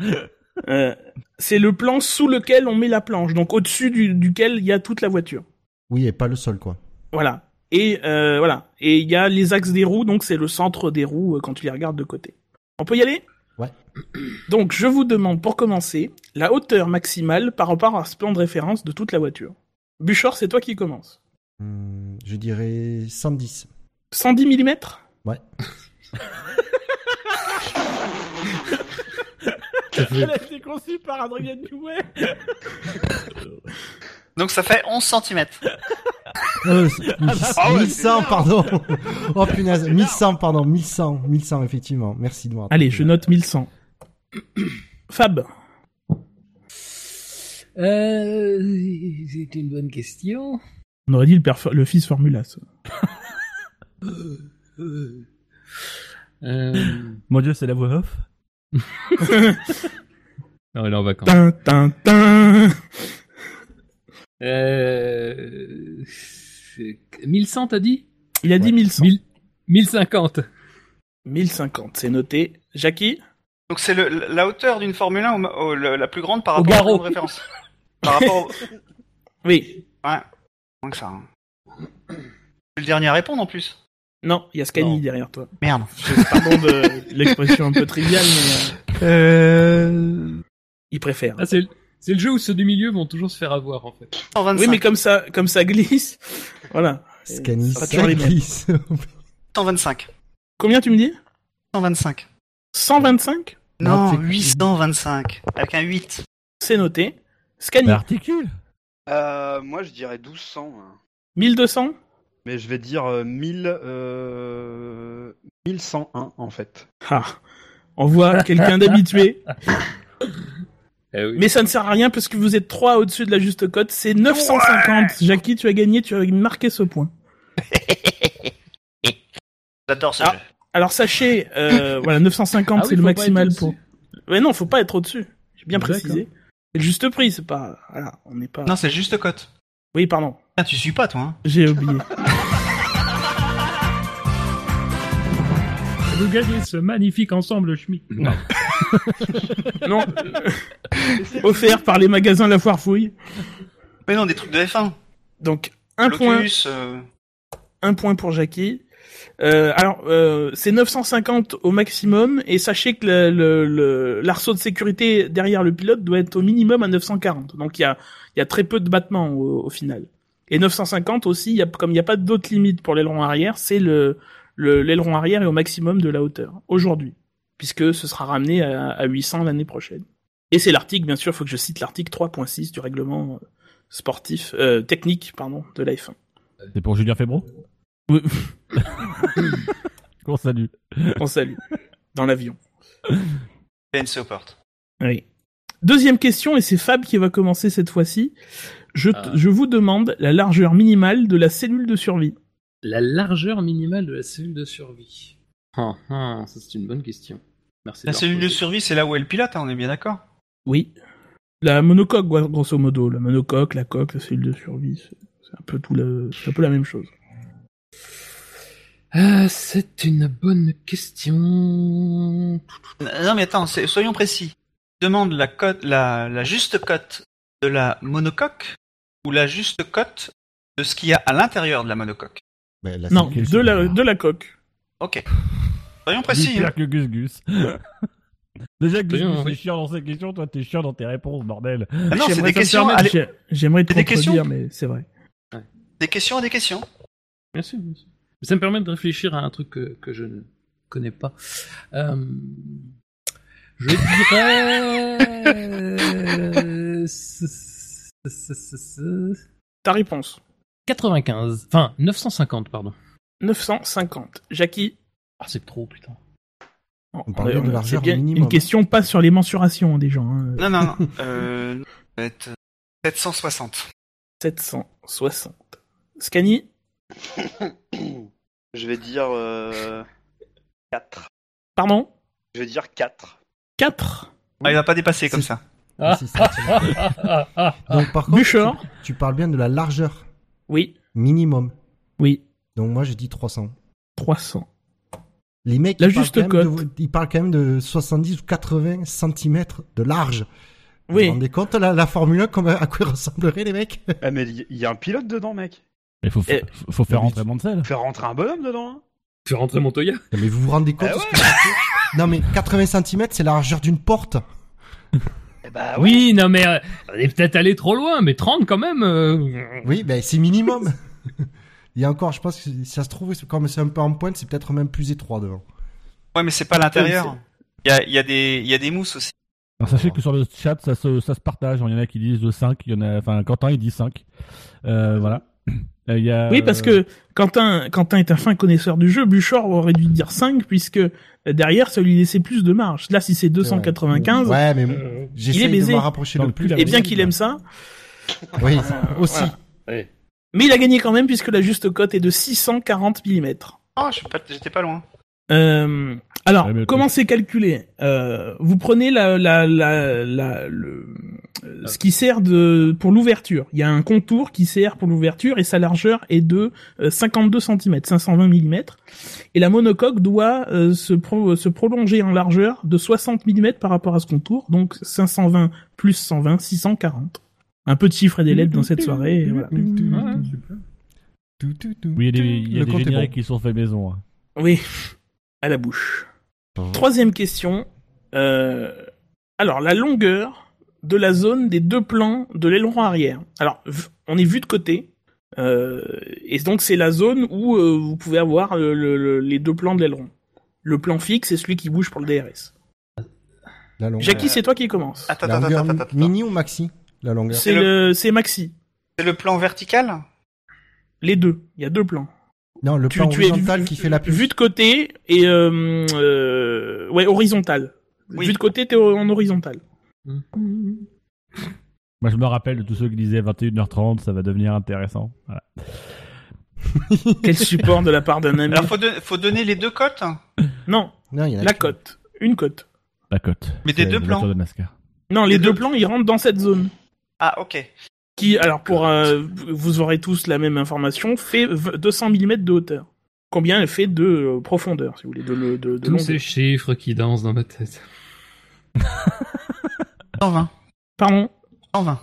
[SPEAKER 7] Euh, c'est le plan sous lequel on met la planche, donc au-dessus du- duquel il y a toute la voiture.
[SPEAKER 3] Oui, et pas le sol, quoi.
[SPEAKER 7] Voilà. Et euh, voilà. Et il y a les axes des roues, donc c'est le centre des roues euh, quand tu les regardes de côté. On peut y aller
[SPEAKER 3] Ouais.
[SPEAKER 7] Donc, je vous demande pour commencer la hauteur maximale par rapport à ce plan de référence de toute la voiture. Buchor, c'est toi qui commence.
[SPEAKER 3] Hum, je dirais 110.
[SPEAKER 7] 110 mm
[SPEAKER 3] Ouais.
[SPEAKER 7] Elle a été conçue par Adrien Douet.
[SPEAKER 9] Donc ça fait 11 cm.
[SPEAKER 3] Euh, c'est-
[SPEAKER 9] Ah ouais,
[SPEAKER 3] 1100, pardon. Oh punaise, 1100, pardon, 1100, 1100, effectivement. Merci de m'avoir.
[SPEAKER 7] Allez, je note 1100. Fab.
[SPEAKER 4] Euh, c'est une bonne question.
[SPEAKER 7] On aurait dit le, père, le fils Formulas.
[SPEAKER 4] Euh, euh,
[SPEAKER 8] Mon dieu, c'est la voix off.
[SPEAKER 4] Non, il est en vacances.
[SPEAKER 7] Tin, tin, tin.
[SPEAKER 4] Euh, c'est- 1100, t'as dit
[SPEAKER 7] Il a dit 1100.
[SPEAKER 4] 1000 1050.
[SPEAKER 7] 1050, c'est noté. Jackie
[SPEAKER 9] Donc c'est le- la hauteur d'une Formule 1 au ma- au- le- la plus grande par
[SPEAKER 4] Au
[SPEAKER 9] rapport à
[SPEAKER 4] garrot.
[SPEAKER 9] la référence. Par rapport au...
[SPEAKER 7] Oui.
[SPEAKER 9] Ouais, moins que ça. hein. C'est le dernier à répondre en plus.
[SPEAKER 7] Non, il y a Scani
[SPEAKER 9] Non.
[SPEAKER 7] derrière toi.
[SPEAKER 9] Merde.
[SPEAKER 7] Pardon de l'expression un peu triviale, mais euh,
[SPEAKER 9] Euh...
[SPEAKER 7] il préfère.
[SPEAKER 4] Ah, c'est le- c'est le jeu où ceux du milieu vont toujours se faire avoir, en fait.
[SPEAKER 9] 125.
[SPEAKER 7] Oui, mais comme ça, comme ça glisse. Voilà.
[SPEAKER 3] Scanis,
[SPEAKER 7] Ça va toujours les mêmes.
[SPEAKER 3] 10.
[SPEAKER 9] 125.
[SPEAKER 7] Combien tu me dis
[SPEAKER 9] 125.
[SPEAKER 7] 125
[SPEAKER 3] Non,
[SPEAKER 9] Non,
[SPEAKER 3] c'est-
[SPEAKER 9] 825. Avec un 8.
[SPEAKER 7] C'est noté. Scani,
[SPEAKER 8] L'articule.
[SPEAKER 2] Euh, moi, je dirais 1200. hein.
[SPEAKER 7] 1200
[SPEAKER 2] Mais je vais dire euh, 1000, euh, 1101 en fait.
[SPEAKER 7] Ah, on voit quelqu'un d'habitué.
[SPEAKER 4] Eh oui.
[SPEAKER 7] Mais ça ne sert à rien parce que vous êtes trois au-dessus de la juste cote. C'est 950. Jackie, tu as gagné, tu as marqué ce point.
[SPEAKER 9] J'adore ce
[SPEAKER 7] Ah.
[SPEAKER 9] jeu.
[SPEAKER 7] Alors sachez, euh, voilà, 950
[SPEAKER 4] Ah oui,
[SPEAKER 7] c'est le
[SPEAKER 4] faut pas
[SPEAKER 7] maximal
[SPEAKER 4] être
[SPEAKER 7] pour.
[SPEAKER 4] au-dessus.
[SPEAKER 7] Mais non, faut pas être au-dessus. J'ai bien
[SPEAKER 4] D'accord.
[SPEAKER 7] précisé. C'est le juste prix, c'est pas. Voilà, on n'est pas.
[SPEAKER 9] Non, c'est juste cote.
[SPEAKER 7] Oui, pardon,
[SPEAKER 9] Ah, tu suis pas toi. Hein.
[SPEAKER 7] j'ai oublié.
[SPEAKER 12] Vous gagnez ce magnifique ensemble Schmitt.
[SPEAKER 7] non, offert par les magasins La Foire Fouille.
[SPEAKER 9] Mais non, des trucs de F1.
[SPEAKER 7] Donc un point,
[SPEAKER 9] Lotus. euh,
[SPEAKER 7] un point pour Jackie. Euh, alors euh, c'est 950 au maximum et sachez que le- le- le- l'arceau de sécurité derrière le pilote doit être au minimum à 940. Donc il y a, il y a très peu de battements au, au final. Et 950 aussi, il y a, comme il n'y a pas d'autre limite pour l'aileron arrière, c'est le le- l'aileron arrière est au maximum de la hauteur aujourd'hui, puisque ce sera ramené à, à 800 l'année prochaine. Et c'est l'article, bien sûr, faut que je cite l'article 3.6 du règlement euh, sportif euh, technique, pardon, de la F1.
[SPEAKER 8] C'est pour Julien Febro
[SPEAKER 7] Oui.
[SPEAKER 8] Qu'on salue.
[SPEAKER 7] On salue. Dans l'avion.
[SPEAKER 9] PNC aux portes.
[SPEAKER 7] Oui. Deuxième question, et c'est Fab qui va commencer cette fois-ci. Je, t-
[SPEAKER 4] Ah.
[SPEAKER 7] je vous demande la largeur minimale de la cellule de survie.
[SPEAKER 4] La largeur minimale de la cellule de survie. Ah, ah, ça c'est une bonne question. Merci.
[SPEAKER 9] La
[SPEAKER 4] de
[SPEAKER 9] cellule de
[SPEAKER 4] poser.
[SPEAKER 9] survie, Ben, c'est là où elle pilote, hein, on est bien d'accord.
[SPEAKER 7] Oui. La monocoque, gro- grosso modo. La monocoque, la coque, la cellule de survie. c'est- C'est un peu tout le, c'est un peu la même chose.
[SPEAKER 4] Ah, c'est une bonne question.
[SPEAKER 9] Euh, Non mais attends, c'est- soyons précis. Demande la, cote, la, la juste cote de la monocoque ou la juste cote de ce qu'il y a à l'intérieur de la monocoque.
[SPEAKER 3] Ben, là,
[SPEAKER 7] Non,
[SPEAKER 3] c'est quel
[SPEAKER 7] de la,
[SPEAKER 3] souvenir
[SPEAKER 7] de la coque.
[SPEAKER 9] Ok. Soyons précis. hein.
[SPEAKER 8] J'espère que Gus Gus. Déjà, Gus
[SPEAKER 4] Bien,
[SPEAKER 8] Gus,
[SPEAKER 4] oui.
[SPEAKER 8] t'es chiant dans ses questions, toi t'es chiant dans tes réponses, bordel.
[SPEAKER 9] Ah non, c'est
[SPEAKER 7] J'aimerais
[SPEAKER 9] des questions,
[SPEAKER 7] sincèrement-
[SPEAKER 9] allez,
[SPEAKER 7] j'ai- J'aimerais te
[SPEAKER 9] C'est des questions
[SPEAKER 7] contredire, mais c'est vrai.
[SPEAKER 9] des questions, des questions.
[SPEAKER 4] Bien sûr, bien sûr. Mais Ça me permet de réfléchir à un truc que, que je ne connais pas. Euh, je dirais. ce- ce- ce- ce- ce-
[SPEAKER 7] Ta réponse.
[SPEAKER 4] 95. Enfin, 950, pardon.
[SPEAKER 7] 950. Jackie.
[SPEAKER 4] Ah, c'est trop, putain.
[SPEAKER 7] On,
[SPEAKER 3] parlait de
[SPEAKER 7] c'est
[SPEAKER 3] largeur
[SPEAKER 7] bien
[SPEAKER 3] minimum,
[SPEAKER 7] Une question pas sur les mensurations hein, des gens. hein.
[SPEAKER 9] Non, non, non. Euh, ça va être 760.
[SPEAKER 7] 760. Scani,
[SPEAKER 2] Je vais dire
[SPEAKER 1] euh,
[SPEAKER 2] 4.
[SPEAKER 7] pardon
[SPEAKER 2] Je vais dire 4.
[SPEAKER 7] 4.
[SPEAKER 9] Ah, il va pas dépasser comme
[SPEAKER 3] C'est-
[SPEAKER 9] ça.
[SPEAKER 3] Ah, c'est ça, tu-
[SPEAKER 7] Ah,
[SPEAKER 3] Donc, par contre,
[SPEAKER 7] Bouchard
[SPEAKER 3] tu parles bien de la largeur
[SPEAKER 7] Oui,
[SPEAKER 3] minimum.
[SPEAKER 7] oui,
[SPEAKER 3] Donc, moi, je dis 300.
[SPEAKER 7] 300.
[SPEAKER 3] Les mecs,
[SPEAKER 7] La
[SPEAKER 3] ils, parlent
[SPEAKER 7] juste
[SPEAKER 3] quand même
[SPEAKER 7] cote.
[SPEAKER 3] de, ils parlent quand même de 70 ou 80 cm de large. Vous
[SPEAKER 7] Oui,
[SPEAKER 3] vous rendez compte la, la Formule 1 comme- à quoi ressemblerait les mecs
[SPEAKER 2] Ah, mais il y, il y a un pilote dedans, mec. Eh,
[SPEAKER 8] Il faut,
[SPEAKER 7] Eh,
[SPEAKER 8] faut, faut faire
[SPEAKER 3] mais
[SPEAKER 8] rentrer Mansell.
[SPEAKER 2] Faire rentrer un bonhomme dedans. hein.
[SPEAKER 4] Fais rentrer Montoya.
[SPEAKER 3] Non, mais vous vous rendez
[SPEAKER 7] Eh
[SPEAKER 3] compte de ce que ça fait Non, mais 80 cm, c'est la largeur d'une porte.
[SPEAKER 7] Eh bah
[SPEAKER 4] Oui, non mais euh, on est peut-être allé trop loin, mais 30 quand même. euh,
[SPEAKER 3] Oui, ben c'est minimum. Il y a encore, je pense que si ça se trouve, c'est- comme c'est un peu en pointe, c'est peut-être même plus étroit devant.
[SPEAKER 9] Ouais, mais c'est pas l'intérieur. Il y a, il y, a des- il y a des mousses aussi.
[SPEAKER 8] Alors, sachez que sur le chat, ça se, ça se partage. Il y en a qui disent 5, il y en a, enfin, Quentin, il dit 5. Euh, voilà. Euh, il y a,
[SPEAKER 7] Oui, parce que Quentin, Quentin est un fin connaisseur du jeu. Buchor aurait dû dire 5, puisque derrière, ça lui laissait plus de marge. Là, si c'est 295,
[SPEAKER 3] Ouais, mais
[SPEAKER 7] euh, il est
[SPEAKER 3] j'essaye de
[SPEAKER 7] baisé.
[SPEAKER 3] m'en rapprocher le plus
[SPEAKER 7] Et bien
[SPEAKER 3] possible.
[SPEAKER 7] qu'il aime ça.
[SPEAKER 3] Oui,
[SPEAKER 4] Ah,
[SPEAKER 3] aussi.
[SPEAKER 7] Mais il a gagné quand même, puisque la juste cote est de 640 mm.
[SPEAKER 9] Oh, je suis pas- j'étais pas loin.
[SPEAKER 7] Euh, alors, comment c'est calculé Euh, Vous prenez la, la, la, la- le, euh, ce qui sert de pour l'ouverture. Il y a un contour qui sert pour l'ouverture et sa largeur est de euh, 52 cm, 520 mm. Et la monocoque doit euh, se, pro- se prolonger en largeur de 60 mm par rapport à ce contour, donc 520 plus 120, 640. Un peu de chiffres et des lettres dans cette soirée. et voilà.
[SPEAKER 8] Oui, il y a des, il y a
[SPEAKER 7] Le
[SPEAKER 8] des
[SPEAKER 7] compte est
[SPEAKER 8] génériques
[SPEAKER 7] bon.
[SPEAKER 8] qui sont faits maison. hein.
[SPEAKER 7] Oui, à la bouche.
[SPEAKER 3] Mmh.
[SPEAKER 7] Troisième question. Euh, alors, la longueur de la zone des deux plans de l'aileron arrière. Alors, v- on est vu de côté. euh, et donc, c'est la zone où euh, vous pouvez avoir euh, le- le- les deux plans de l'aileron. Le plan fixe et celui qui bouge pour le DRS.
[SPEAKER 3] La longueur.
[SPEAKER 7] Jackie, c'est toi qui commence.
[SPEAKER 3] La longueur mini ou maxi La longueur.
[SPEAKER 7] C'est le... c'est Maxi.
[SPEAKER 9] C'est le plan vertical
[SPEAKER 7] Les deux. Il y a deux plans.
[SPEAKER 3] Non, le
[SPEAKER 7] Tu-
[SPEAKER 3] plan
[SPEAKER 7] tu es
[SPEAKER 3] horizontal qui fait la plus.
[SPEAKER 7] Vu de côté et... euh, euh, ouais, horizontal. Vu de côté, t'es en horizontal.
[SPEAKER 8] Moi, je me rappelle de tous ceux qui disaient 21h30, ça va devenir intéressant. Voilà.
[SPEAKER 7] Quel support de la part d'un ami.
[SPEAKER 9] Alors, faut, don- faut donner les deux cotes
[SPEAKER 7] Non,
[SPEAKER 3] Non, Ah, il y en a
[SPEAKER 7] la
[SPEAKER 3] qui-
[SPEAKER 7] cote. Une cote.
[SPEAKER 8] La cote.
[SPEAKER 9] Mais des
[SPEAKER 8] C'est
[SPEAKER 9] deux
[SPEAKER 8] le
[SPEAKER 9] plans.
[SPEAKER 8] moteur de NASCAR.
[SPEAKER 7] Non, les, deux, plans, ils rentrent dans cette zone.
[SPEAKER 9] Ah, ok.
[SPEAKER 7] Qui, alors pour, euh, vous aurez tous la même information, fait v- 200 mm de hauteur. Combien elle fait de euh, profondeur, si vous voulez, de, le- de, de
[SPEAKER 4] Tous
[SPEAKER 7] longueur
[SPEAKER 4] ces chiffres qui dansent dans ma tête.
[SPEAKER 9] 120.
[SPEAKER 7] Pardon
[SPEAKER 9] 120.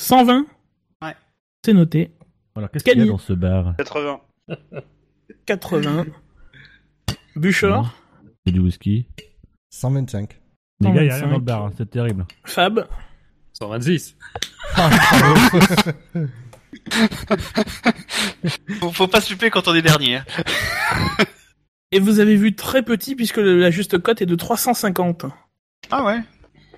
[SPEAKER 7] 120
[SPEAKER 9] Ouais.
[SPEAKER 7] C'est noté.
[SPEAKER 8] Alors, qu'est-ce qu'il y a
[SPEAKER 7] Camille.
[SPEAKER 8] dans ce bar
[SPEAKER 2] 80.
[SPEAKER 7] 80. Buchor,
[SPEAKER 8] C'est du whisky.
[SPEAKER 3] 125.
[SPEAKER 8] Les gars, il y a rien
[SPEAKER 7] 125.
[SPEAKER 8] dans le bar, hein, c'est terrible.
[SPEAKER 7] Fab,
[SPEAKER 4] 126.
[SPEAKER 9] Faut, faut pas supper quand on est dernier. hein.
[SPEAKER 7] et vous avez vu très petit puisque le- la juste cote est de 350.
[SPEAKER 9] Ah ouais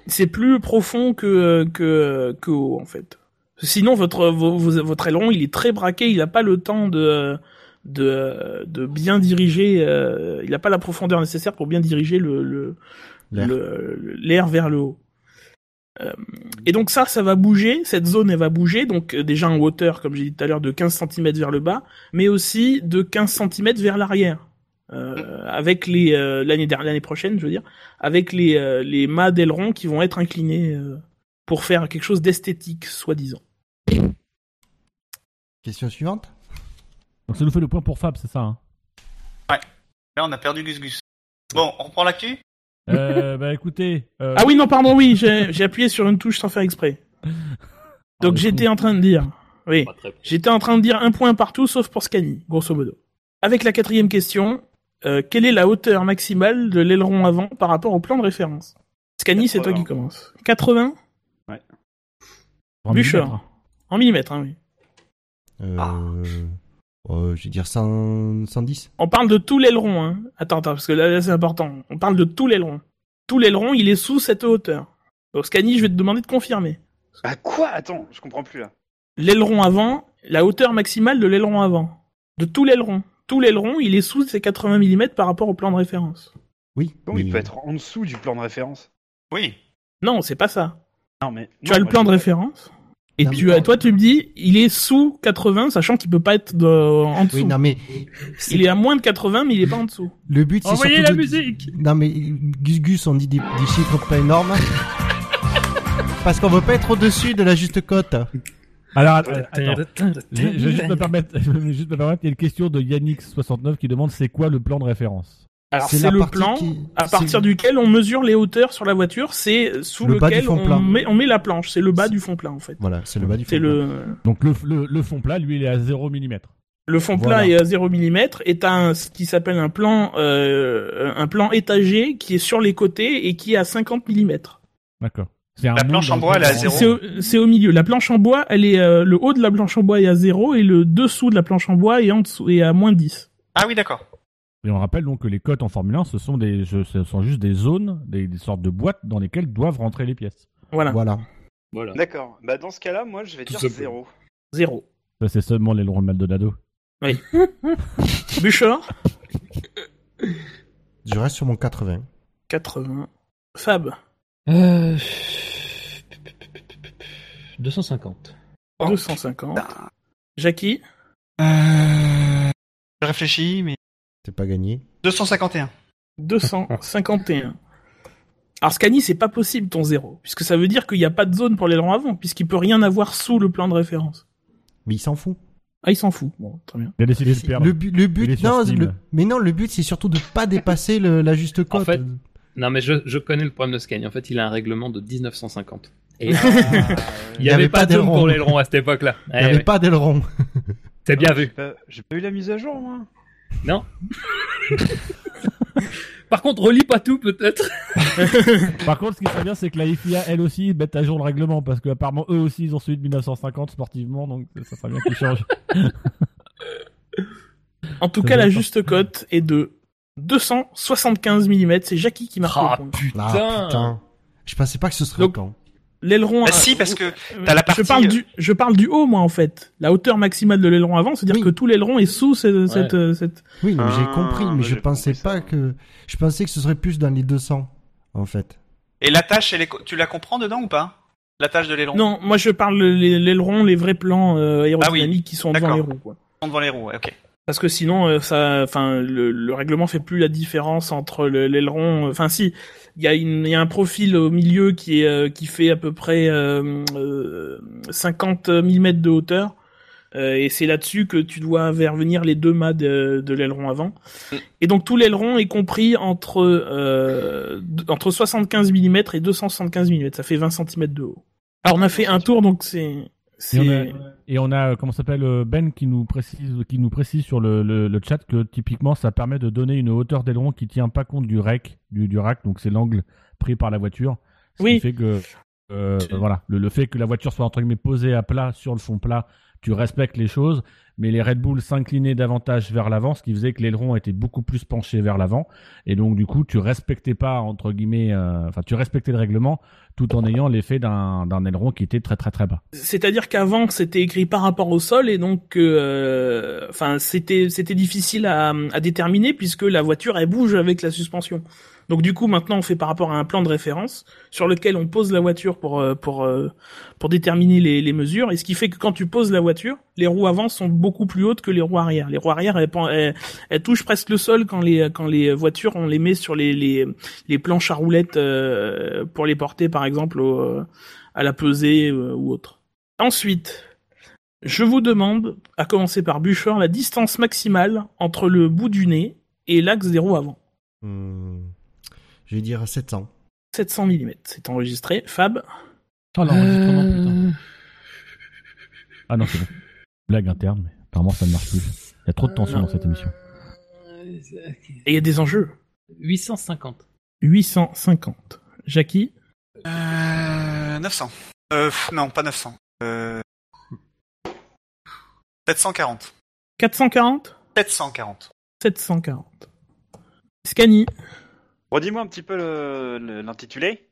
[SPEAKER 7] C'est plus profond que euh, que que haut en fait. Sinon votre vo- vo- votre aileron il est très braqué, il n'a pas le temps de de de bien diriger, euh, il n'a pas la profondeur nécessaire pour bien diriger le le
[SPEAKER 3] L'air.
[SPEAKER 7] le- le- l'air vers le haut. Euh, Et donc ça, ça va bouger, cette zone elle va bouger, donc euh, déjà en hauteur, comme j'ai dit tout à l'heure, de 15 cm vers le bas, mais aussi de 15 cm vers l'arrière. Euh, avec les euh, l'année dernière- l'année prochaine, je veux dire, avec les euh, les mâts d'aileron qui vont être inclinés euh, pour faire quelque chose d'esthétique, soi-disant.
[SPEAKER 3] Question suivante.
[SPEAKER 8] Donc, ça nous fait le point pour Fab, c'est ça hein
[SPEAKER 9] Là, on a perdu Gus Gus. Bon, on reprend l'actu
[SPEAKER 8] euh, Bah, écoutez. euh,
[SPEAKER 7] Ah oui, non, pardon, oui, j'ai j'ai appuyé sur une touche sans faire exprès.
[SPEAKER 8] Ah,
[SPEAKER 7] Donc j'étais en train de dire, oui, j'étais en train de dire un point partout sauf pour Scani, grosso modo. Avec la quatrième question, euh, quelle est la hauteur maximale de l'aileron avant par rapport au plan de référence Scani, c'est toi
[SPEAKER 2] 80.
[SPEAKER 7] qui commence. 80
[SPEAKER 8] en
[SPEAKER 7] Bûcheur. Ah.
[SPEAKER 8] millimètres. hein.
[SPEAKER 7] En millimètres, hein, oui.
[SPEAKER 3] Euh, euh, je vais dire 100 110.
[SPEAKER 7] On parle de tout l'aileron, hein. Attends, attends, parce que là, là, c'est important. On parle de tout l'aileron. Tout l'aileron, il est sous cette hauteur. Donc Scani, je vais te demander de confirmer.
[SPEAKER 2] Bah quoi Attends, je comprends plus là.
[SPEAKER 7] l'aileron avant, la hauteur maximale de l'aileron avant. De tout l'aileron. Tout l'aileron, il est sous ses 80 mm par rapport au plan de référence.
[SPEAKER 3] Oui.
[SPEAKER 2] Bon, il
[SPEAKER 3] mais-
[SPEAKER 2] peut être en dessous du plan de référence.
[SPEAKER 9] Oui.
[SPEAKER 7] Non, c'est pas ça.
[SPEAKER 2] Non, mais.
[SPEAKER 7] Tu as le plan de référence. Et
[SPEAKER 3] Non, mais
[SPEAKER 7] tu,
[SPEAKER 3] quand-
[SPEAKER 7] as- toi, tu me dis, il est sous 80, sachant qu'il peut pas être de- en dessous.
[SPEAKER 3] Oui, non mais
[SPEAKER 7] il est à moins de 80, mais il est pas en dessous.
[SPEAKER 3] le but c'est
[SPEAKER 12] Envoyez
[SPEAKER 3] surtout
[SPEAKER 12] la
[SPEAKER 3] de-
[SPEAKER 12] musique
[SPEAKER 3] Non mais Gus Gus on dit des, des chiffres pas énormes. Parce qu'on veut pas être au-dessus de la juste cote.
[SPEAKER 8] Alors, att- attends. Je je vais juste me permettre, je vais juste me permettre, il y a une question de Yannick69 qui demande c'est quoi le plan de référence
[SPEAKER 7] Alors,
[SPEAKER 3] C'est
[SPEAKER 7] c'est
[SPEAKER 3] la
[SPEAKER 7] le
[SPEAKER 3] partie
[SPEAKER 7] plan
[SPEAKER 3] qui-
[SPEAKER 7] à
[SPEAKER 3] c'est-
[SPEAKER 7] partir duquel on mesure les hauteurs sur la voiture. C'est sous
[SPEAKER 3] Le bas du
[SPEAKER 7] lequel
[SPEAKER 3] fond
[SPEAKER 7] on,
[SPEAKER 3] plat.
[SPEAKER 7] Met, on met la planche. C'est le bas du fond plat, en fait.
[SPEAKER 3] Voilà, c'est le bas du
[SPEAKER 7] C'est
[SPEAKER 3] fond.
[SPEAKER 7] le...
[SPEAKER 8] Donc le, f- le, le fond plat, lui, il est à 0 mm.
[SPEAKER 7] Le fond plein
[SPEAKER 3] Voilà.
[SPEAKER 7] est à 0 mm et t'as un, ce qui s'appelle un plan, euh, un plan étagé qui est sur les côtés et qui est à 50 mm.
[SPEAKER 8] D'accord. C'est un
[SPEAKER 9] La
[SPEAKER 8] monde
[SPEAKER 9] planche
[SPEAKER 8] dans
[SPEAKER 9] en
[SPEAKER 8] le
[SPEAKER 9] bois, elle est à
[SPEAKER 8] coin.
[SPEAKER 9] zéro.
[SPEAKER 7] C'est au, c'est au milieu. La planche en bois, elle est, euh, le haut de la planche en bois est à 0 et le dessous de la planche en bois est en dessous, est à moins 10.
[SPEAKER 9] Ah oui, d'accord.
[SPEAKER 8] Et on rappelle donc que les cotes en Formule 1, ce sont, des, je- ce sont juste des zones, des, des sortes de boîtes dans lesquelles doivent rentrer les pièces.
[SPEAKER 7] Voilà.
[SPEAKER 3] Voilà.
[SPEAKER 4] Voilà.
[SPEAKER 2] D'accord. Bah dans ce cas-là, moi je vais
[SPEAKER 8] Tout
[SPEAKER 2] dire
[SPEAKER 8] simplement.
[SPEAKER 2] zéro.
[SPEAKER 7] Zéro.
[SPEAKER 8] Ça, c'est seulement les de Maldonado.
[SPEAKER 7] Oui. Bouchard,
[SPEAKER 3] Je reste sur mon 80.
[SPEAKER 7] 80. Fab,
[SPEAKER 4] Euh... 250.
[SPEAKER 9] Oh.
[SPEAKER 7] 250.
[SPEAKER 9] Ah.
[SPEAKER 7] Jackie,
[SPEAKER 9] Je réfléchis, mais.
[SPEAKER 3] C'est pas gagné.
[SPEAKER 9] 251.
[SPEAKER 7] 251. Alors Scani, c'est pas possible ton zéro, puisque ça veut dire qu'il n'y a pas de zone pour l'aileron avant, puisqu'il peut rien avoir sous le plan de référence.
[SPEAKER 3] Mais il s'en fout.
[SPEAKER 7] Ah, il s'en fout. Bon, très bien.
[SPEAKER 8] Il a décidé de perdre.
[SPEAKER 3] Le, bu- le
[SPEAKER 8] Il est
[SPEAKER 3] but,
[SPEAKER 8] sur
[SPEAKER 3] non,
[SPEAKER 8] Steam.
[SPEAKER 3] le- mais non, le but c'est surtout de pas dépasser le- la juste cote.
[SPEAKER 4] fait- Non, mais je, je connais le problème de Scania. En fait, il a un règlement de 1950. Et euh, il n'y
[SPEAKER 3] avait
[SPEAKER 4] avait,
[SPEAKER 3] pas
[SPEAKER 4] pas de
[SPEAKER 3] d'aileron.
[SPEAKER 4] pour l'aileron à cette époque-là.
[SPEAKER 3] Il
[SPEAKER 4] Eh
[SPEAKER 3] n'y avait
[SPEAKER 4] ouais.
[SPEAKER 3] pas d'aileron.
[SPEAKER 4] C'est bien vu.
[SPEAKER 2] J'ai pas, j'ai pas eu la mise à jour moi.
[SPEAKER 4] Par contre, relis pas tout peut-être.
[SPEAKER 8] Par contre, ce qui serait bien, c'est que la FIA, elle aussi, mette à jour le règlement, parce que apparemment eux aussi, ils ont celui de 1950 sportivement, donc ça serait bien qu'ils changent.
[SPEAKER 7] En tout
[SPEAKER 8] Ça
[SPEAKER 7] cas, la
[SPEAKER 8] dépend.
[SPEAKER 7] juste cote est de 275 mm. C'est Jackie qui marque
[SPEAKER 4] Ah,
[SPEAKER 7] le point.
[SPEAKER 3] Ah, putain. Je pensais pas que ce serait
[SPEAKER 7] Donc-
[SPEAKER 3] autant.
[SPEAKER 7] L'aileron.
[SPEAKER 9] Bah
[SPEAKER 7] à-
[SPEAKER 9] si, parce que
[SPEAKER 7] Euh,
[SPEAKER 9] t'as la partie-
[SPEAKER 7] Je parle du, je parle du haut, moi, en fait. La hauteur maximale de l'aileron avant, c'est-à-dire
[SPEAKER 3] Oui.
[SPEAKER 7] que tout l'aileron est sous ce- cette, euh, cette.
[SPEAKER 3] Oui, non, mais j'ai
[SPEAKER 9] Ah,
[SPEAKER 3] compris, mais
[SPEAKER 2] bah,
[SPEAKER 3] je
[SPEAKER 2] j'ai
[SPEAKER 3] pensais
[SPEAKER 2] compris ça.
[SPEAKER 3] pas que. Je pensais que ce serait plus dans les 200, en fait.
[SPEAKER 9] Et la tâche, elle est co- tu la comprends dedans ou pas La tâche de l'aileron
[SPEAKER 7] Non, moi, je parle les- l'aileron, les vrais plans euh, aérodynamiques qui sont devant
[SPEAKER 9] D'accord.
[SPEAKER 7] les roues. quoi.
[SPEAKER 9] Devant les roues, ouais, ok.
[SPEAKER 7] Parce que sinon, euh, ça, enfin, le, le règlement fait plus la différence entre le- l'aileron. euh, Enfin, si, il y, a une- il y a un profil au milieu qui est euh, qui fait à peu près euh, euh, 50 mm de hauteur, Euh, et c'est là-dessus que tu dois vervenir les deux mâts de, de l'aileron avant. Et donc tout l'aileron est compris entre euh, d- entre 75 mm et 275 mm. Ça fait 20 cm de haut. Alors on a fait un tour, donc c'est
[SPEAKER 8] Et on
[SPEAKER 7] c'est
[SPEAKER 8] a, et on a, euh, comment ça s'appelle, euh, Ben qui nous précise, qui nous précise sur le, le- le chat que typiquement, ça permet de donner une hauteur d'aileron qui tient pas compte du rec, du, du rack, donc c'est l'angle pris par la voiture. Ce
[SPEAKER 7] Oui.
[SPEAKER 8] qui fait que, euh, voilà, le, le fait que la voiture soit entre guillemets posée à plat sur le fond plat, tu respectes les choses, mais les Red Bull s'inclinaient davantage vers l'avant, ce qui faisait que l'aileron était beaucoup plus penché vers l'avant, et donc du coup, tu respectais pas entre guillemets, euh, enfin, tu respectais le règlement tout en ayant l'effet d'un d'un aileron qui était très très très bas.
[SPEAKER 7] C'est-à-dire qu'avant c'était écrit par rapport au sol et donc euh, enfin c'était c'était difficile à, à déterminer puisque la voiture elle bouge avec la suspension. Donc du coup maintenant on fait par rapport à un plan de référence sur lequel on pose la voiture pour euh, pour euh, pour déterminer les, les mesures et ce qui fait que quand tu poses la voiture les roues avant sont beaucoup plus hautes que les roues arrière. Les roues arrière elles, pen- elles, elles touchent presque le sol quand les quand les voitures on les met sur les les, les planches à roulettes euh, pour les porter par exemple au, à la pesée euh, ou autre. Ensuite, je vous demande, à commencer par Bouchard, la distance maximale entre le bout du nez et l'axe des roues avant.
[SPEAKER 3] Hmm. Je vais dire 700.
[SPEAKER 7] 700 mm, c'est enregistré. Fab,
[SPEAKER 8] Oh l'enregistrement, putain. Ah non, c'est bon. Blague interne, mais apparemment ça ne marche plus. Il y a trop de tension
[SPEAKER 7] Euh,
[SPEAKER 8] dans cette émission.
[SPEAKER 7] et il y a des enjeux.
[SPEAKER 4] 850.
[SPEAKER 7] 850. Jackie,
[SPEAKER 9] Euh, 900. Euh, pff, non, pas 900. Euh... 740.
[SPEAKER 7] 440
[SPEAKER 9] 740.
[SPEAKER 7] 740. Scani.
[SPEAKER 2] Redis-moi un petit peu le- le- l'intitulé.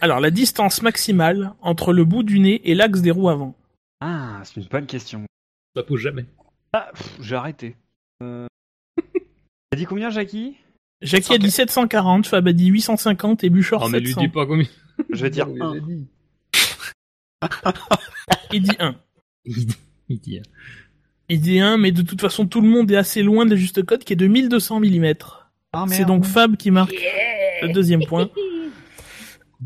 [SPEAKER 7] Alors, la distance maximale entre le bout du nez et l'axe des roues avant.
[SPEAKER 2] Ah, c'est une bonne question.
[SPEAKER 4] Ça pose jamais.
[SPEAKER 2] Ah, pff, j'ai arrêté. Euh... T'as dit combien, Jackie
[SPEAKER 7] Jackie a dit 740, Fab a dit 850 et Bouchard
[SPEAKER 4] Non, Oh, mais lui
[SPEAKER 7] 700.
[SPEAKER 4] dis pas combien.
[SPEAKER 2] Je vais dire
[SPEAKER 4] Oui,
[SPEAKER 2] un.
[SPEAKER 4] j'ai dit.
[SPEAKER 7] Il dit 1.
[SPEAKER 4] Il dit- il dit. hein.
[SPEAKER 7] Il dit 1, mais de toute façon, tout le monde est assez loin de la juste cote qui est de 1200 mm.
[SPEAKER 2] Ah,
[SPEAKER 7] c'est donc Fab qui marque le deuxième point.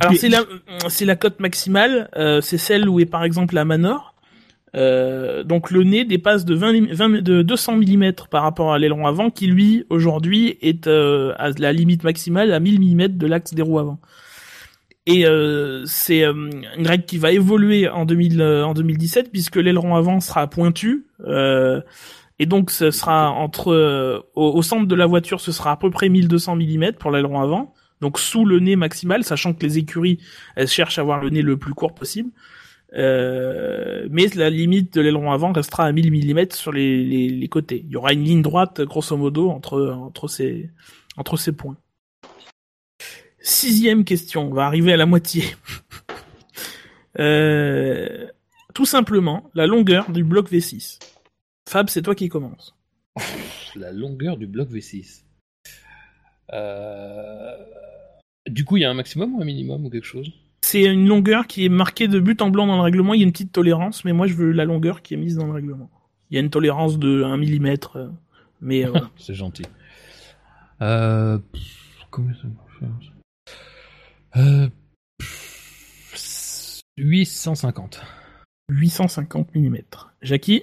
[SPEAKER 7] Alors, c'est la, c'est la cote maximale, euh, c'est celle où est par exemple la Manor. Euh, donc le nez dépasse de, 20, lim- 20 de 200 mm par rapport à l'aileron avant qui lui aujourd'hui est euh, à la limite maximale à 1000 mm de l'axe des roues avant. Et euh, c'est euh, une règle qui va évoluer en, 2000, euh, en 2017 puisque l'aileron avant sera pointu euh, Et donc, ce sera entre euh, au, au centre de la voiture, ce sera à peu près 1200 mm pour l'aileron avant, donc sous le nez maximal, sachant que les écuries elles cherchent à avoir le nez le plus court possible. Euh, mais la limite de l'aileron avant restera à 1000 mm sur les, les, les côtés. Il y aura une ligne droite, grosso modo, entre, entre, ces, entre ces points. Sixième question, on va arriver à la moitié. Euh, tout simplement, la longueur du bloc V6. Fab, c'est toi qui commence.
[SPEAKER 4] La longueur du bloc V6. Euh, Du coup, il y a un maximum ou un minimum ou quelque chose
[SPEAKER 7] C'est une longueur qui est marquée de but en blanc dans le règlement. Il y a une petite tolérance, mais moi je veux la longueur qui est mise dans le règlement. Il y a une tolérance de 1 mm, mais euh, voilà.
[SPEAKER 4] C'est gentil. Euh... pff, Combien ça marche euh... pff, 850.
[SPEAKER 7] 850 mm. Jackie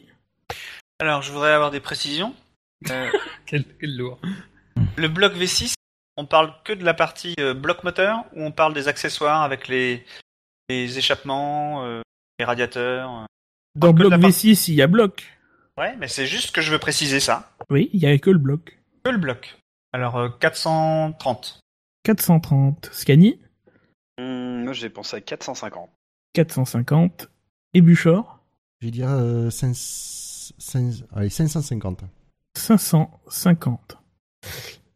[SPEAKER 9] Alors, je voudrais avoir des précisions. Euh,
[SPEAKER 4] Quel, quel lourd.
[SPEAKER 9] le bloc V6, on parle que de la partie euh, bloc moteur ou on parle des accessoires avec les, les échappements, euh, les radiateurs euh.
[SPEAKER 7] Dans
[SPEAKER 9] que
[SPEAKER 7] bloc
[SPEAKER 9] la part-
[SPEAKER 7] V6, il y a bloc.
[SPEAKER 9] Ouais, mais c'est juste que je veux préciser ça.
[SPEAKER 7] Oui, il y a que le bloc.
[SPEAKER 9] Que le bloc. Alors, euh, 430.
[SPEAKER 7] 430. Scani,
[SPEAKER 2] Hmm, moi, j'ai pensé à 450.
[SPEAKER 7] 450. Et Buchor,
[SPEAKER 3] Je vais dire euh, cinq- cinq- allez, 550.
[SPEAKER 7] 550.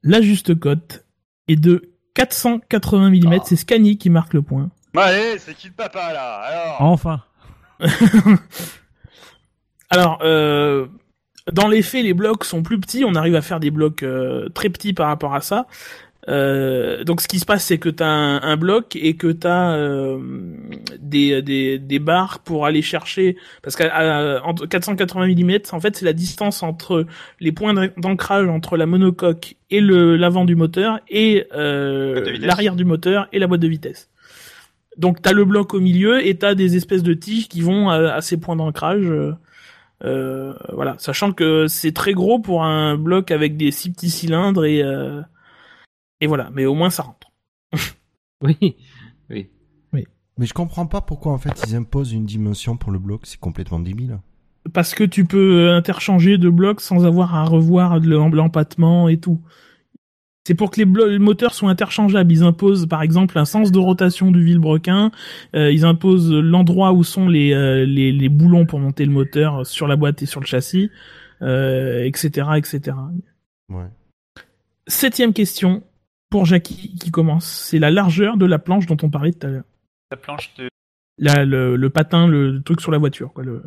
[SPEAKER 7] La juste cote est de 480 mm.
[SPEAKER 9] Ah.
[SPEAKER 7] C'est Scani qui marque le point.
[SPEAKER 4] Bah,
[SPEAKER 1] Allez, c'est qui le papa là Alors
[SPEAKER 8] Enfin.
[SPEAKER 7] Alors, euh, dans les faits, les blocs sont plus petits. On arrive à faire des blocs euh, très petits par rapport à ça. Euh, donc, ce qui se passe, c'est que t'as un, un bloc et que t'as euh, des, des des barres pour aller chercher. Parce qu'à à- entre 480 mm, en fait, c'est la distance entre les points d'an- d'ancrage entre la monocoque et le l'avant du moteur et euh,
[SPEAKER 9] Boîte de vitesse.
[SPEAKER 7] l'arrière du moteur et la boîte de vitesse. Donc t'as le bloc au milieu et t'as des espèces de tiges qui vont à, à ces points d'ancrage. euh, euh, voilà, sachant que c'est très gros pour un bloc avec des six petits cylindres et euh, et voilà, mais au moins ça rentre.
[SPEAKER 4] Oui. Oui.
[SPEAKER 3] Mais je comprends pas pourquoi en fait ils imposent une dimension pour le bloc, c'est complètement débile.
[SPEAKER 7] Parce que tu peux euh, interchanger deux blocs sans avoir à revoir de l'em- l'empattement et tout. C'est pour que les, blo- les moteurs soient interchangeables. Ils imposent par exemple un sens de rotation du vilebrequin. euh, ils imposent l'endroit où sont les, euh, les, les boulons pour monter le moteur sur la boîte et sur le châssis, euh, etc., etc.
[SPEAKER 3] Ouais.
[SPEAKER 7] Septième question pour Jackie qui commence. C'est la largeur de la planche dont on parlait tout à l'heure.
[SPEAKER 9] La planche de
[SPEAKER 7] La- le, le patin, le truc sur la voiture. Quoi, le-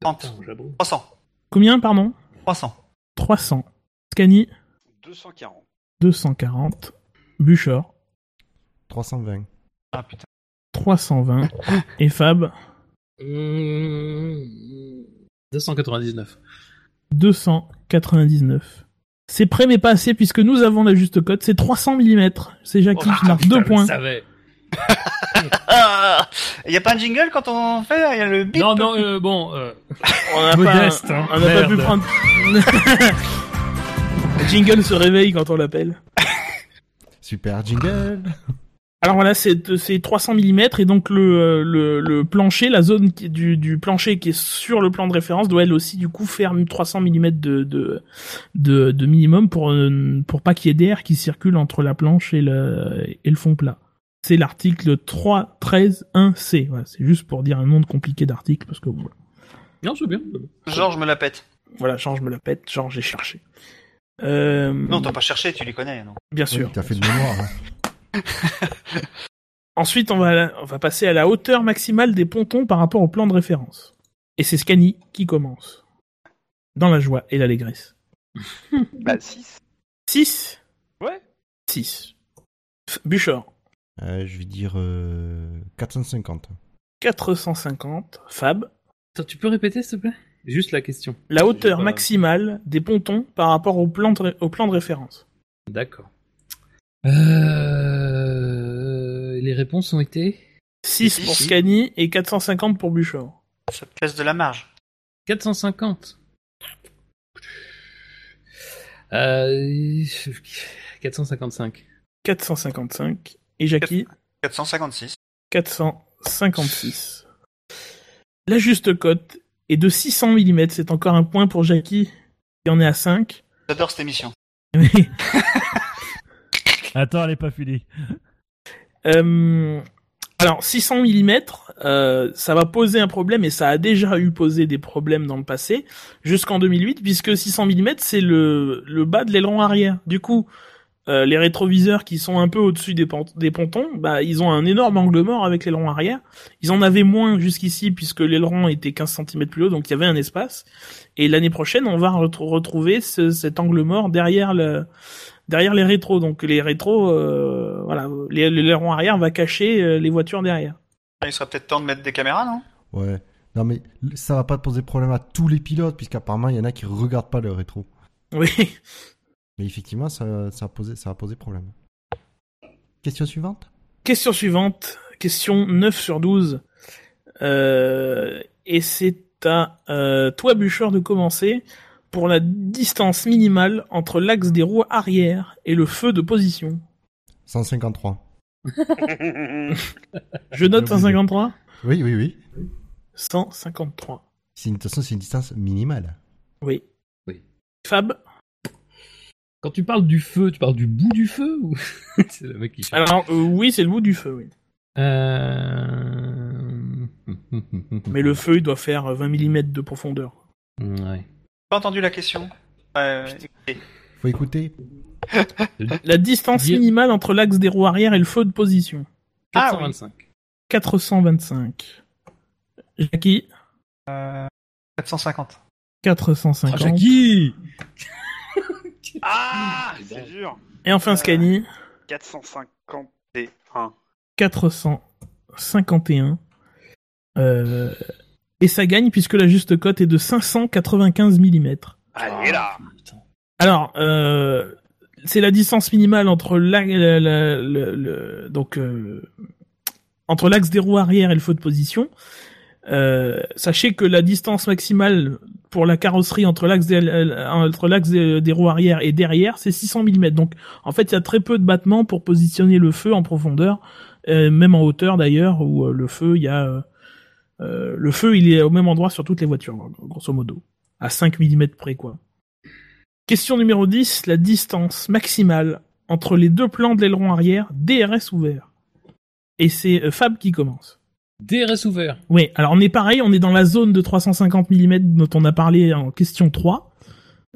[SPEAKER 9] 30. 300.
[SPEAKER 7] Combien, pardon
[SPEAKER 9] 300.
[SPEAKER 7] 300. Scani
[SPEAKER 2] 240.
[SPEAKER 7] 240. Buchor,
[SPEAKER 3] 320.
[SPEAKER 9] Ah putain.
[SPEAKER 7] 320. Et Fab,
[SPEAKER 4] Mmh, 299.
[SPEAKER 7] 299. C'est prêt mais pas assez puisque nous avons la juste cote, c'est 300 mm. C'est
[SPEAKER 4] Oh,
[SPEAKER 7] Jackie qui marque deux points.
[SPEAKER 4] Je savais.
[SPEAKER 9] Ah Il y a pas un jingle quand on fait Il y a le bip
[SPEAKER 4] Non, non, euh, bon. euh,
[SPEAKER 7] On n'a
[SPEAKER 4] Modeste, hein.
[SPEAKER 7] on n'a pas
[SPEAKER 4] Merde.
[SPEAKER 7] pu prendre... Jingle se réveille quand on l'appelle.
[SPEAKER 3] Super jingle.
[SPEAKER 7] Alors voilà, c'est c'est 300 mm et donc le, euh, le, le plancher, la zone qui- du, du plancher qui est sur le plan de référence doit elle aussi du coup faire 300 mm de, de, de, de minimum pour, euh, pour pas qu'il y ait d'air qui circule entre la planche et le, et le fond plat. C'est l'article 3.13.1c. Voilà, c'est juste pour dire un nom de compliqué d'article parce que voilà.
[SPEAKER 4] Non, c'est bien.
[SPEAKER 9] Georges me la pète.
[SPEAKER 7] Voilà, genre je me la pète, genre j'ai cherché. Euh,
[SPEAKER 9] Non, t'as pas cherché, tu les connais. Non.
[SPEAKER 7] bien sûr.
[SPEAKER 3] T'as fait de mémoire. hein.
[SPEAKER 7] Ensuite, on va, on va passer à la hauteur maximale des pontons par rapport au plan de référence. Et c'est Scani qui commence. Dans la joie et l'allégresse.
[SPEAKER 2] Bah, 6.
[SPEAKER 7] 6
[SPEAKER 2] Ouais.
[SPEAKER 7] 6. Buchor,
[SPEAKER 3] Euh, je vais dire euh, 450.
[SPEAKER 7] 450. Fab,
[SPEAKER 4] Attends, tu peux répéter, s'il te plaît Juste la question.
[SPEAKER 7] la hauteur
[SPEAKER 4] pas-
[SPEAKER 7] maximale des pontons par rapport au plan de, ré- au plan de référence.
[SPEAKER 4] D'accord. Euh, Les réponses ont été
[SPEAKER 7] 6
[SPEAKER 9] Six.
[SPEAKER 7] pour Scani et 450 pour Buchor.
[SPEAKER 9] Ça te laisse de la marge.
[SPEAKER 4] 450. Euh, 455.
[SPEAKER 7] 455. Et Jackie
[SPEAKER 9] 456.
[SPEAKER 7] 456. La juste cote et de 600 mm. C'est encore un point pour Jackie, qui en est à 5.
[SPEAKER 9] J'adore cette émission.
[SPEAKER 8] Attends, elle est pas finie.
[SPEAKER 7] Euh, alors, 600 mm, euh, ça va poser un problème et ça a déjà eu posé des problèmes dans le passé, jusqu'en 2008, puisque 600 mm, c'est le, le bas de l'aileron arrière. Du coup, euh, les rétroviseurs qui sont un peu au-dessus des, pont- des pontons, bah, ils ont un énorme angle mort avec l'aileron arrière. Ils en avaient moins jusqu'ici, puisque l'aileron était 15 cm plus haut, donc il y avait un espace. Et l'année prochaine, on va retr- retrouver ce- cet angle mort derrière le, derrière les rétros. Donc les rétros, euh, voilà, les- l'aileron arrière va cacher euh, les voitures derrière.
[SPEAKER 9] Il serait peut-être temps de mettre des caméras, non
[SPEAKER 3] Ouais. Non, mais ça va pas poser problème à tous les pilotes, puisqu'apparemment, il y en a qui regardent pas le rétro.
[SPEAKER 7] Oui.
[SPEAKER 3] Mais effectivement, ça, ça, a posé, ça a posé problème. Question suivante
[SPEAKER 7] Question suivante, question 9 sur 12. Euh, et c'est à euh, toi, Bûcheur, de commencer pour la distance minimale entre l'axe des roues arrière et le feu de position.
[SPEAKER 3] 153.
[SPEAKER 7] Je note 153
[SPEAKER 3] Oui, oui, oui.
[SPEAKER 7] 153.
[SPEAKER 3] C'est une, de toute façon, c'est une distance minimale.
[SPEAKER 7] Oui. Fab
[SPEAKER 4] Quand tu parles du feu, tu parles du bout du feu ou... C'est le mec qui cherche.
[SPEAKER 7] Alors, euh, oui, c'est le bout du feu, oui.
[SPEAKER 4] Euh...
[SPEAKER 7] Mais le feu, il doit faire 20 mm de profondeur.
[SPEAKER 4] Ouais.
[SPEAKER 9] Pas entendu la question. Euh, écoutez.
[SPEAKER 3] Faut écouter.
[SPEAKER 7] La distance minimale entre l'axe des roues arrière et le feu de position.
[SPEAKER 9] Ah,
[SPEAKER 4] 425.
[SPEAKER 7] 425. Jackie
[SPEAKER 9] Euh, 450.
[SPEAKER 7] 450.
[SPEAKER 4] Jackie
[SPEAKER 2] Ah, c'est dur. Euh,
[SPEAKER 7] Et enfin, Scani
[SPEAKER 2] 451.
[SPEAKER 7] 451. Euh, et ça gagne puisque la juste cote est de 595 mm.
[SPEAKER 2] Allez là.
[SPEAKER 7] Alors, euh, c'est la distance minimale entre la- la- la- le- le- donc euh, entre l'axe des roues arrière et le feu de position. Euh, sachez que la distance maximale pour la carrosserie entre l'axe des, euh, entre l'axe des, des roues arrière et derrière, c'est 600 mm. Donc, en fait, il y a très peu de battements pour positionner le feu en profondeur, euh, même en hauteur d'ailleurs, où euh, le feu, il y a euh, euh, le feu, il est au même endroit sur toutes les voitures, grosso modo, à 5 mm près, quoi. Question numéro 10, la distance maximale entre les deux plans de l'aileron arrière, DRS ouvert. Et c'est euh, Fab qui commence.
[SPEAKER 4] DRS ouvert.
[SPEAKER 7] Oui, alors on est pareil, on est dans la zone de 350 mm dont on a parlé en question 3.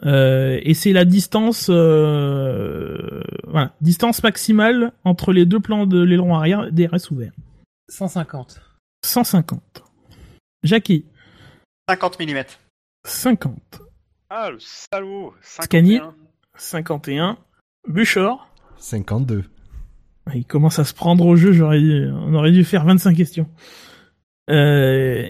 [SPEAKER 7] Euh, et c'est la distance euh, voilà, distance maximale entre les deux plans de l'aileron arrière, DRS ouvert.
[SPEAKER 4] 150.
[SPEAKER 7] 150. Jackie,
[SPEAKER 9] 50 mm.
[SPEAKER 7] 50.
[SPEAKER 2] Ah, le salaud.
[SPEAKER 7] Scani,
[SPEAKER 2] 51.
[SPEAKER 7] 51. Buchor,
[SPEAKER 3] 52.
[SPEAKER 7] Ouais, Bah, Il commence à se prendre au jeu, j'aurais dû- on aurait dû faire 25 questions. Euh,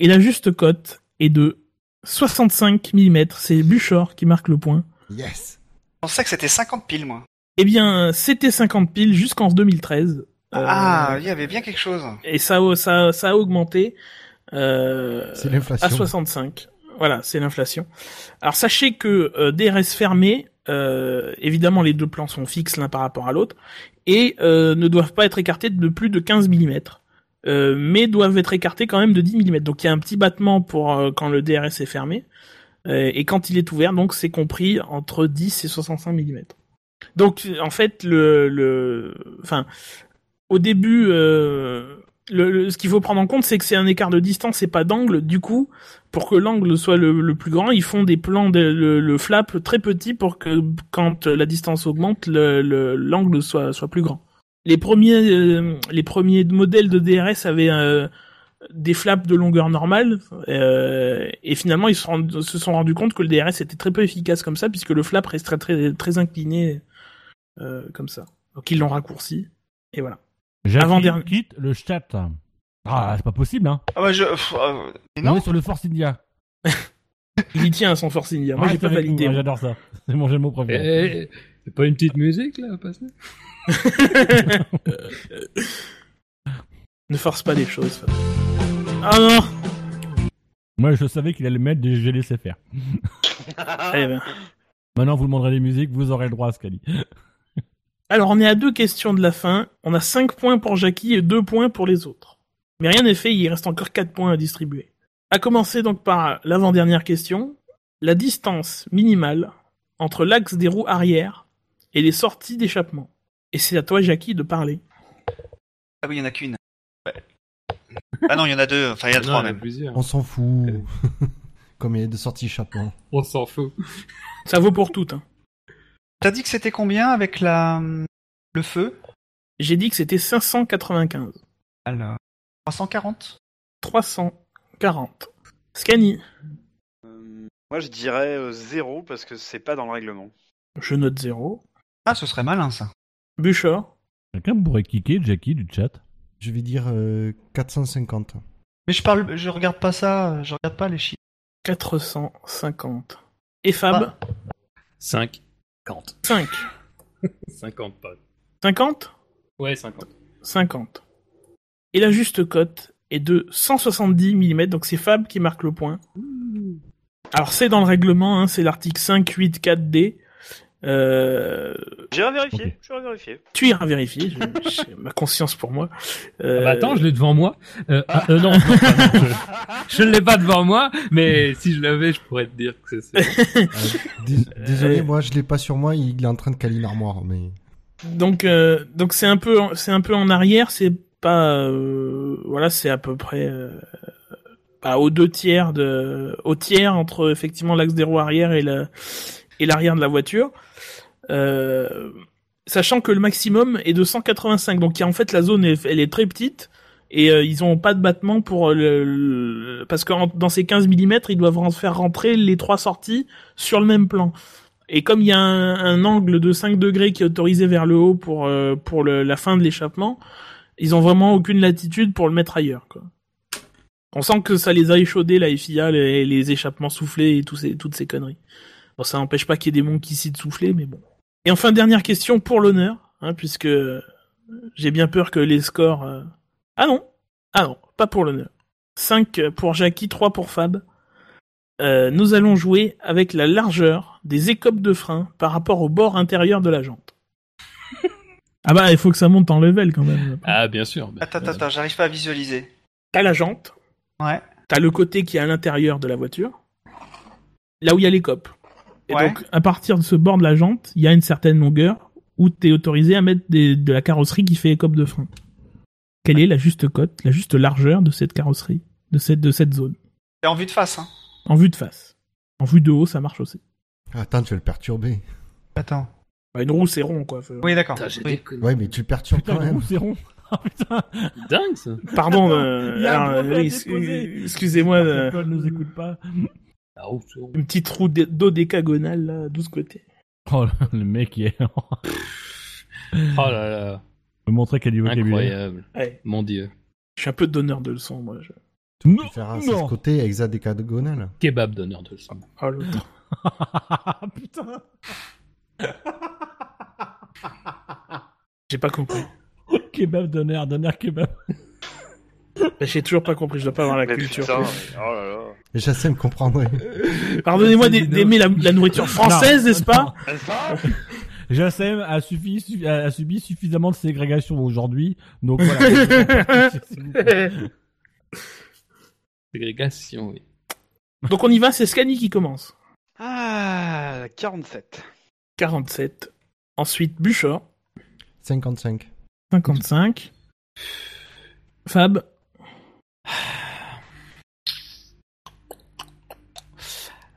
[SPEAKER 7] et la juste cote est de 65 mm, c'est Buchor qui marque le point.
[SPEAKER 3] Yes.
[SPEAKER 9] Je pensais que c'était 50 piles, moi.
[SPEAKER 7] Eh bien, c'était 50 piles jusqu'en 2013. Euh,
[SPEAKER 9] Ah, il y avait bien quelque chose.
[SPEAKER 7] Et ça, a- ça, a- ça a augmenté euh,
[SPEAKER 3] C'est l'inflation.
[SPEAKER 7] à 65. Voilà, c'est l'inflation. Alors sachez que euh, DRS fermé, euh, évidemment les deux plans sont fixes l'un par rapport à l'autre, et euh, ne doivent pas être écartés de plus de 15 mm. Euh, mais doivent être écartés quand même de 10 mm. Donc il y a un petit battement pour euh, quand le DRS est fermé. Euh, et quand il est ouvert, donc c'est compris entre 10 et 65 mm. Donc en fait, le, le, enfin, au début, euh, le, le- ce qu'il faut prendre en compte, c'est que c'est un écart de distance et pas d'angle. Du coup, pour que l'angle soit le, le plus grand, ils font des plans de le, le flap très petit pour que quand la distance augmente, le- le- l'angle soit soit plus grand. Les premiers euh, les premiers modèles de DRS avaient euh, des flaps de longueur normale euh, et finalement ils se, rendent- se sont rendus compte que le DRS était très peu efficace comme ça puisque le flap reste très très, très incliné euh, comme ça. Donc ils l'ont raccourci et voilà. Avant-dernier.
[SPEAKER 8] Jackie quitte le chat. Ah, c'est pas possible, hein.
[SPEAKER 9] Ah bah je... pff, euh, mais
[SPEAKER 8] On
[SPEAKER 9] non,
[SPEAKER 8] est sur le Force India.
[SPEAKER 7] Il y tient à son Force India. Moi, j'ai
[SPEAKER 8] Reste
[SPEAKER 7] pas
[SPEAKER 8] avec nous,
[SPEAKER 7] validé.
[SPEAKER 8] hein, J'adore ça. C'est mon jeu de mots préféré.
[SPEAKER 4] Eh, c'est pas une petite musique là à passer
[SPEAKER 7] ne force pas les choses. Fab. Ah non
[SPEAKER 8] Moi, je savais qu'il allait mettre des je laissé faire.
[SPEAKER 7] Allez, ben.
[SPEAKER 8] Maintenant, vous demanderez les musiques, vous aurez le droit à ce qu'elle dit.
[SPEAKER 7] Alors, on est à deux questions de la fin. On a 5 points pour Jackie et 2 points pour les autres. Mais rien n'est fait, il reste encore 4 points à distribuer. À commencer donc par l'avant-dernière question. La distance minimale entre l'axe des roues arrière et les sorties d'échappement. Et c'est à toi, Jackie, de parler.
[SPEAKER 9] Ah oui, il y en a qu'une. Ouais. Ah non, il y en a deux. Enfin, il y en a
[SPEAKER 3] Non,
[SPEAKER 9] trois
[SPEAKER 3] il y en a
[SPEAKER 9] même.
[SPEAKER 3] On s'en fout.
[SPEAKER 7] Euh.
[SPEAKER 3] Comme il y a de sorties échappement.
[SPEAKER 4] On s'en fout.
[SPEAKER 7] Ça vaut pour toutes.
[SPEAKER 9] T'as dit que c'était combien avec la le feu
[SPEAKER 7] J'ai dit que c'était 595.
[SPEAKER 9] Alors, 340
[SPEAKER 7] 340. Scanny,
[SPEAKER 2] Moi, je dirais euh, zéro parce que c'est pas dans le règlement.
[SPEAKER 7] je note 0.
[SPEAKER 9] Ah, ce serait malin ça.
[SPEAKER 7] Bouchard,
[SPEAKER 8] Quelqu'un pourrait kicker Jackie du chat.
[SPEAKER 3] Je vais dire euh, 450.
[SPEAKER 7] Euh,
[SPEAKER 9] Mais je parle, je regarde pas ça, je regarde pas les chiffres.
[SPEAKER 7] 450. Et Fab,
[SPEAKER 4] 5. 50.
[SPEAKER 7] 5.
[SPEAKER 4] 50, pas.
[SPEAKER 7] 50
[SPEAKER 4] Ouais, 50.
[SPEAKER 7] 50. Et la juste cote est de 170 mm, donc c'est Fab qui marque le point. Alors c'est dans le règlement, hein, c'est l'article 584D. Euh,
[SPEAKER 2] J'irai vérifier, j'irai vérifier.
[SPEAKER 7] tu iras vérifier, je- j'ai ma conscience pour moi. Euh,
[SPEAKER 4] Bah attends, je l'ai devant moi. Euh, ah, euh, non, non, pardon, je, je ne l'ai pas devant moi, mais si je l'avais, je pourrais te dire que c'est.
[SPEAKER 3] Dés- Désolé,
[SPEAKER 7] Euh.
[SPEAKER 3] moi je l'ai pas sur moi, il est en train de caler une armoire, mais.
[SPEAKER 7] Donc euh, donc c'est un peu en- c'est un peu en arrière, c'est pas euh, voilà, c'est à peu près euh, bah, aux deux tiers de au tiers entre effectivement l'axe des roues arrière et la et l'arrière de la voiture. Euh, sachant que le maximum est de 185. Donc il y a- en fait la zone est- elle est très petite et euh, ils ont pas de battement pour euh, le, le- parce que en- dans ces 15 mm, ils doivent en faire rentrer les trois sorties sur le même plan. Et comme il y a un, un angle de 5 degrés qui est autorisé vers le haut pour euh, pour le- la fin de l'échappement, ils ont vraiment aucune latitude pour le mettre ailleurs quoi. On sent que ça les a échaudés la FIA les, les échappements soufflés et tous ces, toutes ces conneries. Bon ça n'empêche pas qu'il y ait des monks ici de souffler mais bon. Et enfin, dernière question pour l'honneur, hein, puisque euh, j'ai bien peur que les scores. euh, Ah non Ah non, pas pour l'honneur. 5 pour Jackie, 3 pour Fab. Euh, nous allons jouer avec la largeur des écopes de frein par rapport au bord intérieur de la jante. ah bah, il faut que ça monte en level quand même.
[SPEAKER 4] Ah, bien sûr. bah,
[SPEAKER 9] Attends, attends, attends, j'arrive pas à visualiser.
[SPEAKER 7] T'as la jante,
[SPEAKER 9] Ouais.
[SPEAKER 7] t'as le côté qui est à l'intérieur de la voiture, là où il y a l'écope. Et
[SPEAKER 9] Ouais.
[SPEAKER 7] donc, à partir de ce bord de la jante, il y a une certaine longueur où tu es autorisé à mettre des- de la carrosserie qui fait écope de frein. Quelle est la juste cote, la juste largeur de cette carrosserie, de cette, de cette zone
[SPEAKER 9] T'es en vue de face, hein.
[SPEAKER 7] En vue de face. En vue de haut, ça marche aussi.
[SPEAKER 3] Ah, Attends, tu vas le perturber.
[SPEAKER 9] Attends.
[SPEAKER 7] Bah, une roue, c'est rond, quoi. Faut-
[SPEAKER 9] Oui, d'accord.
[SPEAKER 4] Putain, j'ai
[SPEAKER 9] Oui.
[SPEAKER 4] déconné.
[SPEAKER 3] Ouais, mais tu le perturbes
[SPEAKER 8] Putain,
[SPEAKER 3] quand même.
[SPEAKER 8] gros, c'est rond. Ah putain.
[SPEAKER 4] Dingue, ça.
[SPEAKER 7] Pardon,
[SPEAKER 8] Attends,
[SPEAKER 7] euh,
[SPEAKER 8] il y a un
[SPEAKER 7] alors,
[SPEAKER 8] brevet à
[SPEAKER 7] oui,
[SPEAKER 8] déposer.
[SPEAKER 7] excu- excusez-moi, euh,
[SPEAKER 8] Paul nous écoute pas.
[SPEAKER 4] Ah, ouf, c'est bon.
[SPEAKER 7] une petite roue dé- dodécagonale, là, de ce côté.
[SPEAKER 8] Oh, le mec, il est. Je
[SPEAKER 4] Oh là là.
[SPEAKER 8] vais montrer qu'il y a du vocabulaire.
[SPEAKER 4] Incroyable.
[SPEAKER 7] Ouais.
[SPEAKER 4] Mon dieu.
[SPEAKER 7] Je suis un peu donneur de leçons, moi. je-
[SPEAKER 8] Non,
[SPEAKER 3] Tu feras Ah, ce
[SPEAKER 8] non.
[SPEAKER 3] côté hexadécagonal.
[SPEAKER 4] Kebab d'honneur de sang.
[SPEAKER 7] Ah, l'autre.
[SPEAKER 8] Putain.
[SPEAKER 7] J'ai pas compris.
[SPEAKER 8] Kebab d'honneur, d'honneur kebab.
[SPEAKER 7] Bah, J'ai toujours pas compris, je dois pas avoir la
[SPEAKER 2] Mais
[SPEAKER 7] culture.
[SPEAKER 2] putain, mais- oh là là.
[SPEAKER 3] Jacem comprendrait.
[SPEAKER 7] Euh, Pardonnez-moi
[SPEAKER 8] C'est
[SPEAKER 7] d'ai-
[SPEAKER 8] Dino.
[SPEAKER 7] d'aimer la, la nourriture française,
[SPEAKER 8] Non,
[SPEAKER 7] n'est-ce pas
[SPEAKER 8] non. Jacem a, suffi, suffi- a subi suffisamment de ségrégation aujourd'hui, donc voilà.
[SPEAKER 4] Ségrégation, oui.
[SPEAKER 7] Donc on y va, c'est Scani qui commence.
[SPEAKER 2] Ah, 47.
[SPEAKER 7] 47. Ensuite Buchor.
[SPEAKER 3] 55.
[SPEAKER 7] 55. Fab.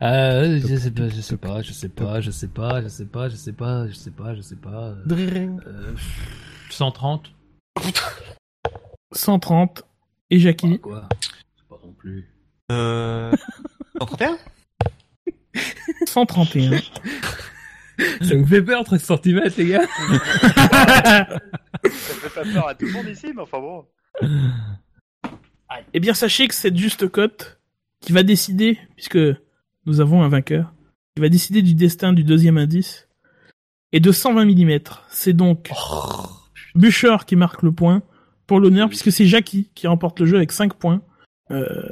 [SPEAKER 4] Euh, je sais pas, je sais pas, je sais pas, je sais pas, je sais pas, je sais pas, je sais pas, je sais pas. euh,
[SPEAKER 3] Driring.
[SPEAKER 4] euh, pff, 130
[SPEAKER 7] 130. Et
[SPEAKER 4] Ah,
[SPEAKER 7] Jackie.
[SPEAKER 4] quoi C'est pas non plus.
[SPEAKER 9] Euh. 131
[SPEAKER 7] 131.
[SPEAKER 4] Ça vous fait peur, 13 cm, les gars
[SPEAKER 2] Ça fait pas peur à tout le monde ici, mais enfin bon.
[SPEAKER 7] Eh bien sachez que cette juste cote qui va décider, puisque nous avons un vainqueur, qui va décider du destin du deuxième indice, est de 120 mm. C'est donc Bouchard qui marque le point pour l'honneur, puisque c'est Jackie qui remporte le jeu avec 5 points. euh,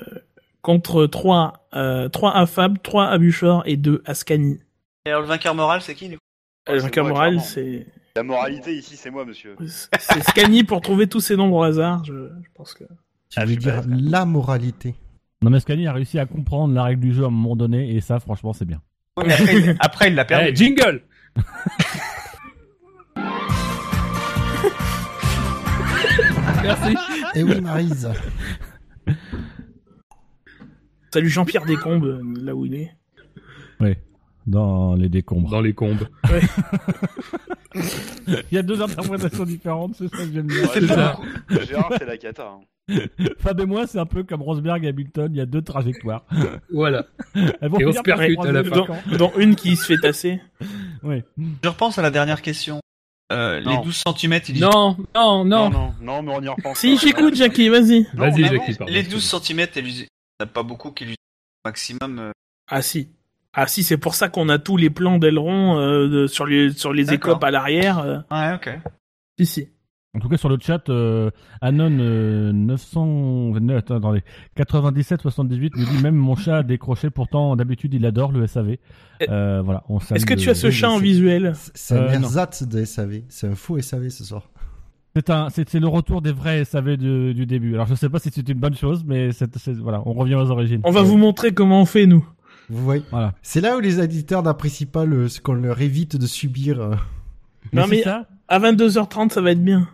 [SPEAKER 7] contre 3, euh, 3 à Fab, 3 à Bouchard et 2 à Scani.
[SPEAKER 9] Et alors le vainqueur moral, c'est qui du coup
[SPEAKER 7] Euh, Le vainqueur
[SPEAKER 2] moi,
[SPEAKER 7] moral,
[SPEAKER 2] clairement.
[SPEAKER 7] c'est
[SPEAKER 2] La moralité ici, c'est moi, monsieur.
[SPEAKER 7] c'est Scani pour trouver tous ces nombres au hasard. Je, je pense que
[SPEAKER 3] Tu veux dire la moralité.
[SPEAKER 8] Non, mais Scani a réussi à comprendre la règle du jeu à un moment donné, et ça, franchement, c'est bien.
[SPEAKER 9] Ouais, mais après, il- après, il l'a perdu.
[SPEAKER 4] Eh, jingle
[SPEAKER 7] Merci.
[SPEAKER 3] Et Eh oui, Marise.
[SPEAKER 7] Salut Jean-Pierre Descombes, euh, là où il est.
[SPEAKER 8] Ouais. Dans les décombres.
[SPEAKER 4] Dans les combes.
[SPEAKER 8] Il y a deux interprétations différentes, c'est ça que j'aime bien.
[SPEAKER 4] C'est ça.
[SPEAKER 2] Gérard, c'est la cata. hein.
[SPEAKER 8] Fab et moi, c'est un peu comme Rosberg et Hamilton, il y a deux trajectoires.
[SPEAKER 4] Voilà.
[SPEAKER 8] Elles vont
[SPEAKER 4] Et on
[SPEAKER 8] finir
[SPEAKER 4] se
[SPEAKER 8] par
[SPEAKER 4] percute à la
[SPEAKER 8] croiser
[SPEAKER 4] fin.
[SPEAKER 8] quand
[SPEAKER 7] Dans une qui se fait tasser.
[SPEAKER 8] Ouais.
[SPEAKER 9] Je repense à la dernière question. Euh, les
[SPEAKER 2] Non.
[SPEAKER 9] 12 cm, ils disent.
[SPEAKER 4] Non, non,
[SPEAKER 2] Non,
[SPEAKER 4] non.
[SPEAKER 2] non, non, mais on y repense.
[SPEAKER 7] Si, j'écoute, Jackie, vas-y.
[SPEAKER 2] Non,
[SPEAKER 4] Vas-y,
[SPEAKER 2] on
[SPEAKER 4] Jackie,
[SPEAKER 2] avance.
[SPEAKER 4] pardon.
[SPEAKER 9] les 12 cm, ils disent. Il n'y en a pas beaucoup qui lui maximum. euh,
[SPEAKER 7] Ah si. Ah si, c'est pour ça qu'on a tous les plans d'aileron euh, de- sur les, sur les
[SPEAKER 9] D'accord.
[SPEAKER 7] écopes à l'arrière. euh.
[SPEAKER 9] Ouais, ok.
[SPEAKER 7] Si, si.
[SPEAKER 8] En tout cas, sur le chat, euh, Anon euh, 900... non, attends, attendez, 97 78 nous dit même mon chat a décroché, pourtant d'habitude il adore le SAV. Euh, voilà, on salue
[SPEAKER 7] Eh, Est-ce que
[SPEAKER 8] le-
[SPEAKER 7] tu as ce
[SPEAKER 8] le-
[SPEAKER 7] chat en
[SPEAKER 8] c'est-
[SPEAKER 7] visuel
[SPEAKER 3] C'est un
[SPEAKER 8] Euh, non.
[SPEAKER 3] ersatz de SAV. C'est un faux SAV ce soir.
[SPEAKER 8] C'est un, c'est c'est le retour des vrais SAV de- du début. Alors je sais pas si c'est une bonne chose, mais c'est, c'est- voilà, on revient aux origines.
[SPEAKER 7] On va vous montrer comment on fait, nous.
[SPEAKER 3] Vous voyez
[SPEAKER 8] Voilà.
[SPEAKER 3] C'est là où les éditeurs n'apprécient pas le, ce qu'on leur évite de subir. euh.
[SPEAKER 7] Non,
[SPEAKER 8] c'est
[SPEAKER 7] mais-
[SPEAKER 8] ça.
[SPEAKER 7] À 22h30, ça va être bien.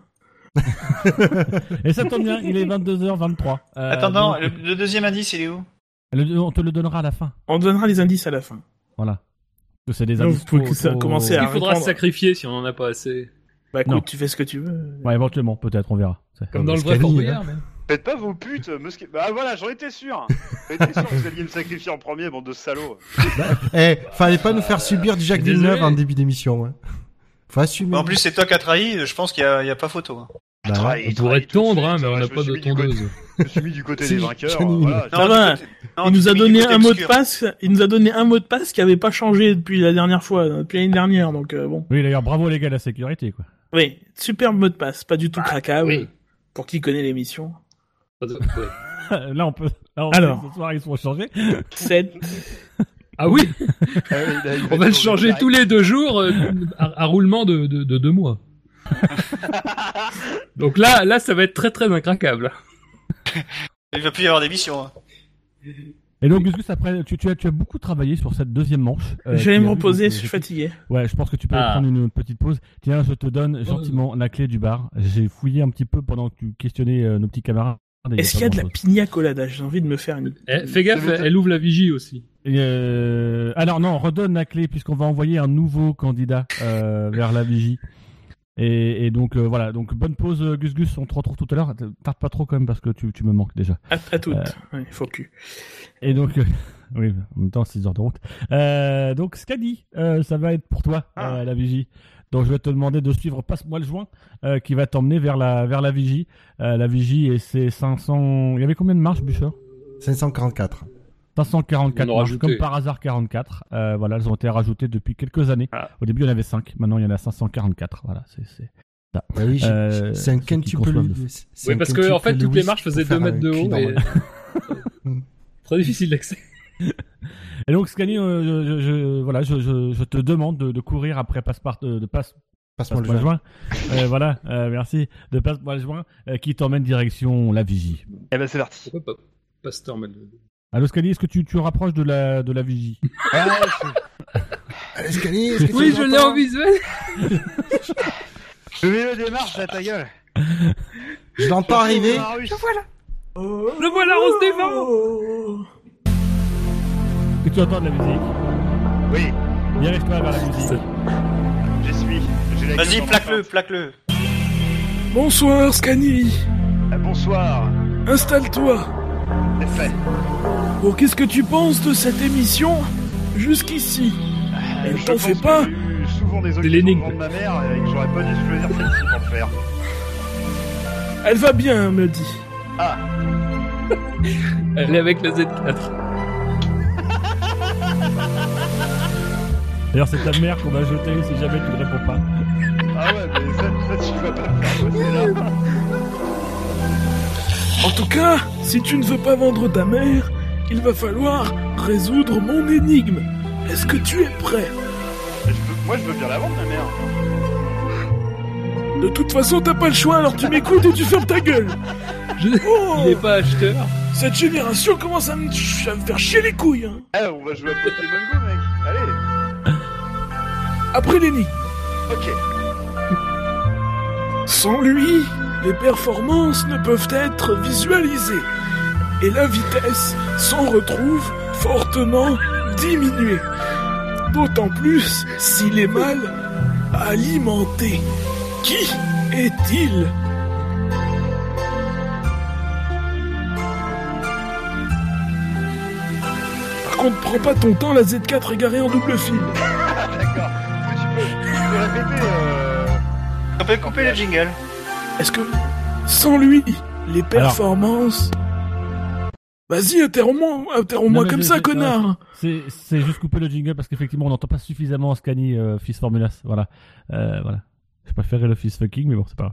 [SPEAKER 8] Et ça tombe bien, il est 22h23. Euh,
[SPEAKER 9] Attends, non,
[SPEAKER 8] donc,
[SPEAKER 9] le, le deuxième indice, il est où
[SPEAKER 8] le- on te le donnera à la fin.
[SPEAKER 7] On donnera les indices à la fin.
[SPEAKER 8] Voilà. Parce que c'est des
[SPEAKER 7] Non,
[SPEAKER 8] indices
[SPEAKER 7] vous pouvez
[SPEAKER 8] trop-
[SPEAKER 7] que ça
[SPEAKER 8] trop-
[SPEAKER 7] commence à-
[SPEAKER 4] Il faudra
[SPEAKER 7] répondre.
[SPEAKER 4] se sacrifier si on en a pas assez.
[SPEAKER 7] Bah écoute,
[SPEAKER 8] Non.
[SPEAKER 7] tu fais ce que tu veux.
[SPEAKER 8] Ouais, éventuellement, peut-être, on verra. C'est-
[SPEAKER 4] Comme dans le vrai
[SPEAKER 3] Scali,
[SPEAKER 4] Fort
[SPEAKER 3] hein.
[SPEAKER 4] Boyard. mais-
[SPEAKER 2] Faites pas vos putes, musqué. Bah voilà, j'en étais sûr. J'en étais sûr que vous alliez me sacrifier en premier, bande de salauds.
[SPEAKER 4] Bah,
[SPEAKER 3] Eh, fallait pas nous faire subir du Jacques
[SPEAKER 4] désolé.
[SPEAKER 3] Villeneuve en début d'émission. hein. Faut assumer.
[SPEAKER 9] En plus, c'est toi qui as trahi, je pense qu'il n'y a, il y a pas photo. hein.
[SPEAKER 3] Bah,
[SPEAKER 2] Trahi,
[SPEAKER 4] On
[SPEAKER 2] trahi
[SPEAKER 4] pourrait
[SPEAKER 2] tout de
[SPEAKER 4] tondre, hein,
[SPEAKER 2] suite,
[SPEAKER 4] mais on
[SPEAKER 2] je
[SPEAKER 4] n'a
[SPEAKER 2] me
[SPEAKER 4] pas
[SPEAKER 2] suis
[SPEAKER 4] de
[SPEAKER 2] mis du côté-
[SPEAKER 4] tondeuse.
[SPEAKER 2] Je me suis mis du côté
[SPEAKER 3] Si,
[SPEAKER 2] des vainqueurs.
[SPEAKER 3] j'en ai une.
[SPEAKER 2] voilà.
[SPEAKER 9] Non,
[SPEAKER 7] Ça
[SPEAKER 9] du
[SPEAKER 7] va.
[SPEAKER 9] côté- non,
[SPEAKER 7] il
[SPEAKER 9] du
[SPEAKER 7] nous a
[SPEAKER 9] côté- du
[SPEAKER 7] donné
[SPEAKER 9] côté
[SPEAKER 7] un mot de
[SPEAKER 9] obscur.
[SPEAKER 7] passe. Il nous a donné un mot de passe qui avait pas changé depuis la dernière fois, euh, depuis l'année dernière. Donc euh, bon.
[SPEAKER 8] Oui, d'ailleurs, bravo les gars de la sécurité, quoi.
[SPEAKER 7] Oui, superbe mot de passe, pas du tout craquable.
[SPEAKER 4] Ah, oui.
[SPEAKER 7] Pour qui connaît l'émission.
[SPEAKER 4] Pas de- ouais.
[SPEAKER 8] Là, on peut. là, on
[SPEAKER 7] Alors.
[SPEAKER 8] sait que ce soir, ils sont changés.
[SPEAKER 7] 7
[SPEAKER 4] Ah oui, on va le
[SPEAKER 2] le
[SPEAKER 4] changer tous les deux jours euh, à, à roulement de, de- de deux mois. Donc là, là, ça va être très très incraquable.
[SPEAKER 9] Il va plus y avoir d'émission. hein.
[SPEAKER 8] Et donc, Gus Gus, après, tu, tu as, tu as beaucoup travaillé sur cette deuxième manche. euh,
[SPEAKER 7] J'allais
[SPEAKER 8] qui
[SPEAKER 7] me
[SPEAKER 8] arrive,
[SPEAKER 7] reposer,
[SPEAKER 8] donc,
[SPEAKER 7] je suis
[SPEAKER 8] euh,
[SPEAKER 7] fatigué.
[SPEAKER 8] Ouais, je pense que tu peux
[SPEAKER 4] Ah.
[SPEAKER 8] prendre une petite pause. Tiens, je te donne gentiment la clé du bar. J'ai fouillé un petit peu pendant que tu questionnais euh, nos petits camarades. et
[SPEAKER 7] Est-ce qu'il y a de la pina colada J'ai envie de me faire une.
[SPEAKER 4] Eh, fais gaffe, elle ouvre la vigie aussi.
[SPEAKER 8] Et, euh, Alors non, redonne la clé puisqu'on va envoyer un nouveau candidat euh, vers la vigie. Et, et donc euh, voilà, donc bonne pause euh, Gus Gus, on te retrouve tout à l'heure. Tarde pas trop quand même parce que tu, tu me manques déjà. Euh,
[SPEAKER 7] À, à toutes. Ouais, faut que.
[SPEAKER 8] Et donc, euh, oui, en même temps 6 heures de route. Euh, donc Scadi, euh, ça va être pour toi
[SPEAKER 2] Ah.
[SPEAKER 8] euh, la vigie. Donc je vais te demander de suivre passe-moi le joint euh, qui va t'emmener vers la vers la vigie. Euh, la vigie et ses 500. Il y avait combien de marches, Bûcher
[SPEAKER 3] 544.
[SPEAKER 8] 544
[SPEAKER 4] Ils en ont
[SPEAKER 8] marches,
[SPEAKER 4] rajouté.
[SPEAKER 8] comme par hasard 44. Euh, voilà, elles ont été rajoutées depuis quelques années.
[SPEAKER 2] Ah.
[SPEAKER 8] Au début, il y en avait 5, maintenant il y en a 544. Voilà, c'est- c'est.
[SPEAKER 3] Bah oui, j'ai-
[SPEAKER 8] Euh,
[SPEAKER 3] c'est un
[SPEAKER 8] ceux qui
[SPEAKER 3] quintuple.
[SPEAKER 8] conçoivent le-
[SPEAKER 3] Lewis. C'est
[SPEAKER 4] Oui,
[SPEAKER 3] un
[SPEAKER 4] parce que en fait,
[SPEAKER 3] quintuple
[SPEAKER 4] toutes les
[SPEAKER 3] Lewis
[SPEAKER 4] marches
[SPEAKER 3] pour
[SPEAKER 4] faisaient
[SPEAKER 3] faire
[SPEAKER 4] 2 mètres
[SPEAKER 3] un
[SPEAKER 4] de
[SPEAKER 3] cul
[SPEAKER 4] haut. Et...
[SPEAKER 3] normal.
[SPEAKER 4] très difficile d'accès.
[SPEAKER 8] Et donc Scadi, euh, je, je- je- voilà, je, je- je te demande de, de courir après passe-part euh, de, de passe
[SPEAKER 3] Passe-moi
[SPEAKER 8] Passe-moi
[SPEAKER 3] le
[SPEAKER 8] le
[SPEAKER 3] joint.
[SPEAKER 8] joint. Euh, voilà, euh, merci. De passe-moi le joint euh, qui t'emmène direction la vigie.
[SPEAKER 2] Eh ben c'est parti.
[SPEAKER 4] Pourquoi pas Pasteur mal.
[SPEAKER 8] Alors, Scali, est-ce que tu, tu rapproches de la, de la vigie
[SPEAKER 3] Allez, Scali, est-ce que tu
[SPEAKER 4] Oui,
[SPEAKER 3] nous
[SPEAKER 4] je l'ai
[SPEAKER 3] entends
[SPEAKER 4] en visuel.
[SPEAKER 2] Je mets le démarche à ta gueule.
[SPEAKER 3] Je l'entends arriver.
[SPEAKER 2] Ah, Oh.
[SPEAKER 4] Le voilà, on se défend.
[SPEAKER 7] Oh.
[SPEAKER 8] Est-ce que tu entends de la musique
[SPEAKER 2] Oui,
[SPEAKER 8] Bien, lève-toi vers la musique.
[SPEAKER 2] j'y suis. J'ai la gueule
[SPEAKER 9] Vas-y,
[SPEAKER 2] dans
[SPEAKER 9] plaque-le,
[SPEAKER 2] l'enceinte.
[SPEAKER 9] plaque-le.
[SPEAKER 7] Bonsoir Scanny,
[SPEAKER 2] Ah, bonsoir.
[SPEAKER 7] installe-toi.
[SPEAKER 2] C'est fait.
[SPEAKER 7] Bon, qu'est-ce que tu penses de cette émission jusqu'ici
[SPEAKER 2] Euh,
[SPEAKER 7] t'en
[SPEAKER 2] pense
[SPEAKER 7] fais
[SPEAKER 2] que
[SPEAKER 7] pas.
[SPEAKER 2] j'ai eu souvent des occasions
[SPEAKER 4] l'énigme.
[SPEAKER 2] de vendre ma mère et que j'aurais pas dû choisir celle-ci pour le faire.
[SPEAKER 7] Elle va bien, me dit.
[SPEAKER 2] Ah.
[SPEAKER 4] Elle est avec la Z4.
[SPEAKER 8] D'ailleurs, c'est ta mère qu'on va jeter si jamais tu ne réponds pas.
[SPEAKER 2] Ah ouais, mais ça, ça tu vas pas me faire bosser là.
[SPEAKER 7] En tout cas, si tu ne veux pas vendre ta mère, il va falloir résoudre mon énigme. Est-ce que tu es prêt
[SPEAKER 2] Je veux- moi, je veux bien la vendre, ma mère.
[SPEAKER 7] De toute façon, t'as pas le choix, alors tu m'écoutes et tu fermes ta gueule.
[SPEAKER 4] Je-
[SPEAKER 7] Oh
[SPEAKER 4] Il est pas acheteur.
[SPEAKER 11] Cette génération commence à me, à me faire chier les couilles. hein.
[SPEAKER 6] Eh,
[SPEAKER 2] Ah,
[SPEAKER 6] on va jouer à Pokémon Go, mec. Allez.
[SPEAKER 11] Après Lenny.
[SPEAKER 6] Ok.
[SPEAKER 11] Sans lui, les performances ne peuvent être visualisées. Et la vitesse s'en retrouve fortement diminuée. D'autant plus s'il est mal alimenté. Qui est-il Par contre, prends pas ton temps, la Z4 est garée en double fil.
[SPEAKER 6] D'accord. Est-ce que tu peux, tu peux répéter euh...
[SPEAKER 9] On peut couper
[SPEAKER 2] Ah.
[SPEAKER 9] le jingle.
[SPEAKER 11] Est-ce que sans lui, les performances. Vas-y, interromps-moi, interromps-moi
[SPEAKER 8] Non, mais
[SPEAKER 11] comme
[SPEAKER 8] je-
[SPEAKER 11] ça,
[SPEAKER 8] je-
[SPEAKER 11] connard.
[SPEAKER 8] C'est c'est juste couper le jingle parce qu'effectivement on n'entend pas suffisamment Scani euh, Fist Formulas. Voilà. Euh, voilà. Je préférais le Fist Fucking, mais bon, c'est pas
[SPEAKER 3] Mm.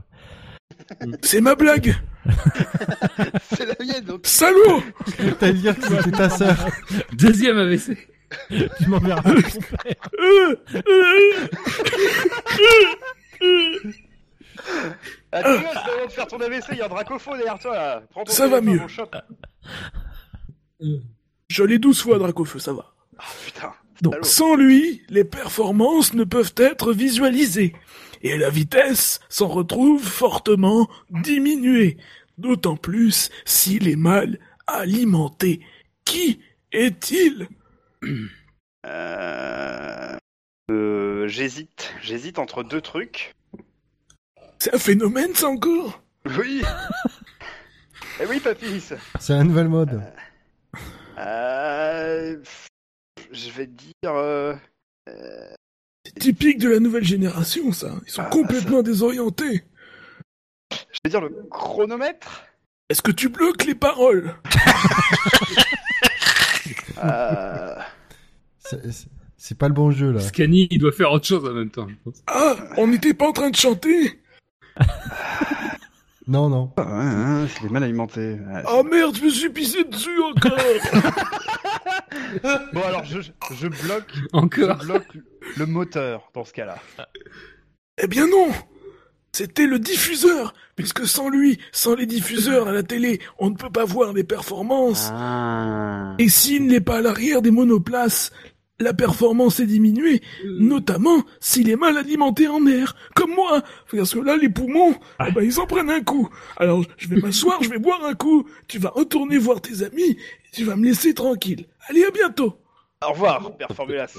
[SPEAKER 8] grave.
[SPEAKER 11] C'est ma blague
[SPEAKER 6] C'est la mienne, donc.
[SPEAKER 11] Salaud
[SPEAKER 3] T'as dire que c'était ta sœur.
[SPEAKER 4] Deuxième AVC.
[SPEAKER 8] tu m'enverras.
[SPEAKER 6] Ah, tu vois, c'est avant de faire ton AVC, il y a un Dracofo derrière toi, là. Prends ton
[SPEAKER 11] Ça va
[SPEAKER 6] téléphone,
[SPEAKER 11] mieux.
[SPEAKER 6] on chope.
[SPEAKER 11] Je l'ai douze fois, Dracofeu, ça va.
[SPEAKER 6] Ah, Putain.
[SPEAKER 11] Donc,
[SPEAKER 6] Salaud.
[SPEAKER 11] sans lui, les performances ne peuvent être visualisées. Et la vitesse s'en retrouve fortement diminuée. D'autant plus s'il est mal alimenté. Qui est-il
[SPEAKER 6] Euh... euh, J'hésite. J'hésite entre deux trucs.
[SPEAKER 11] C'est un phénomène, ça encore
[SPEAKER 6] Oui. eh oui, papy. ça.
[SPEAKER 3] C'est un nouvel mode.
[SPEAKER 6] Euh... pff, Je vais te dire... Euh... euh,
[SPEAKER 11] C'est typique de la nouvelle génération, ça. Ils sont
[SPEAKER 6] Ah,
[SPEAKER 11] complètement désorientés.
[SPEAKER 6] Je vais dire le chronomètre
[SPEAKER 11] Est-ce que tu bloques les paroles
[SPEAKER 6] euh...
[SPEAKER 3] C'est- c'est- C'est pas le bon jeu là.
[SPEAKER 4] Scanny, il doit faire autre chose en même temps, je pense.
[SPEAKER 11] Ah, on n'était pas en train de chanter
[SPEAKER 3] Non, non.
[SPEAKER 2] Ah, hein, hein, c'est mal alimenté. Ouais.
[SPEAKER 4] Oh,
[SPEAKER 11] Ah merde, je me suis pissé dessus encore
[SPEAKER 2] Bon, alors, je, je bloque, je
[SPEAKER 4] Encore.
[SPEAKER 2] bloque le moteur dans ce cas-là.
[SPEAKER 11] Eh bien non C'était le diffuseur Puisque sans lui, sans les diffuseurs à la télé, on ne peut pas voir les performances. Et s'il n'est pas à l'arrière des monoplaces, la performance est diminuée, notamment s'il est mal alimenté en air, comme moi. Parce que là, les poumons, eh ben, ils en prennent un coup. Alors, je vais m'asseoir, je vais boire un coup. Tu vas retourner voir tes amis, et tu vas me laisser tranquille. Allez, à bientôt.
[SPEAKER 6] Au revoir, Père Formulas.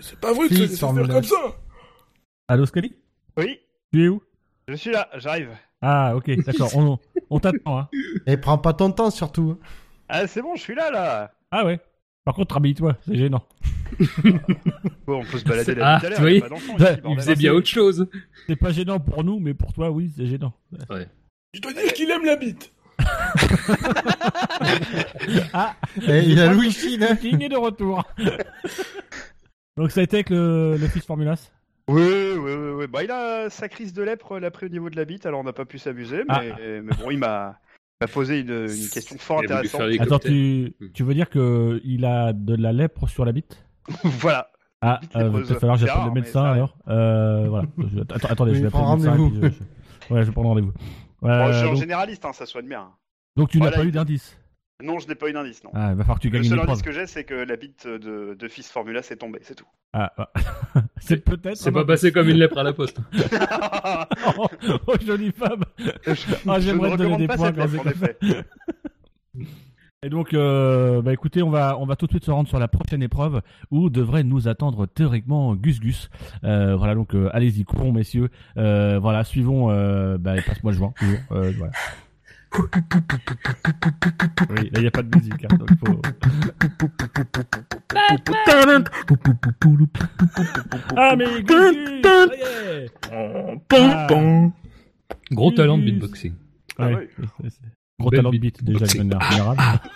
[SPEAKER 11] C'est pas vrai que tu
[SPEAKER 3] Si,
[SPEAKER 11] laisser faire
[SPEAKER 3] formidable.
[SPEAKER 11] comme ça.
[SPEAKER 8] Allô Scani
[SPEAKER 2] Oui,
[SPEAKER 8] Tu es où
[SPEAKER 2] je suis là, j'arrive.
[SPEAKER 8] Ah, ok, d'accord. On, on t'attend. Hein.
[SPEAKER 3] Et prends pas ton temps surtout.
[SPEAKER 2] Ah, c'est bon, je suis là, là.
[SPEAKER 8] Ah ouais. Par contre, rhabille-toi, c'est gênant.
[SPEAKER 2] Bon, on peut se balader
[SPEAKER 4] Ah,
[SPEAKER 2] là tout à l'heure.
[SPEAKER 4] tu
[SPEAKER 2] il y a
[SPEAKER 4] voyais
[SPEAKER 2] pas d'enfant ici,
[SPEAKER 8] Bah, il
[SPEAKER 4] Il
[SPEAKER 2] bordel.
[SPEAKER 4] faisait bien autre chose.
[SPEAKER 8] C'est pas gênant pour nous, mais pour toi, oui, c'est gênant.
[SPEAKER 11] Je dois dire qu'il aime la bite.
[SPEAKER 3] Et Ah, eh, il a Louis Chine. hein.
[SPEAKER 8] King est de retour. Donc ça a été avec le, le fils Formulas.
[SPEAKER 2] Oui, oui, oui, oui. Bah, il a sa crise de lèpre, l'a pris au niveau de la bite, alors on n'a pas pu s'abuser,
[SPEAKER 8] Ah.
[SPEAKER 2] mais, mais bon, il m'a il m'a posé une, une question fort
[SPEAKER 4] Il a voulu faire
[SPEAKER 2] intéressante.
[SPEAKER 4] les
[SPEAKER 8] Attends,
[SPEAKER 4] cocktails.
[SPEAKER 8] tu, tu veux dire que il a de la lèpre sur la bite
[SPEAKER 2] voilà.
[SPEAKER 8] Ah,
[SPEAKER 2] Bite
[SPEAKER 8] euh, va
[SPEAKER 2] lépreuse.
[SPEAKER 8] peut-être falloir que
[SPEAKER 2] C'est
[SPEAKER 8] j'appelle
[SPEAKER 2] rare,
[SPEAKER 8] le
[SPEAKER 2] mais
[SPEAKER 8] médecin
[SPEAKER 2] ça arrive.
[SPEAKER 8] alors. Euh, voilà. Je- attends, attendez,
[SPEAKER 3] Oui,
[SPEAKER 8] je vais appeler
[SPEAKER 3] prends
[SPEAKER 8] le médecin.
[SPEAKER 3] rendez-vous.
[SPEAKER 8] et puis je- je- Ouais, je prends rendez-vous.
[SPEAKER 2] Bon,
[SPEAKER 8] Euh,
[SPEAKER 2] je suis un
[SPEAKER 8] donc,
[SPEAKER 2] généraliste, hein, ça soigne bien.
[SPEAKER 8] donc tu
[SPEAKER 2] Voilà,
[SPEAKER 8] n'as pas
[SPEAKER 2] il-
[SPEAKER 8] eu d'indice.
[SPEAKER 2] Non, je n'ai pas eu d'indice, non.
[SPEAKER 8] Ah, il va falloir que tu
[SPEAKER 2] Le
[SPEAKER 8] gagnes une
[SPEAKER 2] seul
[SPEAKER 8] épreuve.
[SPEAKER 2] indice que j'ai, c'est que la bite de, de Fils Formula s'est tombée, c'est tout.
[SPEAKER 8] Ah, ah. c'est peut-être.
[SPEAKER 4] C'est pas passé comme une lèpre à la poste.
[SPEAKER 8] Oh, oh, jolie femme. Ah,
[SPEAKER 2] Je ne
[SPEAKER 8] j'aimerais te
[SPEAKER 2] recommande
[SPEAKER 8] donner des
[SPEAKER 2] pas
[SPEAKER 8] points
[SPEAKER 2] cette
[SPEAKER 8] quand c'est
[SPEAKER 2] lettre, en
[SPEAKER 8] comme ça.
[SPEAKER 2] effet.
[SPEAKER 8] Et donc, euh, bah écoutez, on va, on va tout de suite se rendre sur la prochaine épreuve où devrait nous attendre théoriquement Gus Gus. Euh, voilà, donc euh, allez-y, courons messieurs. Euh, voilà, suivons. Euh, bah, passe-moi le joint. Toujours, euh, voilà. Oui, là, il n'y a pas de musique. Hein, donc faut... Ah, mais Oh, Gus Gus ça y est Ah.
[SPEAKER 4] Gros talent de
[SPEAKER 8] Gus.
[SPEAKER 4] beatboxing.
[SPEAKER 2] Ah oui.
[SPEAKER 8] Ouais, c'est- c'est- Gros
[SPEAKER 4] Belle
[SPEAKER 8] talent de
[SPEAKER 4] beat.
[SPEAKER 8] beat, déjà, de
[SPEAKER 4] Boxing.
[SPEAKER 8] manière
[SPEAKER 11] Ah.
[SPEAKER 8] générale.
[SPEAKER 6] Ok.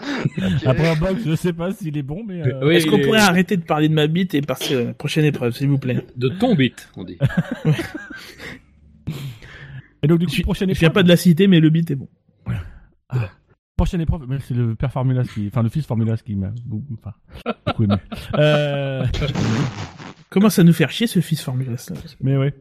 [SPEAKER 8] Après un box, je sais pas s'il est bon, mais. euh,
[SPEAKER 4] Oui,
[SPEAKER 11] Est-ce qu'on
[SPEAKER 4] il est-
[SPEAKER 11] pourrait arrêter de parler de ma bite et passer à la prochaine épreuve, s'il vous plaît
[SPEAKER 4] De ton beat, on dit.
[SPEAKER 8] Et donc, du coup,
[SPEAKER 11] Je-
[SPEAKER 8] prochaine
[SPEAKER 11] Je viens
[SPEAKER 8] épreuve. Ah,
[SPEAKER 11] pas de la cité, mais le bit est bon.
[SPEAKER 8] Prochaine épreuve, mais c'est le père Formulas qui. Enfin, le fils Formulas qui m'a beaucoup- enfin, beaucoup aimé. Euh,
[SPEAKER 11] Commence à nous faire chier ce fils formulaire.
[SPEAKER 8] mais ouais.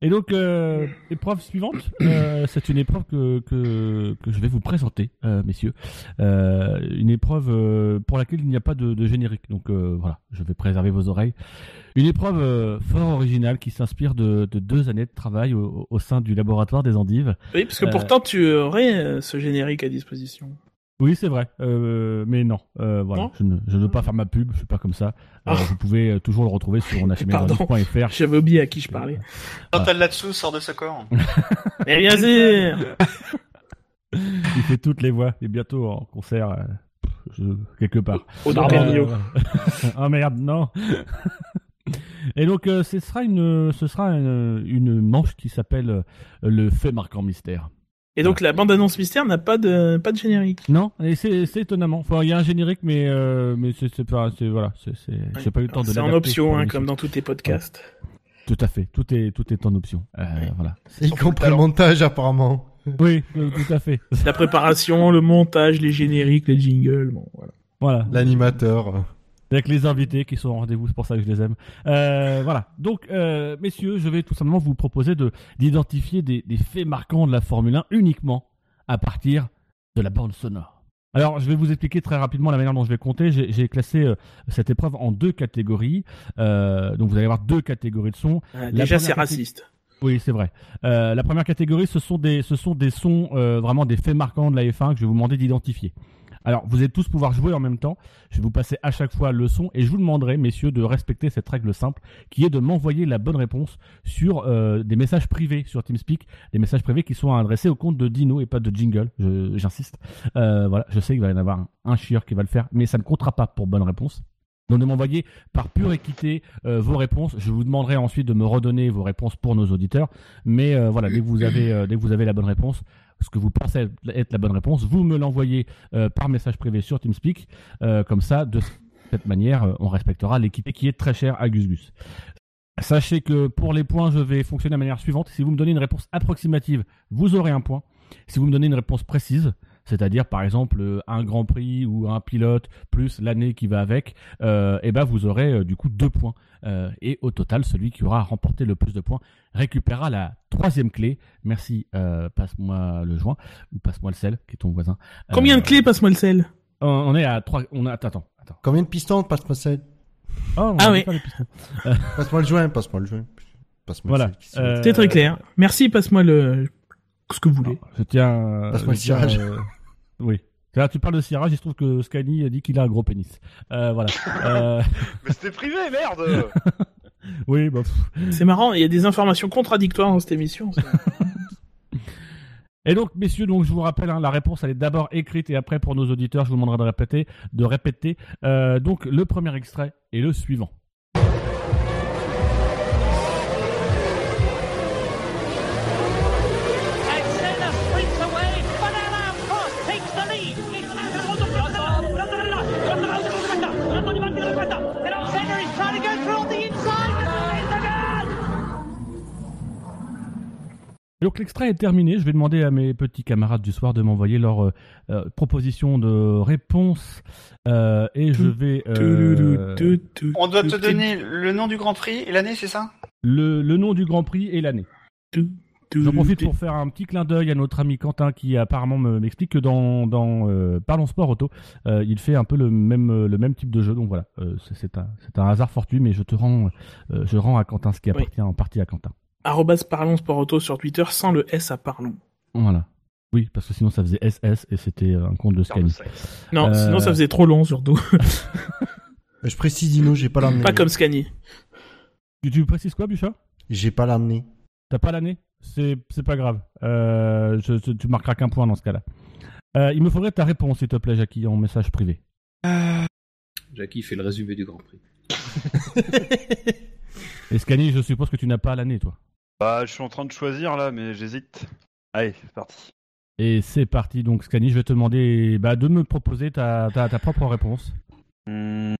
[SPEAKER 8] Et donc, euh, épreuve suivante, euh, c'est une épreuve que, que, que je vais vous présenter, euh, messieurs. Euh, une épreuve euh, pour laquelle il n'y a pas de, de générique. Donc euh, voilà, je vais préserver vos oreilles. Une épreuve euh, fort originale qui s'inspire de, de deux années de travail au, au sein du laboratoire des endives.
[SPEAKER 7] Oui, parce que
[SPEAKER 8] Euh,
[SPEAKER 7] pourtant tu aurais euh, ce générique à disposition.
[SPEAKER 8] Oui, c'est vrai, euh, mais non, euh, voilà,
[SPEAKER 7] Non Ah.
[SPEAKER 8] je ne je ne veux pas faire ma pub, je suis pas comme ça. Euh, vous pouvez euh, toujours le retrouver sur onachemedornic.fr.
[SPEAKER 7] J'avais oublié à qui je parlais.
[SPEAKER 8] Ah,
[SPEAKER 9] Chantal là-dessous sort de ce corps.
[SPEAKER 7] Mais bien sûr
[SPEAKER 8] Il fait toutes les voix, et bientôt en concert, euh, je- quelque part.
[SPEAKER 7] Au Dormio.
[SPEAKER 8] Ah merde, non Et donc, euh, ce sera une, ce sera une, une manche qui s'appelle euh, le fait marquant mystère.
[SPEAKER 7] Et donc la bande-annonce mystère n'a pas de pas de générique.
[SPEAKER 8] Non, et c'est c'est étonnamment. Enfin, il y a un générique, mais euh, mais c'est c'est pas, c'est voilà, c'est c'est- j'ai pas eu le temps de.
[SPEAKER 7] C'est en
[SPEAKER 8] l'adapter
[SPEAKER 7] option,
[SPEAKER 8] pour
[SPEAKER 7] hein,
[SPEAKER 8] l'émission.
[SPEAKER 7] comme dans tous tes podcasts.
[SPEAKER 8] Tout à fait, tout est tout est en option. Euh, Voilà.
[SPEAKER 3] Y compris le montage, apparemment.
[SPEAKER 8] Oui, euh, tout à fait.
[SPEAKER 7] La préparation, le montage, les génériques, les jingles, bon voilà.
[SPEAKER 8] Voilà.
[SPEAKER 3] L'animateur.
[SPEAKER 8] Avec les invités qui sont au rendez-vous, c'est pour ça que je les aime. Euh, voilà. Donc, euh, messieurs, je vais tout simplement vous proposer de d'identifier des, des faits marquants de la Formule 1 uniquement à partir de la bande sonore. Alors, je vais vous expliquer très rapidement la manière dont je vais compter. J'ai j'ai classé euh, cette épreuve en deux catégories. Euh, donc, vous allez avoir deux catégories de sons.
[SPEAKER 7] Ah,
[SPEAKER 8] La
[SPEAKER 7] déjà
[SPEAKER 8] première
[SPEAKER 7] c'est
[SPEAKER 8] catég-
[SPEAKER 7] raciste.
[SPEAKER 8] oui, c'est vrai. Euh, la première catégorie, ce sont des, ce sont des sons, euh, vraiment des faits marquants de la F1 que je vais vous demander d'identifier. Alors, vous allez tous pouvoir jouer en même temps. Je vais vous passer à chaque fois le son et je vous demanderai, messieurs, de respecter cette règle simple qui est de m'envoyer la bonne réponse sur euh, des messages privés sur TeamSpeak, des messages privés qui sont adressés au compte de Dino et pas de Jingle. Je- J'insiste. Euh, voilà, je sais qu'il va y en avoir un, un chieur qui va le faire, mais ça ne comptera pas pour bonne réponse. Donc de m'envoyer par pure équité euh, vos réponses. Je vous demanderai ensuite de me redonner vos réponses pour nos auditeurs. Mais euh, voilà, dès que vous avez euh, dès que vous avez la bonne réponse, ce que vous pensez être la bonne réponse, vous me l'envoyez euh, par message privé sur TeamSpeak. Euh, comme ça, de cette manière, euh, on respectera l'équité qui est très chère à Gus Gus. Sachez que pour les points, je vais fonctionner de la manière suivante. Si vous me donnez une réponse approximative, vous aurez un point. Si vous me donnez une réponse précise, c'est-à-dire par exemple euh, un Grand Prix ou un pilote plus l'année qui va avec, euh, eh ben vous aurez euh, du coup deux points. Euh, et au total, celui qui aura remporté le plus de points récupérera la troisième clé. Merci, euh, passe-moi le joint ou passe-moi le sel, qui est ton voisin.
[SPEAKER 7] Combien
[SPEAKER 8] Euh,
[SPEAKER 7] de clés passe-moi le sel
[SPEAKER 8] on- On est à trois. On a, attends, attends.
[SPEAKER 3] Combien de pistons passe-moi celle
[SPEAKER 8] Oh,
[SPEAKER 7] Ah oui.
[SPEAKER 3] Passe-moi le joint, passe-moi le joint. Passe-moi
[SPEAKER 8] Voilà.
[SPEAKER 3] le sel, qu'est-ce que tu veux.
[SPEAKER 8] Euh,
[SPEAKER 7] C'était très clair. Merci, passe-moi le ce que vous voulez.
[SPEAKER 8] Ah, Je tiens.
[SPEAKER 3] Passe-moi
[SPEAKER 8] je
[SPEAKER 3] le
[SPEAKER 8] tiens,
[SPEAKER 3] cirage.
[SPEAKER 8] euh, oui. Là, tu parles de cirage, il se trouve que Scani a dit qu'il a un gros pénis. Euh, voilà. Euh,
[SPEAKER 2] Mais c'était privé, merde
[SPEAKER 8] oui, bah, pff,
[SPEAKER 7] C'est marrant, il y a des informations contradictoires dans cette émission. ça.
[SPEAKER 8] Et donc, messieurs, donc je vous rappelle, hein, la réponse elle est d'abord écrite et après pour nos auditeurs, je vous demanderai de répéter, de répéter. Euh, donc le premier extrait est le suivant.
[SPEAKER 1] And Senna sprints away, but Alain Prost takes the lead. Senna
[SPEAKER 8] Ah.
[SPEAKER 1] is trying to go through on the inside.
[SPEAKER 8] Et donc l'extrait est terminé. Je vais demander à mes petits camarades du soir de m'envoyer leur euh, euh, proposition de réponse euh, et je vais euh,
[SPEAKER 9] On doit te donner le nom du Grand Prix et l'année, c'est ça
[SPEAKER 8] le, le nom du Grand Prix et l'année. J'en profite pour faire un petit clin d'œil à notre ami Quentin qui apparemment me- m'explique que dans, dans euh, Parlons Sport Auto, euh, il fait un peu le même, euh, le même type de jeu. Donc voilà, euh, c'est- c'est un, c'est un hasard fortuit, mais je te rends, euh, je rends à Quentin ce qui
[SPEAKER 7] Oui.
[SPEAKER 8] appartient en partie à Quentin.
[SPEAKER 7] Arrobas parlons sport auto sur Twitter sans le S à parlons.
[SPEAKER 8] Voilà. Oui, parce que sinon ça faisait SS et c'était un compte de Scani.
[SPEAKER 7] Non,
[SPEAKER 8] Euh,
[SPEAKER 7] sinon ça faisait trop long surtout.
[SPEAKER 3] Je précise, Dino, j'ai pas l'année.
[SPEAKER 7] Pas comme Scanny.
[SPEAKER 8] Tu, tu précises quoi, Bucha
[SPEAKER 3] J'ai pas l'année.
[SPEAKER 8] T'as pas l'année C'est c'est pas grave. Euh, je- je- tu marqueras qu'un point dans ce cas-là. Euh, il me faudrait ta réponse, s'il te plaît, Jackie, en message privé.
[SPEAKER 4] Jackie fait le résumé du Grand Prix.
[SPEAKER 8] Et Scani, je suppose que tu n'as pas l'année, toi.
[SPEAKER 2] Bah, je suis en train de choisir là, mais j'hésite. Allez, c'est parti.
[SPEAKER 8] Et c'est parti, donc Scani, je vais te demander bah, de me proposer ta, ta, ta propre réponse.
[SPEAKER 2] Hmm.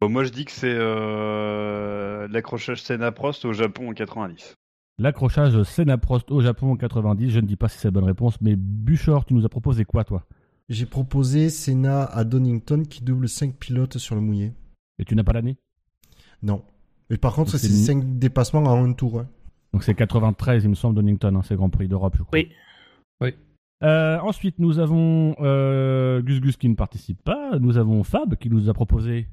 [SPEAKER 2] Bon, moi, je dis que c'est euh, l'accrochage Senna Prost au Japon en 90.
[SPEAKER 8] L'accrochage Senna Prost au Japon en 90, je ne dis pas si c'est la bonne réponse, mais Buchor, tu nous as proposé quoi toi
[SPEAKER 3] J'ai proposé Senna à Donington qui double 5 pilotes sur le mouillé.
[SPEAKER 8] Et tu n'as pas l'année
[SPEAKER 3] Non. Mais par contre,
[SPEAKER 8] Donc
[SPEAKER 3] c'est
[SPEAKER 8] c'est ni-
[SPEAKER 3] 5 dépassements en un tour. hein.
[SPEAKER 8] Donc c'est 93, il me semble, Donington, hein, c'est Grand Prix d'Europe, je crois.
[SPEAKER 7] Oui.
[SPEAKER 8] Oui. ensuite, nous avons euh, Gus Gus qui ne participe pas. Nous avons Fab qui nous a proposé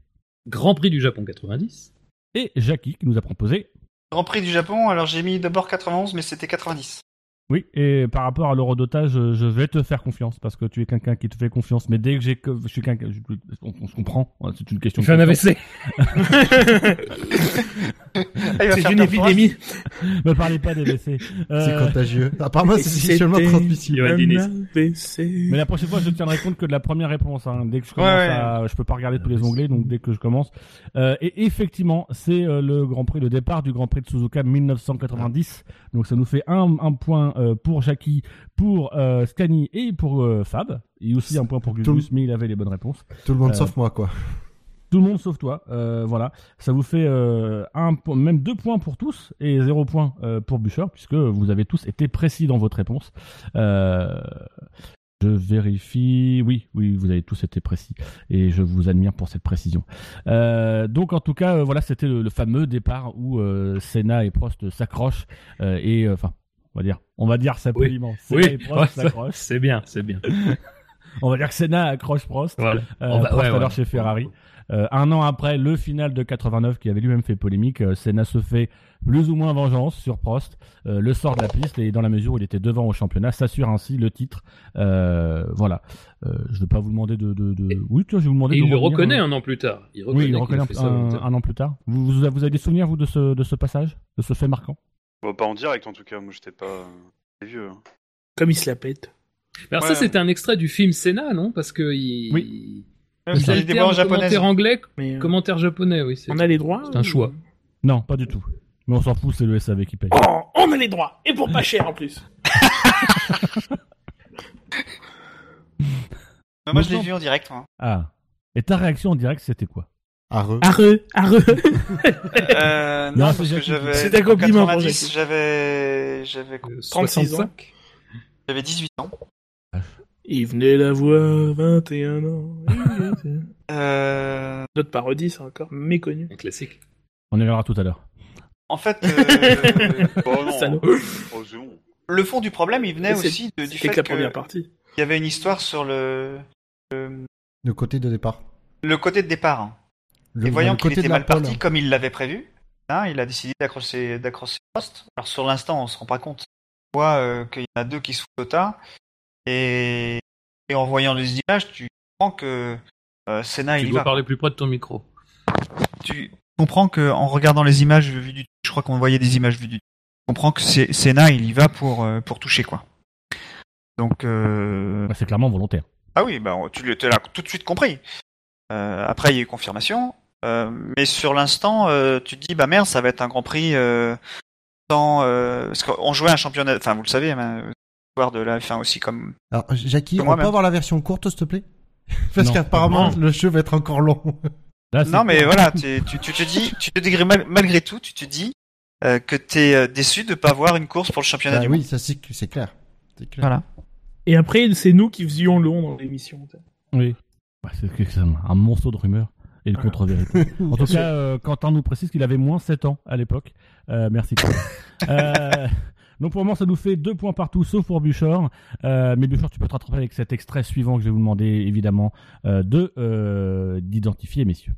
[SPEAKER 4] Grand Prix du Japon 90.
[SPEAKER 8] Et Jackie qui nous a proposé.
[SPEAKER 9] Grand Prix du Japon, alors j'ai mis d'abord 91, mais c'était 90.
[SPEAKER 8] Oui, et par rapport à l'eurodotage, euh, je, je vais te faire confiance parce que tu es quelqu'un qui te fait confiance. Mais dès que j'ai, que- je suis quelqu'un, je- on, on se comprend. Voilà, C'est une question.
[SPEAKER 12] Tu fais un AVC.
[SPEAKER 8] Ah, il va
[SPEAKER 12] C'est
[SPEAKER 8] faire
[SPEAKER 12] une
[SPEAKER 8] peur.
[SPEAKER 12] épidémie.
[SPEAKER 8] Me parlez pas d'AVC.
[SPEAKER 3] C'est contagieux. Apparemment, c'est sexuellement transmissible.
[SPEAKER 8] Mais la prochaine fois, je tiendrai compte que de la première réponse. hein. Dès que je commence,
[SPEAKER 3] Ouais, ouais.
[SPEAKER 8] à- je peux pas regarder tous les onglets, donc dès que je commence. Euh, et effectivement, c'est euh, le Grand Prix, le départ du Grand Prix de Suzuka 1990. Donc ça nous fait un, un point euh, pour Jackie, pour euh, Scani et pour euh, Fab. Et aussi un point pour
[SPEAKER 3] Tout le-
[SPEAKER 8] Gugus, mais il avait les bonnes réponses.
[SPEAKER 3] Tout le monde
[SPEAKER 8] Euh,
[SPEAKER 3] sauf moi, quoi.
[SPEAKER 8] tout le monde sauf toi, euh, voilà. Ça vous fait euh, un, po- même deux points pour tous et zéro point euh, pour Bûcher, puisque vous avez tous été précis dans votre réponse. Euh, je vérifie. Oui, oui, vous avez tous été précis et je vous admire pour cette précision. Euh, donc en tout cas, euh, voilà, c'était le, le fameux départ où euh, Senna et Prost s'accrochent euh, et euh, enfin, on va dire, on va dire ça
[SPEAKER 4] Oui.
[SPEAKER 8] poliment.
[SPEAKER 4] Oui.
[SPEAKER 8] Senna et
[SPEAKER 4] Ouais,
[SPEAKER 8] Prost
[SPEAKER 4] ça-
[SPEAKER 8] s'accrochent.
[SPEAKER 4] c'est bien, c'est bien.
[SPEAKER 8] on va dire que Senna accroche Prost.
[SPEAKER 4] Voilà.
[SPEAKER 8] Euh,
[SPEAKER 4] On va-
[SPEAKER 8] Prost
[SPEAKER 4] ouais, ouais.
[SPEAKER 8] alors chez Ferrari. Euh, un an après le final de 89 qui avait lui-même fait polémique, euh, Senna se fait plus ou moins vengeance sur Prost, euh, le sort de la piste et dans la mesure où il était devant au championnat, s'assure ainsi le titre. Euh, voilà. Euh, je ne vais pas vous demander de... de, de- Oui, tiens, je vais vous demander
[SPEAKER 4] Et
[SPEAKER 8] de
[SPEAKER 4] il le
[SPEAKER 8] revenir,
[SPEAKER 4] reconnaît
[SPEAKER 8] hein.
[SPEAKER 4] un an plus tard. Il
[SPEAKER 8] oui,
[SPEAKER 4] reconnaît qu'il
[SPEAKER 8] il le
[SPEAKER 4] a
[SPEAKER 8] reconnaît
[SPEAKER 4] fait
[SPEAKER 8] un,
[SPEAKER 4] ça longtemps.
[SPEAKER 8] un an plus tard. Vous, vous, vous avez des souvenirs, vous, de ce, de ce passage De ce fait marquant
[SPEAKER 11] Bon, pas en direct en tout cas, moi j'étais pas. C'est vieux. hein.
[SPEAKER 7] Comme il se la pète.
[SPEAKER 4] Alors
[SPEAKER 11] Ouais.
[SPEAKER 4] ça, c'était un extrait du film Senna, non Parce que il... Oui.
[SPEAKER 7] Ouais, parce qu'il y a des bandes japonaises.
[SPEAKER 4] Commentaire anglais,
[SPEAKER 7] Mais, euh,
[SPEAKER 4] commentaire japonais, oui.
[SPEAKER 7] On a les droits hein.
[SPEAKER 4] C'est un choix.
[SPEAKER 8] Non, pas du tout. Mais on s'en fout, c'est le SAV qui paye.
[SPEAKER 7] On a les droits. Et pour pas cher en plus.
[SPEAKER 9] Mais Bah, moi, je l'ai
[SPEAKER 8] Maintenant-
[SPEAKER 9] vu en direct. moi.
[SPEAKER 8] Ah. Et ta réaction en direct, c'était quoi
[SPEAKER 3] Areux.
[SPEAKER 7] Areux, areux.
[SPEAKER 9] Euh, non,
[SPEAKER 8] Non,
[SPEAKER 9] parce
[SPEAKER 8] c'est
[SPEAKER 9] que
[SPEAKER 8] Jackie.
[SPEAKER 9] j'avais.
[SPEAKER 8] C'est un compliment pour
[SPEAKER 9] 90,
[SPEAKER 8] Jackie.
[SPEAKER 9] J'avais. J'avais.
[SPEAKER 7] 36 ans.
[SPEAKER 9] J'avais 18 ans.
[SPEAKER 7] Il venait d'avoir 21 ans.
[SPEAKER 9] Euh...
[SPEAKER 7] Notre parodie, c'est encore méconnu.
[SPEAKER 4] Un classique.
[SPEAKER 8] On y reviendra tout à l'heure.
[SPEAKER 9] En fait. euh,
[SPEAKER 11] Oh non.
[SPEAKER 7] Salaud.
[SPEAKER 11] Oh, c'est bon.
[SPEAKER 9] le fond du problème, il venait
[SPEAKER 7] C'est-
[SPEAKER 9] aussi de- du fait
[SPEAKER 7] c'était que la première partie.
[SPEAKER 9] Il y avait une histoire sur le. Le,
[SPEAKER 3] Le côté de départ.
[SPEAKER 9] le côté de départ. hein.
[SPEAKER 3] Le,
[SPEAKER 9] et voyant
[SPEAKER 3] le
[SPEAKER 9] qu'il
[SPEAKER 3] côté
[SPEAKER 9] était
[SPEAKER 3] de la
[SPEAKER 9] mal parti
[SPEAKER 3] pole.
[SPEAKER 9] comme il l'avait prévu, hein, il a décidé d'accrocher d'accrocher Prost. Alors sur l'instant, on se rend pas compte. On voit euh, qu'il y en a deux qui sont au tas. Et, et en voyant les images, tu comprends que euh,
[SPEAKER 7] Ah,
[SPEAKER 9] Senna,
[SPEAKER 4] Tu
[SPEAKER 9] il y
[SPEAKER 4] dois
[SPEAKER 9] va.
[SPEAKER 4] parler plus près de ton micro.
[SPEAKER 9] Tu comprends que en regardant les images vues du je crois qu'on voyait des images vues du tu comprends que c'est- Senna, il y va pour, euh, pour toucher quoi. Donc euh,
[SPEAKER 8] Bah, c'est clairement volontaire.
[SPEAKER 9] Ah oui, bah, tu le- tu l'as tout de suite compris. Euh, après, il y a eu confirmation. Euh, mais sur l'instant, euh, tu te dis, bah merde, ça va être un Grand Prix euh, sans... euh, parce qu'on jouait un championnat... Enfin, vous le savez, mais, euh, l'histoire de la F1 aussi comme...
[SPEAKER 3] Alors, Jackie,
[SPEAKER 9] C'est
[SPEAKER 3] on peut
[SPEAKER 9] moi-même.
[SPEAKER 3] avoir la version courte, s'il te plaît Parce
[SPEAKER 9] Non.
[SPEAKER 3] qu'apparemment,
[SPEAKER 9] Non.
[SPEAKER 3] le jeu va être encore long.
[SPEAKER 9] non, mais voilà, tu, tu, tu te dis, tu te dis mal- malgré tout, tu te dis euh, que t'es euh, déçu de pas avoir une course pour le championnat
[SPEAKER 3] Ah
[SPEAKER 9] du
[SPEAKER 3] oui,
[SPEAKER 9] monde.
[SPEAKER 3] ça c'est c'est clair. C'est clair.
[SPEAKER 9] Voilà.
[SPEAKER 7] Et après, c'est nous qui faisions le long dans l'émission.
[SPEAKER 8] Oui. Bah, c'est que- c'est un un monceau de rumeurs et de contre-vérité. en tout
[SPEAKER 7] Bien sûr.
[SPEAKER 8] cas, euh, Quentin nous précise qu'il avait moins 7 ans à l'époque. Euh, merci. Euh, donc pour le moment, ça nous fait deux points partout, sauf pour Buchor. Euh, mais Buchor, tu peux te rattraper avec cet extrait suivant que je vais vous demander, évidemment, euh, de euh, d'identifier, messieurs.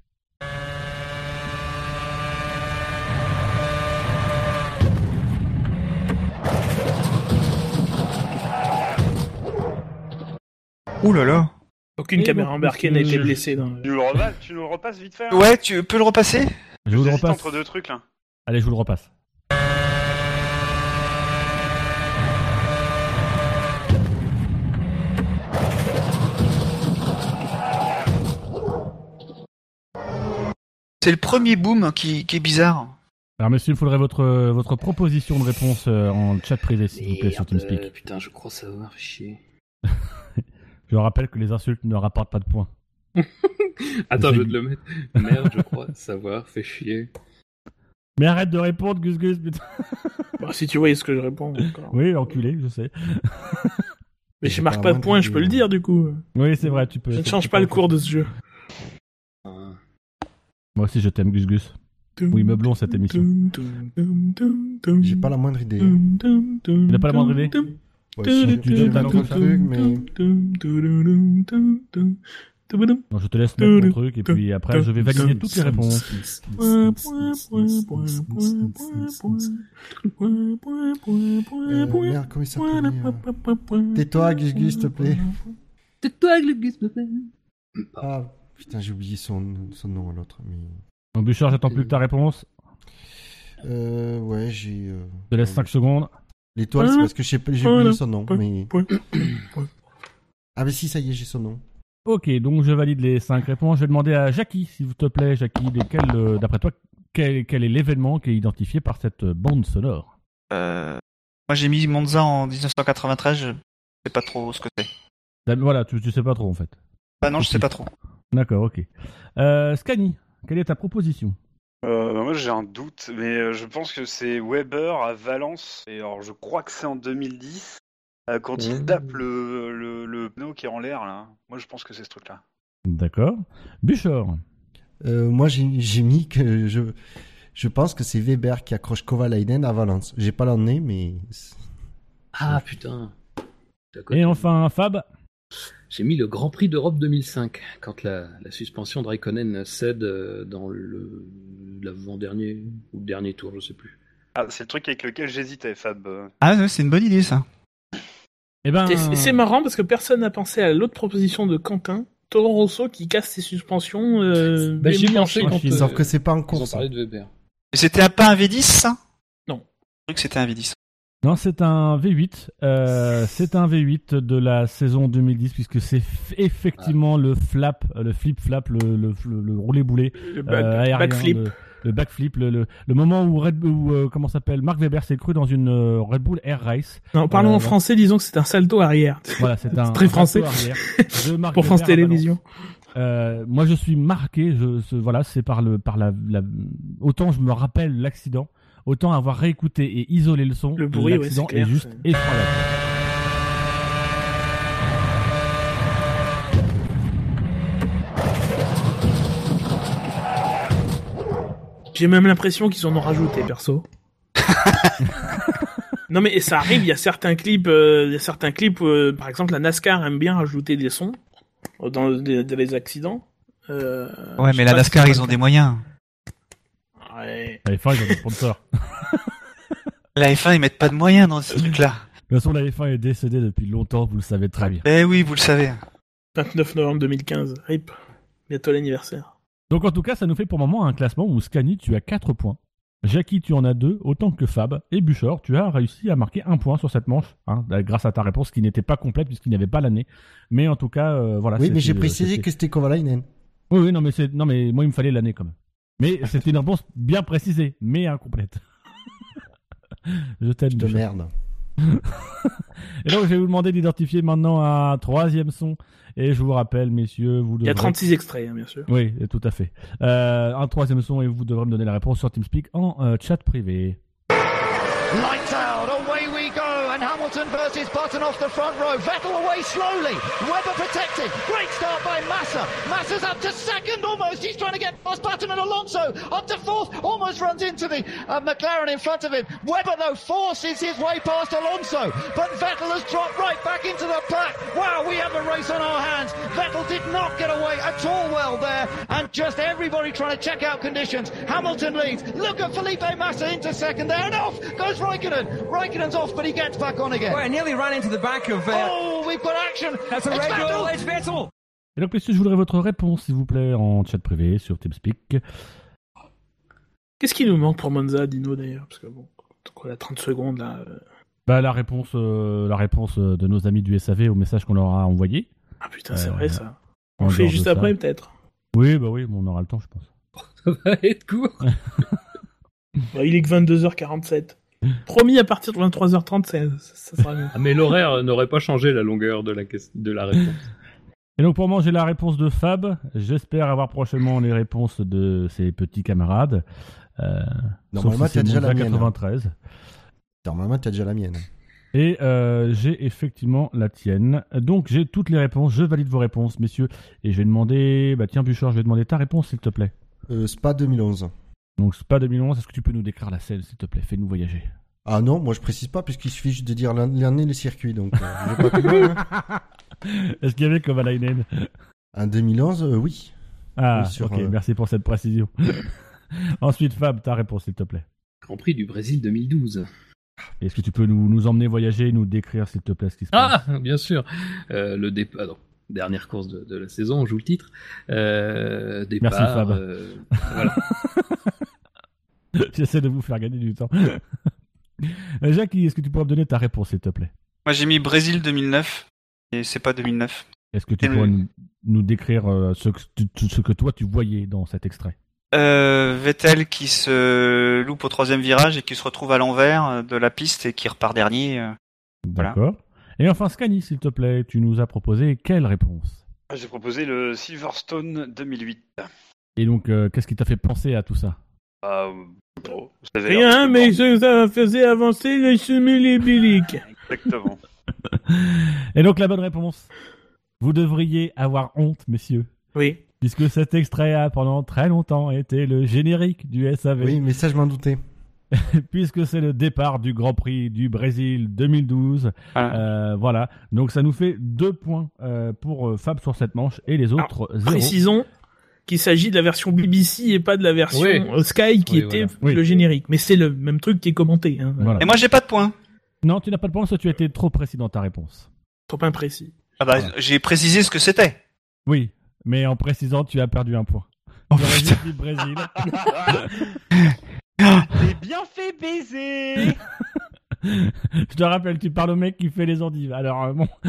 [SPEAKER 9] Ouh là là
[SPEAKER 7] Aucune
[SPEAKER 2] Et
[SPEAKER 7] caméra
[SPEAKER 2] donc,
[SPEAKER 7] embarquée n'a été
[SPEAKER 2] monsieur-
[SPEAKER 7] blessée. Dans...
[SPEAKER 2] Tu nous le repasses, tu nous le repasses vite fait hein
[SPEAKER 9] Ouais, tu peux le repasser
[SPEAKER 8] Je vous le
[SPEAKER 11] J'hésite
[SPEAKER 8] repasse.
[SPEAKER 11] entre deux trucs là.
[SPEAKER 8] Allez, je vous le repasse.
[SPEAKER 9] C'est le premier boom qui, qui est bizarre.
[SPEAKER 8] Alors, messieurs, il faudrait votre, votre proposition de réponse euh, en chat privé, s'il vous plaît, sur TeamSpeak.
[SPEAKER 4] euh, putain, je crois savoir, chier.
[SPEAKER 8] Je rappelle que les insultes ne rapportent pas de points.
[SPEAKER 4] Attends, je vais te le mettre. Merde, je crois savoir, fais chier.
[SPEAKER 8] Mais arrête de répondre, Gus Gus, putain.
[SPEAKER 7] Bah, si tu voyais ce que je réponds. encore.
[SPEAKER 8] Oui, enculé, je sais.
[SPEAKER 7] Mais je marque pas de points, je peux le dire du coup.
[SPEAKER 8] Oui, c'est vrai, tu peux.
[SPEAKER 7] Je ne change pas le cours de ce jeu.
[SPEAKER 8] Moi aussi, je t'aime, Gus Gus. Oui, meublons cette émission.
[SPEAKER 3] J'ai pas la moindre idée.
[SPEAKER 8] Il n'a pas la moindre idée
[SPEAKER 3] Ouais, si, tu donnes un autre truc, mais.
[SPEAKER 8] Non, je te laisse mettre ton truc et puis après je vais valider toutes les réponses.
[SPEAKER 3] Euh, merde, comment il s'appelait euh Tais-toi, Gus Gus, s'il te plaît.
[SPEAKER 4] Tais-toi, Gus Gus, s'il te plaît.
[SPEAKER 3] Ah, putain, j'ai oublié son, son nom à l'autre. Mais...
[SPEAKER 8] Donc Bouchard, j'attends plus que ta réponse.
[SPEAKER 3] Euh, ouais, j'ai. euh,
[SPEAKER 8] Je te laisse 5 secondes.
[SPEAKER 3] L'étoile, c'est parce que j'ai j'ai oublié son nom. Mais... Ah, mais si, ça y est, j'ai son nom.
[SPEAKER 8] Ok, donc je valide les 5 réponses. Je vais demander à Jackie, s'il te plaît, Jackie, de quel, euh, d'après toi, quel, quel est l'événement qui est identifié par cette euh, bande sonore
[SPEAKER 9] Euh, moi j'ai mis Monza en 1993, je sais pas trop ce que c'est.
[SPEAKER 8] Là, Voilà, tu, tu sais pas trop en fait.
[SPEAKER 9] Bah non, je sais pas trop.
[SPEAKER 8] D'accord, ok. Euh, Scani, quelle est ta proposition
[SPEAKER 11] Euh, bah, moi j'ai un doute, mais euh, je pense que c'est Weber à Valence, et alors je crois que c'est en 2010, euh, quand
[SPEAKER 9] Mmh.
[SPEAKER 11] il tape le, le, le pneu qui est en l'air là. Moi je pense que c'est ce truc là.
[SPEAKER 8] D'accord. Bouchard.
[SPEAKER 3] Euh, moi, j'ai j'ai mis que je, je pense que c'est Weber qui accroche Kovalainen à Valence. J'ai pas l'année, mais.
[SPEAKER 4] Ah putain. D'accord.
[SPEAKER 8] Et enfin, Fab.
[SPEAKER 4] J'ai mis le Grand Prix d'Europe 2005 quand la, la suspension de Raikkonen cède euh, dans le l'avant-dernier ou le dernier tour, je sais plus.
[SPEAKER 11] Ah, c'est le truc avec lequel j'hésitais, Fab. Euh,
[SPEAKER 9] Ah, ouais, c'est une bonne idée ça.
[SPEAKER 8] Eh ben.
[SPEAKER 7] Et c'est- c'est marrant parce que personne n'a pensé à l'autre proposition de Quentin, Toro Rosso qui casse ses suspensions. Euh,
[SPEAKER 8] Ben,
[SPEAKER 4] Bah, j'y ai
[SPEAKER 7] démanchées
[SPEAKER 4] pensé
[SPEAKER 7] quand,
[SPEAKER 4] quand,
[SPEAKER 7] euh,
[SPEAKER 3] Sauf que c'est pas en
[SPEAKER 4] Ils ont
[SPEAKER 3] course.
[SPEAKER 4] parlé de Weber.
[SPEAKER 9] Et c'était un pas un V10 ça Je
[SPEAKER 7] Non.
[SPEAKER 9] crois que c'était un V10.
[SPEAKER 8] Non, c'est un V8. euh, c'est un V8 de la saison 2010 puisque c'est f- effectivement le flap, euh, le flip flap, le, le, le, le roulé boulet
[SPEAKER 7] le
[SPEAKER 8] euh,
[SPEAKER 7] back-
[SPEAKER 8] aérien,
[SPEAKER 7] backflip.
[SPEAKER 8] le, le backflip, le, le, le moment où Red, où euh, comment ça s'appelle, Mark Webber s'est cru dans une euh, Red Bull Air Race.
[SPEAKER 7] Non, parlons
[SPEAKER 8] Euh,
[SPEAKER 7] en français, disons que c'est un salto arrière.
[SPEAKER 8] Voilà, c'est un
[SPEAKER 7] très
[SPEAKER 8] un
[SPEAKER 7] français.
[SPEAKER 8] plateau arrière de Marc
[SPEAKER 7] Pour France
[SPEAKER 8] Weber à
[SPEAKER 7] Télévisions.
[SPEAKER 8] Valence. Euh, moi, je suis marqué. Je, ce- voilà, c'est par le, par la, la- autant je me rappelle l'accident, autant avoir réécouté et isolé le son.
[SPEAKER 7] Le bruit, ouais,
[SPEAKER 8] l'accident
[SPEAKER 7] c'est clair,
[SPEAKER 8] est juste
[SPEAKER 7] c'est-
[SPEAKER 8] effroyable.
[SPEAKER 7] J'ai même l'impression qu'ils en ont rajouté, perso. non mais et ça arrive, il y a certains clips, euh, il y a certains clips, euh, par exemple la NASCAR aime bien rajouter des sons euh, dans, des- dans les accidents. Euh,
[SPEAKER 9] Ouais,
[SPEAKER 7] je
[SPEAKER 9] mais la
[SPEAKER 7] sais pas si
[SPEAKER 9] NASCAR
[SPEAKER 7] c'est
[SPEAKER 9] ils
[SPEAKER 7] pas
[SPEAKER 9] ont des moyens.
[SPEAKER 7] le cas. Ouais.
[SPEAKER 4] Ah,
[SPEAKER 8] La F1, ils ont des sponsors.
[SPEAKER 9] La F1 ils mettent pas de moyens dans ces trucs là.
[SPEAKER 8] De toute façon, la F1 est décédée depuis longtemps, vous le savez très bien.
[SPEAKER 9] Eh oui, vous le savez.
[SPEAKER 7] 29 novembre 2015, RIP, bientôt l'anniversaire.
[SPEAKER 8] Donc en tout cas, ça nous fait pour le moment un classement où Scani, tu as 4 points. Jackie, tu en as 2, autant que Fab. Et Buchor, tu as réussi à marquer un point sur cette manche, hein, grâce à ta réponse qui n'était pas complète puisqu'il n'y avait pas l'année. Mais en tout cas, euh, voilà.
[SPEAKER 3] oui, mais
[SPEAKER 8] c'était-
[SPEAKER 3] j'ai précisé
[SPEAKER 8] c'était-
[SPEAKER 3] que c'était Kovalainen.
[SPEAKER 8] Oui, oui, non, mais, c'est... non, mais moi, il me fallait l'année quand même. Mais c'était une réponse bien précisée, mais incomplète. Je t'aime,
[SPEAKER 3] De
[SPEAKER 8] Buchor.
[SPEAKER 3] merde.
[SPEAKER 8] Et donc, je vais vous demander d'identifier maintenant un troisième son. Et je vous rappelle, messieurs, vous
[SPEAKER 7] Il y
[SPEAKER 8] devrez...
[SPEAKER 7] a 36 extraits, hein, bien sûr.
[SPEAKER 8] Oui, tout à fait. Euh, un troisième son et vous devrez me donner la réponse sur TeamSpeak en euh, chat privé.
[SPEAKER 1] Lights out, away we go, and Hamilton versus Button off the front row. Vettel away slowly, Webber protected. Great start by Massa. Massa's up to second almost. He's trying to get past Button and Alonso up to fourth. Almost runs into the uh, McLaren in front of him. Webber though forces his way past Alonso, but Vettel has dropped right back into the pack. Wow, we have a race on our hands. Vettel did not get away at all well there, and just everybody trying to check out conditions. Hamilton leads. Look at Felipe Massa into second there, and off goes Raikkonen. Raikkonen's off, but he gets back on again.
[SPEAKER 13] Well, I nearly ran into the back of. Uh,
[SPEAKER 1] Oh, we've got action.
[SPEAKER 13] that's a
[SPEAKER 1] It's
[SPEAKER 13] red
[SPEAKER 1] Vettel.
[SPEAKER 13] ball. It's Vettel.
[SPEAKER 8] Et donc, messieurs, je voudrais votre réponse, s'il vous plaît, en chat privé sur TeamSpeak.
[SPEAKER 7] Qu'est-ce qui nous manque pour Monza, Dino d'ailleurs Parce que bon, donc on a 30 secondes là. euh.
[SPEAKER 8] Bah, la réponse, euh, la réponse euh, de nos amis du SAV au message qu'on leur a envoyé.
[SPEAKER 7] Ah putain, c'est
[SPEAKER 8] Euh,
[SPEAKER 7] vrai ça. On
[SPEAKER 8] en
[SPEAKER 7] le fait
[SPEAKER 8] dehors
[SPEAKER 7] juste
[SPEAKER 8] de ça.
[SPEAKER 7] après peut-être.
[SPEAKER 8] Oui, bah oui, bon, on aura le temps, je pense.
[SPEAKER 4] Ça va être court.
[SPEAKER 7] Bah, il est que 22h47. Promis, à partir de 23h30, ça, ça sera mieux.
[SPEAKER 4] Ah, mais l'horaire n'aurait pas changé la longueur de la, ques- de la réponse.
[SPEAKER 8] Et donc, pour moi, j'ai la réponse de Fab. J'espère avoir prochainement les réponses de ses petits camarades. Euh,
[SPEAKER 3] Normalement,
[SPEAKER 8] sauf si
[SPEAKER 3] t'as
[SPEAKER 8] c'est
[SPEAKER 3] déjà la
[SPEAKER 8] Monza
[SPEAKER 3] mienne, hein.
[SPEAKER 8] 93.
[SPEAKER 3] Normalement, t'as déjà la mienne.
[SPEAKER 8] Et euh, j'ai effectivement la tienne. Donc j'ai toutes les réponses. Je valide vos réponses, messieurs. Et je vais demander. Bah tiens, Buchor, je vais demander ta réponse, s'il te plaît.
[SPEAKER 3] Euh, Spa 2011.
[SPEAKER 8] Donc Spa 2011, est-ce que tu peux nous décrire la selle, s'il te plaît Fais-nous voyager.
[SPEAKER 3] Ah non, moi je précise pas puisqu'il suffit juste de dire l'an- l'année et le circuit. Donc, euh, je vais pas plus loin, hein.
[SPEAKER 8] Est-ce qu'il y avait comme à Lainen
[SPEAKER 3] En 2011, euh, oui.
[SPEAKER 8] Ah,
[SPEAKER 3] Oui, sur,
[SPEAKER 8] ok,
[SPEAKER 3] euh,
[SPEAKER 8] merci pour cette précision. Ensuite, Fab, ta réponse, s'il te plaît.
[SPEAKER 4] Grand Prix du Brésil 2012.
[SPEAKER 8] Est-ce que tu peux nous, nous emmener voyager, nous décrire, s'il te plaît, ce qui se passe
[SPEAKER 4] Ah, bien sûr. Euh, le départ. ah non, Dernière course de, de la saison, on joue le titre. Euh, départ,
[SPEAKER 8] Merci, Fab.
[SPEAKER 4] euh, voilà.
[SPEAKER 8] J'essaie de vous faire gagner du temps. Euh, Jacques, est-ce que tu pourrais me donner ta réponse, s'il te plaît
[SPEAKER 9] Moi j'ai mis Brésil 2009 et c'est pas 2009.
[SPEAKER 8] Est-ce que tu
[SPEAKER 9] Et le-
[SPEAKER 8] pourrais nous, nous décrire euh, ce, que tu- tu- ce que toi tu voyais dans cet extrait
[SPEAKER 9] Euh, Vettel qui se loupe au troisième virage et qui se retrouve à l'envers euh, de la piste et qui repart dernier. euh.
[SPEAKER 8] D'accord. Et enfin, Scani, s'il te plaît, tu nous as proposé quelle réponse
[SPEAKER 11] Ah, J'ai proposé le Silverstone 2008.
[SPEAKER 8] Et donc, euh, qu'est-ce qui t'a fait penser à tout ça
[SPEAKER 11] Ah, bon, vous avez l'air
[SPEAKER 7] Rien,
[SPEAKER 11] de-
[SPEAKER 7] mais ça, ça faisait avancer le semi-libilique.
[SPEAKER 11] Exactement.
[SPEAKER 8] Et donc la bonne réponse. Vous devriez avoir honte, messieurs.
[SPEAKER 7] Oui.
[SPEAKER 8] Puisque cet extrait a pendant très longtemps été le générique du SAV.
[SPEAKER 3] Oui, mais ça je m'en doutais.
[SPEAKER 8] Puisque c'est le départ du Grand Prix du Brésil 2012. Euh, voilà. Donc ça nous fait deux points euh, pour euh, Fab sur cette manche et les autres zéro.
[SPEAKER 7] Précisons qu'il s'agit de la version BBC et pas de la version
[SPEAKER 8] Oui.
[SPEAKER 7] euh, Sky qui
[SPEAKER 8] Oui,
[SPEAKER 7] était
[SPEAKER 8] voilà. Oui.
[SPEAKER 7] le générique. Mais c'est le même truc qui est commenté. Hein.
[SPEAKER 8] Voilà.
[SPEAKER 9] Et moi j'ai pas de points.
[SPEAKER 8] Non, tu n'as pas de points, soit tu as été trop précis dans ta réponse.
[SPEAKER 7] Trop imprécis.
[SPEAKER 9] Ah bah j'ai précisé ce que c'était.
[SPEAKER 8] Oui, mais en précisant, tu as perdu un point. J'aurais juste dit Brésil.
[SPEAKER 2] T'es bien fait baiser
[SPEAKER 8] Je te rappelle, tu parles au mec qui fait les endives. Alors euh, bon.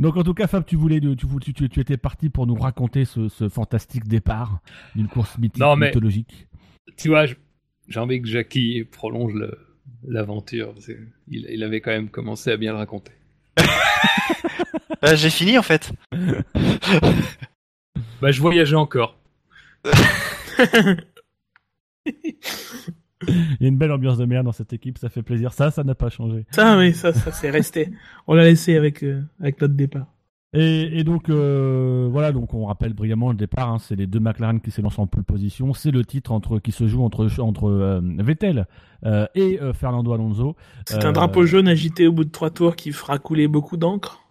[SPEAKER 8] Donc en tout cas, Fab, tu voulais, tu, tu, tu- tu étais parti pour nous raconter ce, ce fantastique départ d'une course mythique,
[SPEAKER 4] Non, mais-
[SPEAKER 8] mythologique.
[SPEAKER 4] tu vois, je- j'ai envie que Jackie prolonge le- l'aventure. parce que Il, il avait quand même commencé à bien le raconter.
[SPEAKER 9] Euh, j'ai fini en fait.
[SPEAKER 4] Bah, je voyageais encore.
[SPEAKER 8] Il y a une belle ambiance de merde dans cette équipe, ça fait plaisir. Ça, ça n'a pas changé.
[SPEAKER 7] Ça, oui, ça, ça c'est resté. On l'a laissé avec, euh, avec notre départ.
[SPEAKER 8] Et, et donc euh, voilà, donc on rappelle brillamment le départ. hein, c'est les deux McLaren qui s'élancent en pole position. C'est le titre entre qui se joue entre entre euh, Vettel euh, et euh, Fernando Alonso.
[SPEAKER 7] C'est
[SPEAKER 8] Euh,
[SPEAKER 7] un drapeau jaune agité au bout de trois tours qui fera couler beaucoup d'encre.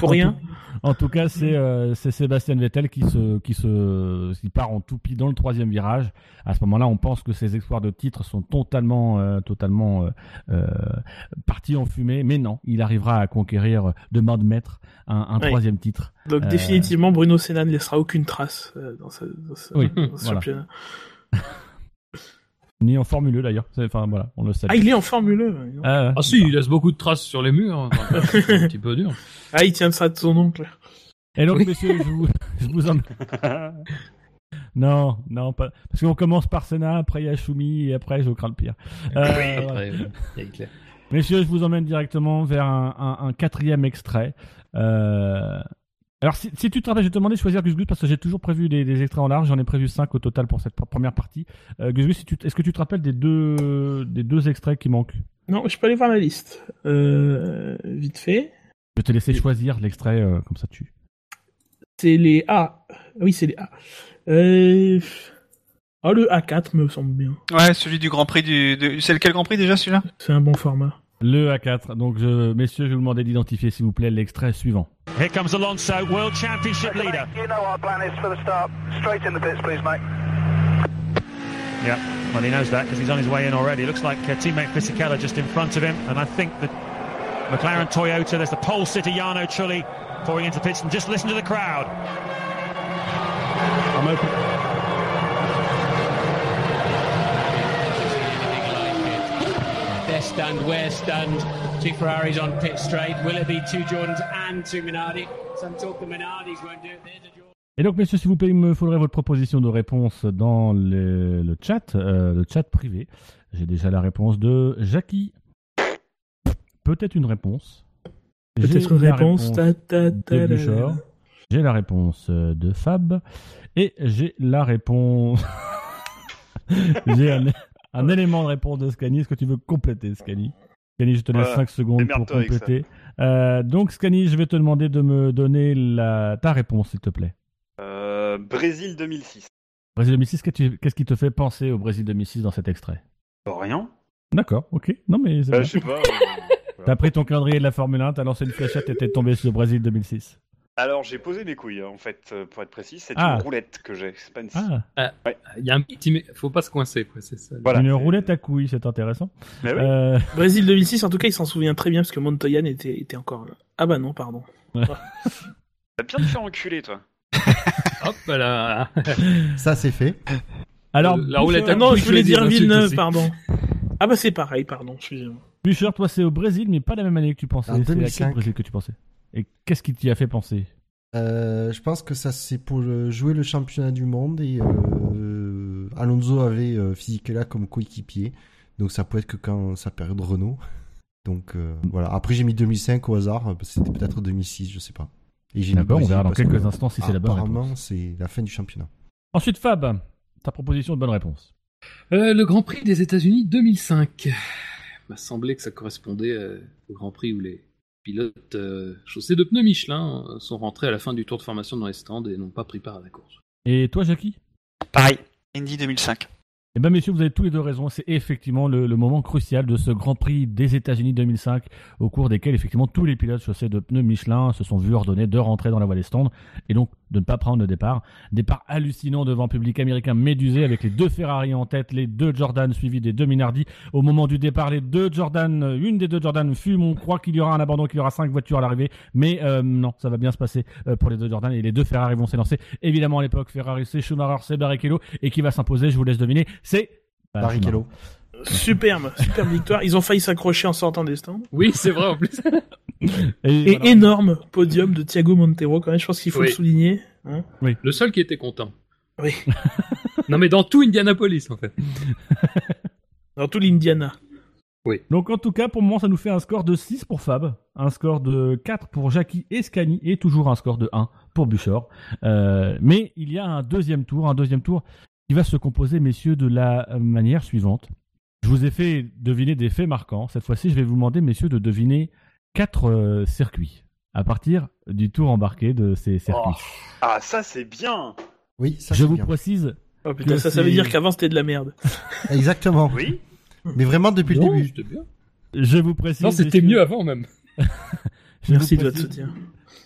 [SPEAKER 7] Pour
[SPEAKER 8] En
[SPEAKER 7] rien.
[SPEAKER 8] tout- en tout cas, c'est euh, c'est Sébastien Vettel qui se qui se qui part en toupie dans le troisième virage. À ce moment-là, on pense que ses espoirs de titre sont totalement euh, totalement euh, euh, partis en fumée, mais non, il arrivera à conquérir euh, de main de maître un, un
[SPEAKER 7] Oui.
[SPEAKER 8] troisième titre.
[SPEAKER 7] Donc
[SPEAKER 8] Euh,
[SPEAKER 7] définitivement, Bruno Senna ne laissera aucune trace euh, dans ce, dans ce-
[SPEAKER 8] Oui,
[SPEAKER 7] dans ce
[SPEAKER 8] voilà.
[SPEAKER 7] championnat.
[SPEAKER 8] Ni en Formule 1 d'ailleurs. C'est- Enfin voilà, on le sait.
[SPEAKER 7] Ah, il est en Formule 1. dis donc.
[SPEAKER 8] Ah, ouais.
[SPEAKER 4] Ah si, il laisse beaucoup de traces sur les murs. hein. Enfin, c'est un petit peu dur.
[SPEAKER 7] Ah, il tient ça de son oncle.
[SPEAKER 8] Et donc,
[SPEAKER 7] Oui.
[SPEAKER 8] messieurs, je vous, je vous en... Non, non, pas. Parce qu'on commence par Senna, après il y a Schumi, et après je crains le pire.
[SPEAKER 4] Oui, après, oui, il y a Hitler.
[SPEAKER 8] Messieurs, je vous emmène directement vers un, un- un quatrième extrait. Euh, Alors, si, si tu te rappelles, je vais te demander de choisir Gus Gus parce que j'ai toujours prévu des, des extraits en large. J'en ai prévu 5 au total pour cette pr- première partie. Euh, Gus Gus, si tu t- est-ce que tu te rappelles des deux, des deux extraits qui manquent
[SPEAKER 7] Non, je peux aller voir la liste. Euh, vite fait.
[SPEAKER 8] Je vais te laisser choisir l'extrait, euh, comme ça tu.
[SPEAKER 7] C'est les A. Oui, c'est les A. Euh... Ah, le A4 me semble bien.
[SPEAKER 9] Ouais, celui du Grand Prix du. de- C'est lequel Grand Prix déjà celui-là
[SPEAKER 7] C'est un bon format.
[SPEAKER 8] Le A4. Donc, je... messieurs, je vais vous demander d'identifier, s'il vous plaît, l'extrait suivant.
[SPEAKER 14] Here comes Alonso, world championship leader.
[SPEAKER 1] You know what our plan is for the start. Straight in the pits, please, mate.
[SPEAKER 14] Yeah, well, he knows that because he's on his way in already. Looks like uh, teammate Fisichella just in front of him, and I think that McLaren Toyota, there's the pole sitter Jarno Trulli pouring into the pits, and just listen to the crowd. I'm open.
[SPEAKER 15] Their stand, where stand. Two Ferraris on pit straight. Will it be two Jordans and two Minardi? Some talk the Minardis won't do it. There's a Jordan.
[SPEAKER 8] Et donc, messieurs, s'il vous plaît, il me faudrait votre proposition de réponse dans le, le chat, euh, le chat privé. J'ai déjà la réponse de Jackie. Peut-être une réponse.
[SPEAKER 7] Peut-être
[SPEAKER 8] J'ai
[SPEAKER 7] une
[SPEAKER 8] la
[SPEAKER 7] réponse. Ta, ta, ta,
[SPEAKER 8] de
[SPEAKER 7] la, la,
[SPEAKER 8] Bouchard.
[SPEAKER 7] la.
[SPEAKER 8] J'ai la réponse euh, de Fab. Et j'ai la réponse. j'ai un, un élément de réponse de Scani. Est-ce que tu veux compléter, Scani Scani, je te laisse
[SPEAKER 11] Ouais,
[SPEAKER 8] 5 secondes pour
[SPEAKER 11] démerde-toi avec ça.
[SPEAKER 8] compléter. Euh, donc, Scani, je vais te demander de me donner la, ta réponse, s'il te plaît.
[SPEAKER 11] Euh, Brésil 2006.
[SPEAKER 8] Brésil 2006, qu'est-ce qui- qu'est-ce qui te fait penser au Brésil 2006 dans cet extrait
[SPEAKER 11] Rien.
[SPEAKER 8] D'accord, ok. Non mais c'est
[SPEAKER 11] Bah,
[SPEAKER 8] bien.
[SPEAKER 11] je sais pas. euh, voilà.
[SPEAKER 8] T'as pris ton calendrier de la Formule 1, t'as lancé une fléchette et t'es tombé sur le Brésil 2006.
[SPEAKER 11] Alors j'ai posé mes couilles hein, en fait, euh, pour être précis, c'est
[SPEAKER 8] Ah.
[SPEAKER 11] une roulette que j'ai, c'est pas une
[SPEAKER 8] Ah.
[SPEAKER 4] Ah, Il y a un petit. mé- Faut pas se coincer, quoi, c'est ça.
[SPEAKER 8] Une roulette à couilles, c'est intéressant. Euh,
[SPEAKER 7] Brésil 2006, en tout cas, il s'en souvient très bien parce que Montoyan était, était encore. là. Ah bah non, pardon.
[SPEAKER 11] T'as bien te faire enculer toi.
[SPEAKER 4] Hop là.
[SPEAKER 3] Ça, c'est fait.
[SPEAKER 8] Alors,
[SPEAKER 7] Ah non, je voulais dire Villeneuve, pardon. Ah bah c'est pareil, pardon, excusez-moi.
[SPEAKER 8] Bûcher, toi c'est au Brésil, mais pas la même année que tu pensais.
[SPEAKER 3] En
[SPEAKER 8] C'est à quel
[SPEAKER 3] 2005.
[SPEAKER 8] Brésil que tu pensais. Et qu'est-ce qui t'y a fait penser
[SPEAKER 3] Euh, je pense que ça c'est pour euh, jouer le championnat du monde et euh, Alonso avait euh, Fisichella comme coéquipier, donc ça peut être que quand sa période Renault. Donc euh, voilà. Après j'ai mis 2005 au hasard, euh, c'était peut-être 2006, je sais pas. Et j'ai mis
[SPEAKER 8] D'accord, Ah bah, on
[SPEAKER 3] Brésil
[SPEAKER 8] verra dans
[SPEAKER 3] parce que
[SPEAKER 8] quelques instants si c'est la bonne
[SPEAKER 3] Apparemment c'est la fin du championnat.
[SPEAKER 8] Ensuite, Fab, ta proposition de bonne réponse.
[SPEAKER 4] Euh, le Grand Prix des États-Unis 2005. Il m'a semblé que ça correspondait euh, au Grand Prix où les pilotes euh, chaussés de pneus Michelin euh, sont rentrés à la fin du tour de formation dans les stands et n'ont pas pris part à la course.
[SPEAKER 8] Et toi, Jackie
[SPEAKER 9] Pareil, Indy 2005.
[SPEAKER 8] Eh ben messieurs, vous avez tous les deux raison. C'est effectivement le, le moment crucial de ce Grand Prix des États-Unis 2005, au cours desquels effectivement tous les pilotes chaussés de pneus Michelin se sont vus ordonner de rentrer dans la voie des stands et donc de ne pas prendre le départ. Départ hallucinant devant un public américain médusé avec les deux Ferrari en tête, les deux Jordan suivis des deux Minardi. Au moment du départ, les deux Jordan, euh, une des deux Jordan fume. On croit qu'il y aura un abandon, qu'il y aura cinq voitures à l'arrivée, mais euh, non, ça va bien se passer euh, pour les deux Jordan et les deux Ferrari vont s'élancer. Évidemment à l'époque, Ferrari c'est Schumacher, c'est Barrichello et qui va s'imposer, je vous laisse deviner, c'est bah,
[SPEAKER 3] Barrichello.
[SPEAKER 7] Superbe, superbe victoire. Ils ont failli s'accrocher en sortant des stands.
[SPEAKER 4] Oui, c'est vrai en plus.
[SPEAKER 7] Et, énorme podium de Thiago Montero quand même, je pense qu'il faut
[SPEAKER 4] Oui.
[SPEAKER 7] le souligner. hein.
[SPEAKER 4] Le seul qui était content.
[SPEAKER 7] Oui.
[SPEAKER 4] non mais dans tout Indianapolis en fait.
[SPEAKER 7] Dans tout l'Indiana.
[SPEAKER 8] Donc en tout cas, pour le moment, ça nous fait un score de 6 pour Fab, un score de 4 pour Jackie et Scani, et toujours un score de 1 pour Buchor. Euh, mais il y a un deuxième tour, un deuxième tour qui va se composer, messieurs, de la euh, manière suivante. Je vous ai fait deviner des faits marquants. Cette fois-ci, je vais vous demander, messieurs, de deviner 4 circuits à partir du tour embarqué de ces circuits.
[SPEAKER 11] Ah ça c'est bien.
[SPEAKER 3] Oh. Oui, ça
[SPEAKER 8] je
[SPEAKER 3] c'est
[SPEAKER 8] vous
[SPEAKER 3] bien.
[SPEAKER 8] précise.
[SPEAKER 7] Oh putain,
[SPEAKER 8] que
[SPEAKER 7] ça, ça veut
[SPEAKER 8] c'est-
[SPEAKER 7] dire qu'avant c'était de la merde.
[SPEAKER 3] Exactement.
[SPEAKER 11] Oui.
[SPEAKER 3] Mais vraiment depuis le début.
[SPEAKER 8] Je vous précise.
[SPEAKER 4] Non, c'était
[SPEAKER 8] messieurs-
[SPEAKER 4] mieux avant même.
[SPEAKER 8] Je
[SPEAKER 7] Merci
[SPEAKER 8] vous
[SPEAKER 7] de votre
[SPEAKER 8] précise-
[SPEAKER 7] soutien.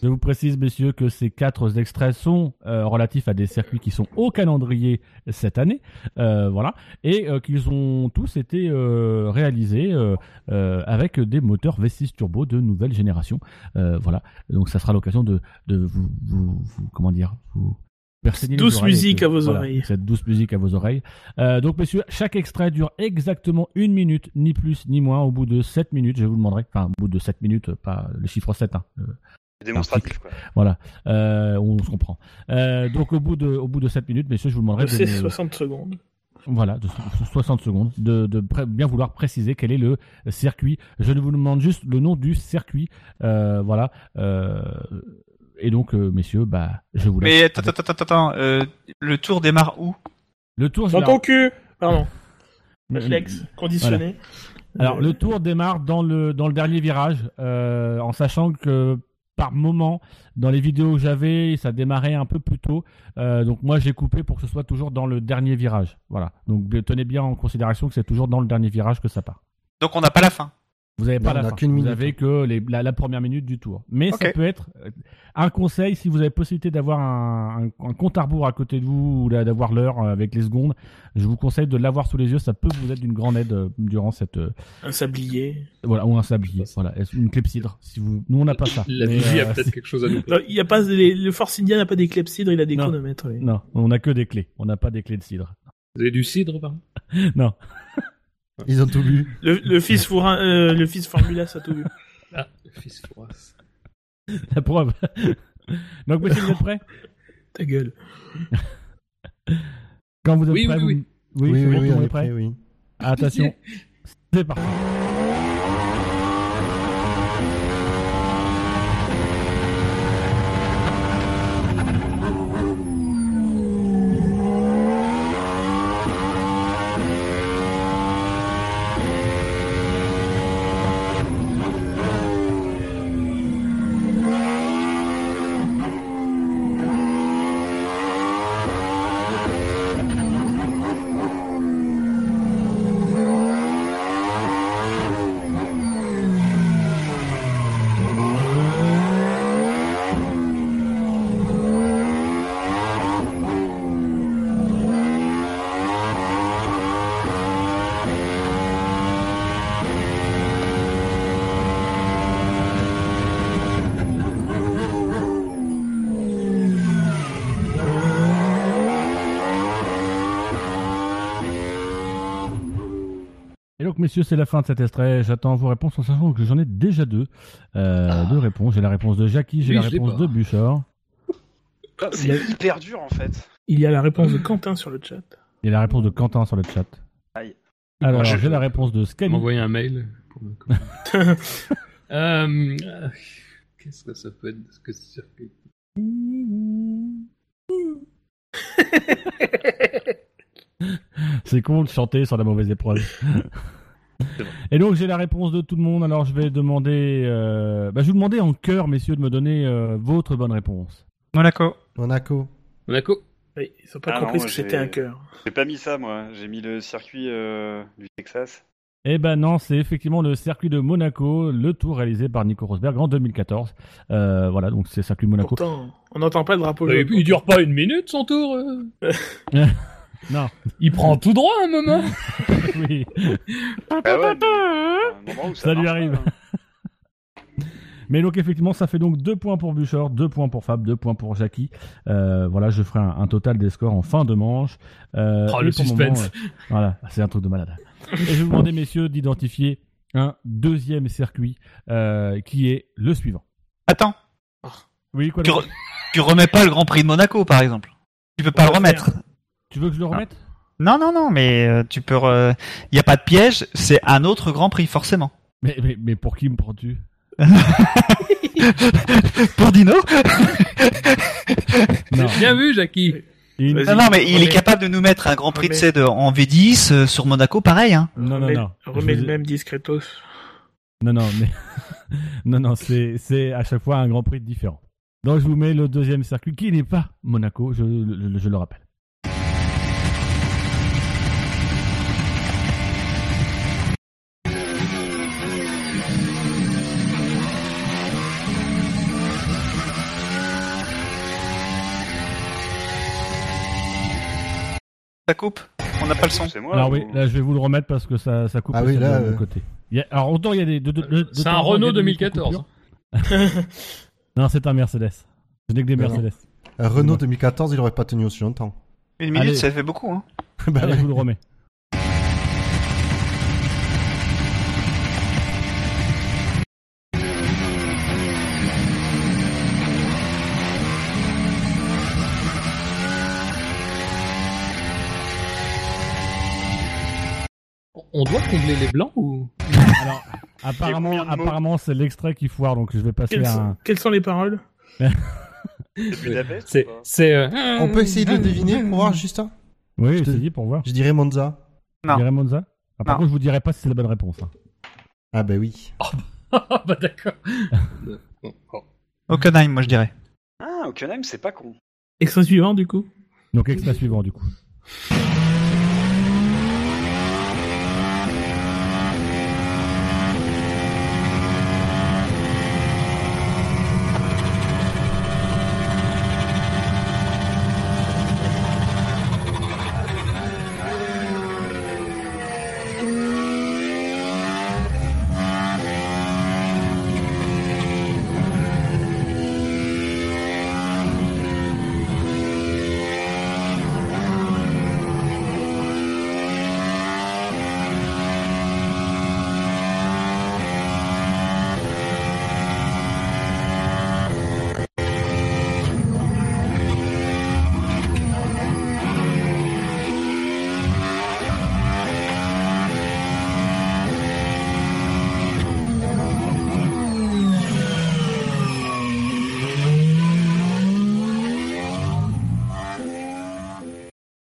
[SPEAKER 8] Je vous précise, messieurs, que ces quatre extraits sont euh, relatifs à des circuits qui sont au calendrier cette année, euh, voilà, et euh, qu'ils ont tous été euh, réalisés euh, euh, avec des moteurs V6 turbo de nouvelle génération, Euh, voilà. Donc, ça sera l'occasion de, de vous, vous- vous- comment dire, vous persigner les
[SPEAKER 7] Douce
[SPEAKER 8] oreilles avec,
[SPEAKER 7] musique
[SPEAKER 8] euh,
[SPEAKER 7] à vos
[SPEAKER 8] voilà,
[SPEAKER 7] oreilles.
[SPEAKER 8] Cette douce musique à vos oreilles. Euh, donc, messieurs, chaque extrait dure exactement une minute, ni plus ni moins. Au bout de 7 minutes, je vous demanderai, enfin, au bout de 7 minutes, pas le chiffre 7, hein, le-
[SPEAKER 11] Démonstratif quoi.
[SPEAKER 8] voilà, Euh, on se comprend. Euh, donc au bout de au bout de 7 minutes, messieurs, je vous demanderai
[SPEAKER 7] C'est
[SPEAKER 8] de, me-
[SPEAKER 7] 60 secondes.
[SPEAKER 8] voilà, de so- 60 secondes, de, de pré- bien vouloir préciser quel est le circuit. Je vous demande juste le nom du circuit, Euh, voilà. Euh, et donc, euh, messieurs, bah, je vous laisse.
[SPEAKER 9] Mais attends, attends, attends, attends, euh, le tour démarre où
[SPEAKER 8] Le tour
[SPEAKER 7] Dans
[SPEAKER 8] je-
[SPEAKER 7] ton cul Pardon.
[SPEAKER 8] Mais- euh,
[SPEAKER 7] Réflexe, conditionné.
[SPEAKER 8] Alors, le tour démarre dans le, dans le dernier virage, euh, en sachant que par moment, dans les vidéos que j'avais, ça démarrait un peu plus tôt. Euh, donc, moi, j'ai coupé pour que ce soit toujours dans le dernier virage. Voilà. Donc, de- tenez bien en considération que c'est toujours dans le dernier virage que ça part.
[SPEAKER 9] Donc on n'a pas la fin.
[SPEAKER 8] Vous n'avez pas
[SPEAKER 3] Non, on
[SPEAKER 8] la
[SPEAKER 3] a
[SPEAKER 8] fin.
[SPEAKER 3] qu'une
[SPEAKER 8] Vous
[SPEAKER 3] minute.
[SPEAKER 8] avez que les- la, la première minute du tour. Mais ça
[SPEAKER 9] Ok.
[SPEAKER 8] peut être euh, un conseil si vous avez possibilité d'avoir un, un- un compte à rebours à côté de vous ou là, d'avoir l'heure euh, avec les secondes. Je vous conseille de l'avoir sous les yeux. Ça peut vous être d'une grande aide euh, durant cette, euh,
[SPEAKER 7] Un sablier.
[SPEAKER 8] voilà, ou un sablier, voilà, est-ce- une clepsydre. Si vous, nous on n'a pas ça.
[SPEAKER 4] La
[SPEAKER 8] Mais,
[SPEAKER 4] vigie a
[SPEAKER 8] euh,
[SPEAKER 4] peut-être quelque chose à nous.
[SPEAKER 7] Non, Il y a pas les- le Force India n'a pas des clepsydres, il a des
[SPEAKER 8] Non.
[SPEAKER 7] chronomètres. oui.
[SPEAKER 8] euh, Non, on n'a que des clés. On n'a pas des clés de cidre.
[SPEAKER 4] Vous avez du cidre, pardon
[SPEAKER 8] Non.
[SPEAKER 3] Ils ont tout bu.
[SPEAKER 7] Le, le fils fourrin, euh, le fils Formula, ça a tout vu.
[SPEAKER 4] Ah, le fils Fouras.
[SPEAKER 8] La preuve. Donc, monsieur, vous êtes prêts
[SPEAKER 7] Ta gueule.
[SPEAKER 8] Quand vous êtes
[SPEAKER 4] Oui,
[SPEAKER 8] prêts,
[SPEAKER 4] oui,
[SPEAKER 8] vous-
[SPEAKER 4] oui.
[SPEAKER 8] oui,
[SPEAKER 3] Oui,
[SPEAKER 8] c'est
[SPEAKER 3] oui, oui,
[SPEAKER 8] bon, tout le monde
[SPEAKER 3] on
[SPEAKER 8] est
[SPEAKER 3] est
[SPEAKER 8] prêt.
[SPEAKER 3] prêt, oui.
[SPEAKER 8] Attention, c'est parti.
[SPEAKER 1] Thank
[SPEAKER 8] Et donc, messieurs, c'est la fin de cet extrait. J'attends vos réponses en sachant que j'en ai déjà deux. Euh, Deux réponses. J'ai la réponse de Jackie, j'ai
[SPEAKER 2] Lui,
[SPEAKER 8] la
[SPEAKER 2] je l'ai
[SPEAKER 8] réponse
[SPEAKER 2] pas.
[SPEAKER 8] de Bouchard.
[SPEAKER 11] Ah, C'est hyper dur en fait.
[SPEAKER 7] Il y a la réponse de Quentin sur le chat.
[SPEAKER 8] Il y a la réponse de Quentin sur le chat.
[SPEAKER 11] Aïe.
[SPEAKER 8] Alors,
[SPEAKER 4] Moi, je-
[SPEAKER 8] j'ai la réponse de Scali.
[SPEAKER 4] M'envoyer un mail. pour me commander. Euh, euh, Qu'est-ce que ça peut être Est-ce que c'est sûr que-
[SPEAKER 8] C'est con de chanter sur la mauvaise épreuve. Et donc j'ai la réponse de tout le monde, alors je vais demander... euh, bah, je vais vous demander en cœur, messieurs, de me donner euh, votre bonne réponse.
[SPEAKER 5] Monaco.
[SPEAKER 3] Monaco.
[SPEAKER 4] Monaco
[SPEAKER 7] Oui, ils ont pas
[SPEAKER 11] Ah
[SPEAKER 7] compris
[SPEAKER 11] non,
[SPEAKER 7] ce que c'était
[SPEAKER 11] j'ai-
[SPEAKER 7] un cœur.
[SPEAKER 11] J'ai pas mis ça moi, j'ai mis le circuit euh, du Texas.
[SPEAKER 8] Eh ben non, c'est effectivement le circuit de Monaco, le tour réalisé par Nico Rosberg en 2014. Euh, voilà, donc c'est le circuit de Monaco.
[SPEAKER 7] Pourtant, on n'entend pas le drapeau
[SPEAKER 8] Bah,
[SPEAKER 4] Euh,
[SPEAKER 7] jaune.
[SPEAKER 8] il- il
[SPEAKER 7] dure pas une minute son tour.
[SPEAKER 8] non.
[SPEAKER 7] Il prend tout droit un moment.
[SPEAKER 8] oui.
[SPEAKER 4] Bah
[SPEAKER 11] ça,
[SPEAKER 8] lui arrive.
[SPEAKER 4] hein.
[SPEAKER 8] Mais donc effectivement, ça fait donc deux points pour Buchor, deux points pour Fab, deux points pour Jackie. Euh, voilà, je ferai un, un total des scores en fin de manche. Euh,
[SPEAKER 4] Oh,
[SPEAKER 8] et
[SPEAKER 4] le
[SPEAKER 8] pour moment,
[SPEAKER 4] suspense.
[SPEAKER 8] euh, voilà, c'est un truc de malade. Et je vais vous demander, messieurs, d'identifier un deuxième circuit euh, qui est le suivant.
[SPEAKER 5] Attends.
[SPEAKER 8] Oui, quoi
[SPEAKER 5] tu,
[SPEAKER 8] donc
[SPEAKER 5] re- tu remets pas le Grand Prix de Monaco, par exemple. Tu peux pas le remettre.
[SPEAKER 8] Tu veux que je le remette
[SPEAKER 5] Non, non, non, mais euh, tu peux. Il n'y a pas de piège, c'est un autre Grand Prix, forcément.
[SPEAKER 8] mais, mais, mais pour qui me prends-tu
[SPEAKER 5] Pour Dino
[SPEAKER 8] Non.
[SPEAKER 4] Bien vu, Jackie.
[SPEAKER 5] Non, non, mais il est capable de nous mettre un Grand Prix de
[SPEAKER 7] remets-
[SPEAKER 5] Cède en V10 euh, sur Monaco, pareil. Hein.
[SPEAKER 8] Non, non,
[SPEAKER 7] remets,
[SPEAKER 8] non.
[SPEAKER 7] remets
[SPEAKER 8] Je vous
[SPEAKER 7] le
[SPEAKER 8] ai-
[SPEAKER 7] même discretos.
[SPEAKER 8] Non, non, mais. non, non, c'est c'est à chaque fois un Grand Prix différent. Donc je vous mets le deuxième circuit qui n'est pas Monaco, je, le- je le rappelle.
[SPEAKER 5] Ça coupe On n'a pas le son.
[SPEAKER 11] C'est moi.
[SPEAKER 8] alors oui, là je vais vous le remettre parce que ça, ça coupe
[SPEAKER 3] Ah
[SPEAKER 8] aussi
[SPEAKER 3] oui, là,
[SPEAKER 8] de mon
[SPEAKER 3] euh.
[SPEAKER 8] côté. Il y a- alors autant il y a des. de- de- de- de
[SPEAKER 4] C'est
[SPEAKER 8] temps
[SPEAKER 4] un
[SPEAKER 8] en temps,
[SPEAKER 4] Renault
[SPEAKER 8] il y a des
[SPEAKER 4] 2014.
[SPEAKER 8] micro-coupures. non, c'est un Mercedes. Je n'ai que des
[SPEAKER 3] Non, non.
[SPEAKER 8] Mercedes.
[SPEAKER 3] Euh, Renault 2014, il aurait pas tenu aussi longtemps.
[SPEAKER 11] Une minute,
[SPEAKER 8] Allez.
[SPEAKER 11] ça fait beaucoup. Hein.
[SPEAKER 3] Bah
[SPEAKER 8] Allez,
[SPEAKER 3] ouais.
[SPEAKER 8] je vous le remets.
[SPEAKER 4] On doit combler les blancs ou
[SPEAKER 8] Alors, apparemment, apparemment c'est l'extrait qui foire, donc je vais passer
[SPEAKER 7] Quelles,
[SPEAKER 8] à
[SPEAKER 7] sont-
[SPEAKER 8] un.
[SPEAKER 7] quelles sont les paroles
[SPEAKER 4] C'est. c'est euh,
[SPEAKER 3] On peut essayer de le deviner pour voir juste ça
[SPEAKER 8] Oui, je dit pour voir.
[SPEAKER 3] Je dirais Monza.
[SPEAKER 8] Je dirais Monza. Ah, par contre, je vous dirai pas si c'est la bonne réponse. hein.
[SPEAKER 3] Ah bah oui.
[SPEAKER 5] Oh.
[SPEAKER 4] Ah bah d'accord. Bon, bon.
[SPEAKER 5] Hockenheim, moi je dirais.
[SPEAKER 11] Ah, Hockenheim, c'est pas con.
[SPEAKER 7] Extrait suivant du coup.
[SPEAKER 8] Donc extrait suivant du coup.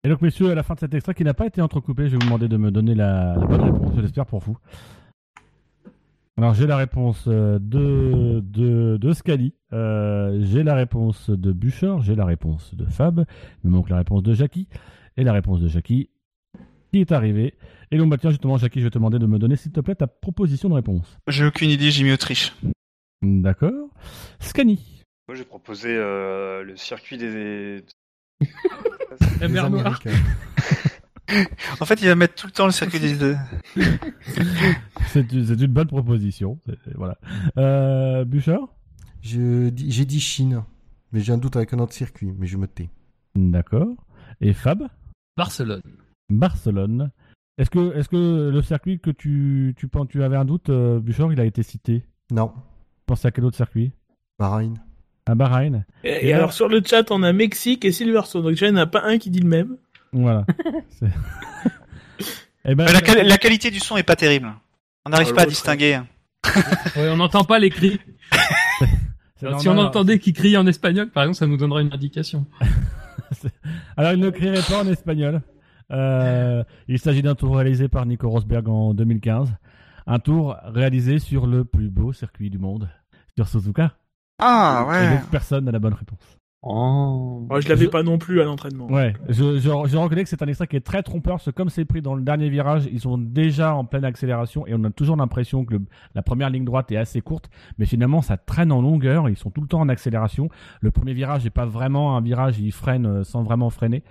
[SPEAKER 8] Et donc, messieurs, à la fin de cet extrait qui n'a pas été entrecoupé, je vais vous demander de me donner la, la bonne réponse, je l'espère pour vous. Alors, j'ai la réponse euh, de, de, de Scali, euh, j'ai la réponse de Bouchard, j'ai la réponse de Fab, il me manque la réponse de Jackie, et la réponse de Jackie qui est arrivée. Et donc, bah, tiens, justement, Jackie, je vais te demander de me donner, s'il te plaît, ta proposition de réponse.
[SPEAKER 5] J'ai aucune idée, j'ai mis Autriche.
[SPEAKER 8] D'accord. Scani.
[SPEAKER 11] Moi, j'ai proposé euh, le circuit des.
[SPEAKER 4] La mer Noire.
[SPEAKER 5] En fait, il va mettre tout le temps le circuit des deux.
[SPEAKER 8] C'est une c'est une bonne proposition. c'est- c'est- Voilà. Euh, Bouchard
[SPEAKER 3] Je dis- J'ai dit Chine, mais j'ai un doute avec un autre circuit, mais je me tais.
[SPEAKER 8] D'accord. Et Fab
[SPEAKER 4] Barcelone.
[SPEAKER 8] Barcelone. Est-ce que, est-ce que le circuit que tu, tu penses, tu avais un doute, euh, Buchor, il a été cité
[SPEAKER 3] Non.
[SPEAKER 8] Pensez à quel autre circuit
[SPEAKER 3] Bahreïn.
[SPEAKER 8] À Bahreïn.
[SPEAKER 7] Et, et alors, sur le chat, on a Mexique et Silverstone. Donc déjà, il n'y en a pas un qui dit le même.
[SPEAKER 8] Voilà. C'est- Eh ben,
[SPEAKER 9] la, quali- la qualité du son est pas terrible. On n'arrive
[SPEAKER 4] Ah,
[SPEAKER 9] pas à
[SPEAKER 4] l'autre,
[SPEAKER 9] distinguer.
[SPEAKER 4] Ouais, on n'entend pas les cris. Alors, si on
[SPEAKER 8] normal.
[SPEAKER 4] entendait qu'ils crient en espagnol, par exemple, ça nous donnerait une indication.
[SPEAKER 8] Alors, il ne crierait pas en espagnol. Euh, il s'agit d'un tour réalisé par Nico Rosberg en 2015. Un tour réalisé sur le plus beau circuit du monde, sur Suzuka.
[SPEAKER 9] Ah, ouais.
[SPEAKER 8] Et donc, personne n'a la bonne réponse.
[SPEAKER 7] Ouais, Oh, je l'avais pas non plus à l'entraînement.
[SPEAKER 8] Ouais, je, je, je reconnais que c'est un extrait qui est très trompeur, parce que comme c'est pris dans le dernier virage, ils sont déjà en pleine accélération et on a toujours l'impression que le- la première ligne droite est assez courte, mais finalement ça traîne en longueur, ils sont tout le temps en accélération. Le premier virage n'est pas vraiment un virage, ils freinent euh, sans vraiment freiner,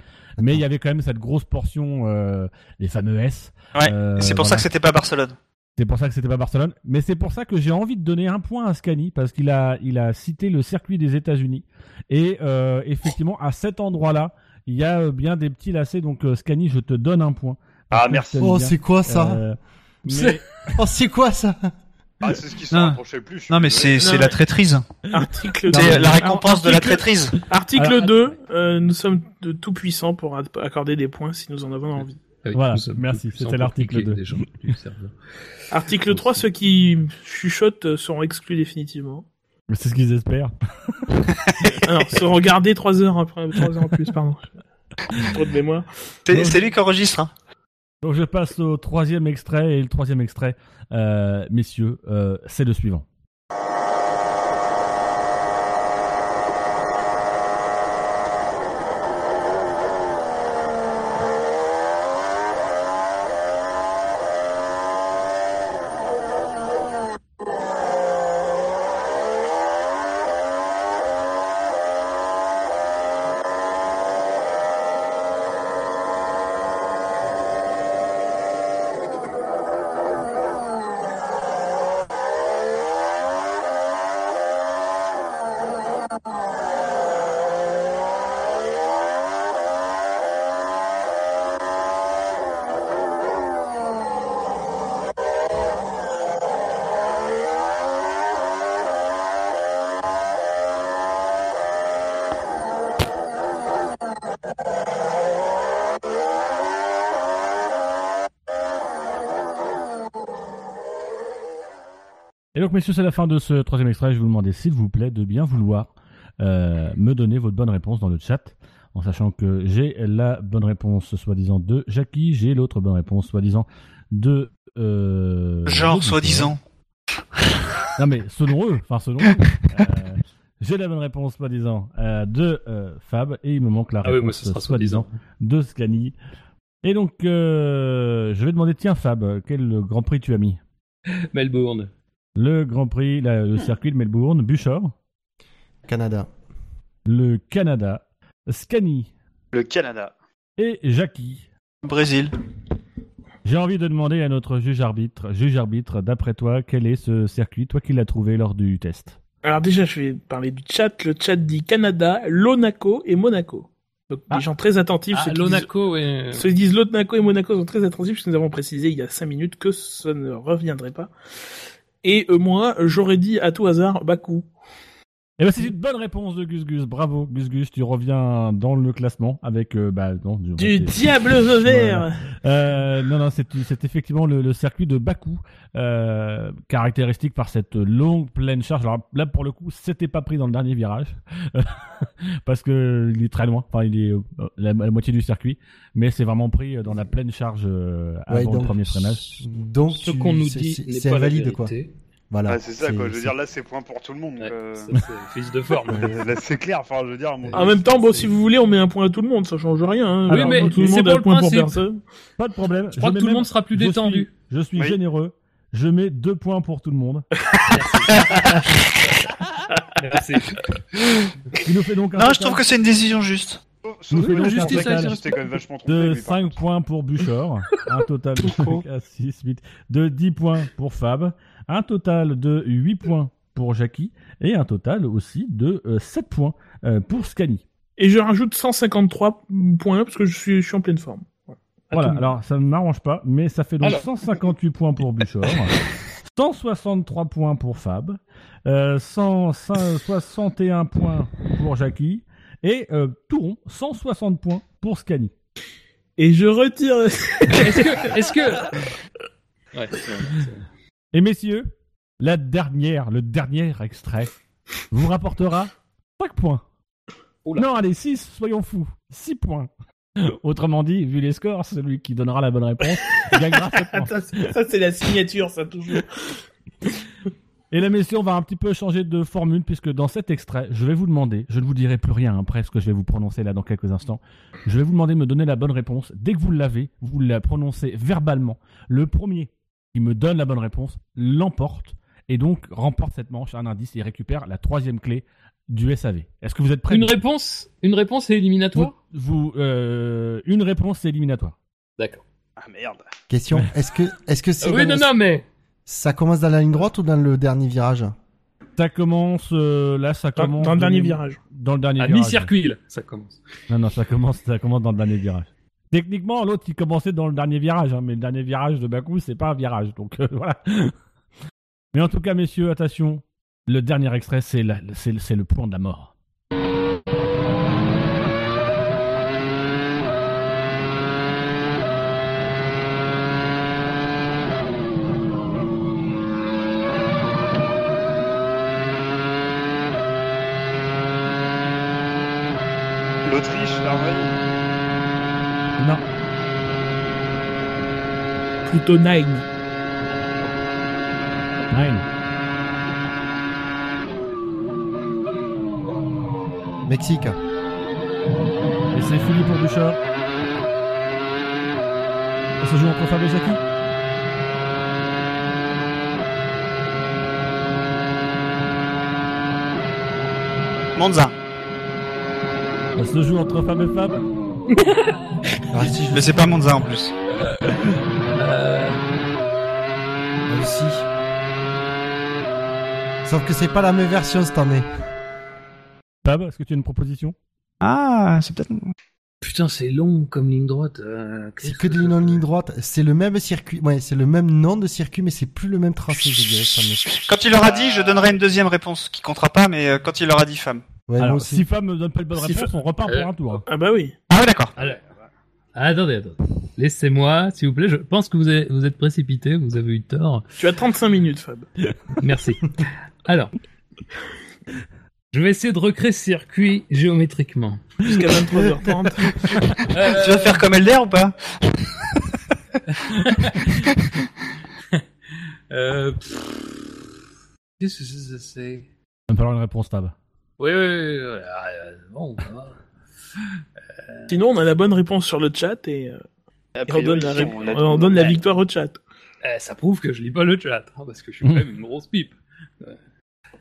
[SPEAKER 8] mais il y avait quand même cette grosse portion, euh, les fameux S.
[SPEAKER 9] Ouais,
[SPEAKER 8] Euh,
[SPEAKER 9] et c'est pour ça
[SPEAKER 8] voilà.
[SPEAKER 9] que c'était pas Barcelone.
[SPEAKER 8] C'est pour ça que c'était pas Barcelone, mais c'est pour ça que j'ai envie de donner un point à Scani parce qu'il a il a cité le circuit des États-Unis et euh, effectivement à cet endroit-là il y a euh, bien des petits lacets donc euh, Scani je te donne un point.
[SPEAKER 11] Ah, merci.
[SPEAKER 3] Oh, c'est quoi ça
[SPEAKER 8] hein. Euh, mais-
[SPEAKER 3] C'est- Oh, c'est quoi ça
[SPEAKER 11] Ah, c'est ce qui se
[SPEAKER 9] Non.
[SPEAKER 11] rapprochait le plus. je suis
[SPEAKER 9] Non, mais
[SPEAKER 11] désolé.
[SPEAKER 9] c'est c'est la traîtrise.
[SPEAKER 7] Article
[SPEAKER 9] C'est
[SPEAKER 7] 2.
[SPEAKER 9] la récompense de la
[SPEAKER 7] Article-
[SPEAKER 9] traîtrise.
[SPEAKER 7] Article
[SPEAKER 8] Alors,
[SPEAKER 7] 2, euh, nous sommes de tout puissants pour ad- accorder des points si nous en avons envie.
[SPEAKER 8] Voilà, merci, c'était l'article 2.
[SPEAKER 7] Article 3, ceux qui chuchotent euh, seront exclus définitivement.
[SPEAKER 8] Mais c'est ce qu'ils espèrent.
[SPEAKER 7] Ah non, seront gardés 3 heures après, 3 heures en plus, pardon. Trop de mémoire.
[SPEAKER 9] C'est c'est lui qui enregistre. hein.
[SPEAKER 8] Donc je passe au troisième extrait et le troisième extrait euh, messieurs euh, c'est le suivant. Et donc, messieurs, c'est la fin de ce troisième extrait. Je vous demandais, s'il vous plaît, de bien vouloir euh, me donner votre bonne réponse dans le chat, en sachant que j'ai la bonne réponse, soi-disant, de Jackie, j'ai l'autre bonne réponse, soi-disant, de... euh,
[SPEAKER 9] Genre,
[SPEAKER 8] de-
[SPEAKER 9] soi-disant.
[SPEAKER 8] Non, mais selon eux, enfin, selon eux. euh, j'ai la bonne réponse, soi-disant, euh, de euh, Fab, et il me manque la
[SPEAKER 4] Ah oui,
[SPEAKER 8] réponse,
[SPEAKER 4] moi, ce sera
[SPEAKER 8] soi-disant, de Scani. Et donc, euh, je vais demander, tiens, Fab, quel Grand Prix tu as mis
[SPEAKER 4] Melbourne.
[SPEAKER 8] le Grand Prix, la- le circuit de Melbourne, Buchor.
[SPEAKER 3] Canada.
[SPEAKER 8] Le Canada, Scani
[SPEAKER 11] Le Canada.
[SPEAKER 8] et Jackie.
[SPEAKER 9] Brésil.
[SPEAKER 8] J'ai envie de demander à notre juge arbitre, juge arbitre, d'après toi, quel est ce circuit, toi qui l'as trouvé lors du test
[SPEAKER 7] Alors déjà, je vais parler du chat. Le chat dit Canada, Lonaco et Monaco. Donc
[SPEAKER 4] Ah.
[SPEAKER 7] des gens très attentifs.
[SPEAKER 4] Ah,
[SPEAKER 7] ceux qui
[SPEAKER 4] Lonaco
[SPEAKER 7] disent-
[SPEAKER 4] et-
[SPEAKER 7] Ceux qui disent Lonaco et Monaco sont très attentifs puisque nous avons précisé il y a 5 minutes que ça ne reviendrait pas. Et euh, moi, j'aurais dit à tout hasard Bakou.
[SPEAKER 8] Eh ben, c'est une bonne réponse de Gus Gus. Bravo, Gus Gus. Tu reviens dans le classement avec. euh, bah, non, du
[SPEAKER 7] Du
[SPEAKER 8] c'est-
[SPEAKER 7] diable au vert.
[SPEAKER 8] Euh, non, non, c'est c'est effectivement le, le circuit de Bakou, euh, caractéristique par cette longue pleine charge. Alors là, pour le coup, c'était pas pris dans le dernier virage parce que il est très loin. Enfin, il est euh, la, la moitié du circuit, mais c'est vraiment pris dans la pleine charge euh, avant
[SPEAKER 3] Ouais,
[SPEAKER 8] le
[SPEAKER 3] donc-
[SPEAKER 8] premier freinage.
[SPEAKER 3] Donc,
[SPEAKER 4] Ce
[SPEAKER 3] tu-
[SPEAKER 4] qu'on nous
[SPEAKER 3] c'est-
[SPEAKER 4] dit
[SPEAKER 3] c'est-
[SPEAKER 4] n'est
[SPEAKER 3] c'est
[SPEAKER 4] pas la
[SPEAKER 3] invalide, quoi.
[SPEAKER 4] vérité.
[SPEAKER 3] Voilà.
[SPEAKER 11] Ah, c'est ça, quoi. Je veux
[SPEAKER 3] c'est-
[SPEAKER 11] dire, là, c'est point pour tout le monde. euh.
[SPEAKER 4] c'est fils de forme.
[SPEAKER 11] là, c'est clair. Enfin, je veux dire, mon-
[SPEAKER 7] En même temps, bon, si vous voulez, on met un point à tout le monde, ça change rien. hein.
[SPEAKER 4] Oui,
[SPEAKER 7] Alors,
[SPEAKER 4] mais
[SPEAKER 7] tout le
[SPEAKER 4] c'est
[SPEAKER 7] monde a
[SPEAKER 4] pour
[SPEAKER 7] un
[SPEAKER 4] le
[SPEAKER 7] point pour
[SPEAKER 4] principe.
[SPEAKER 7] personne.
[SPEAKER 8] Pas de problème.
[SPEAKER 4] Je crois que
[SPEAKER 8] mets
[SPEAKER 4] tout le
[SPEAKER 8] même-
[SPEAKER 4] monde sera plus
[SPEAKER 8] je suis-
[SPEAKER 4] détendu.
[SPEAKER 8] je suis
[SPEAKER 4] Oui.
[SPEAKER 8] généreux. Je mets deux points pour tout le monde.
[SPEAKER 4] Merci.
[SPEAKER 8] Il nous fait donc un
[SPEAKER 9] Non, je
[SPEAKER 8] total-
[SPEAKER 9] trouve que c'est une décision juste.
[SPEAKER 8] Nous faisons
[SPEAKER 11] Sauf que
[SPEAKER 8] un
[SPEAKER 11] Justice,
[SPEAKER 8] total
[SPEAKER 11] elle s'était quand même vachement trompée,
[SPEAKER 8] de
[SPEAKER 11] lui, par
[SPEAKER 8] 5 points pour Buchor, un total de, à six, huit, de 10 points pour Fab, un total de 8 points pour Jackie et un total aussi de 7 points euh, pour Scani.
[SPEAKER 7] Et je rajoute 153 points parce que je suis, je suis en pleine forme. À
[SPEAKER 8] Voilà,
[SPEAKER 7] tout moment.
[SPEAKER 8] alors ça ne m'arrange pas, mais ça fait donc
[SPEAKER 7] Alors.
[SPEAKER 8] 158 points pour Buchor, 163 points pour Fab, euh, 161 points pour Jackie, et euh, tout rond, 160 points pour Scani.
[SPEAKER 7] Et je retire.
[SPEAKER 8] est-ce que.
[SPEAKER 4] Est-ce que.
[SPEAKER 8] Ouais, Et messieurs, la dernière, le dernier extrait vous rapportera 5 points. Non, allez, 6, soyons fous. 6 points. Autrement dit, vu les scores, celui qui donnera la bonne réponse gagnera 7 points.
[SPEAKER 7] ça, c'est- ça, c'est la signature, ça toujours.
[SPEAKER 8] Et là, messieurs, on va un petit peu changer de formule puisque dans cet extrait, je vais vous demander, je ne vous dirai plus rien après ce que je vais vous prononcer là dans quelques instants, je vais vous demander de me donner la bonne réponse. Dès que vous l'avez, vous la prononcez verbalement. Le premier qui me donne la bonne réponse l'emporte et donc remporte cette manche, un indice et récupère la troisième clé du SAV. Est-ce que vous êtes prêts
[SPEAKER 4] Une réponse, une réponse est éliminatoire
[SPEAKER 8] vous, euh, Une réponse c'est éliminatoire.
[SPEAKER 4] D'accord.
[SPEAKER 11] Ah merde.
[SPEAKER 3] Question, est-ce que est-ce que c'est
[SPEAKER 8] Oui,
[SPEAKER 3] dans-
[SPEAKER 8] non, non, mais-
[SPEAKER 3] ça commence dans la ligne droite ou dans le dernier virage
[SPEAKER 8] Ça commence euh, là, ça
[SPEAKER 7] Dans-
[SPEAKER 8] commence
[SPEAKER 7] dans le dernier virage.
[SPEAKER 8] Dans le dernier
[SPEAKER 4] À
[SPEAKER 8] virage.
[SPEAKER 4] mi-circuit, là, ça commence.
[SPEAKER 8] Non, non, ça commence, ça commence dans le dernier virage. Techniquement, l'autre il commençait dans le dernier virage, hein, mais le dernier virage de Bakou, c'est pas un virage, donc euh, voilà. Mais en tout cas, messieurs, attention, le dernier extrait, c'est la- c'est c'est le plan de la mort.
[SPEAKER 11] L'Autriche, l'Allemagne.
[SPEAKER 8] Non.
[SPEAKER 7] Plutôt Nine.
[SPEAKER 8] Nine.
[SPEAKER 3] Mexique.
[SPEAKER 8] Et c'est fini pour Bouchard. Ça se joue entre Fab et Jackie.
[SPEAKER 9] Monza.
[SPEAKER 8] Ça se joue entre Fab et Fab. Ah,
[SPEAKER 9] Mais c'est pas Monza en plus.
[SPEAKER 3] Aussi. Sauf que c'est pas la même version cette année.
[SPEAKER 8] Fab, est-ce que tu as une proposition
[SPEAKER 9] Ah, c'est peut-être.
[SPEAKER 4] Putain, c'est long comme ligne droite. euh,
[SPEAKER 3] C'est que de ligne en ligne droite. C'est le même circuit. Ouais, c'est le même nom de circuit, mais c'est plus le même tracé, je dirais. cette année.
[SPEAKER 9] Quand il leur a dit, je donnerai une deuxième réponse qui comptera pas, mais euh, quand il leur a dit femme.
[SPEAKER 3] Ouais, moi
[SPEAKER 8] Alors,
[SPEAKER 3] aussi.
[SPEAKER 8] si Fab me donne pas de bonne
[SPEAKER 4] Si
[SPEAKER 8] réponse,
[SPEAKER 4] Fab-
[SPEAKER 8] on repart
[SPEAKER 4] Euh,
[SPEAKER 8] pour un tour.
[SPEAKER 7] Ah bah oui.
[SPEAKER 9] Ah ouais, d'accord.
[SPEAKER 4] Ah, Attendez, attendez. Laissez-moi, s'il vous plaît. Je pense que vous, avez- vous êtes précipité, vous avez eu tort.
[SPEAKER 7] Tu as 35 minutes, Fab.
[SPEAKER 4] Merci. Alors, je vais essayer de recréer ce circuit géométriquement.
[SPEAKER 7] Jusqu'à 23h30.
[SPEAKER 9] Tu vas faire comme Elder ou pas
[SPEAKER 4] Euh, pff. Qu'est-ce que c'est- c'est- c'est
[SPEAKER 8] Il va me falloir une réponse, Fab.
[SPEAKER 4] Oui, oui, oui. oui, ah, euh, bon, ça va.
[SPEAKER 7] Sinon, on a la bonne réponse sur le chat et, euh, et on
[SPEAKER 4] priori,
[SPEAKER 7] donne, la,
[SPEAKER 4] si
[SPEAKER 7] rép-
[SPEAKER 4] on a
[SPEAKER 7] on
[SPEAKER 4] tout le
[SPEAKER 7] donne la
[SPEAKER 4] monde,
[SPEAKER 7] victoire au chat.
[SPEAKER 4] Eh, ça prouve que je lis pas le chat, hein, parce que je suis quand même une grosse pipe. Euh,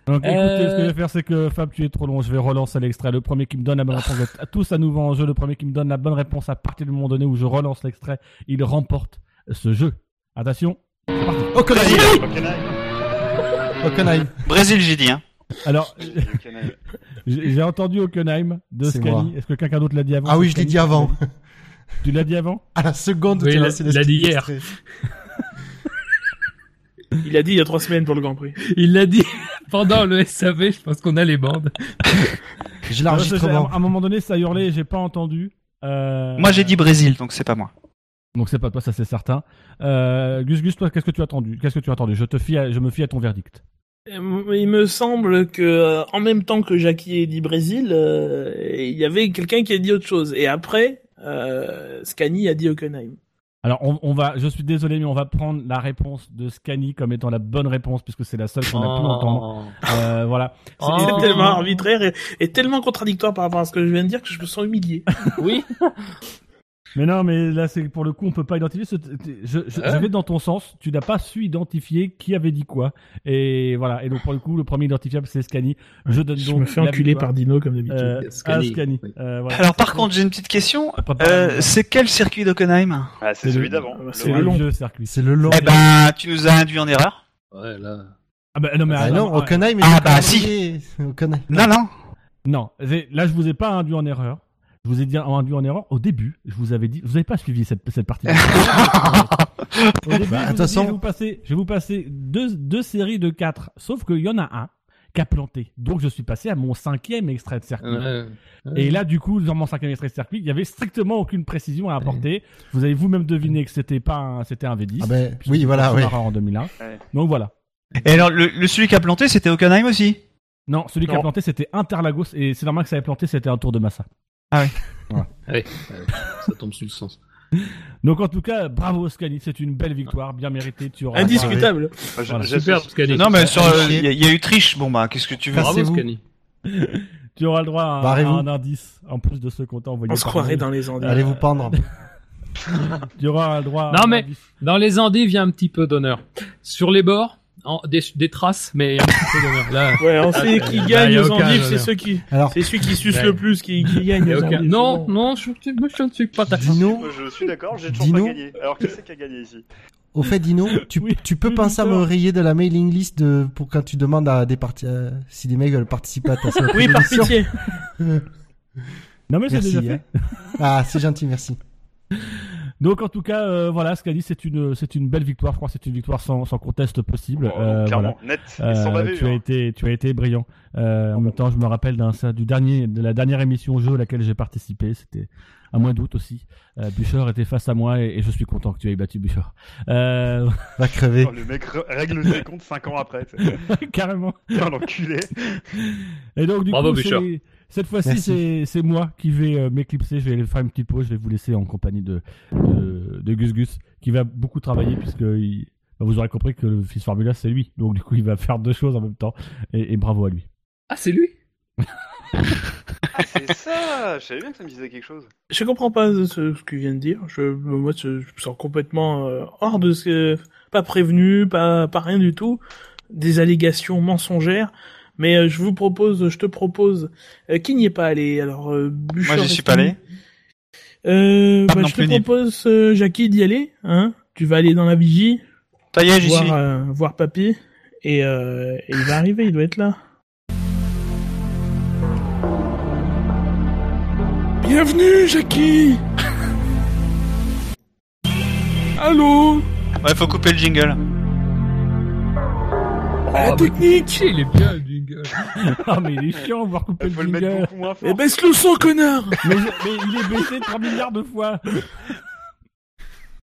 [SPEAKER 8] Donc
[SPEAKER 4] Euh,
[SPEAKER 8] écoutez, ce que je vais faire, c'est que Fab, tu es trop long, je vais relancer l'extrait. Le premier qui me donne la bonne réponse, vous êtes à tous à nouveau en jeu, le premier qui me donne la bonne réponse à partir du moment donné où je relance l'extrait, il remporte ce jeu. Attention, c'est parti.
[SPEAKER 3] Hockenheim. Hockenheim.
[SPEAKER 9] Brésil, j'ai dit. Hein.
[SPEAKER 8] Alors, j'ai j'ai entendu Hockenheim de
[SPEAKER 3] C'est moi.
[SPEAKER 8] Scani. Est-ce que quelqu'un d'autre l'a dit avant
[SPEAKER 3] Ah oui, je l'ai
[SPEAKER 8] Scani,
[SPEAKER 3] dit avant.
[SPEAKER 8] Tu l'as dit avant
[SPEAKER 3] À la seconde, tu
[SPEAKER 4] Oui, il
[SPEAKER 3] as
[SPEAKER 4] l'a-
[SPEAKER 3] lancé
[SPEAKER 4] il l'a dit hier.
[SPEAKER 3] l'extrait.
[SPEAKER 7] Il a dit il y a trois semaines pour le Grand Prix.
[SPEAKER 4] Il l'a dit pendant le SAV, je pense qu'on a les bandes.
[SPEAKER 3] J'ai
[SPEAKER 8] Alors, c'est-
[SPEAKER 3] l'enregistrement.
[SPEAKER 8] À un moment donné, ça hurlait, j'ai pas entendu. Euh,
[SPEAKER 9] Moi, j'ai dit Brésil, donc c'est pas moi.
[SPEAKER 8] Donc c'est pas toi, ça c'est certain. Euh, Gus Gus, toi, qu'est-ce que tu as attendu Qu'est-ce que tu as attendu Je te fie, à- je me fie à ton verdict.
[SPEAKER 7] Euh, Il me semble que euh, en même temps que Jackie ait dit Brésil, euh, il y avait quelqu'un qui a dit autre chose. Et après, euh, Scani a dit Hockenheim.
[SPEAKER 8] Alors on, on va, je suis désolé, mais on va prendre la réponse de Scani comme étant la bonne réponse puisque c'est la seule qu'on a pu
[SPEAKER 4] Oh.
[SPEAKER 8] entendre. Euh, voilà.
[SPEAKER 7] C'est c'est tellement arbitraire et, et tellement contradictoire par rapport à ce que je viens de dire que je me sens humilié.
[SPEAKER 4] Oui.
[SPEAKER 8] Mais non, mais là c'est pour le coup, on peut pas identifier. ce- t- Je, je-
[SPEAKER 4] Hein
[SPEAKER 8] je vais dans ton sens. Tu n'as pas su identifier qui avait dit quoi. Et voilà. Et donc pour le coup, le premier identifiable c'est Scani. Je donne
[SPEAKER 7] Je
[SPEAKER 8] donc.
[SPEAKER 7] me fais
[SPEAKER 8] la
[SPEAKER 7] enculer
[SPEAKER 8] victoire,
[SPEAKER 7] par Dino comme d'habitude.
[SPEAKER 8] euh, à
[SPEAKER 4] Scani.
[SPEAKER 8] Scani. Euh, voilà. Ah,
[SPEAKER 9] Alors, par contre, j'ai une petite question. Euh, c'est quel circuit d'Ockenheim
[SPEAKER 11] Ah, c'est
[SPEAKER 8] C'est
[SPEAKER 11] celui
[SPEAKER 8] le-
[SPEAKER 11] d'avant.
[SPEAKER 8] c'est le vieux circuit.
[SPEAKER 3] C'est le long.
[SPEAKER 9] Eh ben, tu nous as induit en erreur.
[SPEAKER 4] Ouais, là.
[SPEAKER 8] Ah bah, non mais
[SPEAKER 3] Ah
[SPEAKER 8] ah,
[SPEAKER 3] non,
[SPEAKER 8] ah,
[SPEAKER 3] Hockenheim.
[SPEAKER 9] Ah
[SPEAKER 3] il est
[SPEAKER 9] bah si.
[SPEAKER 3] calendrier. Hockenheim.
[SPEAKER 9] Non, non.
[SPEAKER 8] Non, c'est- là je vous ai pas induit en erreur. Je vous ai dit en induit en erreur au début. Je vous avais dit, vous n'avez pas suivi cette, cette partie.
[SPEAKER 3] Bah,
[SPEAKER 8] au début, je, vous ai
[SPEAKER 3] de toute
[SPEAKER 8] dit, je
[SPEAKER 3] façon-
[SPEAKER 8] vais vous passer, je vais vous passer deux, deux séries de quatre, sauf qu'il y en a un qui a planté. Donc je suis passé à mon cinquième extrait de circuit.
[SPEAKER 4] Ouais, ouais.
[SPEAKER 8] Et là, du coup, dans mon cinquième extrait de circuit, il y avait strictement aucune précision à apporter. Vous avez vous-même deviné que c'était pas, un- c'était un V10.
[SPEAKER 3] Ah ben,
[SPEAKER 8] puisque
[SPEAKER 3] oui,
[SPEAKER 8] c'était
[SPEAKER 3] voilà,
[SPEAKER 8] Schumacher
[SPEAKER 3] oui.
[SPEAKER 8] En 2001.
[SPEAKER 9] Ouais.
[SPEAKER 8] Donc voilà.
[SPEAKER 9] Et alors, le, le- celui qui a planté, c'était Hockenheim aussi
[SPEAKER 8] Non, celui qui a
[SPEAKER 9] Non.
[SPEAKER 8] planté, c'était Interlagos. Et c'est normal que ça ait planté, c'était un tour de Massa.
[SPEAKER 9] Ah oui.
[SPEAKER 4] Allez, ça tombe sur le sens.
[SPEAKER 8] Donc en tout cas, bravo Scani, c'est une belle victoire, bien méritée. Tu auras-
[SPEAKER 11] Indiscutable.
[SPEAKER 9] Ah,
[SPEAKER 8] Voilà.
[SPEAKER 9] Non, mais sur, euh, il y, a- il y a eu triche. Bon, bah, qu'est-ce que tu veux
[SPEAKER 8] Cassez-vous. Tu auras le droit à, à
[SPEAKER 9] Barrez-vous.
[SPEAKER 8] un indice en plus de ceux qu'on t'a envoyé.
[SPEAKER 11] On se
[SPEAKER 8] par
[SPEAKER 11] croirait
[SPEAKER 8] mail. Euh,
[SPEAKER 11] dans les Andes. Allez vous
[SPEAKER 3] pendre.
[SPEAKER 8] tu auras le droit. à
[SPEAKER 4] Non
[SPEAKER 8] un
[SPEAKER 4] mais
[SPEAKER 8] indice.
[SPEAKER 4] dans les Andes, vient un petit peu d'honneur. Sur les bords, en- des, des traces, mais un petit peu d'honneur. Là-
[SPEAKER 11] Ouais, on
[SPEAKER 4] là,
[SPEAKER 11] sait
[SPEAKER 4] là,
[SPEAKER 11] qui
[SPEAKER 4] là,
[SPEAKER 11] gagne
[SPEAKER 4] Ah, y a
[SPEAKER 11] aux
[SPEAKER 4] aucun
[SPEAKER 11] endives, c'est
[SPEAKER 4] honneur.
[SPEAKER 11] ceux qui,
[SPEAKER 3] Alors-
[SPEAKER 11] c'est celui qui suce
[SPEAKER 4] Ouais.
[SPEAKER 11] le plus qui, qui
[SPEAKER 4] Y
[SPEAKER 11] gagne
[SPEAKER 4] a
[SPEAKER 11] aux
[SPEAKER 4] aucun-
[SPEAKER 11] endives.
[SPEAKER 4] Non, non, je, moi, je ne suis pas d'accord.
[SPEAKER 3] Dino,
[SPEAKER 2] Moi, je suis d'accord, j'ai toujours
[SPEAKER 3] Dino
[SPEAKER 2] pas gagné. Alors, qui c'est qui a gagné ici
[SPEAKER 3] au fait, Dino, tu, tu peux penser à me rayer de la mailing list de, pour quand tu demandes à des parti- euh, si des mecs veulent participer à ta seule
[SPEAKER 11] Oui, par
[SPEAKER 3] émission.
[SPEAKER 11] pitié.
[SPEAKER 8] Non mais c'est
[SPEAKER 3] Merci,
[SPEAKER 8] déjà fait.
[SPEAKER 3] hein. Ah, c'est gentil, merci.
[SPEAKER 8] Donc en tout cas, euh, voilà, Scani, c'est une, c'est une belle victoire. Je crois que c'est une victoire sans, sans conteste possible. Euh,
[SPEAKER 2] Oh, clairement,
[SPEAKER 8] voilà. Euh,
[SPEAKER 2] net et sans bavure.
[SPEAKER 8] tu as été, tu as été brillant. Euh, en même temps, je me rappelle d'un ça, du dernier, de la dernière émission au jeu à laquelle j'ai participé. C'était à moins d'août aussi. Euh, Bouchard était face à moi et, et je suis content que tu aies battu Bouchard. Euh...
[SPEAKER 3] Va crever.
[SPEAKER 2] Oh, le mec re- règle ses comptes 5 ans après. tu sais.
[SPEAKER 8] Carrément.
[SPEAKER 2] Putain, l'enculé.
[SPEAKER 8] Et donc, du
[SPEAKER 4] Bravo,
[SPEAKER 8] coup,
[SPEAKER 4] Bouchard.
[SPEAKER 8] c'est- cette fois-ci,
[SPEAKER 3] Merci.
[SPEAKER 8] c'est c'est moi qui vais euh, m'éclipser. Je vais aller faire une petite pause. Je vais vous laisser en compagnie de, de, de Gus Gus, qui va beaucoup travailler, puisque il- bah, vous aurez compris que le fils Formula, c'est lui. Donc, du coup, il va faire deux choses en même temps. Et, et bravo à lui.
[SPEAKER 4] Ah, c'est lui
[SPEAKER 2] Ah, c'est ça Je savais bien que ça me disait quelque chose.
[SPEAKER 11] Je comprends pas ce, ce qu'il vient de dire. Je, moi, je, je me sens complètement euh, hors de ce que, pas prévenu, pas, pas rien du tout. Des allégations mensongères. Mais euh, je vous propose, je te propose, euh, qui n'y est pas allé Alors, euh, Bouchard
[SPEAKER 9] Moi, j'y
[SPEAKER 11] est
[SPEAKER 9] suis pas allé.
[SPEAKER 11] Euh,
[SPEAKER 9] Pas
[SPEAKER 11] bah,
[SPEAKER 9] non
[SPEAKER 11] je
[SPEAKER 9] plus,
[SPEAKER 11] te
[SPEAKER 9] ni-
[SPEAKER 11] propose, euh, Jackie, d'y aller. Hein tu vas aller dans la vigie.
[SPEAKER 9] Ça y est, j'y
[SPEAKER 11] voir,
[SPEAKER 9] suis.
[SPEAKER 11] euh, voir papy. Et, euh, et il va arriver, il doit être là. Bienvenue, Jackie Allô
[SPEAKER 9] Ouais, faut couper le jingle.
[SPEAKER 11] La
[SPEAKER 9] Ah,
[SPEAKER 11] technique
[SPEAKER 4] Il est bien, le jingle.
[SPEAKER 8] Ah, mais il est chiant, voir couper
[SPEAKER 2] Faut
[SPEAKER 8] le
[SPEAKER 2] le mettre
[SPEAKER 8] jingle.
[SPEAKER 2] beaucoup moins fort.
[SPEAKER 11] Eh baisse le son, connard
[SPEAKER 8] Mais, je- mais il est baissé 3 milliards de fois.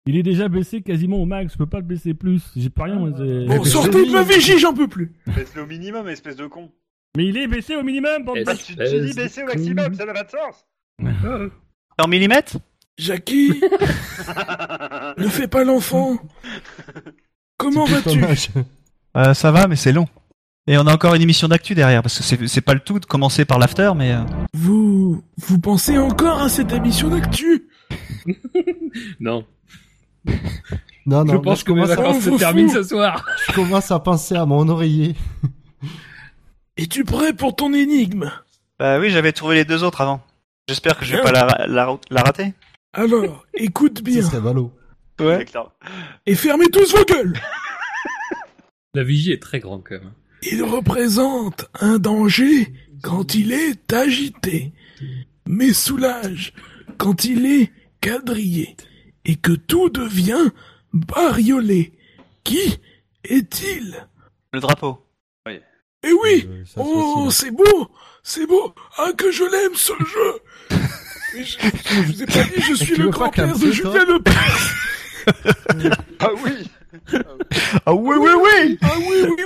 [SPEAKER 8] Il est déjà baissé quasiment au max. Je peux pas le baisser plus. J'ai pas rien. moi, j'ai-
[SPEAKER 11] Bon, sortez de ma vigie, j'en peux plus
[SPEAKER 2] Baisse-le au minimum, espèce de con.
[SPEAKER 8] Mais il est baissé au minimum. bande de-
[SPEAKER 2] Bah, tu te dis baisser au maximum, ça n'a pas de sens.
[SPEAKER 9] En millimètres
[SPEAKER 11] Jackie Ne fais pas l'enfant Comment vas-tu
[SPEAKER 9] Euh, Ça va, mais c'est long. Et on a encore une émission d'actu derrière, parce que c'est- c'est pas le tout de commencer par l'after, mais. euh,
[SPEAKER 11] Vous... Vous pensez encore à cette émission d'actu
[SPEAKER 4] Non.
[SPEAKER 3] Non, Ah non,
[SPEAKER 4] je
[SPEAKER 3] là,
[SPEAKER 4] pense que mes
[SPEAKER 3] commence, à,
[SPEAKER 4] vacances
[SPEAKER 11] On
[SPEAKER 4] se
[SPEAKER 11] vous
[SPEAKER 4] terminent
[SPEAKER 11] fout.
[SPEAKER 4] ce soir.
[SPEAKER 3] je commence à penser à mon oreiller.
[SPEAKER 11] Es-tu prêt pour ton énigme
[SPEAKER 9] Bah oui, j'avais trouvé les deux autres avant. J'espère que je vais pas la, la, la rater.
[SPEAKER 11] Alors, Oh, écoute
[SPEAKER 3] Ça
[SPEAKER 11] bien
[SPEAKER 3] serait ballot.
[SPEAKER 9] Ouais.
[SPEAKER 11] et fermez tous vos gueules
[SPEAKER 4] La vigie est très grande quand même.
[SPEAKER 11] Il représente un danger quand il est agité, mais soulage quand il est quadrillé, et que tout devient bariolé. Qui est-il
[SPEAKER 9] Le drapeau.
[SPEAKER 11] Eh oui
[SPEAKER 3] Euh, ça se
[SPEAKER 11] Oh,
[SPEAKER 3] facile.
[SPEAKER 11] c'est beau C'est beau Ah, que je l'aime, ce jeu Mais je, je vous ai pas dit, je suis
[SPEAKER 3] Tu
[SPEAKER 11] le
[SPEAKER 3] veux pas
[SPEAKER 11] grand-père de
[SPEAKER 3] qu'un peu, toi
[SPEAKER 11] Julien Lepers
[SPEAKER 2] Ah oui
[SPEAKER 9] Ah oui, oui, oui
[SPEAKER 11] Ah oui, oui,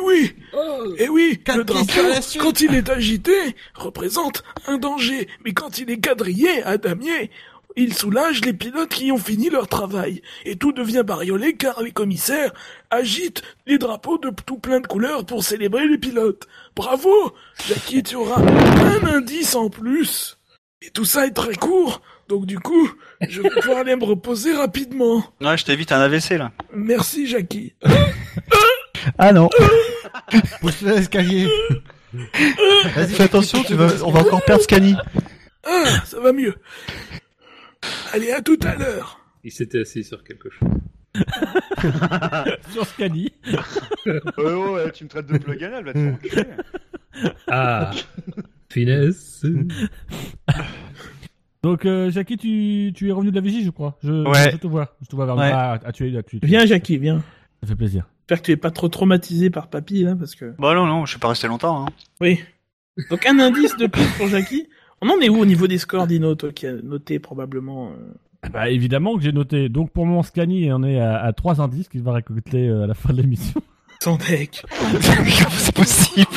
[SPEAKER 11] oui Eh oui,
[SPEAKER 3] Quatre
[SPEAKER 11] le drapeau,
[SPEAKER 3] questions à la suite.
[SPEAKER 11] quand il est agité, représente un danger. Mais quand il est quadrillé, à damier, il soulage les pilotes qui ont fini leur travail. Et tout devient bariolé car les commissaires agitent les drapeaux de tout plein de couleurs pour célébrer les pilotes. Bravo Jackie, tu auras un indice en plus. Et tout ça est très court, donc du coup, je vais pouvoir aller me reposer rapidement.
[SPEAKER 9] Ouais, je t'évite un AVC là.
[SPEAKER 11] Merci Jackie.
[SPEAKER 9] Ah non
[SPEAKER 3] Pousse-le à l'escalier. Vas-y,
[SPEAKER 9] Fais attention, tu vas, on va encore perdre Scani.
[SPEAKER 11] Ah, ça va mieux. Allez, à tout à l'heure.
[SPEAKER 4] Il s'était assis sur quelque chose.
[SPEAKER 8] Sur Scani.
[SPEAKER 2] Euh, oh, ouais, tu me traites de plug anal, va te faire enculer.
[SPEAKER 4] Ah,
[SPEAKER 8] Ah.
[SPEAKER 4] finesse.
[SPEAKER 8] Donc, euh, Jackie, tu, tu es revenu de la vigie, je crois. Je,
[SPEAKER 7] Ouais.
[SPEAKER 8] je te vois. Je te vois vers
[SPEAKER 7] Ouais.
[SPEAKER 8] ah, ah, tu es là, tu- tu-
[SPEAKER 7] Viens, Jackie, viens.
[SPEAKER 8] Ça fait plaisir.
[SPEAKER 7] J'espère que tu es pas trop traumatisé par Papy, là, parce que...
[SPEAKER 9] Bah non, non, je suis pas resté longtemps. Hein.
[SPEAKER 7] Oui. Donc un indice de plus pour Jackie. On en est où au niveau des scores, Dino, toi qui as noté probablement... euh,
[SPEAKER 8] Ah Bah, évidemment que j'ai noté. Donc, pour le moment, Scani, on est à, à trois indices qu'il va récolter euh, à la fin de l'émission.
[SPEAKER 7] Son deck.
[SPEAKER 9] c'est possible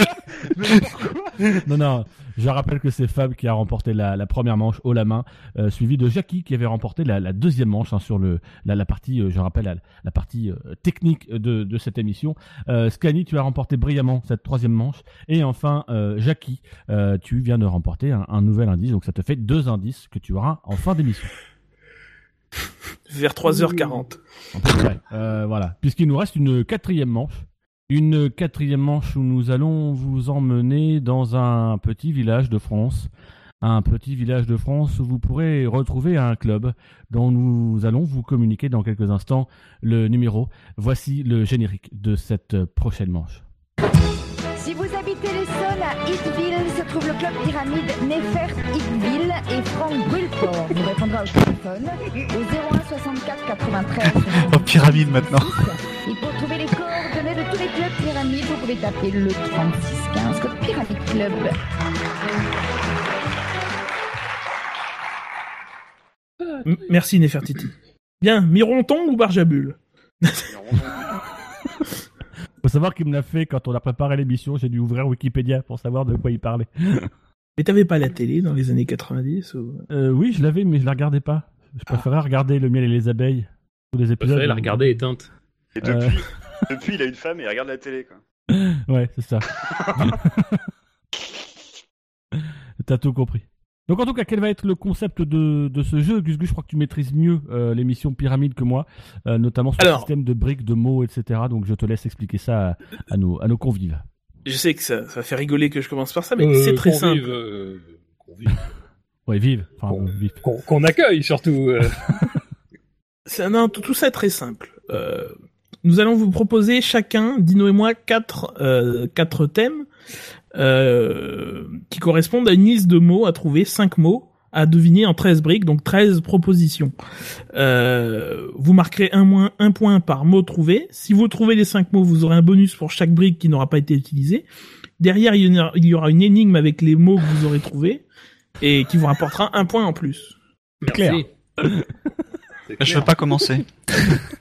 [SPEAKER 8] Non, non. Je rappelle que c'est Fab qui a remporté la, la première manche haut la main, euh, suivi de Jackie qui avait remporté la, la deuxième manche hein, sur le, la, la partie, euh, je rappelle, la, la partie euh, technique de, de cette émission. Euh, Scani, tu as remporté brillamment cette troisième manche. Et enfin, euh, Jackie, euh, tu viens de remporter un, un nouvel indice. Donc, ça te fait deux indices que tu auras en fin d'émission.
[SPEAKER 7] Vers 3h40.
[SPEAKER 8] En tout cas, ouais. Euh, voilà. Puisqu'il nous reste une quatrième manche. Une quatrième manche où nous allons vous emmener dans un petit village de France. Un petit village de France où vous pourrez retrouver un club dont nous allons vous communiquer dans quelques instants le numéro. Voici le générique de cette prochaine manche.
[SPEAKER 16] Si vous habitez les sols à Hickville, se trouve le club pyramide Nefer Hickville et Franck Brulport. Vous répondrez au téléphone au 01 64 93.
[SPEAKER 9] Oh, pyramide maintenant.
[SPEAKER 16] Et pour trouver les coordonnées de tous les clubs pyramides, vous pouvez taper le 3615 code Pyramide Club.
[SPEAKER 7] M- Merci, Nefertiti. Bien, Mironton ou Barjabul
[SPEAKER 8] Faut savoir qu'il me l'a fait quand on a préparé l'émission. J'ai dû ouvrir Wikipédia pour savoir de quoi il parlait.
[SPEAKER 7] Mais t'avais pas la télé dans les années 90 ou... Ah.
[SPEAKER 8] Euh, oui, je l'avais, mais je la regardais pas. Je préférais regarder Le miel et les abeilles. Tous les épisodes.
[SPEAKER 4] préférais la regarder éteinte.
[SPEAKER 8] Et
[SPEAKER 11] depuis,
[SPEAKER 4] Euh.
[SPEAKER 11] depuis, il a une femme et il regarde la télé. Quoi.
[SPEAKER 8] Ouais, c'est ça. T'as tout compris. Donc en tout cas, quel va être le concept de, de ce jeu Gus Gus, je crois que tu maîtrises mieux euh, l'émission Pyramide que moi, euh, notamment sur le
[SPEAKER 7] Alors.
[SPEAKER 8] système de briques, de mots, etc. Donc je te laisse expliquer ça à, à nos, à nos convives.
[SPEAKER 7] Je sais que ça, ça va faire rigoler que je commence par ça, mais
[SPEAKER 8] Euh,
[SPEAKER 7] c'est très
[SPEAKER 8] qu'on
[SPEAKER 7] simple.
[SPEAKER 8] vive, Ouais, vive. Enfin, bon, vive.
[SPEAKER 7] qu'on accueille surtout. euh. non, tout, tout ça est très simple. Euh, nous allons vous proposer chacun, Dino et moi, quatre, euh, quatre thèmes euh, qui correspondent à une liste de mots à trouver, cinq mots à deviner en 13 briques, donc 13 propositions. Euh, vous marquerez un, moins, un point par mot trouvé. Si vous trouvez les cinq mots, vous aurez un bonus pour chaque brique qui n'aura pas été utilisée. Derrière, il y en a- il y aura une énigme avec les mots que vous aurez trouvés et qui vous rapportera un point en plus.
[SPEAKER 9] Claire. Je veux pas commencer.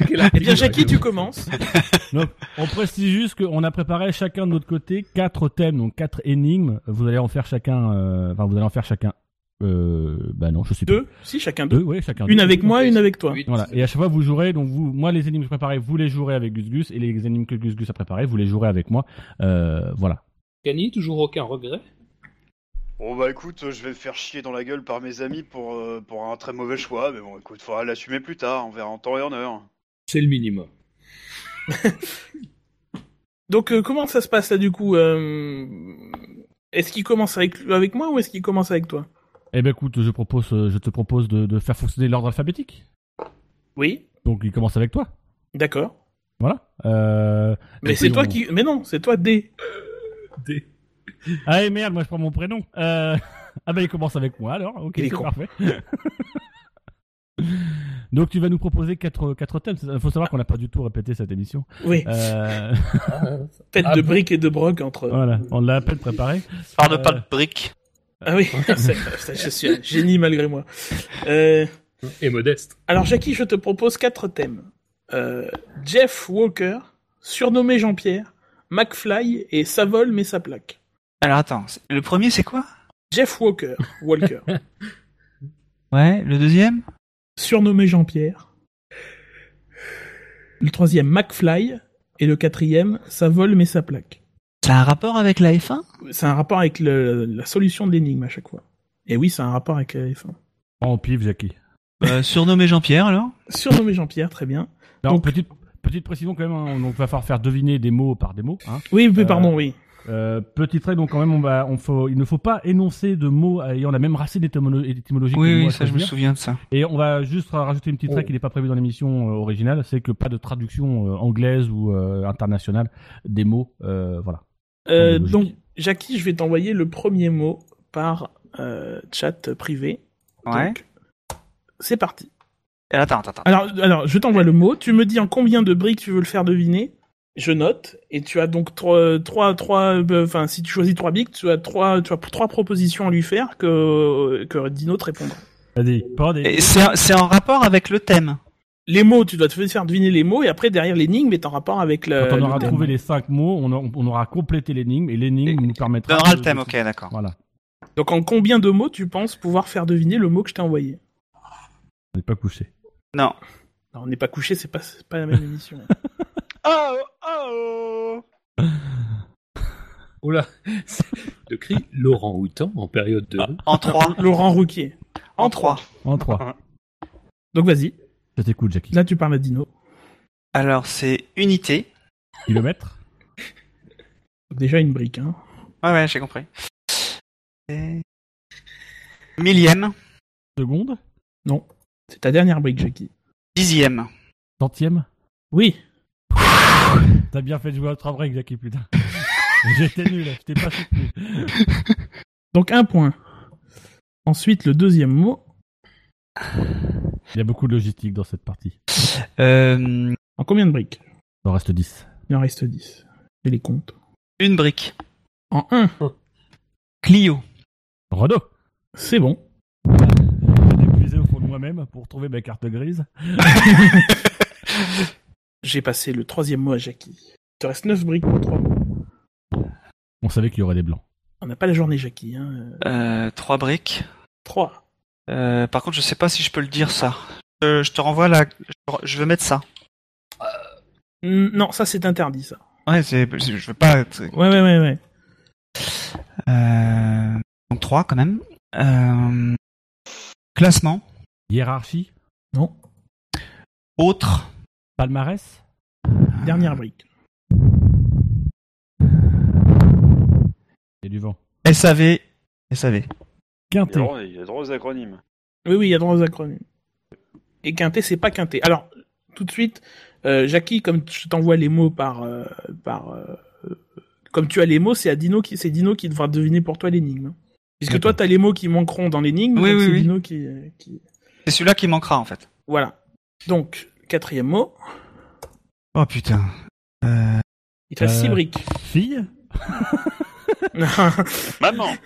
[SPEAKER 7] Eh bien, Jackie, tu commences.
[SPEAKER 8] Donc, on précise juste qu'on a préparé chacun de notre côté quatre thèmes, donc quatre énigmes. Vous allez en faire chacun. euh, Enfin, vous allez en faire chacun. Euh, bah non, je sais
[SPEAKER 7] Deux,
[SPEAKER 8] plus.
[SPEAKER 7] si chacun
[SPEAKER 8] deux.
[SPEAKER 7] deux.
[SPEAKER 8] oui, chacun
[SPEAKER 7] Une
[SPEAKER 8] deux.
[SPEAKER 7] avec moi, une avec toi.
[SPEAKER 8] Voilà. Et à chaque fois, vous jouerez. Donc, vous, moi, les énigmes que je préparais, vous les jouerez avec Gus Gus, et les énigmes que Gus Gus a préparées, vous les jouerez avec moi. Euh, voilà.
[SPEAKER 4] Cani, toujours aucun regret.
[SPEAKER 11] Bon bah écoute, euh, je vais me faire chier dans la gueule par mes amis pour, euh, pour un très mauvais choix, mais bon écoute, faudra l'assumer plus tard, on verra en temps et en heure.
[SPEAKER 4] C'est le minimum.
[SPEAKER 7] Donc, euh, comment ça se passe là, du coup euh, Est-ce qu'il commence avec, avec moi ou est-ce qu'il commence avec toi
[SPEAKER 8] Eh ben, écoute, je propose, euh, je te propose de, de faire fonctionner l'ordre alphabétique.
[SPEAKER 7] Oui.
[SPEAKER 8] Donc, il commence avec toi.
[SPEAKER 7] D'accord.
[SPEAKER 8] Voilà. Euh,
[SPEAKER 7] Mais
[SPEAKER 8] et
[SPEAKER 7] c'est
[SPEAKER 8] puis,
[SPEAKER 7] toi
[SPEAKER 8] on-
[SPEAKER 7] qui. Mais non, c'est toi D.
[SPEAKER 4] D.
[SPEAKER 8] Ah et merde, moi je prends mon prénom. Euh, Ah bah il commence avec moi alors, ok,
[SPEAKER 7] Il est
[SPEAKER 8] c'est
[SPEAKER 7] con.
[SPEAKER 8] parfait. Donc tu vas nous proposer quatre, quatre thèmes. Il faut savoir qu'on n'a pas du tout répété cette émission.
[SPEAKER 7] Oui.
[SPEAKER 8] Euh,
[SPEAKER 7] Faites de briques et de brocs entre.
[SPEAKER 8] voilà, on l'a à peine préparé.
[SPEAKER 7] Parle
[SPEAKER 8] Euh,
[SPEAKER 7] pas de
[SPEAKER 9] briques.
[SPEAKER 7] Ah oui, c'est- c'est- je suis un génie malgré moi. Euh,
[SPEAKER 4] Et modeste.
[SPEAKER 7] Alors, Jackie, je te propose quatre thèmes. Euh, Jeff Walker, surnommé Jean-Pierre, McFly et ça vole mais ça plaque.
[SPEAKER 9] Alors attends, c'est- le premier c'est quoi
[SPEAKER 7] Jeff Walker, Walker,
[SPEAKER 9] Ouais, le deuxième
[SPEAKER 7] surnommé Jean-Pierre. Le troisième, McFly. Et le quatrième, ça vole mais ça plaque.
[SPEAKER 9] C'est un rapport avec la F1
[SPEAKER 7] C'est un rapport avec le- la solution de l'énigme à chaque fois. Et oui, c'est un rapport avec la F1.
[SPEAKER 8] En pif, Jackie.
[SPEAKER 9] Surnommé Bah, Jean-Pierre alors
[SPEAKER 7] Surnommé Jean-Pierre, très bien.
[SPEAKER 8] Non, petite, petite précision quand même, hein. donc il va falloir faire deviner des mots par des mots. hein.
[SPEAKER 7] Oui, oui, pardon, oui.
[SPEAKER 8] euh, petit trait, donc quand même, on va, on faut, il ne faut pas énoncer de mots ayant la même racine étymolo- étymologique.
[SPEAKER 9] Oui,
[SPEAKER 8] que le
[SPEAKER 9] oui,
[SPEAKER 8] mot à
[SPEAKER 9] ça, je me
[SPEAKER 8] choisir.
[SPEAKER 9] souviens de ça.
[SPEAKER 8] Et on va juste rajouter une petite trait
[SPEAKER 9] Oh.
[SPEAKER 8] qui n'est pas prévue dans l'émission euh, originale, c'est que pas de traduction euh, anglaise ou euh, internationale des mots, euh, voilà.
[SPEAKER 7] Euh, donc, Jackie, je vais t'envoyer le premier mot par euh, chat privé.
[SPEAKER 9] Ouais.
[SPEAKER 7] C'est parti.
[SPEAKER 9] Attends, attends, attends.
[SPEAKER 7] Alors, alors je t'envoie le mot, tu me dis en combien de briques tu veux le faire deviner, je note, et tu as donc trois, trois, trois, euh, enfin, si tu choisis trois briques, tu as trois, tu as trois propositions à lui faire que, que Dino te répondra.
[SPEAKER 8] Allez,
[SPEAKER 7] Et
[SPEAKER 9] c'est- c'est en rapport avec le thème.
[SPEAKER 7] Les mots, tu dois te faire deviner les mots, et après, derrière l'énigme est en rapport avec le.
[SPEAKER 8] Quand on
[SPEAKER 7] le
[SPEAKER 8] aura
[SPEAKER 7] thème.
[SPEAKER 8] trouvé les cinq mots, on, aura- on aura complété l'énigme et l'énigme nous permettra.
[SPEAKER 7] donnera
[SPEAKER 8] de-
[SPEAKER 7] le thème,
[SPEAKER 8] de-
[SPEAKER 7] ok,
[SPEAKER 9] d'accord.
[SPEAKER 8] Voilà.
[SPEAKER 7] Donc, en combien de mots tu penses pouvoir faire deviner le mot que je t'ai envoyé
[SPEAKER 8] On n'est pas couché.
[SPEAKER 9] Non.
[SPEAKER 7] On n'est pas couché, c'est pas, c'est pas la même émission.
[SPEAKER 9] Oh, oh
[SPEAKER 4] Oula Le cri Laurent Houtan en période de.
[SPEAKER 9] En 3.
[SPEAKER 7] Laurent Rouquier. En 3.
[SPEAKER 8] En 3.
[SPEAKER 7] Donc vas-y.
[SPEAKER 8] Je t'écoute, Jackie.
[SPEAKER 7] Là, tu parles à Dino.
[SPEAKER 9] Alors, c'est unité.
[SPEAKER 8] Kilomètre
[SPEAKER 7] Déjà une brique, hein.
[SPEAKER 9] Ouais, ouais, j'ai compris. Et- Millième.
[SPEAKER 8] Seconde
[SPEAKER 7] Non. C'est ta dernière brique, Jackie.
[SPEAKER 9] Dixième.
[SPEAKER 8] Centième
[SPEAKER 7] Oui.
[SPEAKER 8] T'as bien fait de jouer à 3 breaks, Jackie, putain. J'étais nul, je t'ai pas soutenu.
[SPEAKER 7] Donc un point. Ensuite, le deuxième mot.
[SPEAKER 8] Il y a beaucoup de logistique dans cette partie.
[SPEAKER 9] Euh,
[SPEAKER 7] En combien de briques
[SPEAKER 8] Il en reste 10.
[SPEAKER 7] Il en reste 10. Et les comptes
[SPEAKER 9] Une brique.
[SPEAKER 7] En 1.
[SPEAKER 9] Clio.
[SPEAKER 8] Renault.
[SPEAKER 7] C'est bon.
[SPEAKER 8] J'ai épuisé au fond de moi-même pour trouver ma carte grise.
[SPEAKER 7] J'ai passé le troisième mot à Jackie. Il te reste 9 briques pour 3 mots.
[SPEAKER 8] On savait qu'il y aurait des blancs.
[SPEAKER 7] On n'a pas la journée, Jackie. Hein.
[SPEAKER 9] Euh, trois briques.
[SPEAKER 7] Trois.
[SPEAKER 9] Euh, par contre, je sais pas si je peux le dire ça. Euh, je te renvoie là. Je veux mettre ça.
[SPEAKER 7] Mm, Non, ça c'est interdit, ça.
[SPEAKER 9] Ouais, c'est, c'est- je veux pas. être-
[SPEAKER 7] Ouais, ouais, ouais, ouais.
[SPEAKER 9] Euh, donc 3 quand même. Euh, classement.
[SPEAKER 8] Hiérarchie
[SPEAKER 7] Non.
[SPEAKER 9] Autre. Ah.
[SPEAKER 8] Palmarès
[SPEAKER 7] Dernière brique.
[SPEAKER 8] Il y a du vent.
[SPEAKER 9] SAV. SAV.
[SPEAKER 11] Il
[SPEAKER 8] Quintet.
[SPEAKER 11] y a droit- il y a droit aux acronymes.
[SPEAKER 7] Oui, oui, il y a droit aux acronymes. Et quintet, c'est pas quintet. Alors, tout de suite, euh, Jackie, comme je t'envoie les mots par, euh, par, euh, euh, comme tu as les mots, c'est à Dino qui, c'est Dino qui devra deviner pour toi l'énigme. hein. Puisque toi, t'as les mots qui manqueront dans l'énigme,
[SPEAKER 9] Oui,
[SPEAKER 7] donc
[SPEAKER 9] oui,
[SPEAKER 7] c'est
[SPEAKER 9] oui.
[SPEAKER 7] Dino qui, euh, qui,
[SPEAKER 9] C'est celui-là qui manquera en fait.
[SPEAKER 7] voilà. Donc, quatrième mot,
[SPEAKER 9] Oh putain. Euh,
[SPEAKER 7] il te reste
[SPEAKER 9] Euh,
[SPEAKER 7] six briques.
[SPEAKER 8] Fille
[SPEAKER 11] Maman.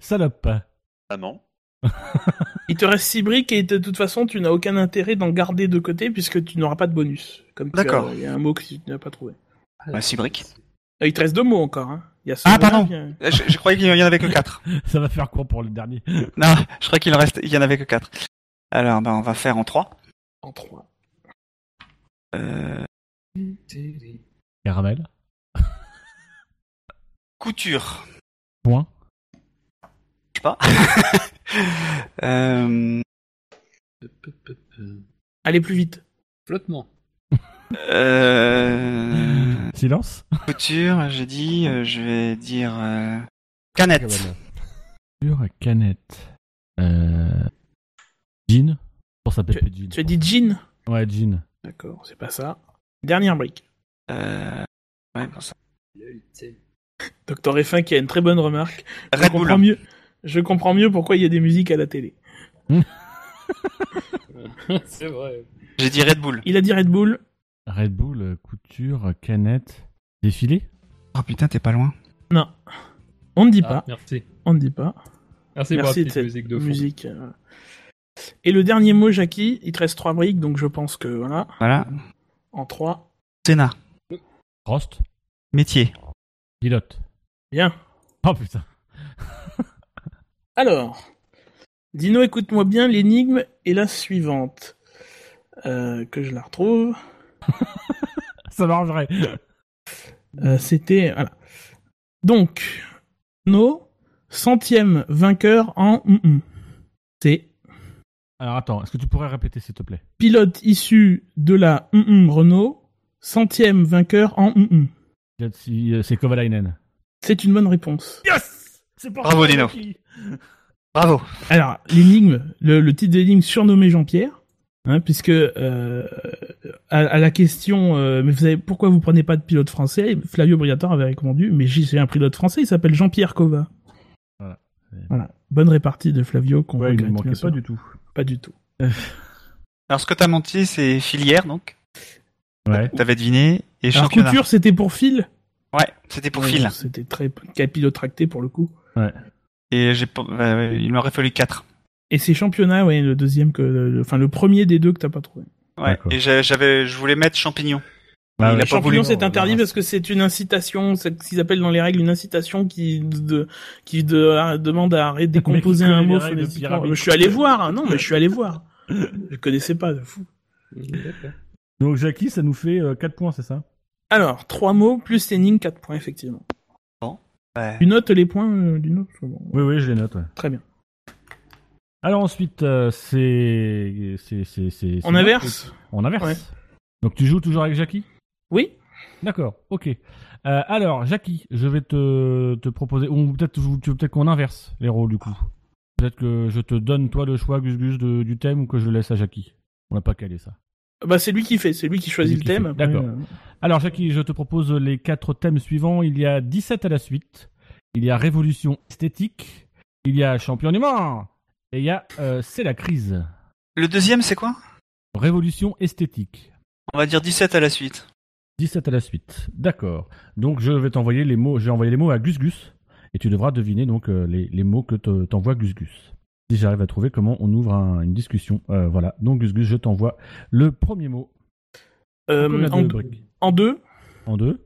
[SPEAKER 8] Salope.
[SPEAKER 11] Maman.
[SPEAKER 7] Il te reste six briques et de toute façon, tu n'as aucun intérêt d'en garder de côté puisque tu n'auras pas de bonus. Comme tu
[SPEAKER 9] D'accord.
[SPEAKER 7] as- Il y a un mot que tu n'as pas trouvé.
[SPEAKER 9] Bah, six briques.
[SPEAKER 7] Ah, Il te reste deux mots encore. Hein. Il y a ce
[SPEAKER 9] Ah
[SPEAKER 7] mot-là,
[SPEAKER 9] pardon.
[SPEAKER 7] il y a-
[SPEAKER 9] Je, je croyais qu'il y en avait que 4.
[SPEAKER 8] Ça va faire court pour le dernier.
[SPEAKER 9] non, je croyais qu'il en reste, il y en avait que 4. Alors bah, on va faire en 3.
[SPEAKER 7] En 3.
[SPEAKER 9] Euh,
[SPEAKER 8] Caramel.
[SPEAKER 9] couture.
[SPEAKER 8] Point.
[SPEAKER 9] Je sais pas. euh,
[SPEAKER 7] Allez plus vite.
[SPEAKER 4] Flottement.
[SPEAKER 9] euh,
[SPEAKER 8] Silence.
[SPEAKER 9] Couture, j'ai dit, euh, je vais dire euh, canette.
[SPEAKER 8] Sur canette. Euh... Jean. Je pense que ça peut être Jean.
[SPEAKER 7] Tu as dit jean
[SPEAKER 8] Ouais, Jean.
[SPEAKER 7] D'accord, c'est pas ça. Dernière brique.
[SPEAKER 9] Euh... Ouais, bon, ça.
[SPEAKER 7] Docteur F1 qui a une très bonne remarque. je,
[SPEAKER 9] Red Bull.
[SPEAKER 7] comprends mieux, je comprends mieux pourquoi il y a des musiques à la télé.
[SPEAKER 4] c'est vrai.
[SPEAKER 9] J'ai dit Red Bull.
[SPEAKER 7] Il a dit Red Bull.
[SPEAKER 8] Red Bull, euh, couture, canette, défilé.
[SPEAKER 9] Oh putain, t'es pas loin.
[SPEAKER 7] Non. On ne dit pas.
[SPEAKER 4] Ah, Merci.
[SPEAKER 7] On ne dit pas.
[SPEAKER 4] Merci pour la petite
[SPEAKER 7] cette
[SPEAKER 4] musique de fond.
[SPEAKER 7] musique, euh. Et le dernier mot, Jackie, il te reste trois briques, donc je pense que voilà,
[SPEAKER 9] Voilà.
[SPEAKER 7] en trois.
[SPEAKER 9] Sénat.
[SPEAKER 8] Prost.
[SPEAKER 9] Métier.
[SPEAKER 8] Pilote.
[SPEAKER 7] Bien.
[SPEAKER 8] Oh putain.
[SPEAKER 7] Alors, Dino, écoute-moi bien, l'énigme est la suivante. Euh, que je la retrouve.
[SPEAKER 8] Ça m'arrangerait.
[SPEAKER 7] Euh, C'était. Voilà. Donc, nos centième vainqueur en. mm, mm. C'est
[SPEAKER 8] Alors attends, est-ce que tu pourrais répéter s'il te plaît
[SPEAKER 7] pilote issu de la mm, mm Renault, centième vainqueur en. mm, mm.
[SPEAKER 8] Pilote, si, euh, C'est Kovalainen.
[SPEAKER 7] C'est une bonne réponse.
[SPEAKER 8] Yes C'est
[SPEAKER 9] Bravo, Dino. Bravo.
[SPEAKER 7] Alors, l'énigme, le, le titre de l'énigme surnommé Jean-Pierre, hein, puisque euh, à, à la question, euh, mais vous savez, pourquoi vous prenez pas de pilote français Flavio Briatore avait répondu, mais j'ai j'ai un pilote français, il s'appelle Jean-Pierre Cova.
[SPEAKER 8] Voilà.
[SPEAKER 7] Voilà. Bonne répartie de Flavio qu'on
[SPEAKER 8] Ouais, il nous
[SPEAKER 7] regrette,
[SPEAKER 8] manquait
[SPEAKER 7] bien
[SPEAKER 8] pas
[SPEAKER 7] sûr.
[SPEAKER 8] du tout.
[SPEAKER 7] Pas du tout.
[SPEAKER 9] Alors, ce que t'as menti, c'est filière, donc.
[SPEAKER 8] Ouais.
[SPEAKER 9] T'avais deviné. Et
[SPEAKER 7] Alors,
[SPEAKER 9] championnat.
[SPEAKER 7] couture, c'était pour fil
[SPEAKER 9] Ouais, c'était pour fil.
[SPEAKER 7] C'était très capillotracté pour le coup.
[SPEAKER 8] Ouais.
[SPEAKER 9] Et j'ai, pas- ouais, ouais, il m'aurait fallu 4.
[SPEAKER 7] Et c'est championnat, ouais, le deuxième que, le- enfin, le premier des deux que t'as pas trouvé.
[SPEAKER 9] Ouais. Et j'a- j'avais, je voulais mettre champignon.
[SPEAKER 7] Le
[SPEAKER 8] Bah
[SPEAKER 9] il a pas
[SPEAKER 7] champion,
[SPEAKER 9] voulu.
[SPEAKER 7] c'est interdit parce que c'est une incitation, c'est ce qu'ils appellent dans les règles une incitation qui de qui de, à- demande à ré- décomposer
[SPEAKER 8] Mais que
[SPEAKER 7] un
[SPEAKER 8] les
[SPEAKER 7] mot
[SPEAKER 8] règles de
[SPEAKER 7] phonétiquement.
[SPEAKER 8] pyramide.
[SPEAKER 7] Je suis allé voir, hein, non, mais je suis allé voir. Je connaissais pas, de fou. Mm,
[SPEAKER 8] Donc Jackie, ça nous fait 4 points, c'est ça
[SPEAKER 7] Alors, trois mots plus énigme, quatre points effectivement. Tu notes les points euh, du note
[SPEAKER 8] Oui, oui, je les note. ouais.
[SPEAKER 7] Très bien.
[SPEAKER 8] Alors ensuite, euh, c'est c'est c'est c'est.
[SPEAKER 7] On
[SPEAKER 8] c'est-
[SPEAKER 7] inverse
[SPEAKER 8] On inverse.
[SPEAKER 7] Ouais.
[SPEAKER 8] Donc tu joues toujours avec Jackie
[SPEAKER 7] Oui.
[SPEAKER 8] D'accord. Ok. Euh, alors Jackie, je vais te, te proposer ou peut-être je- tu veux peut-être qu'on inverse les rôles du coup. Peut-être que je te donne toi le choix Gus Gus de- du thème ou que je le laisse à Jackie. On n'a pas calé ça.
[SPEAKER 7] Bah c'est lui qui fait, c'est lui qui choisit le
[SPEAKER 8] Celui qui
[SPEAKER 7] thème.
[SPEAKER 8] fait.
[SPEAKER 7] après,
[SPEAKER 8] D'accord.
[SPEAKER 7] euh,
[SPEAKER 8] Alors, Jackie, je te propose les quatre thèmes suivants. Il y a 17 à la suite. Il y a révolution esthétique. Il y a champion du monde. Et il y a euh, c'est la crise.
[SPEAKER 9] Le deuxième, c'est quoi
[SPEAKER 8] Révolution esthétique.
[SPEAKER 9] On va dire 17 à la suite.
[SPEAKER 8] 17 à la suite. D'accord. Donc, je vais t'envoyer les mots. J'ai envoyé les mots à Gus Gus. Et tu devras deviner donc euh, les, les mots que te- t'envoie Gus Gus. Si j'arrive à trouver comment on ouvre un- une discussion. Euh, voilà. Donc, Gus Gus, je t'envoie le premier mot.
[SPEAKER 7] euh,
[SPEAKER 8] Donc, on a
[SPEAKER 7] en,
[SPEAKER 8] deux
[SPEAKER 7] deux-
[SPEAKER 8] briques.
[SPEAKER 7] en deux,
[SPEAKER 8] En deux.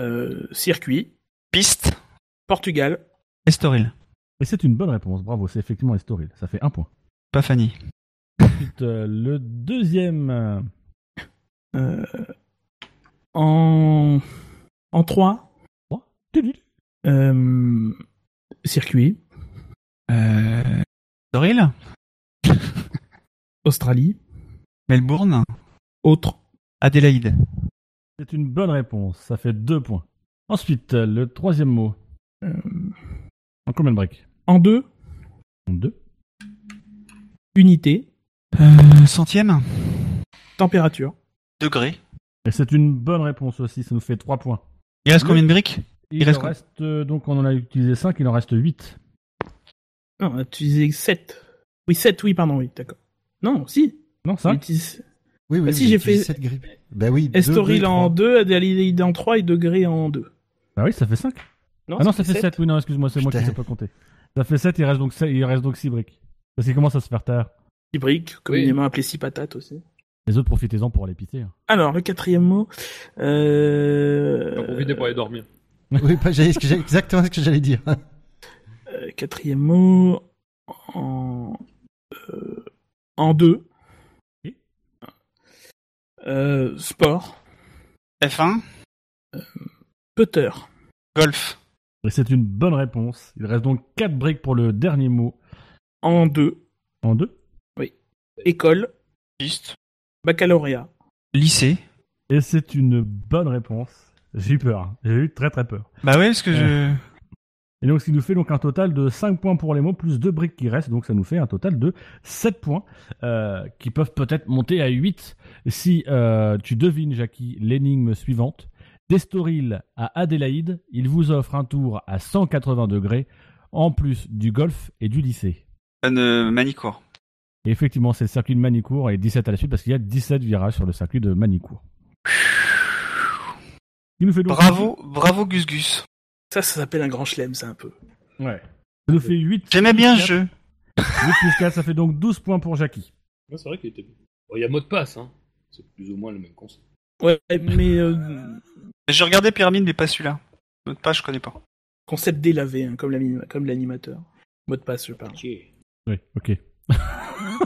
[SPEAKER 7] euh, circuit,
[SPEAKER 9] piste,
[SPEAKER 7] Portugal.
[SPEAKER 9] Estoril.
[SPEAKER 8] Et c'est une bonne réponse, bravo, c'est effectivement Estoril, ça fait un point.
[SPEAKER 9] Pas Fanny.
[SPEAKER 8] Ensuite, euh, le deuxième. euh,
[SPEAKER 7] Euh, en en 3 euh, circuit
[SPEAKER 9] Euh... Doril
[SPEAKER 7] Australie
[SPEAKER 9] Melbourne
[SPEAKER 7] Autre
[SPEAKER 9] Adélaïde
[SPEAKER 8] C'est une bonne réponse, ça fait deux points. Ensuite, euh, le troisième mot. euh, En combien de break
[SPEAKER 7] en 2
[SPEAKER 8] En deux.
[SPEAKER 7] unité Euh,
[SPEAKER 9] centième
[SPEAKER 7] température
[SPEAKER 9] Degré
[SPEAKER 8] Et c'est une bonne réponse aussi, ça nous fait trois points.
[SPEAKER 9] Il reste combien de briques
[SPEAKER 8] Il, en reste, euh, donc on en a utilisé cinq, il en reste huit.
[SPEAKER 7] non tu disais 7 oui 7 oui pardon oui d'accord non si
[SPEAKER 8] non
[SPEAKER 7] ça
[SPEAKER 3] Oui, oui,
[SPEAKER 7] si
[SPEAKER 3] vous
[SPEAKER 7] j'ai
[SPEAKER 3] avez utilisé
[SPEAKER 7] fait
[SPEAKER 3] sept grippes. Ben oui, deux,
[SPEAKER 7] Estoril
[SPEAKER 3] deux,
[SPEAKER 7] en 2 Adélaïde en 3 et Degré en 2
[SPEAKER 8] Bah oui, ça fait cinq.
[SPEAKER 7] Non,
[SPEAKER 8] ah non, ça
[SPEAKER 7] ça
[SPEAKER 8] fait
[SPEAKER 7] fait
[SPEAKER 8] 7, oui, non, excuse-moi, c'est moi qui ne
[SPEAKER 7] Putain.
[SPEAKER 8] sais pas compter. Ça fait 7, il reste donc 6, il reste donc six briques. Parce qu'il commence à se faire tard.
[SPEAKER 7] hybrique communément appelé 6 patates aussi
[SPEAKER 8] Les autres, profitez-en pour aller pisser. hein.
[SPEAKER 7] alors le quatrième mot euh...
[SPEAKER 4] Profitez pour aller dormir.
[SPEAKER 3] Oui, pas- j'allais- ce que j'allais- exactement ce que j'allais dire.
[SPEAKER 7] Euh, quatrième mot en euh, en deux. Euh, sport.
[SPEAKER 9] F1.
[SPEAKER 7] Putter.
[SPEAKER 9] Golf.
[SPEAKER 8] Et c'est une bonne réponse. Il reste donc 4 briques pour le dernier mot.
[SPEAKER 7] En 2.
[SPEAKER 8] En 2
[SPEAKER 7] Oui. École.
[SPEAKER 9] Piste.
[SPEAKER 7] Baccalauréat.
[SPEAKER 9] Lycée.
[SPEAKER 8] Et c'est une bonne réponse. J'ai eu peur. hein. J'ai eu très très peur.
[SPEAKER 9] Bah oui, parce que
[SPEAKER 8] Euh.
[SPEAKER 9] je.
[SPEAKER 8] Et donc, ce qui nous fait donc un total de 5 points pour les mots, plus 2 briques qui restent. Donc, ça nous fait un total de 7 points, euh, qui peuvent peut-être monter à 8 si euh, tu devines, Jackie, l'énigme suivante. D'Estoril à Adélaïde, il vous offre un tour à 180 degrés, en plus du golf et du lycée.
[SPEAKER 9] Un euh, Manicourt.
[SPEAKER 8] Et effectivement, c'est le circuit de Manicourt et 17 à la suite parce qu'il y a 17 virages sur le circuit de Manicourt. Il nous fait donc-
[SPEAKER 9] Bravo, bravo Gus Gus.
[SPEAKER 7] Ça, ça s'appelle un grand chelem, ça un peu.
[SPEAKER 8] Ouais. Ça nous fait 8.
[SPEAKER 9] J'aimais bien
[SPEAKER 8] le
[SPEAKER 9] ce jeu.
[SPEAKER 8] 8 plus 4, ça fait donc 12 points pour Jackie.
[SPEAKER 4] Ouais, c'est vrai qu'il était bon. Bon, Il y a mot de passe, hein. c'est plus ou moins le même concept.
[SPEAKER 7] Ouais, mais euh,
[SPEAKER 9] J'ai regardé Pyramide, mais pas celui-là. L'autre page, je connais pas.
[SPEAKER 7] concept délavé, hein, comme l'anima- comme l'animateur. Mot de passe, je parle.
[SPEAKER 8] Oui, ok.
[SPEAKER 7] Ah,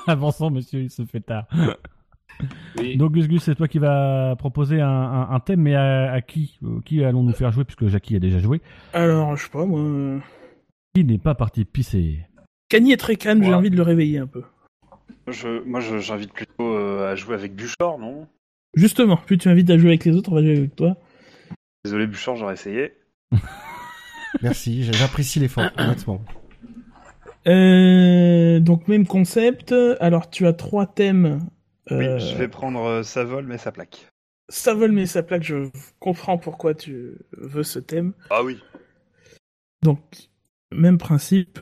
[SPEAKER 8] Avançons, monsieur, il se fait tard.
[SPEAKER 4] Oui.
[SPEAKER 8] Donc, Gus Gus, c'est toi qui vas proposer un, un- un thème, mais à, à qui Euh, Qui allons-nous faire jouer Puisque Jackie a déjà joué.
[SPEAKER 7] Alors, je sais pas, moi. euh,
[SPEAKER 8] Qui n'est pas parti pisser
[SPEAKER 7] Cagny est très calme, j'ai envie de le réveiller un peu.
[SPEAKER 11] Je, moi, je- j'invite plutôt euh, à jouer avec Buchor, non
[SPEAKER 7] Justement, plus tu m'invites à jouer avec les autres, on va jouer avec toi.
[SPEAKER 11] Désolé, Buchor, j'aurais essayé.
[SPEAKER 3] Merci, j'- j'apprécie l'effort, honnêtement.
[SPEAKER 7] Euh, donc même concept. Alors tu as trois thèmes. Euh,
[SPEAKER 11] Oui, je vais prendre euh, sa vol, mais sa plaque.
[SPEAKER 7] Ça vole mais ça plaque. Je comprends pourquoi tu veux ce thème.
[SPEAKER 11] Ah oui.
[SPEAKER 7] Donc même principe.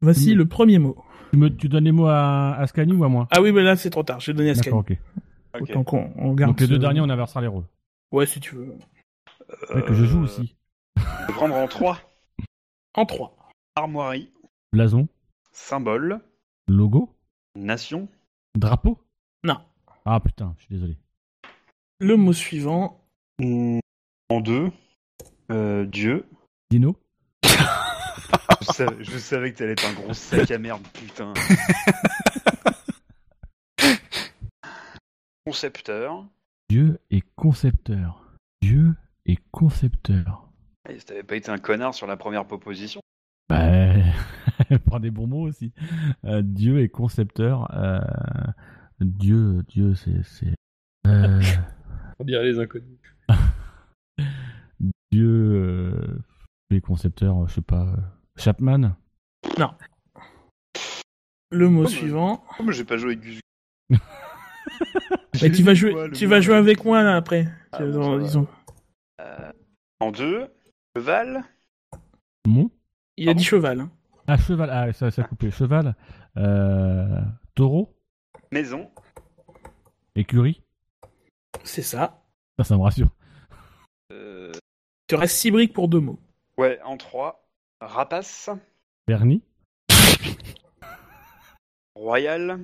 [SPEAKER 7] Voici le premier mot.
[SPEAKER 8] Mmh. Tu, me, tu donnes les mots à, à Scani ou à moi
[SPEAKER 7] Ah oui, mais là c'est trop tard, j'ai donné à Sky.
[SPEAKER 8] D'accord, ok.
[SPEAKER 7] Autant qu'on on garde.
[SPEAKER 8] Donc les
[SPEAKER 7] ce-
[SPEAKER 8] deux derniers, on inversera les rôles.
[SPEAKER 7] Ouais, si tu veux. Euh.
[SPEAKER 8] Ouais, que je joue aussi.
[SPEAKER 11] Euh, Je vais prendre en 3.
[SPEAKER 7] En 3.
[SPEAKER 11] Armoirie,
[SPEAKER 8] Blason,
[SPEAKER 11] symbole,
[SPEAKER 8] logo,
[SPEAKER 11] nation.
[SPEAKER 8] drapeau
[SPEAKER 7] Non.
[SPEAKER 8] Ah putain, je suis désolé.
[SPEAKER 7] Le mot suivant.
[SPEAKER 11] En 2. Dieu.
[SPEAKER 8] Dino
[SPEAKER 11] Je savais, je savais que t'allais être un gros sac à merde, putain. Concepteur.
[SPEAKER 8] Dieu est concepteur. Dieu est concepteur.
[SPEAKER 11] Et si Ah, t'avais pas été un connard sur la première proposition.
[SPEAKER 8] Bah, prends des bons mots aussi. Euh, Dieu est concepteur. euh, Dieu, Dieu, c'est. c'est- euh,
[SPEAKER 4] On dirait les inconnus.
[SPEAKER 8] Dieu, euh, Dieu est concepteur, euh, je sais pas. euh, Chapman
[SPEAKER 7] Non. Le mot
[SPEAKER 11] Oh, mais-
[SPEAKER 7] suivant.
[SPEAKER 11] Oh, mais j'ai pas joué avec Gus.
[SPEAKER 7] Mais Bah, tu vas jouer,
[SPEAKER 11] Quoi, le
[SPEAKER 7] tu
[SPEAKER 11] mot euh,
[SPEAKER 7] vas jouer avec moi là après.
[SPEAKER 11] Ah,
[SPEAKER 7] Tu-
[SPEAKER 11] bon,
[SPEAKER 7] dans-
[SPEAKER 11] ça va.
[SPEAKER 7] disons.
[SPEAKER 11] Euh, en 2. Cheval.
[SPEAKER 8] Mon
[SPEAKER 7] Il a dit cheval. hein.
[SPEAKER 8] Ah, cheval. Ah, ça, ça a coupé. Cheval. euh, taureau
[SPEAKER 11] Maison.
[SPEAKER 8] Écurie
[SPEAKER 7] C'est ça.
[SPEAKER 8] Ça, ça me rassure.
[SPEAKER 11] Euh,
[SPEAKER 7] Tu restes 6 briques pour deux mots.
[SPEAKER 11] Ouais, en 3. Rapace.
[SPEAKER 8] Vernis
[SPEAKER 11] Royal.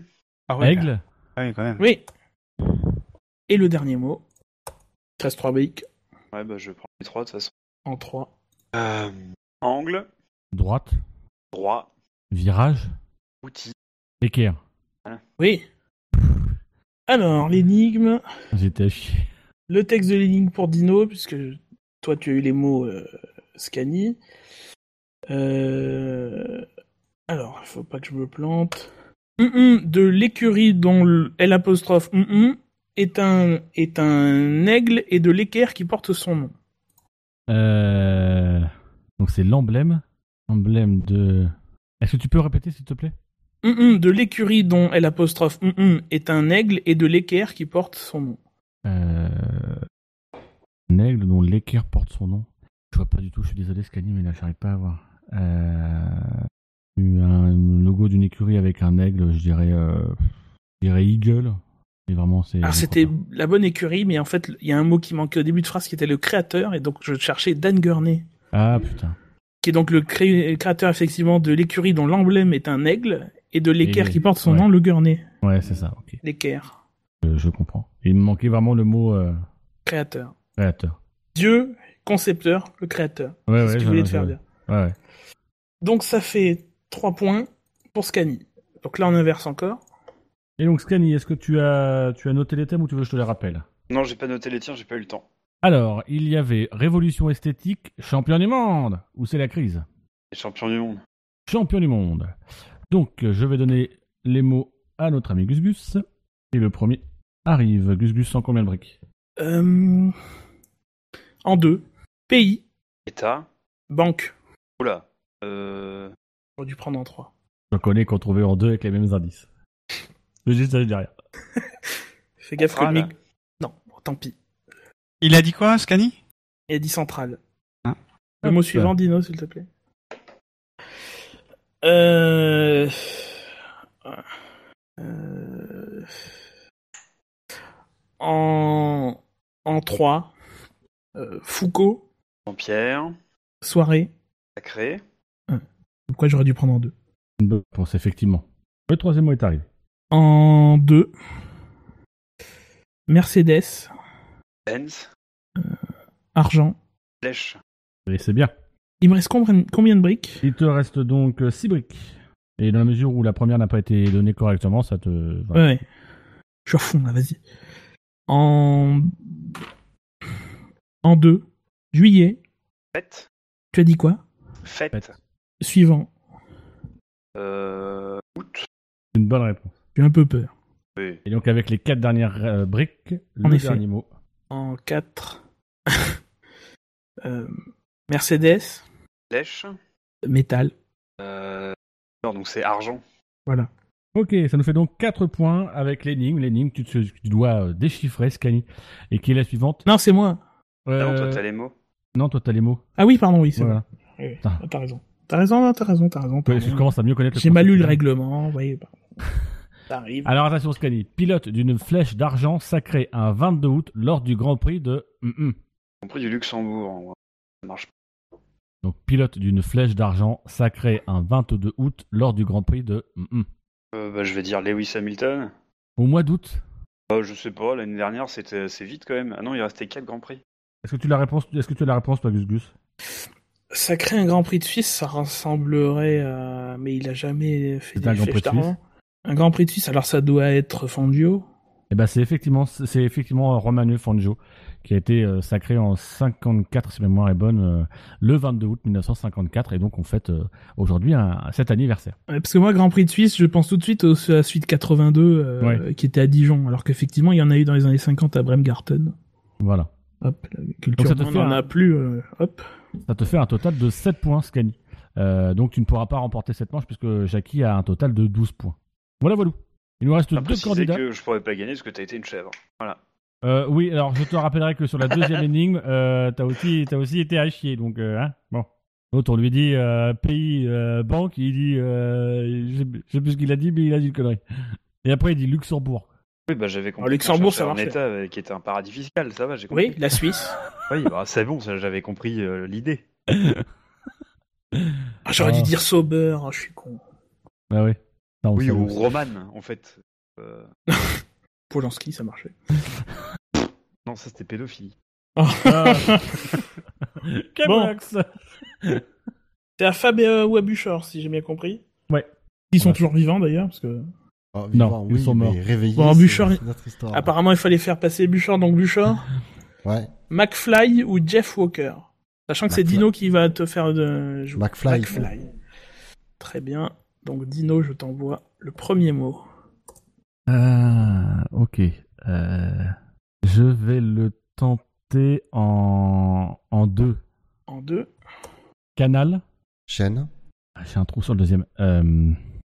[SPEAKER 8] Aigle
[SPEAKER 11] Ah oui, quand même.
[SPEAKER 7] Oui. Et le dernier mot. Il te reste 3 briques
[SPEAKER 11] Ouais, bah je prends les 3 de toute façon.
[SPEAKER 7] en 3.
[SPEAKER 11] Euh, Angle.
[SPEAKER 8] Droite
[SPEAKER 11] Droit.
[SPEAKER 8] Virage
[SPEAKER 11] Outil.
[SPEAKER 8] Équerre
[SPEAKER 7] Oui. Alors, l'énigme.
[SPEAKER 8] J'étais à chier.
[SPEAKER 7] Le texte de l'énigme pour Dino, puisque toi tu as eu les mots euh, Scani. Euh, Alors, il faut pas que je me plante. Hum, hum, de l'écurie dont le L apostrophe hum, hum est un est un aigle et de l'équerre qui porte son nom.
[SPEAKER 8] Euh, Donc, c'est l'emblème. Emblème de. Est-ce que tu peux répéter, s'il te plaît
[SPEAKER 7] Hum, hum, de l'écurie dont L apostrophe hum, hum est un aigle et de l'équerre qui porte son nom.
[SPEAKER 8] Euh... Un aigle dont l'équerre porte son nom. Je vois pas du tout, je suis désolé, Scani, mais là, j'arrive pas à voir. Euh... Un logo d'une écurie avec un aigle, je dirais. euh, Je dirais Eagle. Mais vraiment, c'est.
[SPEAKER 7] Alors c'était la bonne écurie, mais en fait il y a un mot qui manquait au début de phrase qui était le créateur et donc je cherchais Dan Gurney.
[SPEAKER 8] Ah putain.
[SPEAKER 7] qui est donc le cré- créateur effectivement de l'écurie dont l'emblème est un aigle et de l'équerre
[SPEAKER 8] Et-
[SPEAKER 7] qui porte son
[SPEAKER 8] ouais.
[SPEAKER 7] nom, le gurney.
[SPEAKER 8] Ouais, c'est ça, ok.
[SPEAKER 7] L'équerre,
[SPEAKER 8] Je, je comprends. Il me manquait vraiment le mot euh,
[SPEAKER 7] créateur.
[SPEAKER 8] créateur.
[SPEAKER 7] Dieu, concepteur, le créateur.
[SPEAKER 8] Ouais,
[SPEAKER 7] c'est
[SPEAKER 8] ouais,
[SPEAKER 7] ce qu'il
[SPEAKER 8] je-
[SPEAKER 7] voulait te
[SPEAKER 8] je-
[SPEAKER 7] faire dire.
[SPEAKER 8] Ouais, ouais.
[SPEAKER 7] Donc ça fait 3 points pour Scani. Donc là on inverse encore.
[SPEAKER 8] Et donc, Scani, est-ce que tu as, tu as noté les thèmes ou tu veux que je te les rappelle
[SPEAKER 11] Non, j'ai pas noté les tiens, j'ai pas eu le temps.
[SPEAKER 8] Alors, il y avait Révolution esthétique, Champion du monde, où c'est la crise
[SPEAKER 11] Les champions du monde.
[SPEAKER 8] Champion du monde. Donc, euh, je vais donner les mots à notre ami Gus Gus. Et le premier arrive. Gus Gus, sans combien de briques
[SPEAKER 7] Euh, En deux. Pays,
[SPEAKER 11] État.
[SPEAKER 7] banque.
[SPEAKER 11] Oula. Euh...
[SPEAKER 7] J'aurais dû prendre en 3.
[SPEAKER 8] Je connais qu'on trouvait en deux avec les mêmes indices. Le juste, ça, je dis rien.
[SPEAKER 7] Fais gaffe que le
[SPEAKER 8] Centrale.
[SPEAKER 7] mic- Non, bon, tant pis.
[SPEAKER 9] Il a dit quoi, Scani
[SPEAKER 7] Il a dit centrale.
[SPEAKER 9] Hein
[SPEAKER 7] Le mot
[SPEAKER 9] Hop.
[SPEAKER 7] suivant, Dino, s'il te plaît. Euh... euh, En... en 3, Euh, Foucault,
[SPEAKER 11] Jean-Pierre.
[SPEAKER 7] soirée.
[SPEAKER 11] Sacré.
[SPEAKER 7] Pourquoi j'aurais dû prendre en deux
[SPEAKER 8] Une bonne réponse, effectivement. Le troisième mot est arrivé.
[SPEAKER 7] En 2, Mercedes, euh,
[SPEAKER 11] Benz.
[SPEAKER 7] argent.
[SPEAKER 11] Flèche.
[SPEAKER 8] Et c'est bien.
[SPEAKER 7] Il me reste combien, combien de briques
[SPEAKER 8] Il te reste donc 6 briques. Et dans la mesure où la première n'a pas été donnée correctement, ça te.
[SPEAKER 7] Ouais,
[SPEAKER 8] voilà.
[SPEAKER 7] ouais. Je suis à fond, là, vas-y. En... En 2, juillet.
[SPEAKER 11] Fête.
[SPEAKER 7] Tu as dit quoi
[SPEAKER 11] Fête.
[SPEAKER 7] Suivant.
[SPEAKER 11] Euh... Août.
[SPEAKER 8] Une bonne réponse.
[SPEAKER 7] J'ai un peu peur.
[SPEAKER 11] Oui.
[SPEAKER 8] Et donc, avec les quatre dernières euh, briques,
[SPEAKER 7] En
[SPEAKER 8] le
[SPEAKER 7] effet.
[SPEAKER 8] dernier mot.
[SPEAKER 7] En 4, Mercedes,
[SPEAKER 11] Flèche.
[SPEAKER 7] métal.
[SPEAKER 11] Euh... Non, donc c'est argent.
[SPEAKER 7] Voilà.
[SPEAKER 8] Ok, ça nous fait donc 4 points avec l'énigme. L'énigme que tu, te- que tu dois euh, déchiffrer, Scani. Et qui est la suivante Euh,
[SPEAKER 7] Non, c'est moi.
[SPEAKER 11] Ah non, toi, t'as les mots.
[SPEAKER 8] Non, toi, t'as les mots.
[SPEAKER 7] Ah oui, pardon, oui, c'est
[SPEAKER 8] Voilà.
[SPEAKER 7] vrai. Oui, oui.
[SPEAKER 8] Putain.
[SPEAKER 7] Ah, T'as raison. T'as raison, t'as raison, t'as raison.
[SPEAKER 8] Ouais, je commence à mieux connaître le
[SPEAKER 7] J'ai mal
[SPEAKER 8] concept.
[SPEAKER 7] lu le règlement, voyez. bah, Ça arrive.
[SPEAKER 8] Alors attention Scani, pilote d'une flèche d'argent sacrée un 22 août lors du Grand Prix de... Mm, mm.
[SPEAKER 11] compris du Luxembourg. ouais. Ça marche pas.
[SPEAKER 8] Donc pilote d'une flèche d'argent sacrée un 22 août lors du Grand Prix de... Mm, mm.
[SPEAKER 11] Euh, bah, je vais dire Lewis Hamilton.
[SPEAKER 8] Au mois d'août.
[SPEAKER 11] Euh, je sais pas, l'année dernière c'était assez vite quand même. Ah non, il restait 4 grands prix.
[SPEAKER 8] Est-ce que tu as la réponse Est-ce que tu as la réponse toi Gus Gus
[SPEAKER 7] Ça crée un Grand Prix de Suisse, ça ressemblerait à... Mais il a jamais fait
[SPEAKER 8] C'est un
[SPEAKER 7] des hein.
[SPEAKER 8] Grand Prix
[SPEAKER 7] flèches
[SPEAKER 8] de Suisse.
[SPEAKER 7] d'argent. Un Grand Prix de Suisse, alors ça doit être Fangio.
[SPEAKER 8] Eh ben c'est effectivement c'est effectivement euh, Romano Fangio qui a été euh, sacré en 54 si ma mémoire est bonne euh, le 22 août 1954 et donc on fête euh, aujourd'hui un- cet anniversaire.
[SPEAKER 7] Ouais, parce que moi, Grand Prix de Suisse, je pense tout de suite au- à la suite 82 euh, qui était à Dijon, alors qu'effectivement, il y en a eu dans les années 50 à Bremgarten.
[SPEAKER 8] Voilà.
[SPEAKER 7] Hop, la
[SPEAKER 8] Donc
[SPEAKER 7] culture,
[SPEAKER 8] ça te
[SPEAKER 7] on
[SPEAKER 8] fait
[SPEAKER 7] en
[SPEAKER 8] un-
[SPEAKER 7] a plus. euh, hop.
[SPEAKER 8] Ça te fait un total de 7 points Scani. Euh, donc tu ne pourras pas remporter cette manche puisque Jackie a un total de 12 points. Voilà voilà. Il nous reste
[SPEAKER 11] T'as
[SPEAKER 8] deux
[SPEAKER 11] précisé
[SPEAKER 8] candidats.
[SPEAKER 11] que je pourrais pas gagner parce que t'as été une chèvre. Voilà.
[SPEAKER 8] Euh, oui, alors je te rappellerai que sur la deuxième énigme, euh, t'as aussi, t'as aussi été à chier, donc euh, hein, bon. L'autre, on lui dit euh, pays, euh, banque, il dit, euh, je sais plus- je sais plus ce qu'il a dit, mais il a dit une connerie. Et après, il dit Luxembourg.
[SPEAKER 11] Oui, bah j'avais compris.
[SPEAKER 7] Alors,
[SPEAKER 11] qu'on
[SPEAKER 7] Luxembourg,
[SPEAKER 11] cherchait
[SPEAKER 7] ça
[SPEAKER 11] un
[SPEAKER 7] marchait.
[SPEAKER 11] État euh, qui était un paradis fiscal, ça va, j'ai compris.
[SPEAKER 7] Oui, la Suisse.
[SPEAKER 11] oui, bah, c'est bon, ça j'avais compris euh, l'idée.
[SPEAKER 7] Ah, J'aurais dû
[SPEAKER 8] Ah.
[SPEAKER 7] dire Sauber, ah, je suis con.
[SPEAKER 8] Bah oui. Ça, on
[SPEAKER 11] oui,
[SPEAKER 8] sait
[SPEAKER 11] ou
[SPEAKER 8] où c'est.
[SPEAKER 11] Roman, en fait. Euh,
[SPEAKER 7] Polanski, ça marchait.
[SPEAKER 11] non, ça c'était pédophilie.
[SPEAKER 8] Ah.
[SPEAKER 7] bon,
[SPEAKER 8] Cabox
[SPEAKER 7] c'est à Fab et, euh, ou à Buchor, si j'ai bien compris.
[SPEAKER 8] Ouais.
[SPEAKER 7] Ils sont toujours vivants d'ailleurs, parce que.
[SPEAKER 3] Oh,
[SPEAKER 8] Non, ils sont morts.
[SPEAKER 3] Réveillé.
[SPEAKER 7] Bon, Buchor,
[SPEAKER 3] notre histoire.
[SPEAKER 7] apparemment, il fallait faire passer Buchor, donc Buchor.
[SPEAKER 3] Ouais.
[SPEAKER 7] McFly ou Jeff Walker Sachant que c'est
[SPEAKER 3] McFly.
[SPEAKER 7] Dino qui va te faire de... jouer.
[SPEAKER 3] McFly.
[SPEAKER 7] Très bien. Donc Dino, je t'envoie le premier mot.
[SPEAKER 8] Ah, ok. Euh, je vais le tenter en, en deux.
[SPEAKER 7] En deux.
[SPEAKER 8] Canal.
[SPEAKER 3] Chaîne.
[SPEAKER 8] Ah, J'ai un trou sur le deuxième. Euh,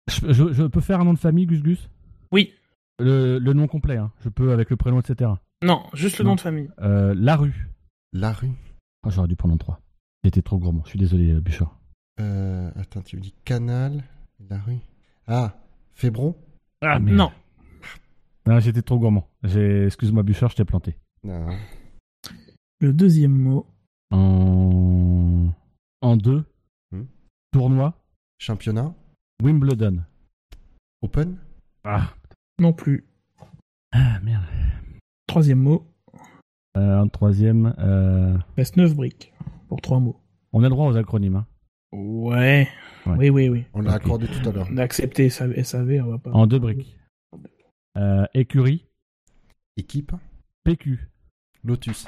[SPEAKER 8] je, je- je peux faire un nom de famille, Gus Gus
[SPEAKER 7] Oui.
[SPEAKER 8] Le, le nom complet, hein. je peux avec le prénom, etc.
[SPEAKER 7] Non, juste le
[SPEAKER 8] Non.
[SPEAKER 7] nom de famille.
[SPEAKER 8] Euh, la rue.
[SPEAKER 3] La rue.
[SPEAKER 8] Ah, J'aurais dû prendre en trois. J'étais trop gourmand, je suis désolé, euh, Bouchard.
[SPEAKER 3] Euh, attends, tu me dis canal. La rue. Ah, Fébron.
[SPEAKER 8] Ah, merde.
[SPEAKER 7] Non.
[SPEAKER 8] Non, Ah, J'étais trop gourmand. J'ai- Excuse-moi, Bouchard, je t'ai planté.
[SPEAKER 3] Non.
[SPEAKER 7] Le deuxième mot.
[SPEAKER 8] En, en deux.
[SPEAKER 3] Hmm.
[SPEAKER 8] Tournoi.
[SPEAKER 3] Championnat.
[SPEAKER 8] Wimbledon.
[SPEAKER 3] Open.
[SPEAKER 8] Ah,
[SPEAKER 7] Non plus.
[SPEAKER 8] ah, merde.
[SPEAKER 7] Troisième mot.
[SPEAKER 8] Euh, en troisième. euh,
[SPEAKER 7] Reste neuf briques pour trois mots.
[SPEAKER 8] On a le droit aux acronymes. hein.
[SPEAKER 7] Ouais.
[SPEAKER 8] Ouais.
[SPEAKER 7] Oui, oui, oui.
[SPEAKER 3] On l'a
[SPEAKER 8] Ok.
[SPEAKER 3] accordé tout à l'heure.
[SPEAKER 7] On a accepté SAV, SAV, on va pas.
[SPEAKER 8] En deux briques. Euh, écurie.
[SPEAKER 3] Équipe.
[SPEAKER 8] PQ.
[SPEAKER 3] Lotus.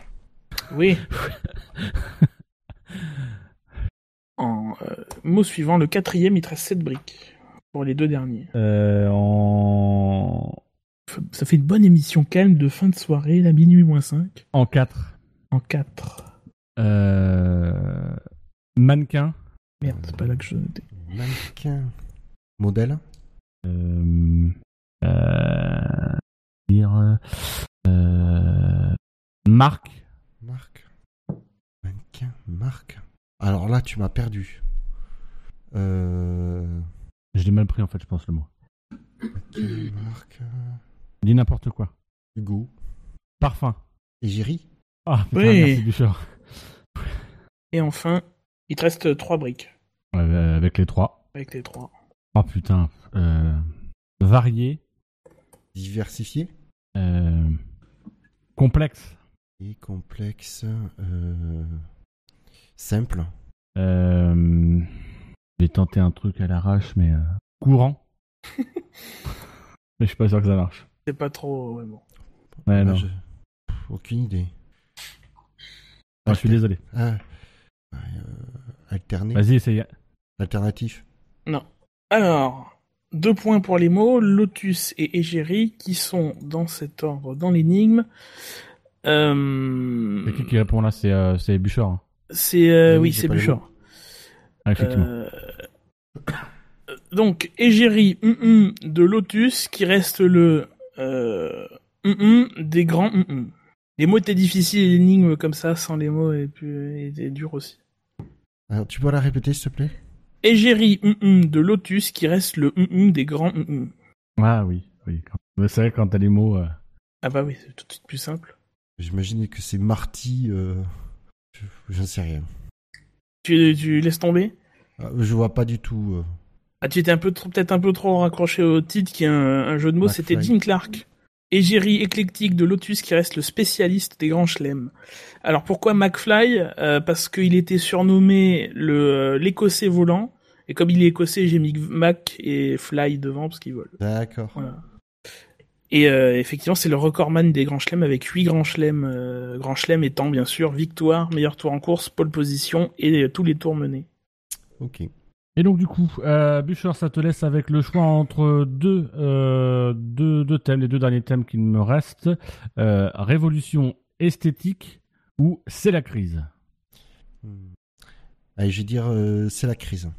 [SPEAKER 7] Oui. en euh, mot suivant, le quatrième, il te reste sept briques pour les deux derniers.
[SPEAKER 8] Euh, en...
[SPEAKER 7] Ça fait une bonne émission calme de fin de soirée, la minuit moins 5,
[SPEAKER 8] en 4.
[SPEAKER 7] en 4.
[SPEAKER 8] Euh, Mannequin.
[SPEAKER 7] Merde, c'est pas là que je notais.
[SPEAKER 3] Mannequin. Modèle.
[SPEAKER 8] Euh, euh, dire, euh, marque.
[SPEAKER 3] Marc. Mannequin. Marc. Alors là, tu m'as perdu. Euh.
[SPEAKER 8] Je l'ai mal pris en fait, je pense, le mot.
[SPEAKER 3] Mannequin, Marc. euh,
[SPEAKER 8] Dis n'importe quoi.
[SPEAKER 3] Hugo.
[SPEAKER 8] Parfum.
[SPEAKER 3] Égérie.
[SPEAKER 8] Ah, putain,
[SPEAKER 7] Oui.
[SPEAKER 8] merci Bouchard.
[SPEAKER 7] Et enfin, il te reste 3 briques
[SPEAKER 8] Ouais, euh, avec les trois.
[SPEAKER 7] avec les 3.
[SPEAKER 8] Oh putain. Euh, varié.
[SPEAKER 3] Diversifié.
[SPEAKER 8] euh, complexe.
[SPEAKER 3] Et complexe. euh, Simple.
[SPEAKER 8] Euh, je vais tenter un truc à l'arrache, mais euh, courant. mais je suis pas sûr que ça marche.
[SPEAKER 7] C'est pas trop. ouais, bon.
[SPEAKER 8] Ouais, non.
[SPEAKER 3] Ah, je- Pff, Aucune idée.
[SPEAKER 8] Ah, je suis désolé.
[SPEAKER 3] Ah. Ouais, euh, Alterné.
[SPEAKER 8] Vas-y, essaye.
[SPEAKER 3] Alternatif.
[SPEAKER 7] Non. Alors, deux points pour les mots Lotus et Égérie, qui sont dans cet ordre dans l'énigme. Euh,
[SPEAKER 8] C'est qui qui répond là C'est euh, c'est Bouchard. hein.
[SPEAKER 7] C'est. euh,
[SPEAKER 3] Oui,
[SPEAKER 7] oui,
[SPEAKER 3] j'ai
[SPEAKER 7] c'est
[SPEAKER 3] pas les
[SPEAKER 7] Bouchard.
[SPEAKER 8] Ah, effectivement.
[SPEAKER 7] Euh, Donc, égérie hum, hum, de Lotus qui reste le euh, hum, hum, des grands hum, hum. Les mots étaient difficiles, l'énigme comme ça, sans les mots, et puis était dur aussi.
[SPEAKER 3] Alors, tu peux la répéter, s'il te plaît
[SPEAKER 7] égérie hum, hum de Lotus qui reste le hum, hum des grands hum, hum.
[SPEAKER 8] Ah oui, oui. quand- C'est vrai, quand t'as les mots. euh,
[SPEAKER 7] Ah bah oui, c'est tout de suite plus simple.
[SPEAKER 3] J'imagine que c'est Marty. euh, je- Je ne sais rien.
[SPEAKER 7] Tu, tu laisses tomber
[SPEAKER 3] Ah, Je vois pas du tout. euh.
[SPEAKER 7] Ah, tu étais un peu trop- peut-être un peu trop raccroché au titre qui est un, un jeu de mots, c'était
[SPEAKER 3] McFly.
[SPEAKER 7] Jim Clark. Égérie éclectique de Lotus qui reste le spécialiste des grands chelems. Alors pourquoi McFly Euh, Parce qu'il était surnommé le euh, l'écossais volant. Et comme il est écossais, j'ai mis Mac et Fly devant parce qu'ils volent.
[SPEAKER 3] D'accord.
[SPEAKER 7] Et euh, effectivement, c'est le recordman des grands chelems avec huit grands chelems. euh, grands chelems étant bien sûr victoire, meilleur tour en course, pole position et euh, tous les tours menés.
[SPEAKER 3] Ok.
[SPEAKER 8] Et donc du coup, euh, Bûcheur, ça te laisse avec le choix entre deux, euh, deux, deux thèmes, les deux derniers thèmes qu'il me reste, euh, révolution esthétique ou c'est la crise.
[SPEAKER 3] euh, Allez, je vais dire, euh, c'est la crise.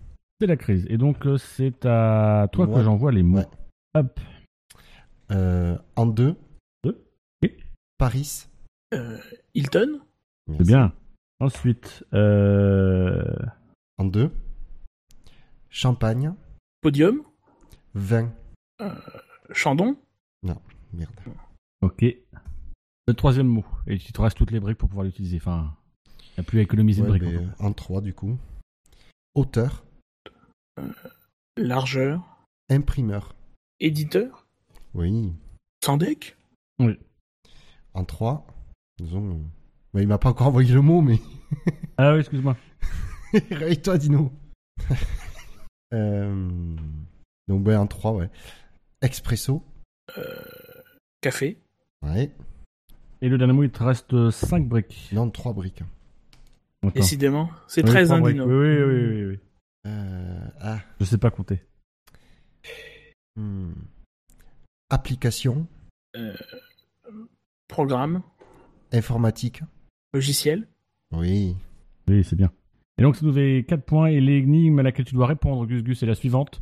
[SPEAKER 8] C'est la crise. Et donc euh, c'est à toi
[SPEAKER 3] Ouais. Euh,
[SPEAKER 8] que j'envoie les mots. Hop.
[SPEAKER 3] en deux.
[SPEAKER 8] Deux.
[SPEAKER 3] Paris.
[SPEAKER 7] Euh, Hilton
[SPEAKER 8] C'est bien. Ensuite, euh,
[SPEAKER 3] En deux. Champagne.
[SPEAKER 7] Podium
[SPEAKER 3] Vin.
[SPEAKER 7] Euh, Chandon
[SPEAKER 3] Non, merde.
[SPEAKER 8] ok. Le troisième mot. Et tu te restes toutes les briques pour pouvoir l'utiliser. Enfin, il n'y a plus à économiser
[SPEAKER 3] Ouais,
[SPEAKER 8] de briques.
[SPEAKER 3] mais, euh, en trois, du coup. Auteur.
[SPEAKER 7] Largeur.
[SPEAKER 3] Imprimeur.
[SPEAKER 7] Éditeur
[SPEAKER 3] Oui.
[SPEAKER 7] Sandec
[SPEAKER 8] Oui.
[SPEAKER 3] En trois. Disons. euh, bah, il m'a pas encore envoyé le mot, mais.
[SPEAKER 8] Ah oui, excuse-moi.
[SPEAKER 3] Réveille-toi, Dino. Euh, Donc, ben, en trois, ouais. Expresso.
[SPEAKER 7] Café
[SPEAKER 3] Ouais.
[SPEAKER 8] Et le dernier mot, il te reste 5 briques.
[SPEAKER 3] Non, 3 briques.
[SPEAKER 8] Attends.
[SPEAKER 7] Décidément, c'est
[SPEAKER 8] Oui,
[SPEAKER 7] très
[SPEAKER 8] trois briques.
[SPEAKER 7] indigne.
[SPEAKER 8] Oui, oui, oui, oui, oui.
[SPEAKER 3] Euh, ah.
[SPEAKER 8] Je sais pas compter.
[SPEAKER 3] hmm. Application.
[SPEAKER 7] Euh, programme,
[SPEAKER 3] Informatique.
[SPEAKER 7] logiciel.
[SPEAKER 3] Oui.
[SPEAKER 8] Oui, c'est bien. Et donc, ça nous fait 4 points. Et l'énigme à laquelle tu dois répondre, Gus Gus, est la suivante.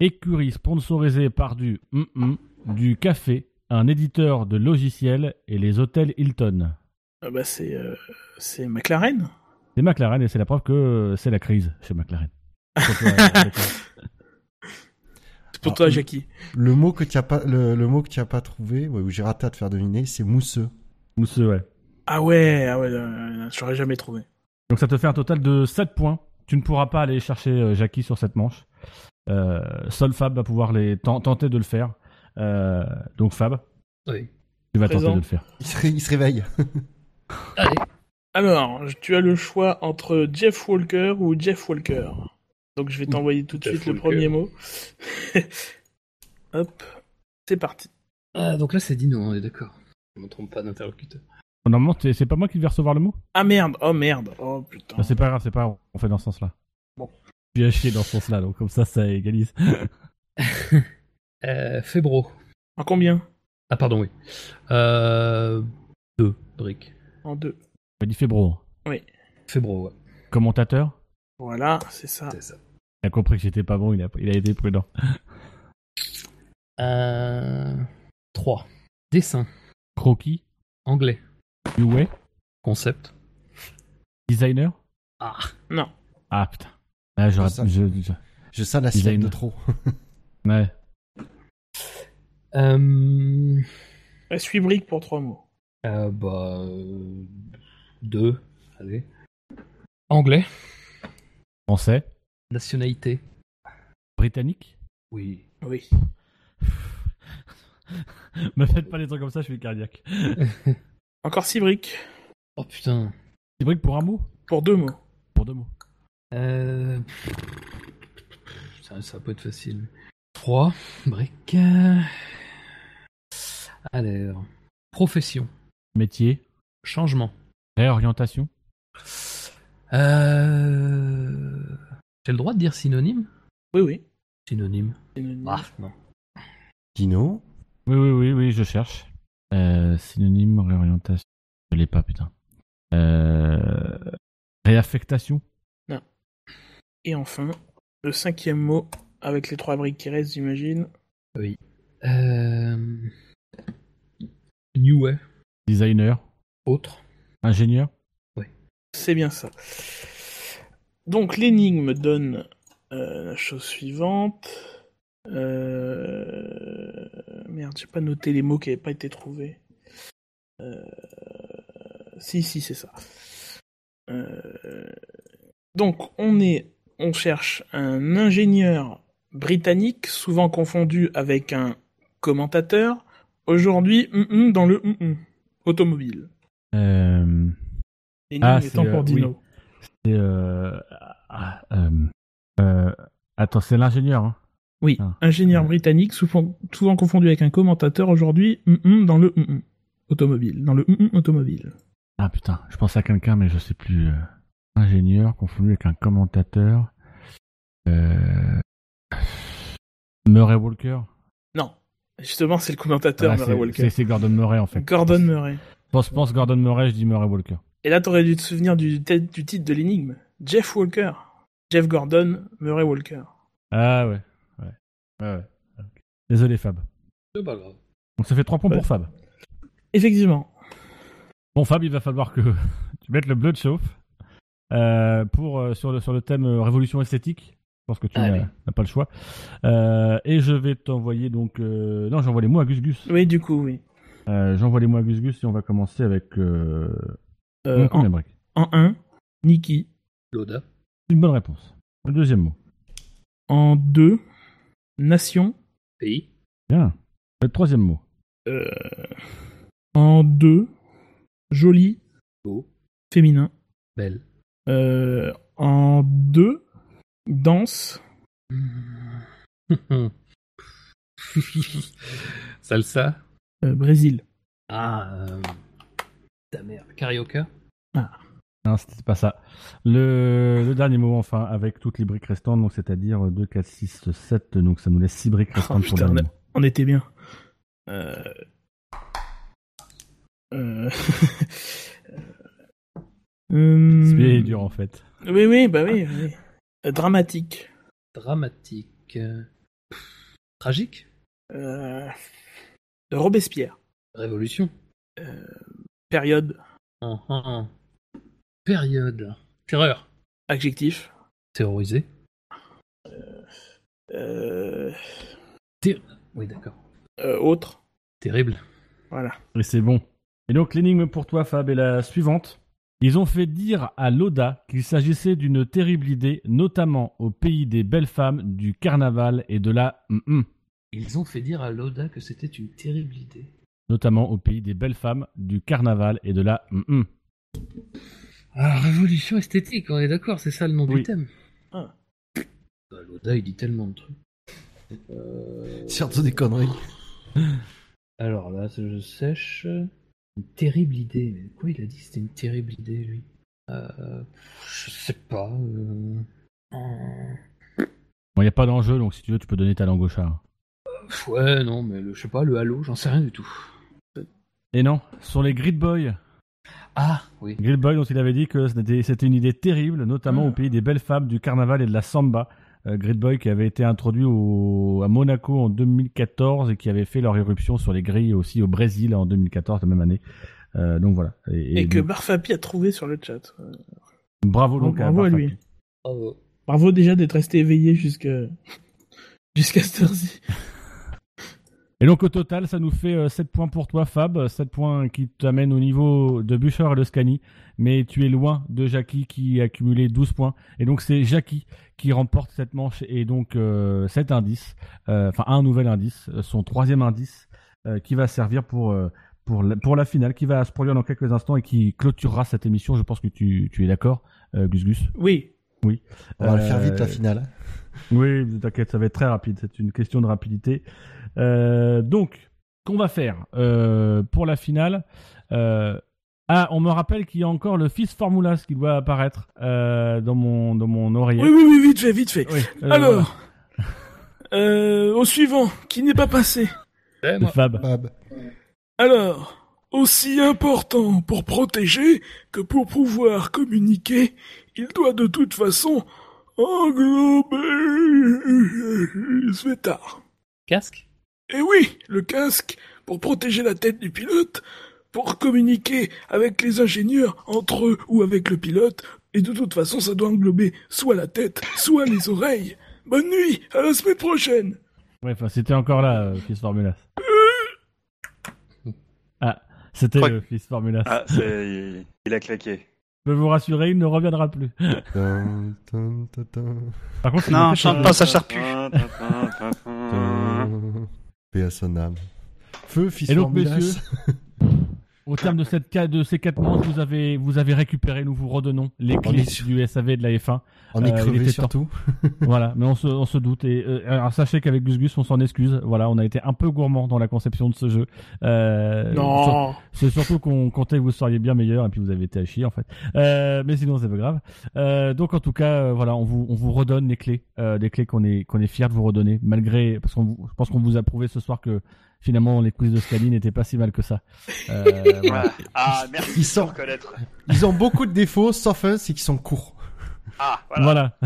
[SPEAKER 8] Écurie sponsorisée par du mm-mm, du café, un éditeur de logiciels et les hôtels Hilton.
[SPEAKER 7] Ah bah c'est euh, c'est McLaren.
[SPEAKER 8] C'est McLaren et c'est la preuve que euh, c'est la crise chez McLaren. Pour toi, euh,
[SPEAKER 7] C'est pour
[SPEAKER 3] Alors,
[SPEAKER 7] toi,
[SPEAKER 3] Ah, le-
[SPEAKER 7] Jackie.
[SPEAKER 3] Le mot que tu as pas, le, le mot que tu as pas trouvé, ouais, où j'ai raté à te faire deviner, c'est mousseux.
[SPEAKER 8] Mousseux, ouais.
[SPEAKER 7] Ah ouais, ah ouais, euh, j'aurais jamais trouvé.
[SPEAKER 8] Donc ça te fait un total de 7 points. Tu ne pourras pas aller chercher euh, Jackie sur cette manche. Euh, seul Fab va pouvoir les ten- tenter de le faire. Euh, donc Fab,
[SPEAKER 4] Oui.
[SPEAKER 8] tu vas
[SPEAKER 7] Présent.
[SPEAKER 8] tenter de le faire.
[SPEAKER 3] Il se, ré- il se réveille.
[SPEAKER 7] Alors, je- tu as le choix entre Jeff Walker ou Jeff Walker. Donc je vais t'envoyer tout de
[SPEAKER 4] Jeff
[SPEAKER 7] suite le
[SPEAKER 4] Walker.
[SPEAKER 7] premier mot. Hop, c'est parti.
[SPEAKER 4] Ah, donc là, c'est Dino, on est d'accord. Je ne me trompe pas d'interlocuteur.
[SPEAKER 8] Normalement, t'es- c'est pas moi qui vais recevoir le mot.
[SPEAKER 7] Ah merde, oh merde, oh putain.
[SPEAKER 8] Bah, c'est pas grave, c'est pas grave. On fait dans ce sens-là.
[SPEAKER 7] Bon.
[SPEAKER 8] Tu as chier dans ce sens-là, donc comme ça, ça égalise.
[SPEAKER 4] Euh, Fébro.
[SPEAKER 7] En combien
[SPEAKER 4] Ah, pardon, oui. Euh, deux briques.
[SPEAKER 7] En deux.
[SPEAKER 8] On dit Fébro,
[SPEAKER 7] Oui,
[SPEAKER 4] Fébro, ouais.
[SPEAKER 8] commentateur.
[SPEAKER 7] voilà, c'est ça.
[SPEAKER 8] Il a compris que j'étais pas bon, il a, il a été prudent. Ah,
[SPEAKER 4] Euh, trois. Dessin.
[SPEAKER 8] Croquis,
[SPEAKER 4] Anglais.
[SPEAKER 8] Uway,
[SPEAKER 4] Concept.
[SPEAKER 8] designer.
[SPEAKER 4] Ah.
[SPEAKER 7] Non.
[SPEAKER 8] Ah putain. Là, j'aurais-
[SPEAKER 3] Ça-
[SPEAKER 8] je, je-
[SPEAKER 3] Je sens la sienne
[SPEAKER 8] Design.
[SPEAKER 3] de trop.
[SPEAKER 8] Ouais.
[SPEAKER 4] Euh,
[SPEAKER 7] Ouais, Suis brique pour trois mots.
[SPEAKER 4] euh, bah. euh, Deux. Allez. Anglais.
[SPEAKER 8] Français,
[SPEAKER 4] Nationalité.
[SPEAKER 8] britannique.
[SPEAKER 4] Oui.
[SPEAKER 7] Oui.
[SPEAKER 8] Me faites pas des trucs comme ça, je suis cardiaque.
[SPEAKER 7] Encore six briques
[SPEAKER 4] Oh putain.
[SPEAKER 8] C'est vrai que pour un mot
[SPEAKER 7] pour deux mots.
[SPEAKER 8] Pour deux mots.
[SPEAKER 4] Euh... Ça, ça peut être facile. 3 briques. euh, Alors, profession,
[SPEAKER 8] Métier,
[SPEAKER 4] changement.
[SPEAKER 8] réorientation.
[SPEAKER 4] Euh... J'ai le droit de dire synonyme
[SPEAKER 7] Oui, oui.
[SPEAKER 4] Synonyme.
[SPEAKER 7] Synonyme.
[SPEAKER 4] Ah, non.
[SPEAKER 3] Dino.
[SPEAKER 8] Oui, oui, oui, oui, je cherche. Euh, synonyme, réorientation. Je l'ai pas, putain. Euh, réaffectation.
[SPEAKER 7] Et enfin, le cinquième mot avec les trois briques qui restent, j'imagine.
[SPEAKER 4] Oui. Euh... New Way,
[SPEAKER 8] Designer.
[SPEAKER 4] autre.
[SPEAKER 8] Ingénieur.
[SPEAKER 7] C'est bien ça. Donc l'énigme donne Euh, la chose suivante. Euh... Merde, j'ai pas noté les mots qui n'avaient pas été trouvés. Euh... Si, si, c'est ça. Euh, Donc, on est, on cherche un ingénieur britannique, souvent confondu avec un commentateur. Aujourd'hui, hum, hum, dans le hum, hum, automobile.
[SPEAKER 8] Euh...
[SPEAKER 7] Et Nino étant pour
[SPEAKER 8] euh,
[SPEAKER 7] Dino.
[SPEAKER 8] oui. C'est euh... ah, euh, euh, Attends, c'est l'ingénieur. Hein.
[SPEAKER 7] Oui, ingénieur britannique, souvent, souvent confondu avec un commentateur. Aujourd'hui, hum, hum, dans le hum, hum, automobile, dans le hum, hum, automobile.
[SPEAKER 8] Ah putain, je pensais à quelqu'un, mais je sais plus. euh, ingénieur confondu avec un commentateur. Euh... Murray Walker.
[SPEAKER 7] Non, justement, c'est le commentateur
[SPEAKER 8] Ah,
[SPEAKER 7] Murray
[SPEAKER 8] c'est-
[SPEAKER 7] Walker.
[SPEAKER 8] c'est- C'est Gordon Murray en fait.
[SPEAKER 7] Gordon Murray.
[SPEAKER 8] Je pense, pense Gordon Murray, je dis Murray Walker.
[SPEAKER 7] Et là, t'aurais dû te souvenir du, t- du titre de l'énigme. Jeff Walker. Jeff Gordon, Murray Walker.
[SPEAKER 8] Ah ouais. ouais. Ah Ouais, ouais. Ok. Désolé Fab.
[SPEAKER 4] C'est pas grave.
[SPEAKER 8] Donc ça fait 3 points
[SPEAKER 7] Ouais.
[SPEAKER 8] pour Fab.
[SPEAKER 7] Effectivement.
[SPEAKER 8] Bon Fab, il va falloir que tu mettes le bleu de chauffe euh, pour, euh, sur, le, sur le thème euh, révolution esthétique. Je pense que tu
[SPEAKER 7] Allez.
[SPEAKER 8] n'as n'as pas le choix. Euh, et je vais t'envoyer donc... euh, Non, j'envoie les mots à Gus Gus.
[SPEAKER 7] Oui, du coup, oui.
[SPEAKER 8] Euh, j'envoie les mots à Gus Gus et on va commencer avec... Euh...
[SPEAKER 7] Euh,
[SPEAKER 8] mon premier
[SPEAKER 7] en-
[SPEAKER 8] break.
[SPEAKER 7] En 1, Nikki.
[SPEAKER 4] Loda.
[SPEAKER 8] Une bonne réponse. Le deuxième mot.
[SPEAKER 7] En 2, Nation.
[SPEAKER 4] Pays.
[SPEAKER 8] Bien. Le troisième mot.
[SPEAKER 7] Euh, en 2, Joli.
[SPEAKER 4] Beau.
[SPEAKER 7] Féminin.
[SPEAKER 4] Belle.
[SPEAKER 7] Euh, en 2, Danse. Euh,
[SPEAKER 4] Salsa.
[SPEAKER 7] Euh, Brésil.
[SPEAKER 4] Ah. euh, Ta mère. Carioca.
[SPEAKER 8] Non, c'était pas ça. Le, le dernier mot, enfin, avec toutes les briques restantes, donc c'est-à-dire 2, 4, 6, 7, donc ça nous laisse 6 briques
[SPEAKER 7] Oh,
[SPEAKER 8] restantes pour
[SPEAKER 7] putain,
[SPEAKER 8] le
[SPEAKER 7] on,
[SPEAKER 8] dernier
[SPEAKER 7] a- on était bien. Euh... Euh...
[SPEAKER 8] mot.
[SPEAKER 7] Hum.
[SPEAKER 8] C'est dur en fait.
[SPEAKER 7] Oui, oui, bah oui. oui. Euh, dramatique.
[SPEAKER 4] Dramatique. euh, pff, Tragique.
[SPEAKER 7] Euh, Robespierre.
[SPEAKER 4] Révolution.
[SPEAKER 7] Euh, Période.
[SPEAKER 4] Ah, ah, ah. Période. Terreur.
[SPEAKER 7] Adjectif.
[SPEAKER 4] Terrorisé.
[SPEAKER 7] Euh,
[SPEAKER 4] Ter- Oui, d'accord.
[SPEAKER 7] euh, autre.
[SPEAKER 4] Terrible.
[SPEAKER 7] Voilà.
[SPEAKER 8] Et c'est bon. Et donc l'énigme pour toi, Fab, est la suivante. Ils ont fait dire à Loda qu'il s'agissait d'une terrible idée, notamment au pays des belles femmes, du carnaval et de la mm-mm.
[SPEAKER 4] Ils ont fait dire à Loda que c'était une terrible idée.
[SPEAKER 8] Notamment au pays des belles femmes, du carnaval et de la mm-mm.
[SPEAKER 4] Ah, révolution esthétique, on est d'accord, c'est ça le nom du thème.
[SPEAKER 7] Ah.
[SPEAKER 4] Bah, Loda, il dit tellement de trucs. Euh,
[SPEAKER 3] Surtout des conneries.
[SPEAKER 4] Alors là, je sèche. Une terrible idée. Mais quoi il a dit que C'était une terrible idée, lui. Euh, je sais pas. euh, euh,
[SPEAKER 8] Bon, il n'y a pas d'enjeu, donc si tu veux, tu peux donner ta langue au chat. hein.
[SPEAKER 4] Ouais, non, mais le, je sais pas, le halo, j'en sais rien du tout.
[SPEAKER 8] Et non, ce sont les Grid Boys.
[SPEAKER 4] Ah, oui.
[SPEAKER 8] Grid Boy dont il avait dit que c'était c'était une idée terrible, notamment au pays des belles femmes, du carnaval et de la samba. Euh, Grid Boy qui avait été introduit au- à Monaco en 2014 et qui avait fait leur éruption sur les grilles aussi au Brésil en 2014, la même année. Euh, donc voilà.
[SPEAKER 7] Et, que
[SPEAKER 8] donc,
[SPEAKER 7] Barfapi a trouvé sur le chat. Euh,
[SPEAKER 8] bravo donc à
[SPEAKER 7] bravo à
[SPEAKER 8] Barfa.
[SPEAKER 7] lui.
[SPEAKER 8] Euh,
[SPEAKER 4] Bravo.
[SPEAKER 7] Bravo déjà d'être resté éveillé jusqu'à jusqu'à cette heure-ci.
[SPEAKER 8] Et donc au total, ça nous fait euh, 7 points pour toi Fab, euh, 7 points qui t'amènent au niveau de Bûcher et de Scani, mais tu es loin de Jackie qui a cumulé 12 points. Et donc c'est Jackie qui remporte cette manche et donc euh, cet indice, euh, enfin un nouvel indice, euh, son troisième indice euh, qui va servir pour, euh, pour, la, pour la finale qui va se produire dans quelques instants et qui clôturera cette émission. Je pense que tu, tu es d'accord, euh, Gus Gus
[SPEAKER 7] Oui.
[SPEAKER 8] Oui.
[SPEAKER 3] On va le faire vite, la
[SPEAKER 8] Euh,
[SPEAKER 3] finale.
[SPEAKER 8] oui, ne t'inquiète, ça va être très rapide. C'est une question de rapidité. Euh, donc, qu'on va faire euh, pour la finale euh, Ah, on me rappelle qu'il y a encore le fils Formulas qui doit apparaître euh, dans mon dans mon oreiller.
[SPEAKER 7] Oui, oui, oui, vite fait, vite fait.
[SPEAKER 8] euh,
[SPEAKER 7] Alors, euh, au suivant, qui n'est pas passé.
[SPEAKER 4] C'est
[SPEAKER 8] moi. Fab.
[SPEAKER 7] Alors, aussi important pour protéger que pour pouvoir communiquer, il doit de toute façon englober le fêtard.
[SPEAKER 4] Casque
[SPEAKER 7] Eh oui, le casque pour protéger la tête du pilote, pour communiquer avec les ingénieurs entre eux ou avec le pilote, Et de toute façon, ça doit englober soit la tête, soit les oreilles. Bonne nuit, à la semaine prochaine.
[SPEAKER 8] Ouais, enfin, c'était encore là, euh, Fils Formulas.
[SPEAKER 7] Euh.
[SPEAKER 8] ah, c'était
[SPEAKER 11] Crois-
[SPEAKER 8] le Fils Formulas.
[SPEAKER 11] Ah, c'est- il, il a claqué.
[SPEAKER 8] Je peux vous rassurer, il ne reviendra plus. Par contre, euh, il m'a fait faire-
[SPEAKER 3] Paix à son âme. Feu, fils
[SPEAKER 8] Et donc,
[SPEAKER 3] Formidas.
[SPEAKER 8] messieurs, au terme de, cette, ca- de ces quatre manches, vous avez, vous avez récupéré, nous vous redonnons les
[SPEAKER 3] On
[SPEAKER 8] clés
[SPEAKER 3] est sur-
[SPEAKER 8] du SAV et de la F1.
[SPEAKER 3] on est
[SPEAKER 8] il
[SPEAKER 3] crevés
[SPEAKER 8] était temps.
[SPEAKER 3] surtout.
[SPEAKER 8] voilà, mais on se, on se doute. Et euh, alors, sachez qu'avec Gus Gus, on s'en excuse. Voilà, on a été un peu gourmand dans la conception de ce jeu. Euh,
[SPEAKER 7] Non.
[SPEAKER 8] sur- C'est surtout qu'on comptait que vous seriez bien meilleur et puis vous avez été à chier en fait. Euh, mais sinon, c'est pas grave. Euh, donc en tout cas, euh, voilà, on vous, on vous redonne les clés, euh, des clés qu'on est, qu'on est fiers de vous redonner, malgré parce qu'on, vous- je pense qu'on vous a prouvé ce soir que finalement les quiz de Scali n'étaient pas si mal que ça. Euh, voilà.
[SPEAKER 11] Ah, merci
[SPEAKER 3] Ils
[SPEAKER 11] de
[SPEAKER 3] sont-
[SPEAKER 11] le reconnaître.
[SPEAKER 3] Ils ont beaucoup de défauts, sauf un, c'est qu'ils sont courts.
[SPEAKER 11] Ah, voilà.
[SPEAKER 8] Voilà.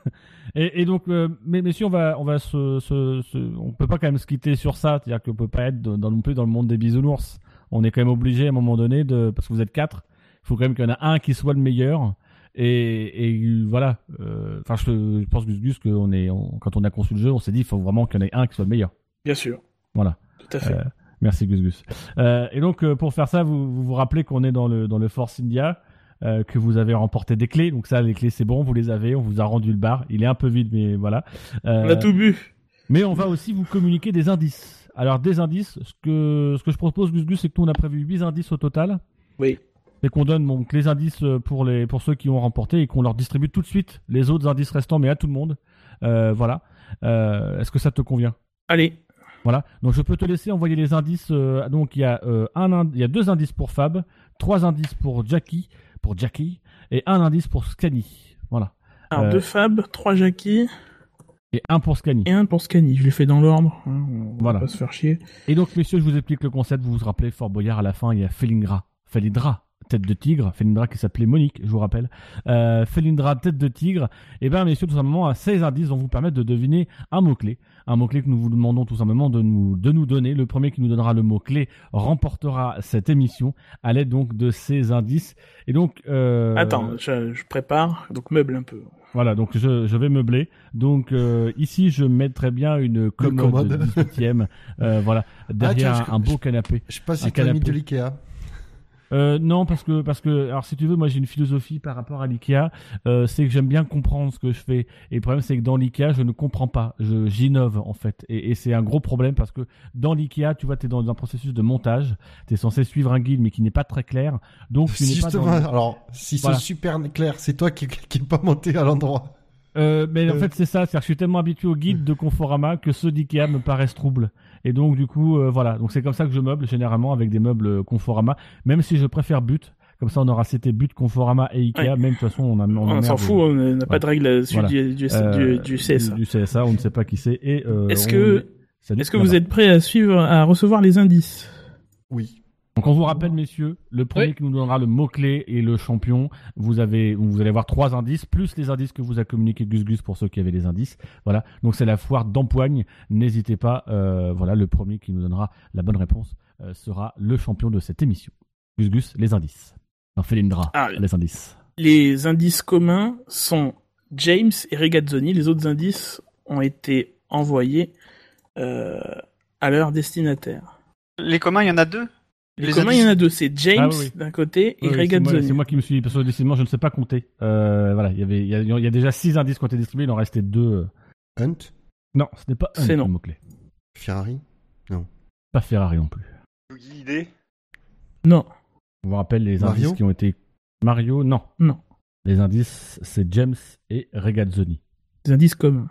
[SPEAKER 8] et, et donc, euh, mais messieurs, on va, on va se, se- se- on peut pas quand même se quitter sur ça, c'est-à-dire qu'on peut pas être dans, dans non plus dans le monde des bisounours. On est quand même obligé à un moment donné de, parce que vous êtes quatre, il faut quand même qu'il y en a un qui soit le meilleur. Et, et, euh, voilà. Euh, Enfin, je, je pense Gus Gus que on est, on- quand on a conçu le jeu, on s'est dit il faut vraiment qu'il y en ait un qui soit le meilleur.
[SPEAKER 7] Bien sûr.
[SPEAKER 8] Voilà.
[SPEAKER 7] Tout à fait.
[SPEAKER 8] Euh, merci Gus Gus. Euh, et donc euh, pour faire ça, vous vous, vous rappelez qu'on est dans le dans le Force India, euh, que vous avez remporté des clés. Donc ça, les clés c'est bon, vous les avez, on vous a rendu le bar. Il est un peu vide, mais voilà. Euh,
[SPEAKER 7] On a tout bu.
[SPEAKER 8] Mais on va aussi vous communiquer des indices. Alors des indices, ce que ce que je propose Gus Gus, c'est que nous on a prévu 8 indices au total.
[SPEAKER 7] Oui.
[SPEAKER 8] Et qu'on donne donc les indices euh, pour les pour ceux qui ont remporté et qu'on leur distribue tout de suite les autres indices restants, mais à tout le monde. Euh, voilà. Euh, Est-ce que ça te convient
[SPEAKER 7] Allez.
[SPEAKER 8] voilà, donc je peux te laisser envoyer les indices. euh, donc il y, a, euh, un ind- il y a deux indices pour Fab, trois indices pour Jackie, pour Jackie et un indice pour Scanny. Voilà.
[SPEAKER 7] Alors,
[SPEAKER 8] Euh,
[SPEAKER 7] deux Fab, trois Jackie.
[SPEAKER 8] Et un pour Scanny.
[SPEAKER 7] Et un pour Scanny. Je l'ai fait dans l'ordre. hein, on va
[SPEAKER 8] Voilà.
[SPEAKER 7] pas se faire chier.
[SPEAKER 8] Et donc, messieurs, je vous explique le concept. Vous vous rappelez, Fort Boyard, à la fin, il y a Felindra. Felindra, tête de tigre. Felindra qui s'appelait Monique, je vous rappelle. Euh, Felindra, tête de tigre. Et bien, messieurs, tout simplement, à 16 indices vont vous permettre de deviner un mot-clé. Un mot-clé que nous vous demandons tout simplement de nous, de nous donner. Le premier qui nous donnera le mot-clé remportera cette émission à l'aide donc de ces indices. Et donc. euh,
[SPEAKER 7] Attends, je, je prépare. Donc, meuble un peu.
[SPEAKER 8] voilà, donc je, je vais meubler. Donc euh, ici, je mettrais bien une commode,
[SPEAKER 3] commode. Ah,
[SPEAKER 8] 18e. euh, voilà, derrière
[SPEAKER 3] tiens, je-
[SPEAKER 8] un beau canapé.
[SPEAKER 3] Je sais pas
[SPEAKER 8] Un
[SPEAKER 3] si t'as mis
[SPEAKER 8] canapé.
[SPEAKER 3] de l'Ikea.
[SPEAKER 8] Euh, non, parce que parce que alors si tu veux, moi j'ai une philosophie par rapport à l'IKEA, euh, c'est que j'aime bien comprendre ce que je fais. Et le problème, c'est que dans l'IKEA, je ne comprends pas, je j'innove en fait, et, et c'est un gros problème parce que dans l'IKEA, tu vois, t'es dans un processus de montage, t'es censé suivre un guide mais qui n'est pas très clair, donc tu n'es pas dans
[SPEAKER 3] Justement,
[SPEAKER 8] le-
[SPEAKER 3] alors, si
[SPEAKER 8] Voilà.
[SPEAKER 3] c'est super clair, c'est toi qui qui est pas monté à l'endroit.
[SPEAKER 8] Euh, mais en
[SPEAKER 3] Euh.
[SPEAKER 8] fait, c'est ça. C'est-à-dire que je suis tellement habitué au guide de Conforama que ceux d'IKEA me paraissent troubles. Et donc, du coup, euh, voilà. Donc, c'est comme ça que je meuble généralement avec des meubles Conforama, même si je préfère But. Comme ça, on aura cité But, Conforama et IKEA.
[SPEAKER 7] Ouais.
[SPEAKER 8] Même de toute façon, on, a, on,
[SPEAKER 7] On s'en
[SPEAKER 8] emmerde-
[SPEAKER 7] fout, on n'a pas de règle là-dessus
[SPEAKER 8] Voilà.
[SPEAKER 7] du- du-
[SPEAKER 8] Euh,
[SPEAKER 7] du- du CSA.
[SPEAKER 8] Du CSA, on ne sait pas qui c'est. Et euh,
[SPEAKER 7] Est-ce
[SPEAKER 8] on-
[SPEAKER 7] que,
[SPEAKER 8] Salut,
[SPEAKER 7] est-ce que
[SPEAKER 8] là-bas.
[SPEAKER 7] vous êtes prêts à suivre, à recevoir les indices
[SPEAKER 8] Donc on vous rappelle, messieurs, le premier qui nous donnera le mot-clé et le champion, vous, avez, vous allez avoir trois indices, plus les indices que vous a communiqué Gus Gus pour ceux qui avaient les indices. Voilà, donc c'est la foire d'empoigne. N'hésitez pas, euh, voilà, le premier qui nous donnera la bonne réponse euh, sera le champion de cette émission. Gus Gus, les indices. Non, Felindra, les indices.
[SPEAKER 7] Les indices communs sont James et Regazzoni. Les autres indices ont été envoyés euh, à leur destinataire.
[SPEAKER 9] Les communs, il y en a deux
[SPEAKER 7] Les,
[SPEAKER 9] Les
[SPEAKER 7] communs,
[SPEAKER 9] indices-
[SPEAKER 7] il y en a deux. C'est James
[SPEAKER 8] Ah oui, oui.
[SPEAKER 7] d'un côté et
[SPEAKER 8] Oui, oui, c'est moi-
[SPEAKER 7] Regazzoni.
[SPEAKER 8] C'est moi qui me suis, parce que décidément, je ne sais pas compter. Euh, voilà, il y avait, il y, a- il y a déjà six indices qui ont été distribués, il en restait deux. euh.
[SPEAKER 3] Hunt
[SPEAKER 8] Non, ce n'est pas Hunt
[SPEAKER 7] C'est
[SPEAKER 8] le
[SPEAKER 7] non.
[SPEAKER 8] mot-clé.
[SPEAKER 3] Ferrari Non.
[SPEAKER 8] Pas Ferrari non plus.
[SPEAKER 11] Yugi idée.
[SPEAKER 7] Non.
[SPEAKER 8] On vous rappelle les
[SPEAKER 3] Mario
[SPEAKER 8] indices qui ont été. Mario, non.
[SPEAKER 7] Non.
[SPEAKER 8] Les indices, c'est James et Regazzoni.
[SPEAKER 7] Des indices communs.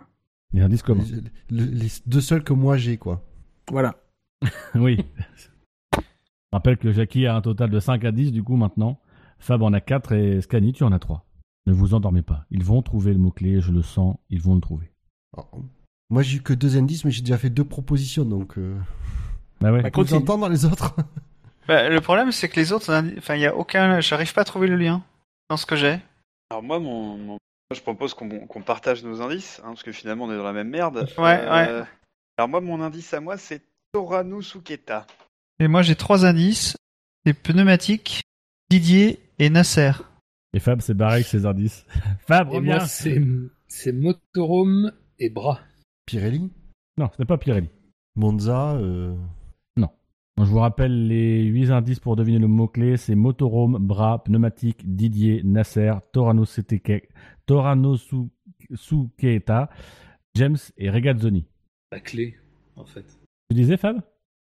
[SPEAKER 8] Les indices communs.
[SPEAKER 3] Le- les deux seuls que moi j'ai, quoi.
[SPEAKER 7] Voilà.
[SPEAKER 8] oui. Je rappelle que Jackie a un total de 5 à 10 du coup maintenant. Fab en a 4 et Scanny, tu en as 3. Ne vous endormez pas. Ils vont trouver le mot-clé, je le sens, ils vont le trouver.
[SPEAKER 3] Moi j'ai eu que deux indices, mais j'ai déjà fait deux propositions, donc. Euh...
[SPEAKER 8] Bah ouais.
[SPEAKER 3] Faut vous entendre les autres
[SPEAKER 9] Bah, le problème, c'est que les autres, indi- enfin, il y a aucun. J'arrive pas à trouver le lien dans ce que j'ai.
[SPEAKER 11] Alors moi, mon, mon- moi, je propose qu'on qu'on partage nos indices, hein, parce que finalement, on est dans la même merde. Euh,
[SPEAKER 9] Ouais, ouais.
[SPEAKER 11] Alors moi, mon indice à moi, c'est Toranu Suketa.
[SPEAKER 9] Et moi, j'ai trois indices. C'est pneumatique, Didier et Nasser.
[SPEAKER 8] Et Fab s'est barré avec ses indices.
[SPEAKER 9] Ah,
[SPEAKER 8] Fab,
[SPEAKER 4] Et
[SPEAKER 8] reviens
[SPEAKER 4] moi, c'est c'est Motorhome et Bras.
[SPEAKER 3] Pirelli
[SPEAKER 8] Non, ce n'est pas Pirelli.
[SPEAKER 3] Monza euh,
[SPEAKER 8] Non. Je vous rappelle les 8 indices pour deviner le mot-clé. C'est motorhome, bras, pneumatique, Didier, Nasser, Torano Seteke- Torano Su- Sukeita, James et Regazzoni.
[SPEAKER 4] La clé, en fait.
[SPEAKER 8] Tu disais, Fab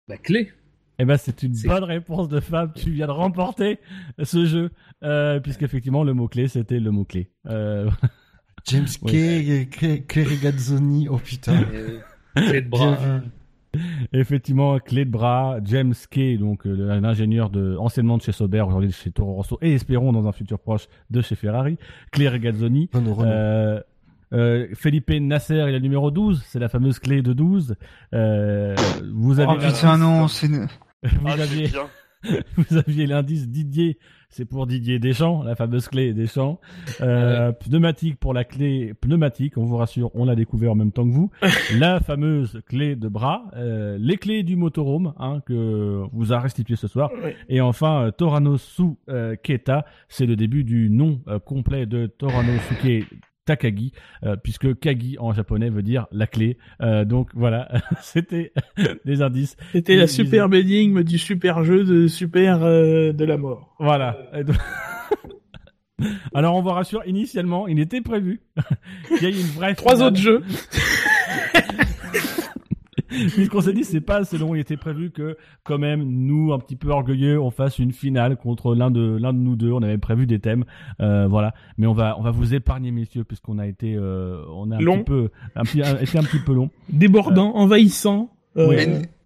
[SPEAKER 4] La Bah, clé
[SPEAKER 8] Eh ben, c'est une bonne réponse de Fab. Tu viens de remporter ce jeu. Euh, Puisqu'effectivement, le mot-clé, c'était le mot-clé. Euh,
[SPEAKER 3] James
[SPEAKER 8] oui.
[SPEAKER 3] Kay, Kay- Kay Regazzoni, oh putain.
[SPEAKER 7] Euh,
[SPEAKER 4] Clé de bras.
[SPEAKER 3] Bien vu.
[SPEAKER 8] Effectivement, clé de bras, James Kay, donc euh, le- l'ingénieur de anciennement de chez Sauber, aujourd'hui de chez Toro Rosso, et espérons dans un futur proche de chez Ferrari, Clé Regazzoni, euh, euh, Felipe Nasser est la numéro 12, c'est la fameuse clé de 12. Euh, vous avez
[SPEAKER 9] Oh putain, non, c'est.
[SPEAKER 8] vous, aviez... vous aviez l'indice Didier, c'est pour Didier Deschamps, la fameuse clé Deschamps. Euh, Pneumatique pour la clé pneumatique, on vous rassure, on l'a découvert en même temps que vous. la fameuse clé de bras, euh, les clés du motorhome hein, que vous a restitué ce soir.
[SPEAKER 7] Oui.
[SPEAKER 8] Et enfin, euh, Toranosu euh, Keta, c'est le début du nom euh, complet de Toranosuke Takagi, euh, puisque Kagi en japonais veut dire la clé. Euh, donc voilà, c'était des indices.
[SPEAKER 7] C'était la
[SPEAKER 8] Ils- ils-
[SPEAKER 7] superbe énigme du super jeu de super euh, de la mort.
[SPEAKER 8] Voilà. Et donc- Alors on vous rassure, initialement, il était prévu qu'il y ait une vraie
[SPEAKER 7] Trois
[SPEAKER 8] finale.
[SPEAKER 7] autres jeux.
[SPEAKER 8] Puisqu'on s'est dit c'est pas assez long, il était prévu que quand même nous un petit peu orgueilleux, on fasse une finale contre l'un de l'un de nous deux. On avait prévu des thèmes, euh, voilà. Mais on va on va vous épargner messieurs puisqu'on a été euh, on a un
[SPEAKER 7] Long.
[SPEAKER 8] petit peu un petit un- été un petit peu long.
[SPEAKER 7] Débordant, envahissant. euh,
[SPEAKER 8] Oui.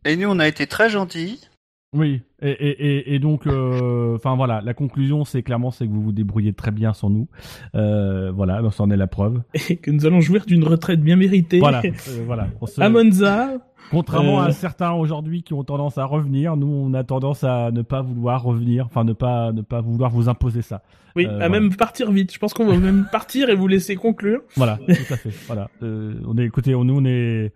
[SPEAKER 9] Et, et nous, on a été très gentils.
[SPEAKER 8] Oui, et, et, et, et donc, euh, enfin voilà, la conclusion, c'est clairement, c'est que vous vous débrouillez très bien sans nous. Euh, voilà, donc ça en est la preuve.
[SPEAKER 7] Et que nous allons jouir d'une retraite bien méritée.
[SPEAKER 8] Voilà, euh, voilà. On se-
[SPEAKER 7] À Monza.
[SPEAKER 8] Contrairement
[SPEAKER 7] Euh,
[SPEAKER 8] à certains aujourd'hui qui ont tendance à revenir, nous, on a tendance à ne pas vouloir revenir, enfin ne pas ne pas vouloir vous imposer ça.
[SPEAKER 7] Oui,
[SPEAKER 8] Euh,
[SPEAKER 7] à
[SPEAKER 8] voilà.
[SPEAKER 7] même partir vite. Je pense qu'on va même partir et vous laisser conclure.
[SPEAKER 8] Voilà, tout à fait. Voilà, Euh, on est, écoutez, on- nous, on est,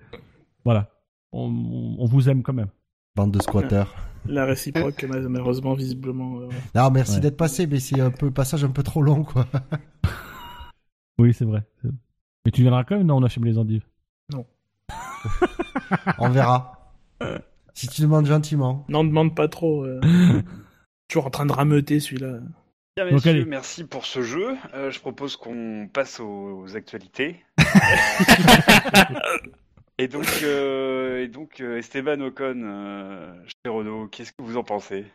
[SPEAKER 8] voilà, on, on- on vous aime quand même.
[SPEAKER 3] Bande de squatters.
[SPEAKER 7] La réciproque, mal- malheureusement, visiblement. euh,
[SPEAKER 3] Non, merci
[SPEAKER 8] Ouais.
[SPEAKER 3] d'être passé, mais c'est un peu passage un peu trop long, quoi.
[SPEAKER 8] Oui, c'est vrai. Mais tu viendras quand même, non On achète les endives.
[SPEAKER 3] On verra. si tu demandes gentiment.
[SPEAKER 7] N'en demande pas trop. euh. Toujours en train de rameuter celui-là.
[SPEAKER 11] Bien,
[SPEAKER 7] Donc,
[SPEAKER 11] messieurs,
[SPEAKER 7] allez.
[SPEAKER 11] merci pour ce jeu. Euh, je propose qu'on passe aux, aux actualités. et donc, euh, et donc euh, Esteban Ocon euh, chez Renault, qu'est-ce que vous en pensez